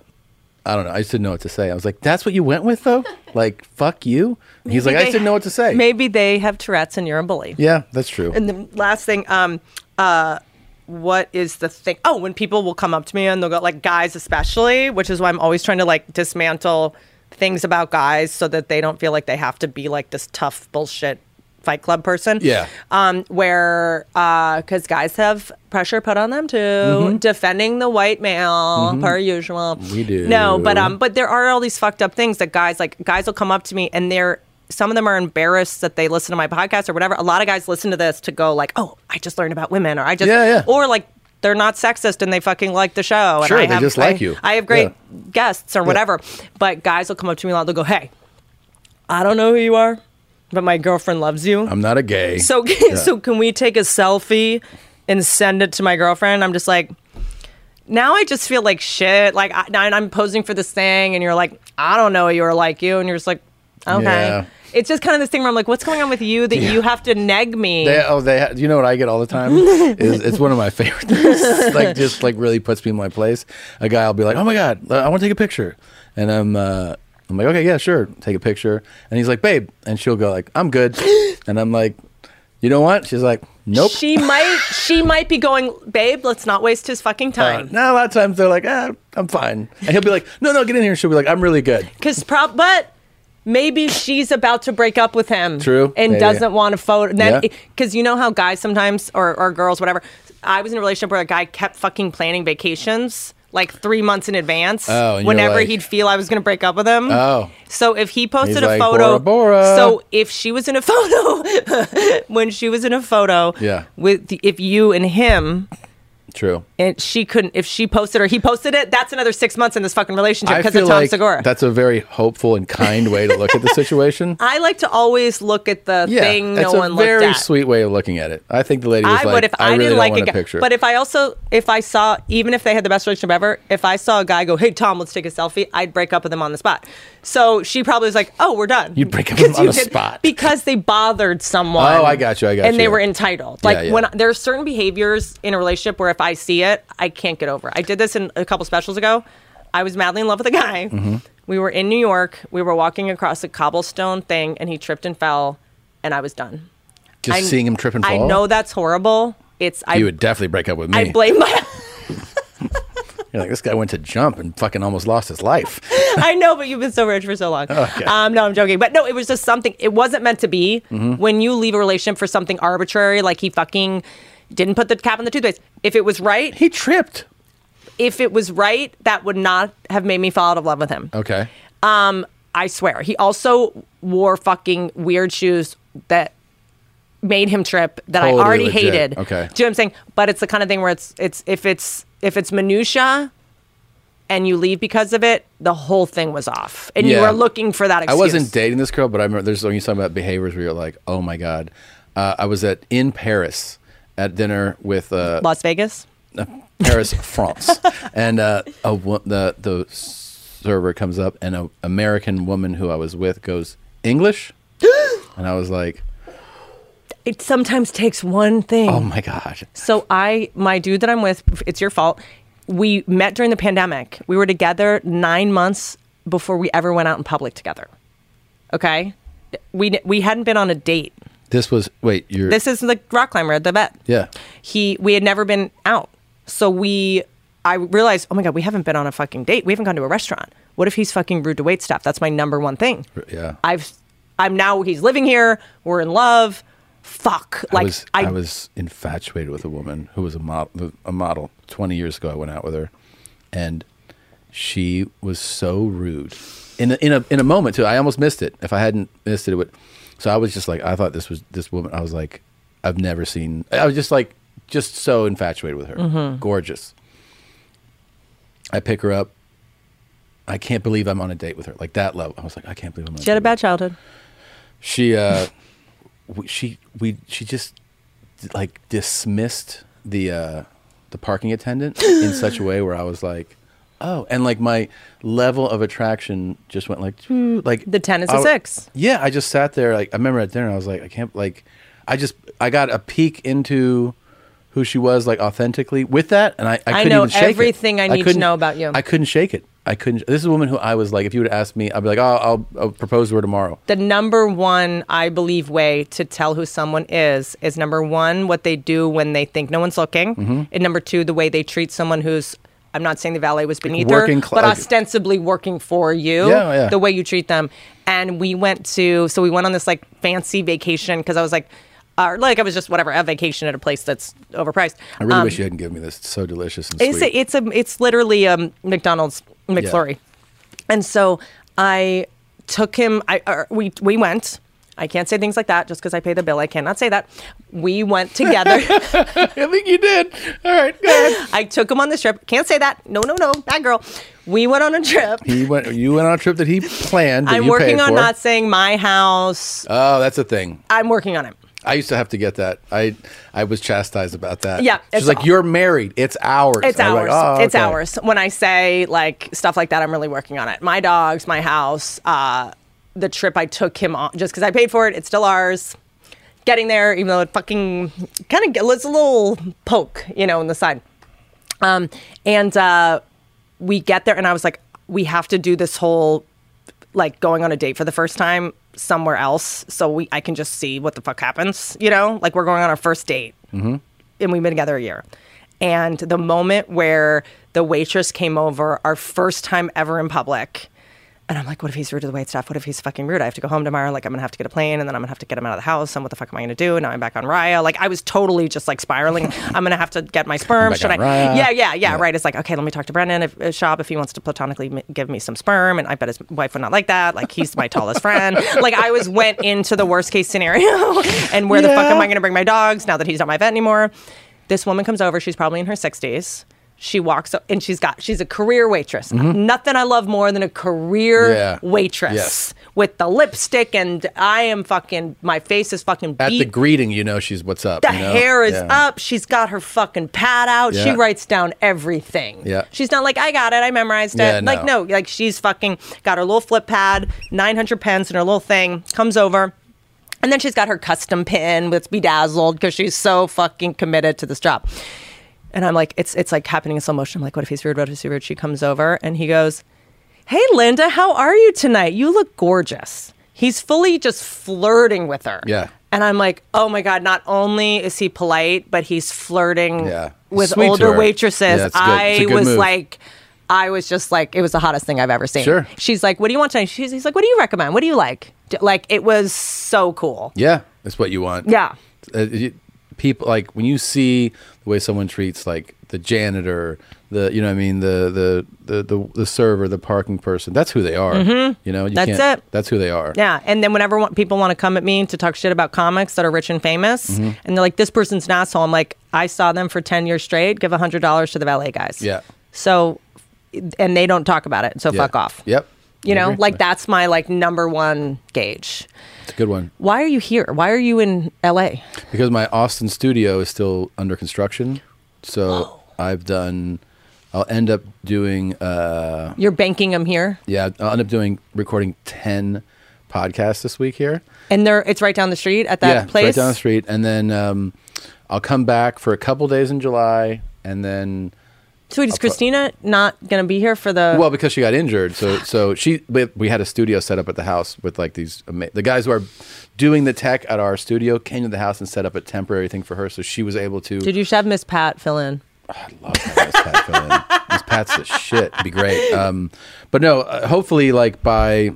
[SPEAKER 2] I don't know. I just didn't know what to say. I was like, that's what you went with though? like, fuck you? And he's like,
[SPEAKER 1] Maybe
[SPEAKER 2] I
[SPEAKER 1] they-
[SPEAKER 2] just didn't know what to say.
[SPEAKER 1] Maybe they have Tourette's and you're a bully.
[SPEAKER 2] Yeah, that's true.
[SPEAKER 1] And the last thing, um, uh, what is the thing? Oh, when people will come up to me and they'll go like guys, especially, which is why I'm always trying to like dismantle things about guys so that they don't feel like they have to be like this tough bullshit Fight Club person.
[SPEAKER 19] Yeah.
[SPEAKER 1] Um, where because guys have pressure put on them too,
[SPEAKER 2] Mhm.
[SPEAKER 1] defending the white male
[SPEAKER 2] Mhm.
[SPEAKER 1] per usual.
[SPEAKER 2] We do.
[SPEAKER 1] No, but um, but there are all these fucked up things that guys like guys will come up to me and they're some of them are embarrassed that they listen to my podcast or whatever. A lot of guys listen to this to go like, oh, I just learned about women, or I just
[SPEAKER 2] Yeah, yeah.
[SPEAKER 1] or like they're not sexist and they fucking like the show. And
[SPEAKER 2] Sure,
[SPEAKER 1] I
[SPEAKER 2] they
[SPEAKER 1] have,
[SPEAKER 2] just like
[SPEAKER 1] I-
[SPEAKER 2] you.
[SPEAKER 1] I have great guests or whatever, but guys will come up to me a lot. They'll go, hey, I don't know who you are, but my girlfriend loves you.
[SPEAKER 2] I'm not a gay.
[SPEAKER 1] So
[SPEAKER 2] Yeah.
[SPEAKER 1] so can we take a selfie and send it to my girlfriend? I'm just like now I just feel like shit. Like I, now I'm posing for this thing, and you're like, I don't know, you're like you, and you're just like, okay.
[SPEAKER 2] Yeah.
[SPEAKER 1] It's just kind of this thing where I'm like, what's going on with you that you have to neg me?
[SPEAKER 2] They, oh, they. You know what I get all the time is it's one of my favorite things. like just like really puts me in my place. A guy will be like, "Oh my god, I want to take a picture," and I'm uh, I'm like, "Okay, yeah, sure, take a picture." And he's like, "Babe," and she'll go like, "I'm good," and I'm like, "You know what?" She's like, "Nope."
[SPEAKER 1] She might she might be going, babe. Let's not waste his fucking
[SPEAKER 2] Uh,
[SPEAKER 1] time.
[SPEAKER 2] now a lot of times they're like, "Ah, I'm fine," and he'll be like, "No, no, get in here." And she'll be like, "I'm really good."
[SPEAKER 1] Cause prob but maybe she's about to break up with him.
[SPEAKER 2] True,
[SPEAKER 1] And
[SPEAKER 2] maybe.
[SPEAKER 1] doesn't want to photo then
[SPEAKER 2] Yeah.
[SPEAKER 1] because you know how guys sometimes or, or girls, whatever. I was in a relationship where a guy kept fucking planning vacations like three months in advance.
[SPEAKER 2] Oh, and you're
[SPEAKER 1] whenever
[SPEAKER 2] like-
[SPEAKER 1] he'd feel I was gonna break up with him.
[SPEAKER 2] Oh.
[SPEAKER 1] So if he posted
[SPEAKER 2] He's
[SPEAKER 1] a
[SPEAKER 2] like,
[SPEAKER 1] photo
[SPEAKER 2] "Bora Bora."
[SPEAKER 1] So if she was in a photo when she was in a photo
[SPEAKER 2] Yeah.
[SPEAKER 1] with the, if you and him
[SPEAKER 2] True.
[SPEAKER 1] And she couldn't if she posted or he posted it. That's another six months in this fucking relationship
[SPEAKER 2] I
[SPEAKER 1] because
[SPEAKER 2] feel
[SPEAKER 1] of Tom
[SPEAKER 2] like
[SPEAKER 1] Segura.
[SPEAKER 2] that's a very hopeful and kind way to look at the situation.
[SPEAKER 1] I like to always look at the thing no
[SPEAKER 2] that's
[SPEAKER 1] one
[SPEAKER 2] a
[SPEAKER 1] looked
[SPEAKER 2] very
[SPEAKER 1] at.
[SPEAKER 2] sweet way of looking at it. I think the lady was
[SPEAKER 1] I
[SPEAKER 2] like,
[SPEAKER 1] would if I,
[SPEAKER 2] I, really
[SPEAKER 1] didn't
[SPEAKER 2] don't
[SPEAKER 1] like
[SPEAKER 2] want
[SPEAKER 1] a
[SPEAKER 2] a
[SPEAKER 1] guy.
[SPEAKER 2] picture.
[SPEAKER 1] But if I also if I saw even if they had the best relationship ever, if I saw a guy go, "Hey Tom, let's take a selfie," I'd break up with him on the spot. So she probably was like, "Oh, we're done."
[SPEAKER 2] you break up with
[SPEAKER 1] 'Cause
[SPEAKER 2] them on
[SPEAKER 1] you
[SPEAKER 2] the
[SPEAKER 1] did-
[SPEAKER 2] spot.
[SPEAKER 1] because they bothered someone.
[SPEAKER 2] Oh, I got you, I got
[SPEAKER 1] and
[SPEAKER 2] you,
[SPEAKER 1] they
[SPEAKER 2] yeah.
[SPEAKER 1] were entitled.
[SPEAKER 2] Yeah,
[SPEAKER 1] Like
[SPEAKER 2] yeah.
[SPEAKER 1] when there are certain behaviors in a relationship where if I see it, I can't get over. it. I did this in a couple specials ago. I was madly in love with a guy.
[SPEAKER 2] Mm-hmm.
[SPEAKER 1] We were in New York. We were walking across a cobblestone thing, and he tripped and fell, and I was done.
[SPEAKER 2] Just
[SPEAKER 1] I-
[SPEAKER 2] seeing him trip and
[SPEAKER 1] I
[SPEAKER 2] fall?
[SPEAKER 1] know that's horrible. It's I.
[SPEAKER 2] you would definitely break up with me.
[SPEAKER 1] I blame my.
[SPEAKER 2] You're like, this guy went to jump and fucking almost lost his life.
[SPEAKER 1] I know, but you've been so rich for so long.
[SPEAKER 2] Okay.
[SPEAKER 1] Um, no, I'm joking. But no, it was just something. It wasn't meant to be.
[SPEAKER 2] Mhm.
[SPEAKER 1] When you leave a relationship for something arbitrary, like he fucking didn't put the cap on the toothpaste. If it was right,
[SPEAKER 2] he tripped.
[SPEAKER 1] If it was right, that would not have made me fall out of love with him.
[SPEAKER 2] Okay.
[SPEAKER 1] Um, I swear. He also wore fucking weird shoes that made him trip that
[SPEAKER 2] Totally
[SPEAKER 1] I already
[SPEAKER 2] legit.
[SPEAKER 1] hated.
[SPEAKER 2] Okay.
[SPEAKER 1] Do you know what I'm saying? But it's the kind of thing where it's it's if it's if it's minutia and you leave because of it, the whole thing was off. And you
[SPEAKER 2] Yeah.
[SPEAKER 1] were looking for that excuse.
[SPEAKER 2] I wasn't dating this girl, but I remember there's when you talking about behaviors where you're like, oh my god. Uh, I was at in Paris at dinner with uh,
[SPEAKER 1] Las Vegas?
[SPEAKER 2] uh, Paris, France, and uh, a wo- the the server comes up, and an American woman who I was with goes English, and I was like,
[SPEAKER 1] It sometimes takes one thing.
[SPEAKER 2] oh my god,
[SPEAKER 1] So I, my dude that I'm with, it's your fault. We met during the pandemic. We were together nine months before we ever went out in public together. Okay, we we hadn't been on a date.
[SPEAKER 2] this was wait, you're
[SPEAKER 1] This is the rock climber at the vet.
[SPEAKER 2] yeah,
[SPEAKER 1] He, we had never been out, so we. I realized, oh my god, we haven't been on a fucking date. We haven't gone to a restaurant. What if he's fucking rude to wait staff? That's my number one thing.
[SPEAKER 2] yeah.
[SPEAKER 1] I've, I'm now he's living here. We're in love. Fuck. Like
[SPEAKER 2] I was I, was infatuated with a woman who was a model a model 20 years ago I went out with her and she was so rude in a, in a in a moment too I almost missed it if I hadn't missed it it would so I was just like I thought this was this woman I was like I've never seen I was just like just so infatuated with her
[SPEAKER 1] Mm-hmm.
[SPEAKER 25] Mhm.
[SPEAKER 2] gorgeous I pick her up I can't believe I'm on a date with her like that level I was like I can't believe I'm on a
[SPEAKER 1] she had a bad childhood.
[SPEAKER 2] she uh w- she we she just like dismissed the uh the parking attendant in such a way where I was like oh and like my level of attraction just went like "Choo," like
[SPEAKER 1] The ten is a
[SPEAKER 2] I-
[SPEAKER 1] six.
[SPEAKER 2] yeah I just sat there like I remember at dinner I was like I can't like I just I got a peek into who she was like authentically with that and I
[SPEAKER 1] I
[SPEAKER 2] I, couldn't
[SPEAKER 1] know
[SPEAKER 2] even shake it.
[SPEAKER 1] everything I need to
[SPEAKER 2] couldn't-
[SPEAKER 1] know about you.
[SPEAKER 2] I couldn't shake it I couldn't this is a woman who I was like if you would ask me I'd be like oh I'll, I'll propose to her tomorrow
[SPEAKER 1] the number one, I believe, way to tell who someone is is number one, what they do when they think no one's looking,
[SPEAKER 2] Mhm.
[SPEAKER 1] and number two, the way they treat someone who's. I'm not saying the valet was beneath
[SPEAKER 2] working
[SPEAKER 1] her,
[SPEAKER 2] cla-
[SPEAKER 1] but
[SPEAKER 2] like-
[SPEAKER 1] ostensibly working for you.
[SPEAKER 2] Yeah, yeah.
[SPEAKER 1] The way you treat them, and we went to so we went on this like fancy vacation because I was like, or like I was just whatever a vacation at a place that's overpriced.
[SPEAKER 2] I really
[SPEAKER 1] Um,
[SPEAKER 2] wish you hadn't given me this. It's so delicious and
[SPEAKER 1] It's
[SPEAKER 2] sweet.
[SPEAKER 1] a, it's a it's literally a McDonald's McFlurry, and so I took him. I uh, we we went. I can't say things like that just because I pay the bill. I cannot say that. We went together. I
[SPEAKER 2] think you did. All right,
[SPEAKER 1] I took him on this trip. Can't say that. No, no, no. Bad girl. We went on a trip.
[SPEAKER 2] he went. You went on a trip that he planned. That
[SPEAKER 1] I'm
[SPEAKER 2] you
[SPEAKER 1] working
[SPEAKER 2] paid
[SPEAKER 1] on
[SPEAKER 2] for.
[SPEAKER 1] not saying my house.
[SPEAKER 2] Oh, that's a thing.
[SPEAKER 1] I'm working on it.
[SPEAKER 2] I used to have to get that. I I was chastised about that.
[SPEAKER 1] Yeah,
[SPEAKER 2] she's
[SPEAKER 1] it's
[SPEAKER 2] like,
[SPEAKER 1] all-
[SPEAKER 2] "You're married. It's ours.
[SPEAKER 1] It's
[SPEAKER 2] I was
[SPEAKER 1] ours.
[SPEAKER 2] like, "Oh,
[SPEAKER 1] It's
[SPEAKER 2] okay."
[SPEAKER 1] ours. When I say like stuff like that, I'm really working on it. My dogs, my house, uh, the trip I took him on, just because I paid for it, it's still ours. Getting there, even though it fucking kind of it's a little poke, you know, in the side. Um, and uh, we get there, and I was like, we have to do this whole like going on a date for the first time somewhere else, so we I can just see what the fuck happens, you know, like we're going on our first date
[SPEAKER 25] Mm-hmm.
[SPEAKER 1] and we've been together a year. And the moment where the waitress came over, our first time ever in public, and I'm like, what if he's rude to the wait staff? What if he's fucking rude? I have to go home tomorrow. Like, I'm gonna have to get a plane and then I'm gonna have to get him out of the house. And what the fuck am I gonna do? Now I'm back on Raya. Like, I was totally just like spiraling. I'm gonna have to get my sperm.
[SPEAKER 25] back
[SPEAKER 1] Should I?
[SPEAKER 25] on Raya.
[SPEAKER 1] Yeah, yeah, yeah, Right. It's like, okay, let me talk to Brendan if, uh, shop if he wants to platonically m- give me some sperm. And I bet his wife would not like that. Like, he's my tallest friend. Like, I was went into the worst case scenario and where the fuck
[SPEAKER 25] Yeah.
[SPEAKER 1] am I gonna bring my dogs now that he's not my vet anymore? This woman comes over. She's probably in her 60s. She walks up and she's got, she's a career waitress. Nothing I love more than a career
[SPEAKER 2] Mm-hmm. Yeah.
[SPEAKER 1] waitress
[SPEAKER 2] Yes.
[SPEAKER 1] with the lipstick and I am fucking, my face is fucking
[SPEAKER 2] At the
[SPEAKER 1] beat
[SPEAKER 2] greeting, you know she's what's up.
[SPEAKER 1] the
[SPEAKER 2] you know?
[SPEAKER 1] hair is
[SPEAKER 2] Yeah.
[SPEAKER 1] up. She's got her fucking pad out. She
[SPEAKER 2] Yeah.
[SPEAKER 1] writes down everything.
[SPEAKER 2] Yeah.
[SPEAKER 1] She's not like, I got it. I memorized it.
[SPEAKER 2] Yeah, no.
[SPEAKER 1] Like, no, like she's fucking got her little flip pad, 900 pens in her little thing, comes over. And then she's got her custom pin with bedazzled because she's so fucking committed to this job. And I'm like, it's it's like happening in slow motion. I'm like, what if he's rude? What if he's rude? She comes over and he goes, Hey Linda, how are you tonight? You look gorgeous. He's fully just flirting with her.
[SPEAKER 2] Yeah.
[SPEAKER 1] And I'm like, oh my God, not only is he polite, but he's flirting
[SPEAKER 2] Yeah.
[SPEAKER 1] with
[SPEAKER 2] Sweet to
[SPEAKER 1] older
[SPEAKER 2] her.
[SPEAKER 1] waitresses.
[SPEAKER 2] Yeah, it's good.
[SPEAKER 1] I
[SPEAKER 2] It's a good
[SPEAKER 1] was
[SPEAKER 2] move.
[SPEAKER 1] like, I was just like, it was the hottest thing I've ever seen.
[SPEAKER 2] Sure.
[SPEAKER 1] She's like, what do you want tonight? She's, he's like, what do you recommend? What do you like? D- Like, it was so cool.
[SPEAKER 2] Yeah, that's what you want.
[SPEAKER 1] Yeah.
[SPEAKER 2] Uh, you- people like when you see the way someone treats like the janitor, the you know what I mean the the the the, the server, the parking person. That's who they are.
[SPEAKER 1] Mhm.
[SPEAKER 2] You know, you
[SPEAKER 1] That's
[SPEAKER 2] can't-
[SPEAKER 1] it.
[SPEAKER 2] That's who they are.
[SPEAKER 1] Yeah. And then whenever wa- people want to come at me to talk shit about comics that are rich and famous,
[SPEAKER 2] Mhm.
[SPEAKER 1] and they're like, this person's an asshole, I'm like, I saw them for 10 years straight, give $100 to the valet guys.
[SPEAKER 2] Yeah.
[SPEAKER 1] So, and they don't talk about it. So
[SPEAKER 2] Yeah.
[SPEAKER 1] fuck off.
[SPEAKER 2] Yep.
[SPEAKER 1] You
[SPEAKER 2] I
[SPEAKER 1] know,
[SPEAKER 2] agree.
[SPEAKER 1] like that's my like number one gauge.
[SPEAKER 2] It's a good one.
[SPEAKER 1] Why are you here? Why are you in LA?
[SPEAKER 2] because my Austin studio is still under construction. So I've done. I'll end up doing. Uh,
[SPEAKER 1] You're banking them here,
[SPEAKER 2] yeah, I'll end up doing recording ten podcasts this week here.
[SPEAKER 1] and they're it's right down the street at that
[SPEAKER 2] yeah, it's
[SPEAKER 1] place.
[SPEAKER 2] right down the street. And then um, I'll come back for a couple days in July, and then
[SPEAKER 1] Sweet, is Christina not gonna be here for the?
[SPEAKER 2] well, because she got injured, so so she we, we had a studio set up at the house with like these ama- the guys who are doing the tech at our studio came to the house and set up a temporary thing for her, so she was able to. Oh,
[SPEAKER 1] did you should have Miss Pat fill in?
[SPEAKER 2] Miss Pat's the shit. It'd be great. Um, but no, uh, hopefully, like by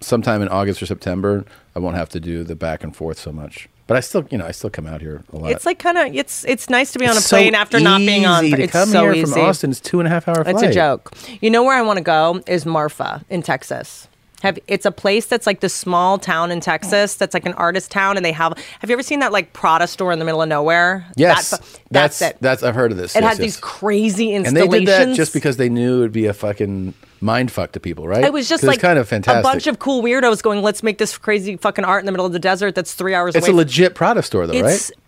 [SPEAKER 2] sometime in August or September, I won't have to do the back and forth so much. But I still, you know, I still come out here a lot.
[SPEAKER 1] It's like kind of it's it's nice to be on a
[SPEAKER 2] It's so
[SPEAKER 1] plane after not being on.
[SPEAKER 2] easy
[SPEAKER 1] but
[SPEAKER 2] to
[SPEAKER 1] it's
[SPEAKER 2] come
[SPEAKER 1] so
[SPEAKER 2] here
[SPEAKER 1] easy.
[SPEAKER 2] from Austin. It's two and a half hour
[SPEAKER 1] It's a
[SPEAKER 2] flight.
[SPEAKER 1] joke. You know where I want to go is Marfa in Texas. Have it's a place that's like this small town in Texas that's like an artist town, and they have. Have you ever seen that like Prada store in the middle of nowhere?
[SPEAKER 2] yes,
[SPEAKER 1] That fu-
[SPEAKER 2] that's
[SPEAKER 1] that's,
[SPEAKER 2] that's,
[SPEAKER 1] it.
[SPEAKER 2] I've heard of this.
[SPEAKER 1] it has
[SPEAKER 2] Yes, yes.
[SPEAKER 1] these crazy
[SPEAKER 2] and
[SPEAKER 1] installations.
[SPEAKER 2] they did that just because they knew it'd be a fucking mind fuck to people, right?
[SPEAKER 1] It was just
[SPEAKER 2] 'Cause
[SPEAKER 1] like
[SPEAKER 2] it's kind of fantastic.
[SPEAKER 1] a bunch of cool weirdos going, let's make this crazy fucking art in the middle of the desert that's three hours
[SPEAKER 2] it's
[SPEAKER 1] away.
[SPEAKER 2] a legit Prada store, though,
[SPEAKER 1] It's-
[SPEAKER 2] right?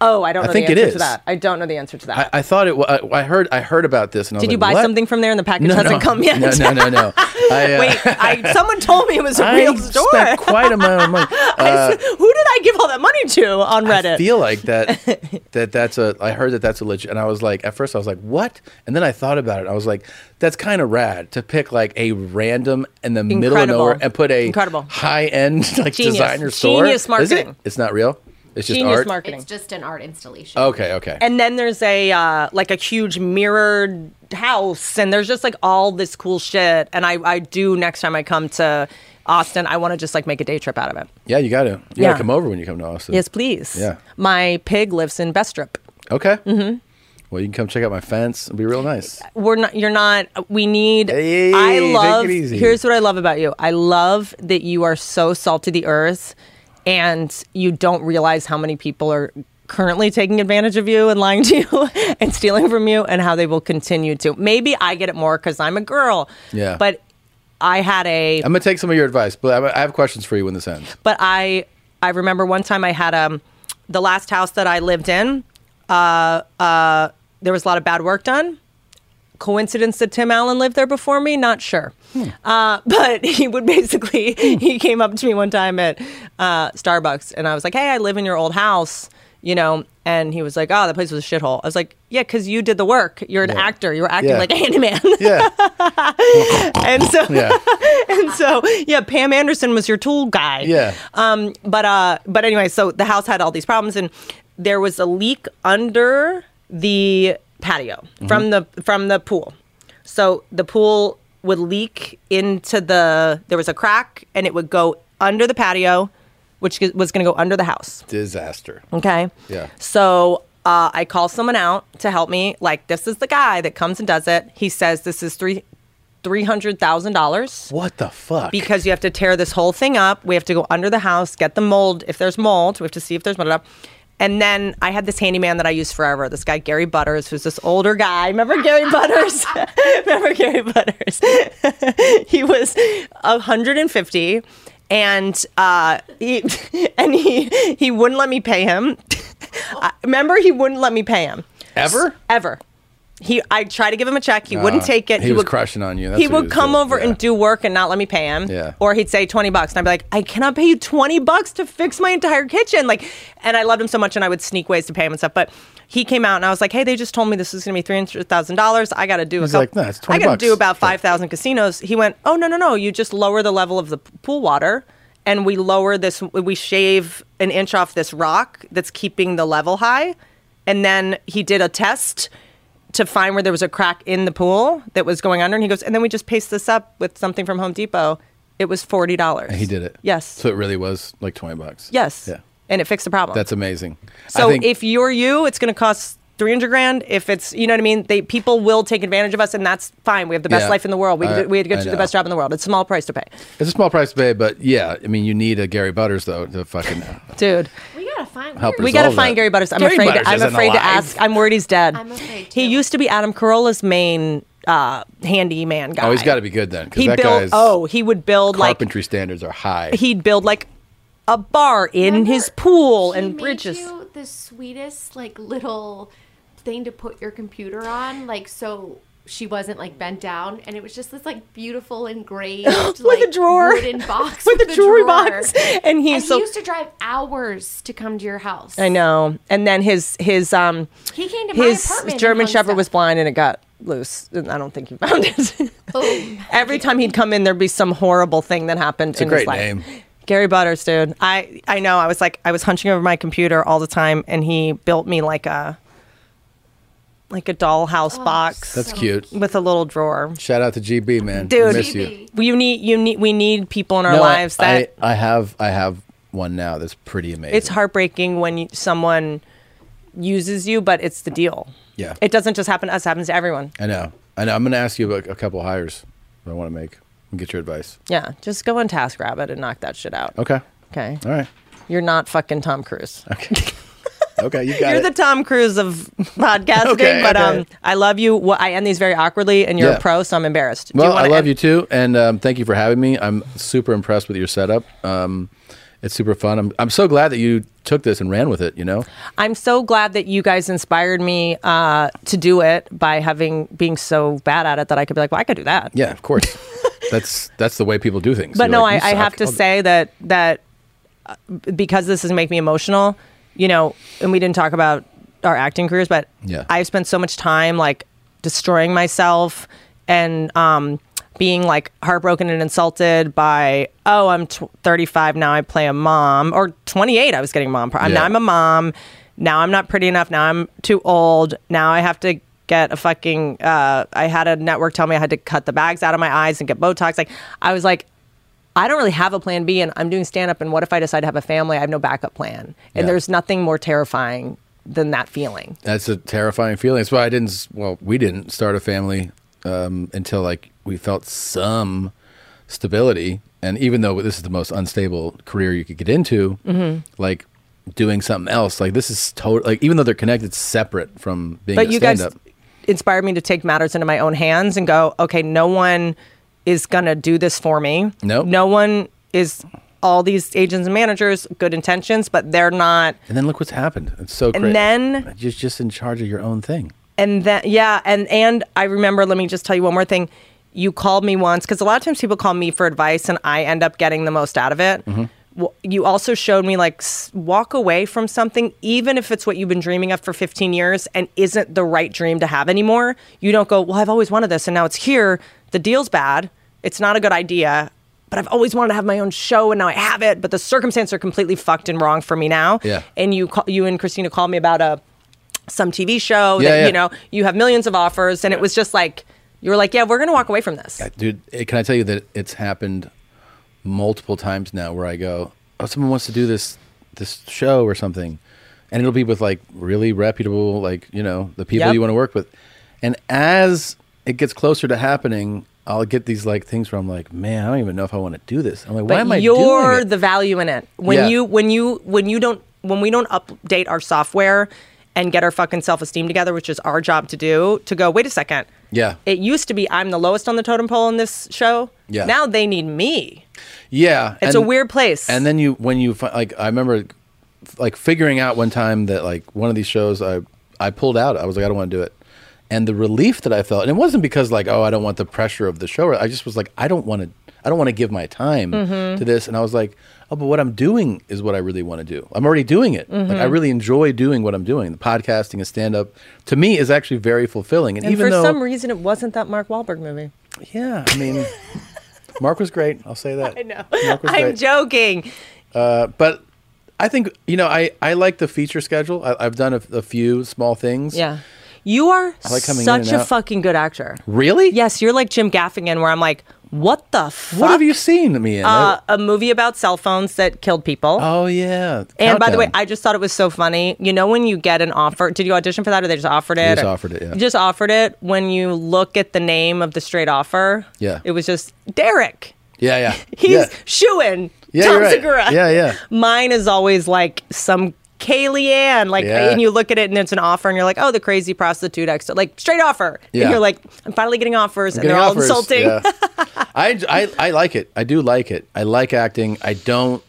[SPEAKER 1] Oh, I don't
[SPEAKER 2] I
[SPEAKER 1] know
[SPEAKER 2] think
[SPEAKER 1] the
[SPEAKER 2] it
[SPEAKER 1] answer
[SPEAKER 2] is.
[SPEAKER 1] to that. I don't know the answer to that.
[SPEAKER 2] I, I thought it. wa- I, I heard. I heard about this, and I was
[SPEAKER 1] did you
[SPEAKER 2] like,
[SPEAKER 1] buy
[SPEAKER 2] what?
[SPEAKER 1] something from there and the package
[SPEAKER 2] no,
[SPEAKER 1] hasn't
[SPEAKER 2] no.
[SPEAKER 1] come yet?
[SPEAKER 2] No, no, no, no. I, uh,
[SPEAKER 1] Wait, I, someone told me it was a
[SPEAKER 2] I
[SPEAKER 1] real store.
[SPEAKER 2] spent quite a amount of money.
[SPEAKER 1] I
[SPEAKER 2] Uh,
[SPEAKER 1] said, Who did I give all that money to on Reddit?
[SPEAKER 2] I feel like that that that's a I heard that that's a legit and I was like at first I was like what and then I thought about it I was like that's kind of rad to pick like a random in the middle of
[SPEAKER 1] Incredible.
[SPEAKER 2] nowhere and put a
[SPEAKER 1] Incredible.
[SPEAKER 2] high end like
[SPEAKER 1] Genius.
[SPEAKER 2] designer store
[SPEAKER 1] Genius
[SPEAKER 2] Is it?
[SPEAKER 1] marketing.
[SPEAKER 2] it's not real it's just art
[SPEAKER 28] It's just an art installation.
[SPEAKER 2] okay okay
[SPEAKER 1] And then there's a uh, like a huge mirrored house, and there's just like all this cool shit. And I, I do next time I come to Austin, I want to just like make a day trip out of it.
[SPEAKER 2] yeah you gotta you
[SPEAKER 1] Yeah.
[SPEAKER 2] gotta come over when you come to Austin
[SPEAKER 1] Yes, please.
[SPEAKER 2] Mm. yeah
[SPEAKER 1] My pig lives in Bestrip.
[SPEAKER 2] okay
[SPEAKER 1] Mhm.
[SPEAKER 2] well you can come check out my fence it'll be real nice
[SPEAKER 1] We're not. You're not. We need. I
[SPEAKER 2] take it
[SPEAKER 1] love.
[SPEAKER 2] easy.
[SPEAKER 1] Here's what I love about you. I love that you are so salt to the earth, and you don't realize how many people are currently taking advantage of you and lying to you and stealing from you, and how they will continue to. Maybe I get it more because I'm a girl.
[SPEAKER 2] Yeah.
[SPEAKER 1] But I had a.
[SPEAKER 2] I'm gonna take some of your advice but I, I have questions for you when this ends
[SPEAKER 1] But I I remember one time I had um the last house that I lived in, uh uh there was a lot of bad work done. Coincidence that Tim Allen lived there before me? Not sure.
[SPEAKER 2] Hmm.
[SPEAKER 1] Uh, but he would basically he came up to me one time at uh, Starbucks and I was like, "Hey, I live in your old house." You know, and he was like, "Oh, the place was a shithole." I was like, "Yeah, because you did the work. You're an
[SPEAKER 2] Yeah.
[SPEAKER 1] actor. You were acting
[SPEAKER 2] Yeah.
[SPEAKER 1] like a handyman."
[SPEAKER 2] Yeah.
[SPEAKER 1] and so,
[SPEAKER 2] Yeah.
[SPEAKER 1] and so, yeah, Pam Anderson was your tool guy.
[SPEAKER 2] Yeah.
[SPEAKER 1] Um, but uh, but anyway, so the house had all these problems, and there was a leak under the patio from the from the pool. So the pool would leak into the there was a crack, and it would go under the patio, which was going to go under the house.
[SPEAKER 2] disaster
[SPEAKER 1] Okay.
[SPEAKER 2] yeah
[SPEAKER 1] So uh, I call someone out to help me. Like this is the guy that comes and does it. He says this is three three hundred thousand dollars.
[SPEAKER 2] What the fuck?
[SPEAKER 1] Because you have to tear this whole thing up. We have to go under the house, get the mold. If there's mold, we have to see if there's mold up. And then I had this handyman that I used forever. This guy Gary Butters, who's this older guy. Remember Gary Butters? Remember Gary Butters? he was 150, and uh, he, and he he wouldn't let me pay him. I- Remember, he wouldn't let me pay him
[SPEAKER 2] Ever?
[SPEAKER 1] Ever. He, I tried to give him a check. He wouldn't
[SPEAKER 2] Ah,
[SPEAKER 1] take it.
[SPEAKER 2] He, was
[SPEAKER 1] would-
[SPEAKER 2] crushing on you. That's
[SPEAKER 1] he
[SPEAKER 2] what
[SPEAKER 1] would
[SPEAKER 2] was
[SPEAKER 1] come
[SPEAKER 2] doing.
[SPEAKER 1] over and do work and not let me pay him.
[SPEAKER 2] Yeah.
[SPEAKER 1] Or he'd say 20 bucks. And I'd be like, I cannot pay you 20 bucks to fix my entire kitchen. Like, and I loved him so much and I would sneak ways to pay him and stuff. But he came out and I was like, hey, they just told me this is going to be $300,000. I got to do a
[SPEAKER 2] He's
[SPEAKER 1] couple-
[SPEAKER 2] like, "No, it's 20
[SPEAKER 1] I got
[SPEAKER 2] bucks."
[SPEAKER 1] to do about 5,000 casinos. He went, oh, no, no, no. You just lower the level of the p- pool water and we lower this, we shave an inch off this rock that's keeping the level high. And then he did a test to find where there was a crack in the pool that was going under. And he goes, and then we just paste this up with something from Home Depot. It was forty
[SPEAKER 2] And
[SPEAKER 1] dollars.
[SPEAKER 2] he did it.
[SPEAKER 1] Yes.
[SPEAKER 2] So it really was like 20 bucks.
[SPEAKER 1] Yes.
[SPEAKER 2] Yeah.
[SPEAKER 1] And it fixed the problem.
[SPEAKER 2] That's amazing.
[SPEAKER 1] so
[SPEAKER 2] I think,
[SPEAKER 1] if you're you, it's going to cost three hundred grand. If it's you know what I mean, they people will take advantage of us, and that's fine. We have the best
[SPEAKER 2] Yeah.
[SPEAKER 1] life in the world. We
[SPEAKER 2] I-
[SPEAKER 1] do- we
[SPEAKER 2] I
[SPEAKER 1] get to do the
[SPEAKER 2] know.
[SPEAKER 1] best job in the world. It's a small price to pay,
[SPEAKER 2] it's a small price to pay, but yeah, I mean, you need a Gary Butters though to fucking uh,
[SPEAKER 1] dude.
[SPEAKER 28] We gotta find.
[SPEAKER 2] help.
[SPEAKER 1] We gotta
[SPEAKER 2] resolve
[SPEAKER 1] find
[SPEAKER 2] that.
[SPEAKER 1] Gary Butters. I'm
[SPEAKER 2] Gary
[SPEAKER 1] afraid.
[SPEAKER 2] Butters
[SPEAKER 1] I'm
[SPEAKER 2] isn't
[SPEAKER 1] afraid
[SPEAKER 2] alive.
[SPEAKER 1] to ask. I'm worried he's dead.
[SPEAKER 28] I'm afraid
[SPEAKER 1] He used to be Adam Carolla's main uh, handyman guy.
[SPEAKER 2] Oh, he's got to be good then. 'cause
[SPEAKER 1] He
[SPEAKER 2] that
[SPEAKER 1] built.
[SPEAKER 2] guy's
[SPEAKER 1] Oh, he would build like
[SPEAKER 2] carpentry standards are high.
[SPEAKER 1] he'd build like a bar in his pool and bridges.
[SPEAKER 28] you the sweetest like little thing to put your computer on, like so she wasn't like bent down, and it was just this like beautiful engraved with
[SPEAKER 1] a drawer.
[SPEAKER 28] wooden box
[SPEAKER 1] With a jewelry box. And he
[SPEAKER 28] and
[SPEAKER 1] so-
[SPEAKER 28] he used to drive hours to come to your house.
[SPEAKER 1] I know. And then his his um
[SPEAKER 28] He came to my
[SPEAKER 1] his
[SPEAKER 28] apartment and
[SPEAKER 1] German
[SPEAKER 28] hung
[SPEAKER 1] Shepherd was blind and it got loose. And I don't think he found it. Every time he'd come in, there'd be some horrible thing that happened
[SPEAKER 2] It's a
[SPEAKER 1] in his
[SPEAKER 2] great
[SPEAKER 1] life.
[SPEAKER 2] name.
[SPEAKER 1] Gary Butters, dude. I I know. I was like I was hunching over my computer all the time, and he built me like a like a dollhouse
[SPEAKER 28] Oh,
[SPEAKER 1] box.
[SPEAKER 2] That's so cute.
[SPEAKER 1] With a little drawer.
[SPEAKER 2] Shout out to GB man. We
[SPEAKER 1] Dude,
[SPEAKER 2] miss you.
[SPEAKER 1] you need you need we need people in our
[SPEAKER 2] No, I-
[SPEAKER 1] lives that
[SPEAKER 2] I, I have I have one now that's pretty amazing.
[SPEAKER 1] it's heartbreaking when you, someone uses you, but it's the deal.
[SPEAKER 2] Yeah.
[SPEAKER 1] It doesn't just happen to us; it happens to everyone.
[SPEAKER 2] I know. I know. I'm going to ask you about a couple hires that I want to make and get your advice.
[SPEAKER 1] Yeah, just go on TaskRabbit and knock that shit out.
[SPEAKER 2] Okay.
[SPEAKER 1] Okay.
[SPEAKER 2] All right.
[SPEAKER 1] You're not fucking Tom Cruise.
[SPEAKER 2] Okay. Okay, you got
[SPEAKER 1] you're
[SPEAKER 2] it.
[SPEAKER 1] the Tom Cruise of podcasting,
[SPEAKER 2] Okay,
[SPEAKER 1] but
[SPEAKER 2] okay.
[SPEAKER 1] um, I love you. Well, I end these very awkwardly, and you're
[SPEAKER 2] Yeah.
[SPEAKER 1] a pro, so I'm embarrassed. Do you
[SPEAKER 2] well, I
[SPEAKER 1] wanna
[SPEAKER 2] love
[SPEAKER 1] end-
[SPEAKER 2] you too, and um, thank you for having me. I'm super impressed with your setup. Um, it's super fun. I'm I'm so glad that you took this and ran with it. You know.
[SPEAKER 1] I'm so glad that you guys inspired me uh, to do it by having being so bad at it that I could be like, well, I could do that.
[SPEAKER 2] Yeah, of course. that's that's the way people do things.
[SPEAKER 1] But
[SPEAKER 2] You're
[SPEAKER 1] no,
[SPEAKER 2] like,
[SPEAKER 1] I, I
[SPEAKER 2] "You
[SPEAKER 1] have
[SPEAKER 2] suck."
[SPEAKER 1] to
[SPEAKER 2] Oh, I'll-
[SPEAKER 1] say that that uh, because this has make me emotional, you know, and we didn't talk about our acting careers, but
[SPEAKER 2] Yeah.
[SPEAKER 1] I've spent so much time like destroying myself and um, being like heartbroken and insulted by oh I'm t- 35 now I play a mom or 28 I was getting mom. Pro- I'm
[SPEAKER 25] Yeah.
[SPEAKER 1] now I'm a mom. Now I'm not pretty enough. Now I'm too old. Now I have to get a fucking. Uh, I had a network tell me I had to cut the bags out of my eyes and get Botox. Like I was like, I don't really have a plan B, and I'm doing stand up. And what if I decide to have a family? I have no backup plan. And
[SPEAKER 2] Yeah.
[SPEAKER 1] there's nothing more terrifying than that feeling.
[SPEAKER 2] That's a terrifying feeling. That's why I didn't. s- Well, we didn't start a family um, until like we felt some stability. And even though this is the most unstable career you could get into,
[SPEAKER 1] Mhm.
[SPEAKER 2] like doing something else, like this is total. Like even though they're connected, separate from being
[SPEAKER 1] but
[SPEAKER 2] a
[SPEAKER 1] you
[SPEAKER 2] stand
[SPEAKER 1] guys
[SPEAKER 2] up.
[SPEAKER 1] inspired me to take matters into my own hands and go, okay, no one is gonna do this for me.
[SPEAKER 2] Nope.
[SPEAKER 1] No one is. All these agents and managers, good intentions, but they're not
[SPEAKER 2] And then look what's happened. It's so
[SPEAKER 1] And
[SPEAKER 2] crazy.
[SPEAKER 1] then-
[SPEAKER 2] just just in charge of your own thing.
[SPEAKER 1] And then yeah, and and I remember. Let me just tell you one more thing. You called me once because a lot of times people call me for advice, and I end up getting the most out of it.
[SPEAKER 25] Mhm.
[SPEAKER 1] Well, You also showed me like s- walk away from something, even if it's what you've been dreaming of for 15 years and isn't the right dream to have anymore. You don't go, well, I've always wanted this, and now it's here. The deal's bad. It's not a good idea. But I've always wanted to have my own show, and now I have it. But the circumstances are completely fucked and wrong for me now.
[SPEAKER 25] Yeah.
[SPEAKER 1] And you, call, you and Christina called me about a some TV show
[SPEAKER 2] Yeah,
[SPEAKER 1] that
[SPEAKER 2] yeah.
[SPEAKER 1] you know you have millions of offers, and it was just like you were like, yeah, we're gonna walk away from this.
[SPEAKER 2] dude eh, can i tell you that it's happened multiple times now where i go oh someone wants to do this this show or something and it'll be with like really reputable like you know the people
[SPEAKER 29] Yep.
[SPEAKER 2] you want to work with and as it gets closer to happening i'll get these like things where i'm like man i don't even know if i want to do this i'm like why
[SPEAKER 1] but
[SPEAKER 2] am i
[SPEAKER 1] you're
[SPEAKER 2] doing it?
[SPEAKER 1] the value in it when
[SPEAKER 2] Yeah.
[SPEAKER 1] you when you when you don't when we don't update our software and get our fucking self esteem together, which is our job to do, to go, wait a second.
[SPEAKER 2] Yeah.
[SPEAKER 1] It used to be I'm the lowest on the totem pole in this show.
[SPEAKER 2] Yeah.
[SPEAKER 1] Now they need me.
[SPEAKER 2] Yeah,
[SPEAKER 1] It's a weird place.
[SPEAKER 2] And then you, when you fi- like, I remember like figuring out one time that like one of these shows, I I pulled out. I was like, I don't want to do it. And the relief that I felt, and it wasn't because like, oh, I don't want the pressure of the show. I just was like, I don't want to, I don't want to give my time
[SPEAKER 1] Mm-hmm.
[SPEAKER 25] Mhm.
[SPEAKER 2] to this. And I was like, oh, but what I'm doing is what I really want to do. I'm already doing it. Like, I
[SPEAKER 1] Mhm.
[SPEAKER 2] really enjoy doing what I'm doing. The podcasting and stand up to me is actually very fulfilling. And,
[SPEAKER 1] And
[SPEAKER 2] even
[SPEAKER 1] for
[SPEAKER 2] though
[SPEAKER 1] some reason, it wasn't that Mark Wahlberg movie.
[SPEAKER 2] Yeah, I mean, Mark was great. I'll say that.
[SPEAKER 1] I know.
[SPEAKER 2] Mark was
[SPEAKER 1] I'm
[SPEAKER 2] great.
[SPEAKER 1] joking.
[SPEAKER 2] Uh, but I think you know I, I like the feature schedule. I, I've done a, a few small things.
[SPEAKER 1] Yeah. You are
[SPEAKER 2] I like coming in
[SPEAKER 1] such
[SPEAKER 2] and
[SPEAKER 1] a
[SPEAKER 2] out.
[SPEAKER 1] fucking good actor.
[SPEAKER 2] Really?
[SPEAKER 1] Yes, you're like Jim Gaffigan, where I'm like, what the fuck?
[SPEAKER 2] What have you seen me in?
[SPEAKER 1] Uh, a movie about cell phones that killed people.
[SPEAKER 2] Oh yeah.
[SPEAKER 1] And by the way,
[SPEAKER 2] Countdown.
[SPEAKER 1] I just thought it was so funny. You know when you get an offer? Did you audition for that, or they just offered
[SPEAKER 2] They
[SPEAKER 1] it?
[SPEAKER 2] just
[SPEAKER 1] or-
[SPEAKER 2] offered it, yeah.
[SPEAKER 1] Just offered it. When you look at the name of the straight offer,
[SPEAKER 2] Yeah.
[SPEAKER 1] it was just Derek.
[SPEAKER 2] yeah, yeah.
[SPEAKER 1] He's
[SPEAKER 2] yeah.
[SPEAKER 1] shooing
[SPEAKER 2] Yeah,
[SPEAKER 1] Tom
[SPEAKER 2] you're right.
[SPEAKER 1] Segura.
[SPEAKER 2] Yeah, yeah.
[SPEAKER 1] Mine is always like some Kaylee Ann, like,
[SPEAKER 2] Yeah.
[SPEAKER 1] and you look at it and it's an offer, and you're like, oh, the crazy prostitute ex, like straight offer.
[SPEAKER 2] Yeah.
[SPEAKER 1] And you're like, I'm finally getting offers,
[SPEAKER 2] I'm
[SPEAKER 1] and they're
[SPEAKER 2] getting
[SPEAKER 1] all
[SPEAKER 2] offers,
[SPEAKER 1] insulting.
[SPEAKER 2] yeah. I, I I like it. I do like it. I like acting. I don't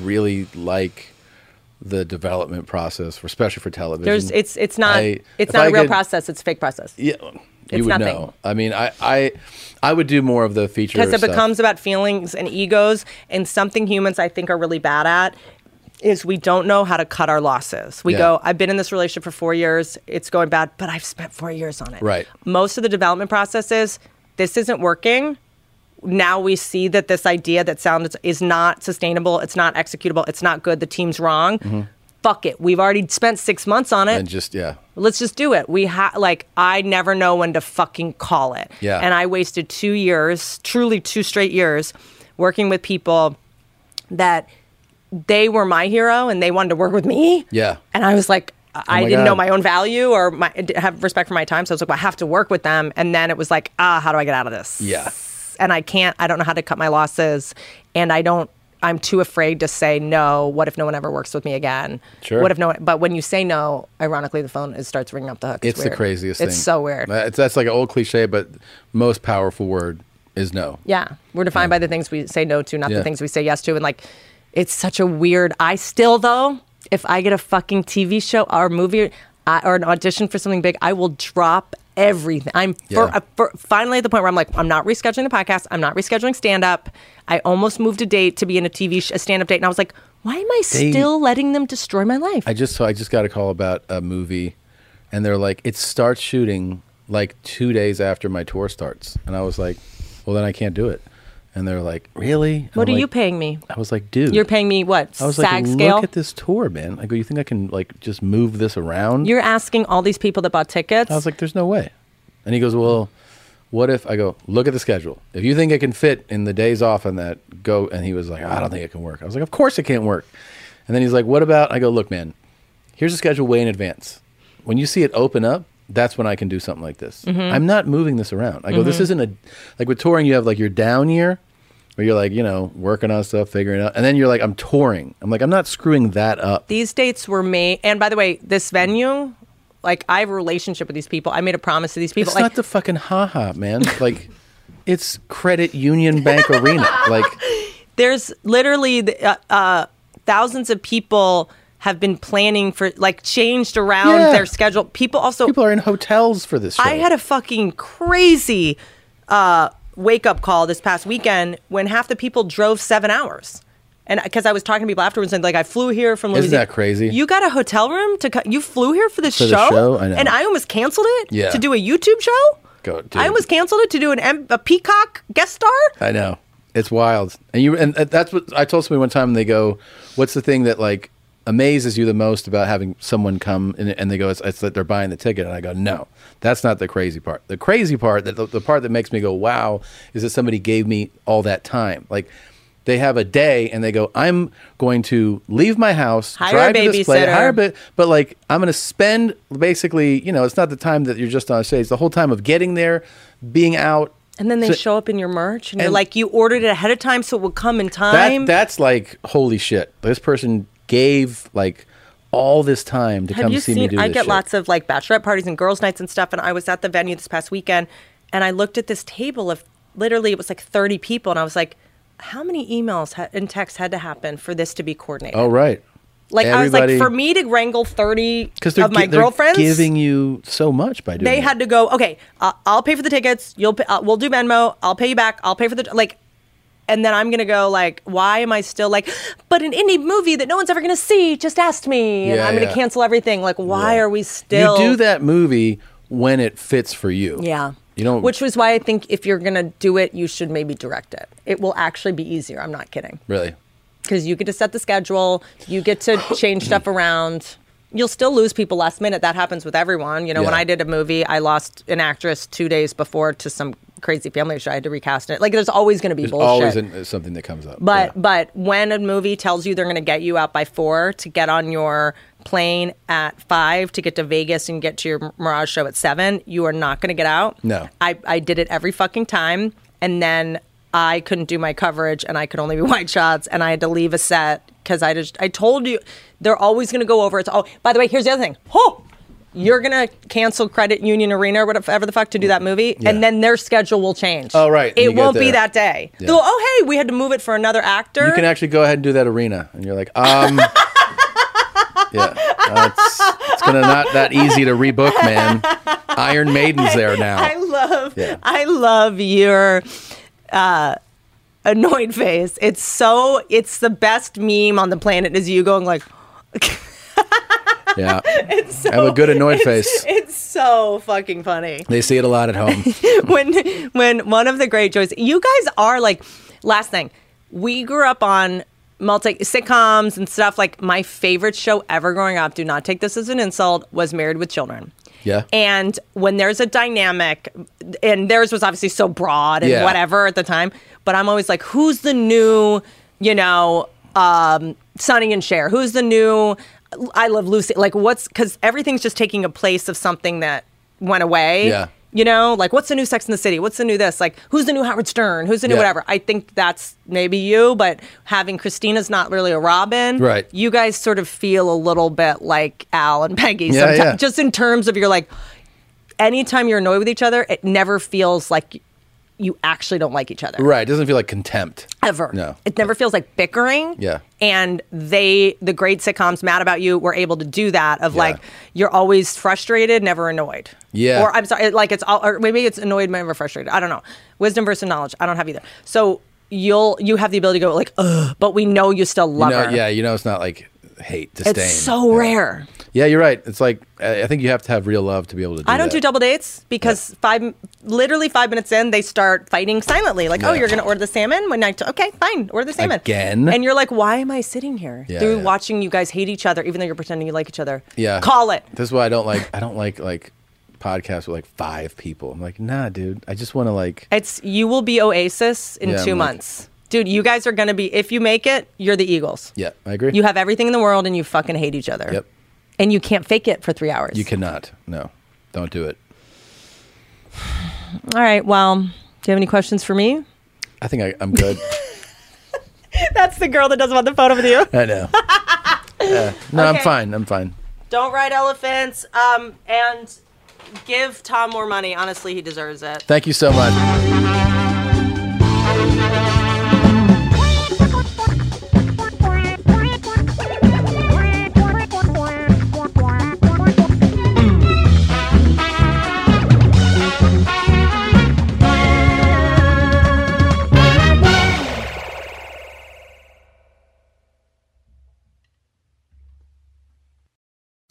[SPEAKER 2] really like the development process, for, especially for television.
[SPEAKER 1] There's, it's, it's not,
[SPEAKER 2] Mm. I-
[SPEAKER 1] it's
[SPEAKER 2] if
[SPEAKER 1] not a
[SPEAKER 2] I
[SPEAKER 1] real
[SPEAKER 2] could-
[SPEAKER 1] process. It's a fake process.
[SPEAKER 2] Yeah, You
[SPEAKER 1] it's
[SPEAKER 2] would
[SPEAKER 1] nothing.
[SPEAKER 2] know. I mean, I, I I would do more of the feature
[SPEAKER 1] because it
[SPEAKER 2] stuff.
[SPEAKER 1] becomes about feelings and egos and something humans i think are really bad at is we don't know how to cut our losses we
[SPEAKER 2] Yeah.
[SPEAKER 1] go i've been in this relationship for four years it's going bad but i've spent four years on it
[SPEAKER 2] Right.
[SPEAKER 1] most of the development process is this isn't working now we see that this idea that sounds is not sustainable it's not executable it's not good the team's wrong
[SPEAKER 2] Mhm.
[SPEAKER 1] fuck it we've already spent six months on it
[SPEAKER 2] and just yeah.
[SPEAKER 1] Let's just do it. We ha like I never know when to fucking call it.
[SPEAKER 2] Yeah.
[SPEAKER 1] And I wasted two years, truly two straight years, working with people that they were my hero and they wanted to work with me.
[SPEAKER 2] Yeah. Oh
[SPEAKER 1] And I was like, I
[SPEAKER 2] my
[SPEAKER 1] didn't know
[SPEAKER 2] God.
[SPEAKER 1] my own value or my have respect for my time. So I was like, well, I have to work with them. And then it was like, ah, how do I get out of this?
[SPEAKER 2] Yeah.
[SPEAKER 1] And I can't. I don't know how to cut my losses. And I don't. I'm too afraid to say no. What if no one ever works with me again?
[SPEAKER 2] Sure.
[SPEAKER 1] What if no one? But when you say no, ironically, the phone is, starts ringing off the hook.
[SPEAKER 2] It's, the
[SPEAKER 1] weird.
[SPEAKER 2] craziest thing.
[SPEAKER 1] It's so weird.
[SPEAKER 2] Uh, It's, that's like an old cliche, but most powerful word is no.
[SPEAKER 1] Yeah, we're defined by the things we say no to, not
[SPEAKER 2] Yeah.
[SPEAKER 1] the things we say yes to. And like, it's such a weird. I still though, if I get a fucking TV show or movie I, or an audition for something big, I will drop everything. I'm fir-
[SPEAKER 2] Yeah.
[SPEAKER 1] uh, fir- finally at the point where I'm like, I'm not rescheduling the podcast. I'm not rescheduling stand up. I almost moved a date to be in a TV sh- a stand up date, and I was like, why am I
[SPEAKER 2] They-
[SPEAKER 1] still letting them destroy my life?
[SPEAKER 2] I just so I just got a call about a movie, and they're like, it starts shooting like two days after my tour starts, and I was like, well then I can't do it, and they're like, really? And
[SPEAKER 1] What
[SPEAKER 2] I'm
[SPEAKER 1] are you
[SPEAKER 2] like-
[SPEAKER 1] paying me?
[SPEAKER 2] I was like, dude,
[SPEAKER 1] You're paying me what?
[SPEAKER 2] I was
[SPEAKER 1] SAG
[SPEAKER 2] like,
[SPEAKER 1] scale.
[SPEAKER 2] look at this tour, man. I go, you think I can like just move this around?
[SPEAKER 1] You're asking all these people that bought tickets.
[SPEAKER 2] I was like, there's no way. And he goes, well, what if I go look at the schedule? If you think it can fit in the days off on that, go. And he was like, I don't think it can work. I was like, of course it can't work. And then he's like, what about? I go, look, man, here's a schedule way in advance. When you see it open up, that's when I can do something like this.
[SPEAKER 25] Mhm.
[SPEAKER 2] I'm not moving this around. I go, this
[SPEAKER 25] Mhm.
[SPEAKER 2] isn't a like with touring. You have like your down year where you're like, you know, working on stuff, figuring out, and then you're like, I'm touring. I'm like, I'm not screwing that up.
[SPEAKER 1] These dates were made, and by the way, this venue, like I have a relationship with these people. I made a promise to these people.
[SPEAKER 2] It's
[SPEAKER 1] like,
[SPEAKER 2] not the fucking haha, man. Like, it's Credit Union Bank Arena. Like,
[SPEAKER 1] there's literally the, uh, uh, thousands of people have been planning for like changed around
[SPEAKER 2] Yeah.
[SPEAKER 1] their schedule. People also
[SPEAKER 2] people are in hotels for this. Show.
[SPEAKER 1] I had a fucking crazy uh, wake up call this past weekend when half the people drove seven hours. And because I was talking to people afterwards, and like I flew here from
[SPEAKER 2] Isn't
[SPEAKER 1] Louisiana.
[SPEAKER 2] that crazy?
[SPEAKER 1] You got a hotel room to co- you flew here for this
[SPEAKER 2] For the
[SPEAKER 1] show,
[SPEAKER 2] show? I know.
[SPEAKER 1] and I almost canceled it
[SPEAKER 2] Yeah.
[SPEAKER 1] to do a YouTube show.
[SPEAKER 2] go. Dude. Uh,
[SPEAKER 1] I almost canceled it to do an M- a Peacock guest star.
[SPEAKER 2] I know. It's wild. And you and that's what I told somebody one time and they go, "What's the thing that like amazes you the most about having someone come and, and they go it's, it's that they're buying the ticket and i go no that's not the crazy part the crazy part that the, the part that makes me go wow is that somebody gave me all that time like they have a day and they go i'm going to leave my house
[SPEAKER 1] Hire a
[SPEAKER 2] drive to this place,
[SPEAKER 1] babysitter.
[SPEAKER 2] hire a ba- but like I'm gonna spend basically, you know, it's not the time that you're just on stage, it's the whole time of getting there, being out.
[SPEAKER 1] And then they
[SPEAKER 2] So
[SPEAKER 1] show up in your merch, and, you're
[SPEAKER 2] and-
[SPEAKER 1] like, you ordered it ahead of time, so it will come in
[SPEAKER 2] that,
[SPEAKER 1] time.
[SPEAKER 2] that's like holy shit. This person gave like all this time to
[SPEAKER 1] Have
[SPEAKER 2] come
[SPEAKER 1] you
[SPEAKER 2] see
[SPEAKER 1] seen?
[SPEAKER 2] me do
[SPEAKER 1] I
[SPEAKER 2] this
[SPEAKER 1] get
[SPEAKER 2] shit.
[SPEAKER 1] lots of like bachelorette parties and girls' nights and stuff. And I was at the venue this past weekend, and I looked at this table of literally it was like 30 people, and I was like, how many emails ha- and texts had to happen for this to be coordinated?
[SPEAKER 2] Oh right.
[SPEAKER 1] Like I was
[SPEAKER 2] Everybody-
[SPEAKER 1] like, for me to wrangle 30
[SPEAKER 2] because they're,
[SPEAKER 1] of my
[SPEAKER 2] gi- they're
[SPEAKER 1] girlfriends,
[SPEAKER 2] giving you so much by doing
[SPEAKER 1] they
[SPEAKER 2] it.
[SPEAKER 1] had to go. Okay, uh, I'll pay for the tickets. You'll pay, uh, we'll do Venmo. I'll pay you back. I'll pay for the like. And then I'm gonna go like, why am I still like? But an indie movie that no one's ever gonna see just asked me, and
[SPEAKER 2] Yeah,
[SPEAKER 1] I'm gonna
[SPEAKER 2] yeah.
[SPEAKER 1] cancel everything. Like, why are we still?
[SPEAKER 2] You do that movie when it fits for you.
[SPEAKER 1] Yeah.
[SPEAKER 2] You don't.
[SPEAKER 1] Which was why I think if you're gonna do it, you should maybe direct it. It will actually be easier. I'm not kidding.
[SPEAKER 2] really.
[SPEAKER 1] because you get to set the schedule, you get to change stuff around. You'll still lose people last minute. That happens with everyone. You know, when
[SPEAKER 2] Yeah.
[SPEAKER 1] I did a movie, I lost an actress two days before to some crazy family issue. I had to recast it. Like, there's always going to be
[SPEAKER 2] There's
[SPEAKER 1] bullshit.
[SPEAKER 2] always an, uh, something that comes up.
[SPEAKER 1] But but when a movie tells you they're going to get you out by four to get on your plane at five to get to Vegas and get to your Mirage show at seven, you are not going to get out.
[SPEAKER 2] No.
[SPEAKER 1] I, I did it every fucking time, and then I couldn't do my coverage, and I could only be wide shots, and I had to leave a set because I just I told you they're always going to go over. It's oh by the way, here's the other thing. Oh. You're gonna cancel Credit Union Arena or whatever the fuck to do that movie,
[SPEAKER 2] Yeah.
[SPEAKER 1] and then their schedule will change.
[SPEAKER 2] Oh, right, and you
[SPEAKER 1] it
[SPEAKER 2] get
[SPEAKER 1] won't be
[SPEAKER 2] there.
[SPEAKER 1] that day.
[SPEAKER 2] Yeah.
[SPEAKER 1] They'll, oh hey, we had to move it for another actor.
[SPEAKER 2] You can actually go ahead and do that arena, and you're like, um, yeah, that's it's gonna not that easy to rebook, man. Iron Maiden's there now.
[SPEAKER 1] I love
[SPEAKER 2] Yeah.
[SPEAKER 1] I love your uh annoyed face. It's so it's the best meme on the planet is you going like
[SPEAKER 2] yeah,
[SPEAKER 1] it's so,
[SPEAKER 2] I have a good annoyed
[SPEAKER 1] it's-
[SPEAKER 2] face.
[SPEAKER 1] It's so fucking funny.
[SPEAKER 2] They see it a lot at home.
[SPEAKER 1] when when one of the great joys you guys are like last thing we grew up on multi sitcoms and stuff like my favorite show ever growing up do not take this as an insult was married with children
[SPEAKER 2] Yeah.
[SPEAKER 1] and when there's a dynamic and theirs was obviously so broad and
[SPEAKER 2] Yeah.
[SPEAKER 1] whatever at the time but i'm always like who's the new you know um sonny and Cher? who's the new i love lucy like what's because everything's just taking a place of something that went away
[SPEAKER 2] Yeah.
[SPEAKER 1] you know like what's the new sex in the city what's the new this like who's the new howard stern who's the new
[SPEAKER 2] Yeah.
[SPEAKER 1] whatever i think that's maybe you but having christina's not really a robin
[SPEAKER 2] Right.
[SPEAKER 1] you guys sort of feel a little bit like al and peggy
[SPEAKER 2] Yeah,
[SPEAKER 1] sometimes
[SPEAKER 2] yeah.
[SPEAKER 1] just in terms of you're like anytime you're annoyed with each other, it never feels like you actually don't like each other.
[SPEAKER 2] Right. It doesn't feel like contempt.
[SPEAKER 1] Ever.
[SPEAKER 2] No.
[SPEAKER 1] It never feels like bickering.
[SPEAKER 2] Yeah.
[SPEAKER 1] And they, the great sitcoms, Mad About You, were able to do that of like, you're always frustrated, never annoyed.
[SPEAKER 2] Yeah.
[SPEAKER 1] Or I'm sorry, like it's all, or maybe it's annoyed, never frustrated. I don't know. Wisdom versus knowledge. I don't have either. So you'll, you have the ability to go like, ugh, but we know you still
[SPEAKER 2] You
[SPEAKER 1] love
[SPEAKER 2] know,
[SPEAKER 1] her.
[SPEAKER 2] yeah, you know, it's not like hate, disdain.
[SPEAKER 1] It's so rare.
[SPEAKER 2] yeah, you're right. It's like I I think you have to have real love to be able to. do
[SPEAKER 1] I don't do
[SPEAKER 2] that.
[SPEAKER 1] double dates because five, literally five minutes in, they start fighting silently. Like, oh,
[SPEAKER 2] Yeah.
[SPEAKER 1] you're going to order the salmon when I t- okay, fine, order the salmon
[SPEAKER 2] Again?
[SPEAKER 1] And you're like, why am I sitting here
[SPEAKER 2] Yeah,
[SPEAKER 1] through
[SPEAKER 2] yeah.
[SPEAKER 1] watching you guys hate each other, even though you're pretending you like each other?
[SPEAKER 2] Yeah.
[SPEAKER 1] call it.
[SPEAKER 2] This is why I don't like I don't like like podcasts with like five people. I'm like, nah, dude. I just want to like
[SPEAKER 1] It's you will be Oasis in
[SPEAKER 2] Yeah,
[SPEAKER 1] 2
[SPEAKER 2] I'm like-
[SPEAKER 1] months, dude. You guys are going to be if you make it, you're the Eagles.
[SPEAKER 2] Yeah, I agree.
[SPEAKER 1] You have everything in the world, and you fucking hate each other.
[SPEAKER 2] Yep.
[SPEAKER 1] And you can't fake it for three hours.
[SPEAKER 2] You cannot. No. Don't do it.
[SPEAKER 1] All right. Well, do you have any questions for me?
[SPEAKER 2] I think I, I'm good.
[SPEAKER 1] That's the girl that doesn't want the photo with you.
[SPEAKER 2] I know. Yeah. no, I'm
[SPEAKER 1] Okay.
[SPEAKER 2] fine. I'm fine.
[SPEAKER 1] Don't ride elephants. Um, and give Tom more money. Honestly, he deserves it.
[SPEAKER 2] Thank you so much.